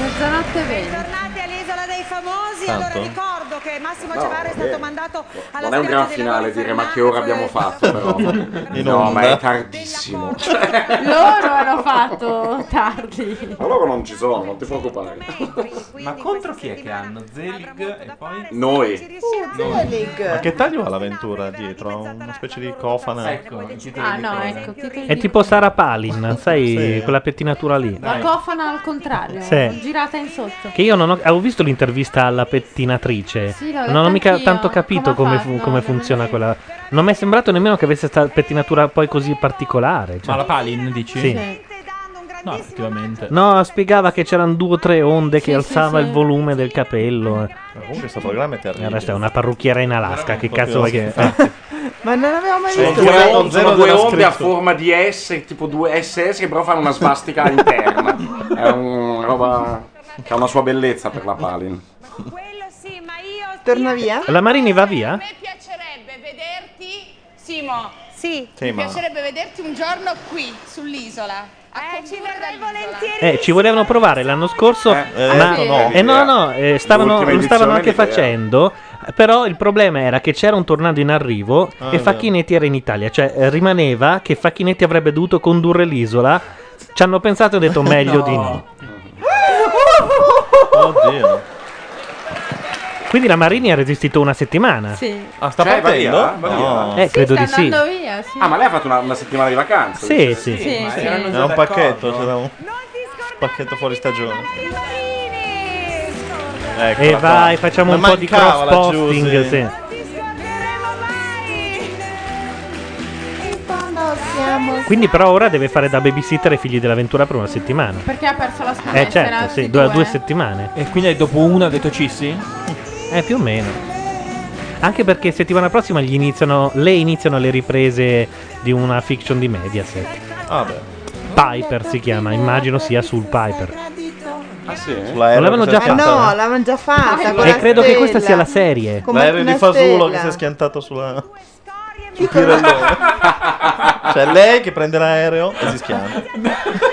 S24: Mezzanotte 20. Bentornati all'isola dei famosi.
S4: Tanto.
S24: Allora ricordo che Massimo
S4: No,
S24: Giavaro è stato
S4: eh,
S24: mandato alla
S4: Non è un gran finale dire ma che ora abbiamo fatto però. No,
S5: onda.
S4: ma è tardissimo. Cioè,
S10: Loro hanno fatto tardi.
S4: Ma loro non ci sono, non ti preoccupare.
S20: Ma contro chi è che hanno? Zelig e poi...
S4: Noi.
S5: Ma che taglio ha l'avventura dietro? Una specie di cofana. Ecco,
S10: Ah no, ecco, titoli
S1: È
S10: di-
S1: tipo Sara Palin, sai,
S5: Sì.
S1: quella pettinatura lì.
S10: La cofana al contrario,
S1: Sì.
S10: girata in sotto.
S1: Che io non ho, avevo visto l'intervista alla pettinatrice
S10: Sì, l'ho
S1: Non ho
S10: letta
S1: mica
S10: anch'io.
S1: tanto capito come, fu- come funziona quella. Non mi è sembrato nemmeno che avesse questa pettinatura poi così particolare. cioè.
S2: Ma la Palin dici?
S1: Sì.
S2: No, effettivamente.
S1: No, spiegava che c'erano due o tre onde che
S2: Sì,
S1: alzava
S2: sì, sì.
S1: il volume del capello.
S5: Comunque questo programma è terribile.
S1: Il resto è una parrucchiera in Alaska. Che cazzo vuoi che. eh.
S14: Ma non avevo mai
S4: Sono
S14: visto.
S4: due,
S14: questo.
S4: sono due onde a forma di S, tipo due SS, che però fanno una svastica interna. È una roba che ha una sua bellezza per la Palin.
S14: Torna via?
S1: La Marini va via?
S12: piacerebbe vederti, Simo.
S24: Sì.
S1: Sì,
S12: mi
S1: ma-
S12: piacerebbe vederti un giorno qui sull'isola. A eh, ci verrei volentieri.
S1: Eh, ci volevano provare l'anno scorso,
S5: eh,
S1: ma
S5: ecco, no.
S1: eh, no, no, eh, stavano,
S5: L'ultima
S1: lo stavano
S5: edizione
S1: anche
S5: l'idea.
S1: facendo. Però il problema era che c'era un tornado in arrivo
S5: Ah, è
S1: e
S5: vero.
S1: Facchinetti era in Italia, cioè eh, rimaneva che Facchinetti avrebbe dovuto condurre l'isola. Ci hanno pensato e detto meglio di no.
S5: Oddio.
S1: Quindi la Marini ha resistito una settimana.
S10: Sì.
S5: Ah,
S4: sta Cioè, va partendo? via? Va
S1: No.
S4: via?
S1: Eh, credo di
S10: Sta
S1: sì.
S10: andando via, sì.
S4: Ah, ma lei ha fatto una, una settimana di vacanza?
S1: Sì,
S4: dice?
S1: sì. Sì,
S5: Sì,
S1: sì.
S5: Era
S1: Erano già
S5: un pacchetto, c'era un pacchetto fuori stagione. Ecco,
S1: e
S5: la
S1: vai,
S5: fa-
S1: facciamo
S5: Ma
S1: un po' di
S5: mancava la
S1: cross-posting.
S5: Giusy.
S1: sì. Quindi, però, ora deve fare da babysitter ai figli dell'avventura per una settimana.
S10: Perché ha perso la scommessa?
S1: Eh, certo,
S10: erano
S1: sì,
S10: Ah, tutti
S1: due,
S10: due.
S1: due settimane.
S2: E quindi dopo una ha detto Cissi?
S1: Eh, più o meno. Anche perché settimana prossima gli iniziano, le iniziano le riprese di una fiction di Mediaset. Piper si chiama, immagino sia sul Piper.
S4: Ah, sì?
S1: Non l'avevano già
S14: Eh
S1: fatta?
S14: no, l'avevano già fatta. con
S1: E
S14: la
S1: credo che
S14: stella.
S1: questa sia la serie.
S14: Come
S5: L'aereo di
S14: una
S5: Fasulo
S14: stella.
S5: che si è schiantato sulla. sul Tirellone. cioè lei che prende l'aereo e si schianta.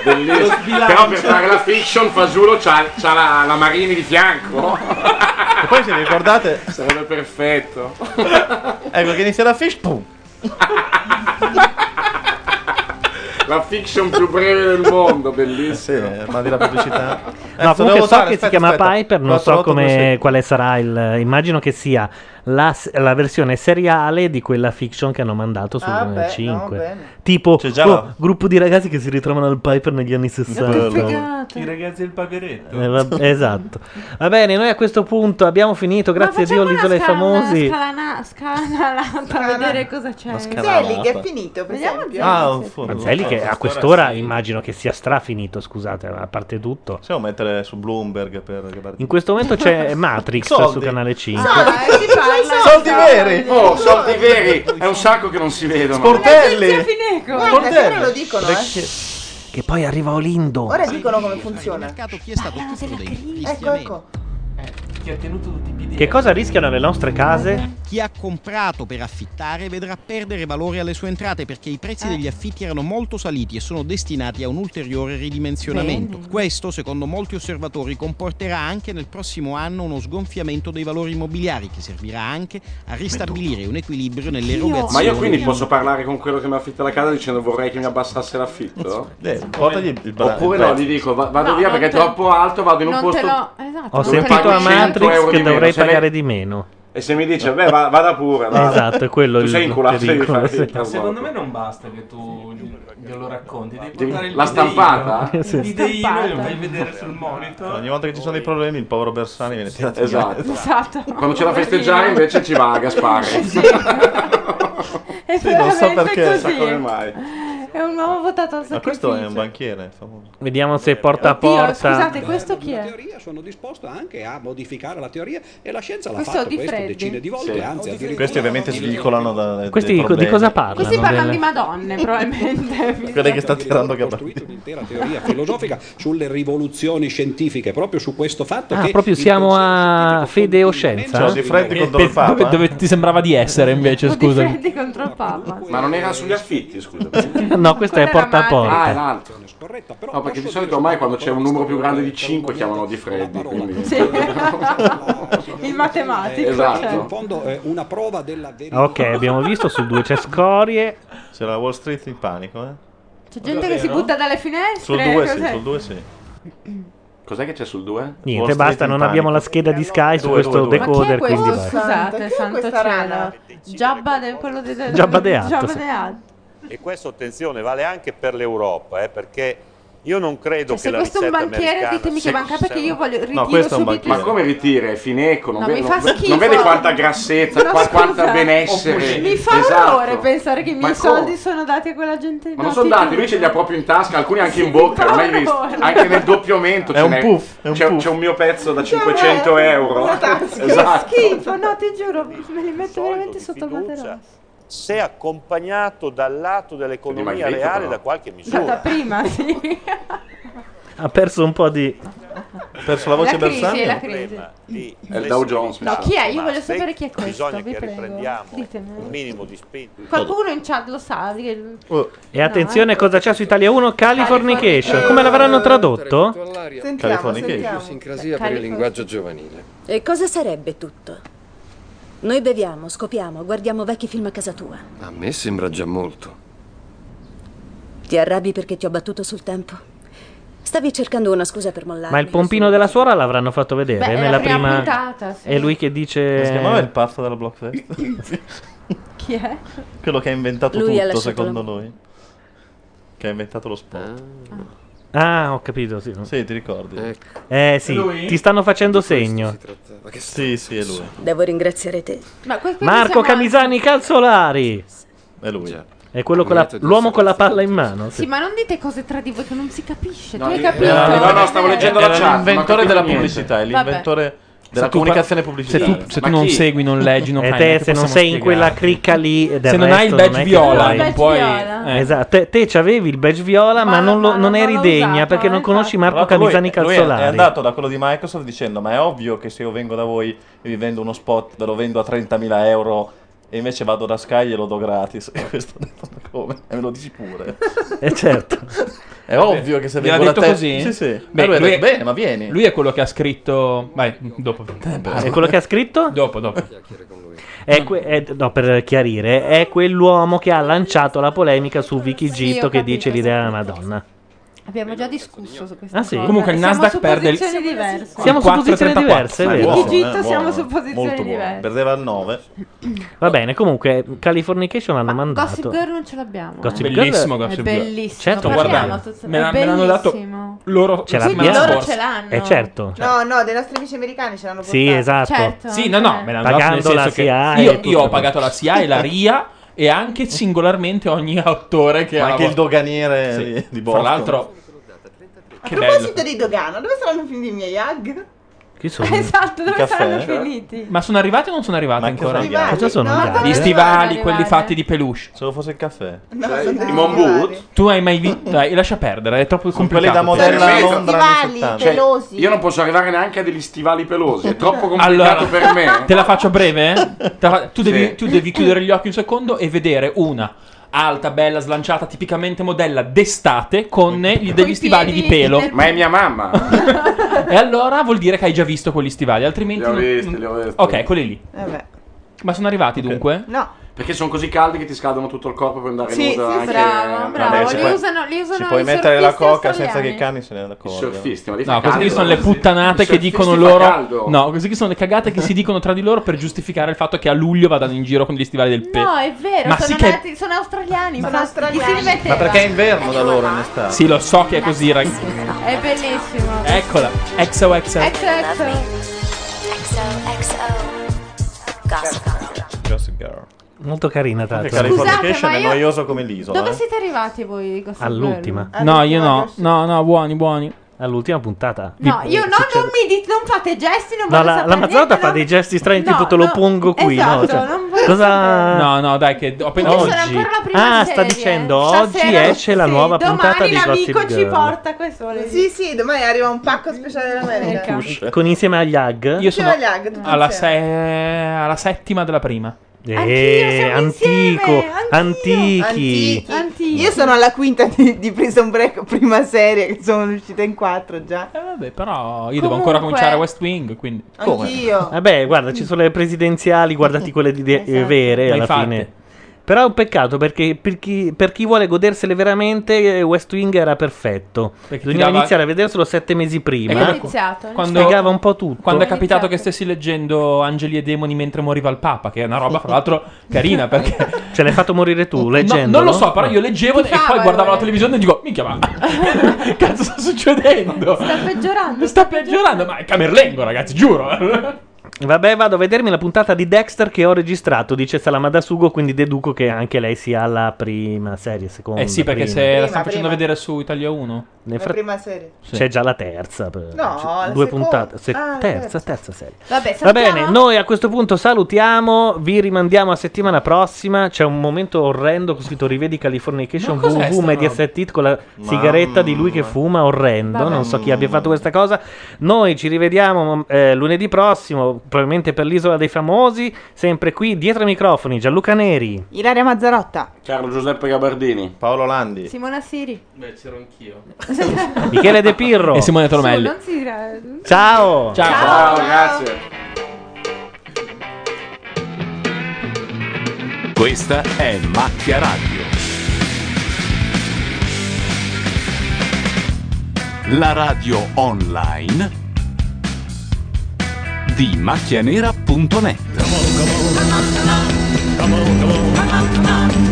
S4: Bellissimo. Però per fare la fiction Fasulo c'ha, c'ha la, la Marini di fianco. E
S5: poi se vi ricordate...
S4: Sarebbe perfetto.
S5: Ecco che inizia la fish. Pum.
S4: La fiction più breve del mondo, bellissimo.
S5: ma di la pubblicità.
S4: Eh,
S5: Ecco,
S1: No, comunque so che si chiama Piper, non so come, quale sarà il. Immagino che sia la, s- la versione seriale di quella fiction che hanno mandato su
S5: Ah, beh, no,
S1: 5.
S5: bene.
S1: tipo
S5: Cioè, già
S1: oh,
S5: la-
S1: gruppo di ragazzi che si ritrovano al Piper negli anni 60.
S20: I ragazzi del paveretto.
S1: Eh, va- esatto. Va bene, noi a questo punto abbiamo finito. Grazie a Dio, l'isola dei famosi.
S10: Scalana, scalanata a vedere cosa c'è.
S1: Una scalanata. Zelig è
S14: finito, per
S10: esempio.
S3: Ah,
S1: Manzelli che a quest'ora immagino che sia strafinito, scusate, a parte tutto.
S5: Possiamo mettere su Bloomberg per
S1: In questo momento c'è Matrix
S5: Soldi.
S1: su canale 5.
S5: Soldi veri!
S4: Oh, soldi veri! È un sacco che non si vedono.
S5: Sportelli!
S14: Fineco. Guarda,
S5: Sportelli.
S14: che ora lo dicono, eh.
S1: Che poi arriva Olindo.
S14: Ora dicono come funziona. Ecco, ecco.
S20: Chi ha tenuto tutti i piedi.
S1: Che cosa rischiano le nostre case?
S15: Chi ha comprato per affittare vedrà perdere valore alle sue entrate perché i
S21: Eh.
S15: prezzi degli affitti erano molto saliti e sono destinati a un ulteriore ridimensionamento. Questo, secondo molti osservatori, comporterà anche nel prossimo anno uno sgonfiamento dei valori immobiliari che servirà anche a ristabilire un equilibrio nell'erogazione.
S4: Ma io quindi posso parlare con quello che mi affitta la casa dicendo vorrei che mi abbassasse l'affitto?
S5: Eh, portagli il bra-
S4: Oppure
S5: il
S4: no,
S5: prezzo.
S4: gli dico va- vado
S10: No,
S4: via
S10: non
S4: perché è
S10: te-
S4: troppo alto, vado in un
S10: Non te
S4: posto...
S10: l'ho. Esatto.
S1: Ho
S4: Dove
S1: sentito a
S4: paghi 100
S1: Matrix
S4: euro
S1: che
S4: di meno,
S1: dovrei
S4: se ne-
S1: pagare di meno.
S4: E se mi dice, beh, va- vada pure. va.
S1: Esatto, è quello
S4: tu
S1: il
S4: sei inculato devi
S1: pericolo,
S4: fare
S1: sì.
S4: finta,
S20: Secondo
S4: guarda.
S20: me non basta che tu gli- glielo racconti, devi
S4: Devi-
S20: portare il
S4: la stampata?
S20: videino,
S4: Sì.
S20: il videino e lo
S4: Stampata.
S20: fai vedere sul monitor.
S5: Ogni volta che ci sono dei problemi, il povero Bersani viene tirato
S4: Esatto.
S5: in
S10: Esatto.
S4: Quando c'è da festeggiare invece ci va a gaspare.
S10: È
S5: Sì, non so
S10: veramente
S5: perché,
S10: così.
S5: sa come mai.
S10: È un uomo votato al
S5: Ma
S10: sacrificio.
S5: questo è un banchiere famoso.
S1: Vediamo se porta a
S10: Oddio,
S1: porta.
S10: Scusate, questo chi è?
S21: sono disposto anche a modificare la teoria e la scienza l'ha
S10: Questo
S21: fatto
S10: Di
S21: questo
S10: Freddi.
S21: decine di volte,
S5: Sì.
S21: anzi addirittura
S5: Questi ovviamente svicolano da, dai
S1: Questi di co- di
S5: problemi.
S1: cosa parlano?
S10: Questi parlano
S1: Delle-
S10: di Madonne, probabilmente.
S5: Quella che sta tirando Gabbardini.
S21: un'intera teoria filosofica sulle rivoluzioni scientifiche, proprio su questo fatto
S1: Ah,
S21: che
S1: proprio siamo a Fede o Scienza?
S20: Ciao, Di Freddi contro il Papa?
S2: Dove, dove ti sembrava di essere
S11: Cioè,
S2: invece, scusa.
S10: Freddi contro il Papa.
S4: Ma non era sugli affitti, scusa.
S1: No, questa
S10: Quella
S1: è
S10: era
S1: porta a porta.
S4: Ah, è l'altro. No, perché di solito ormai quando c'è un numero più grande di 5 chiamano di Freddi, quindi...
S10: Sì. il
S5: Eh,
S10: matematico. certo.
S4: Esatto.
S21: in fondo è una prova della verità.
S1: Ok, abbiamo visto su due c'è scorie.
S5: C'era la Wall Street in panico, eh?
S10: C'è gente che si butta dalle finestre.
S5: Sul 2 sì,
S10: Eh, cos'è?
S5: sul 2 sì.
S4: Cos'è che c'è sul 2?
S1: Niente, basta, non abbiamo la scheda di Sky su
S4: Due,
S1: questo
S4: due, due.
S1: decoder,
S10: Ma chi è
S1: quindi
S10: questo?
S1: vai.
S10: Scusate,
S14: Chi è
S10: santo
S14: questa
S10: cielo.
S14: rana?
S10: Giabba del quello di
S1: Giabba de Atto,
S10: Giabba
S1: sì.
S10: de Atto.
S25: E questo, attenzione, vale anche per l'Europa, eh, perché
S8: Io non
S10: Cioè,
S8: credo che
S10: se
S8: la
S10: questo è un
S8: ricetta
S10: banchiere,
S8: americana
S10: ditemi che
S8: sia
S10: banca
S8: così
S10: perché io voglio ritiro
S4: No, questo è un
S10: subito.
S4: banchiere. Ma come ritira? È fineco, non,
S10: No,
S4: vede,
S10: mi fa
S4: non- non
S10: schifo.
S4: vede quanta grassezza,
S10: Ma
S4: qua- quanta
S10: scusa.
S4: benessere.
S10: Mi fa
S4: Esatto.
S10: orrore pensare che i miei
S4: Ma
S10: soldi sono dati a quella gente.
S4: Ma non sono dati, lui ce li ha proprio in tasca, alcuni anche in bocca, non hai
S10: paura.
S4: visto? Anche nel doppio mento.
S5: È un puff,
S4: c'è, c'è un mio pezzo da 500 euro. Esatto.
S10: Che schifo, no, ti giuro, me li metto veramente sotto il materasso.
S8: se accompagnato dal lato dell'economia
S1: Dimagrito,
S8: reale
S1: però.
S8: da qualche
S10: Da, da
S8: misura.
S10: prima, sì.
S1: Ha perso un po' di.
S5: Ha perso la
S10: voce La crisi, Bersani? la crisi.
S8: Di
S1: È il Dow Jones, mi
S10: No,
S1: sa.
S10: chi è? Io voglio
S8: Basta,
S10: sapere chi è questo.
S8: Bisogna
S10: vi
S8: che
S10: prego.
S8: riprendiamo un
S10: Ditemelo.
S8: minimo di spinta.
S10: Qualcuno in chat lo sa. Che...
S1: E attenzione
S10: eh.
S1: cosa c'è su Italia 1, Californication. Come l'avranno tradotto?
S16: Idiosincrasia per il linguaggio giovanile.
S11: E Eh, cosa sarebbe tutto? Noi beviamo, scopiamo, guardiamo vecchi film a casa tua.
S16: A me sembra già molto.
S11: Ti arrabbi perché ti ho battuto sul tempo? Stavi cercando una scusa per mollare.
S1: Ma il pompino della suora l'avranno fatto vedere
S11: Beh,
S1: eh,
S11: è la
S1: nella
S11: prima
S1: prima.
S11: puntata, sì.
S1: È lui che dice.
S5: Si chiamava il pazzo della Blockfest?
S10: Chi è?
S5: Quello che ha inventato
S11: Lui ha
S5: tutto,
S11: lasciato
S5: secondo
S11: la-
S5: noi. Che ha inventato lo sport.
S1: Ah, ho capito, sì.
S5: Sì, ti ricordi?
S4: Ecco.
S1: Eh sì,
S5: Lui?
S1: ti stanno facendo segno.
S5: Sì, sì, è lui.
S11: Devo ringraziare te.
S10: Ma que- quindi
S1: Marco
S10: siamo-
S1: Camisani Calzolari.
S5: È lui.
S1: È quello con la- l'uomo con la palla in mano.
S10: Sì, ma non dite cose tra di voi che non si capisce.
S1: No,
S10: tu hai
S1: eh,
S10: capito? Eh,
S1: no, no, no, stavo
S5: leggendo
S1: la
S5: Era
S1: chat,
S5: l'inventore
S1: ma
S5: della
S1: capisco
S5: pubblicità, è
S10: niente.
S5: l'inventore della
S2: Se tu
S5: comunicazione
S2: par-
S5: pubblicitaria.
S2: se tu- se tu Ma non chi? segui, non leggi, non
S1: E
S2: fai
S1: te
S2: niente,
S1: se non
S2: possiamo
S1: sei in
S2: spiegare.
S1: quella cricca lì e del
S2: Se non hai il
S1: resto
S2: badge
S1: è che
S2: viola,
S1: puoi-
S2: non puoi- eh.
S1: Esatto, te, te c'avevi il badge viola, ma, non, lo- non eri degna
S10: eh,
S1: perché non conosci Marco
S5: Tra l'altro lui-
S1: Camisani
S5: lui
S1: Calzolari.
S5: È andato da quello di Microsoft dicendo: Ma è ovvio che se io vengo da voi e vi vendo uno spot, ve lo vendo a 30.000 euro. E invece vado da Sky e lo do gratis. E questo ha detto "Ma come? E Oh, me lo dici pure.
S2: Eh,
S1: E certo.
S5: È ovvio che se
S2: Gliel'ha
S5: vengo da
S2: detto
S5: te-
S2: così?
S5: Sì, sì.
S2: Beh,
S5: E lui ha
S2: lui
S5: detto,
S2: è-
S5: bene, ma vieni. Eh,
S2: Lui è quello che ha scritto. Vai, dopo.
S1: È quello che ha scritto?
S2: Dopo, dopo.
S1: È que- è- no, per chiarire, è quell'uomo che ha lanciato la polemica su Vicky Gitto
S10: ho
S1: che
S10: capito,
S1: dice l'idea della Madonna.
S10: Abbiamo già discusso su questa
S1: Ah, sì?
S10: cosa.
S1: Comunque il
S10: Siamo
S1: Nasdaq
S10: su
S1: perde il-
S10: posizioni diverse.
S1: Siamo su posizioni diverse, è
S5: Ma è
S1: vero?
S5: buono,
S10: Gitto
S5: eh,
S10: siamo
S5: buono.
S10: su posizioni
S5: Molto buono.
S10: diverse.
S5: Perdeva il 9.
S1: Va bene, comunque Californication l'hanno mandato.
S10: Gossip Girl non ce l'abbiamo.
S1: Gossip
S10: eh.
S1: Girl-
S2: Bellissimo Gossip
S10: È
S2: Girl.
S10: bellissimo.
S1: Certo,
S10: parliamo
S1: guarda,
S10: tutto-
S2: me
S10: è
S2: l'ha- me l'hanno dato
S10: bellissimo.
S2: loro
S1: Ce
S2: la
S1: l'abbiamo?
S2: settimana
S1: Loro
S2: scorsa.
S10: ce l'hanno.
S1: Eh certo.
S14: No, no, dei nostri amici americani ce l'hanno portato.
S1: Sì, esatto. Certo,
S2: Sì, no, no, me l'hanno dato nel
S1: Pagando la
S2: senso che
S1: CIA e
S2: io,
S1: tutto
S2: io ho
S1: questo.
S2: pagato la CIA e la RIA e anche singolarmente ogni autore che
S5: Ma
S2: ha
S5: anche il doganiere di- di Boston.
S2: Tra l'altro,
S14: A
S2: che
S14: proposito
S2: bello.
S14: di Dogana, dove saranno finiti i miei hug?
S1: Chi
S14: Esatto, dove
S2: caffè?
S14: saranno finiti?
S2: Ma sono arrivati o non sono arrivati
S14: sono
S2: ancora?
S14: arrivati? Cosa sono No, arrivati?
S2: Gli
S14: dove
S2: stivali,
S14: sono
S2: quelli
S14: arrivati?
S2: fatti di peluche.
S5: Solo fosse il caffè.
S14: No, sono finiti.
S2: Tu hai mai visto? Dai, lascia perdere, è troppo
S5: quelli
S2: complicato.
S5: da modella a Londra anni
S14: Stivali,
S5: 70.
S14: Cioè, pelosi.
S4: Cioè, Io non posso arrivare neanche a degli stivali pelosi, è troppo complicato
S2: Allora,
S4: per me.
S2: te la faccio breve? Te la fa- Tu, devi,
S4: Sì.
S2: tu devi chiudere gli occhi un secondo e vedere una alta, bella, slanciata, tipicamente modella d'estate con gli- degli stivali di pelo.
S4: Ma è mia mamma.
S2: E allora vuol dire che hai già visto quegli stivali, altrimenti.
S4: Li ho
S2: non-
S4: visti, li ho visti.
S2: Ok, quelli lì.
S14: Vabbè.
S2: Ma sono arrivati dunque?
S14: No.
S4: Perché sono così caldi che ti scaldano tutto il corpo per andare
S10: Sì,
S4: nudo
S10: sì,
S4: anche
S10: bravo, bravo.
S4: Vabbè,
S10: Li
S4: se-
S10: usano, li usano
S5: Ci puoi
S10: i
S5: mettere la
S10: surfisti
S5: coca
S10: australiani.
S5: senza che i cani se ne accorgano.
S4: I surfisti, ma lì
S2: No,
S4: fa
S2: così
S4: caldo,
S2: sono le
S4: così.
S2: puttanate
S4: I
S2: che dicono
S4: surfisti fa
S2: loro.
S4: caldo.
S2: No, così che sono le cagate che si dicono tra di loro per giustificare il fatto che a luglio vadano in giro con gli stivali del pelo.
S10: No, è vero,
S2: Ma
S10: sono,
S2: sì che-
S10: nati- sono australiani. Sono
S14: australiani.
S5: Ma perché è inverno da loro in estate?
S2: Sì, lo so che è così, ragazzi.
S10: È certo. bellissimo.
S1: Eh,
S2: Eccola, XOXO.
S5: Gossip Girl.
S1: Molto carina, tra
S5: Anche
S1: l'altro.
S5: Californication
S10: Ah, ma
S5: è
S10: io-
S5: noioso come l'isola.
S10: Dove
S5: eh.
S10: siete arrivati voi di Gossip Girl?
S1: All'ultima.
S2: No, io no. No, no, buoni, buoni.
S1: All'ultima puntata. eh,
S10: No, io no, non mi dite, non fate gesti, non
S1: No,
S10: voglio
S1: la,
S10: sapere
S1: la Mazzotta
S10: niente,
S1: fa
S10: non-
S1: dei gesti strani,
S10: No,
S1: tipo te lo
S10: no,
S1: pongo qui. no?
S10: esatto,
S1: Cioè,
S10: non voglio
S1: cosa.
S2: No, no, dai, che ho appena
S10: Perché sono
S1: oggi.
S10: ancora la prima
S1: Ah, sta
S10: serie.
S1: dicendo oggi
S10: Stasera-
S1: esce la
S10: sì,
S1: nuova
S10: domani
S1: puntata di
S10: l'amico
S1: Gossip
S10: ci
S1: Girl.
S10: porta questo vuole
S14: Sì, sì, domani arriva un pacco speciale
S10: Ecco. eh.
S14: dell'America.
S1: Con insieme agli Hag.
S2: Ecco. Io sono
S14: Insieme agli Hag, tutti
S2: alla,
S14: insieme.
S2: se- alla settima della prima.
S1: Eh, antico, antichi.
S10: Antichi.
S14: Io sono alla quinta di, di Prison Break, prima serie, che sono uscita in quattro già.
S2: Eh vabbè, però io devo ancora cominciare West Wing, quindi.
S14: Anch'io.
S10: Esatto.
S1: Vabbè, guarda, ci sono le presidenziali, guardati quelle di- eh, vere
S2: Ma
S1: alla
S2: infatti.
S1: fine. Però è un peccato perché per chi, per chi vuole godersele veramente eh, West Wing era perfetto.
S2: ti
S1: Bisognava
S2: dava-
S1: iniziare a vederselo sette mesi prima.
S2: È come
S10: iniziato.
S2: Quando-
S1: Spiegava un po' tutto.
S2: Quando è capitato che stessi leggendo Angeli e Demoni mentre moriva il Papa, che è una roba, fra l'altro, carina perché.
S1: Ce l'hai fatto morire tu leggendo?
S2: non lo so, però io leggevo e poi guardavo la televisione e dico: Minchia, ma cazzo sta succedendo?
S10: Sta peggiorando.
S2: Sta peggiorando, ma è camerlengo, ragazzi, giuro.
S1: Vabbè, vado a vedermi la puntata di Dexter che ho registrato, dice Salamada Sugo, quindi deduco che anche lei sia alla prima serie, seconda.
S2: Eh sì, perché
S1: prima.
S2: se la stanno
S14: prima.
S2: facendo vedere su Italia 1.
S1: Nel
S14: La prima serie.
S2: Sì.
S1: C'è già la terza. per-
S14: No,
S1: c'è
S14: la
S1: due
S14: seconda.
S1: puntate. se-
S14: Ah, la terza.
S1: terza, terza serie.
S14: Vabbè,
S1: Va bene, noi a questo punto salutiamo, vi rimandiamo a settimana prossima. C'è un momento orrendo con scritto Rivedi Californication
S2: Ma cos'è
S1: VV
S2: sta
S1: Mediaset Hit con la sigaretta di lui che fuma, orrendo.
S2: Vabbè.
S1: Non so chi abbia fatto questa cosa. Noi ci rivediamo eh, lunedì prossimo, probabilmente per l'isola dei famosi, sempre qui dietro ai microfoni Gianluca Neri.
S14: Ilaria Mazzarotta.
S4: Carlo Giuseppe Gabardini.
S5: Paolo Landi.
S10: Simona Siri.
S20: Beh, c'ero anch'io.
S1: Michele De Pirro
S2: e Simone Tormelli.
S10: Non si gra-
S1: Ciao.
S4: Ciao,
S2: Ciao.
S4: grazie.
S3: Questa è Macchia Radio. La radio online di macchianera.net.
S6: Come on, come on.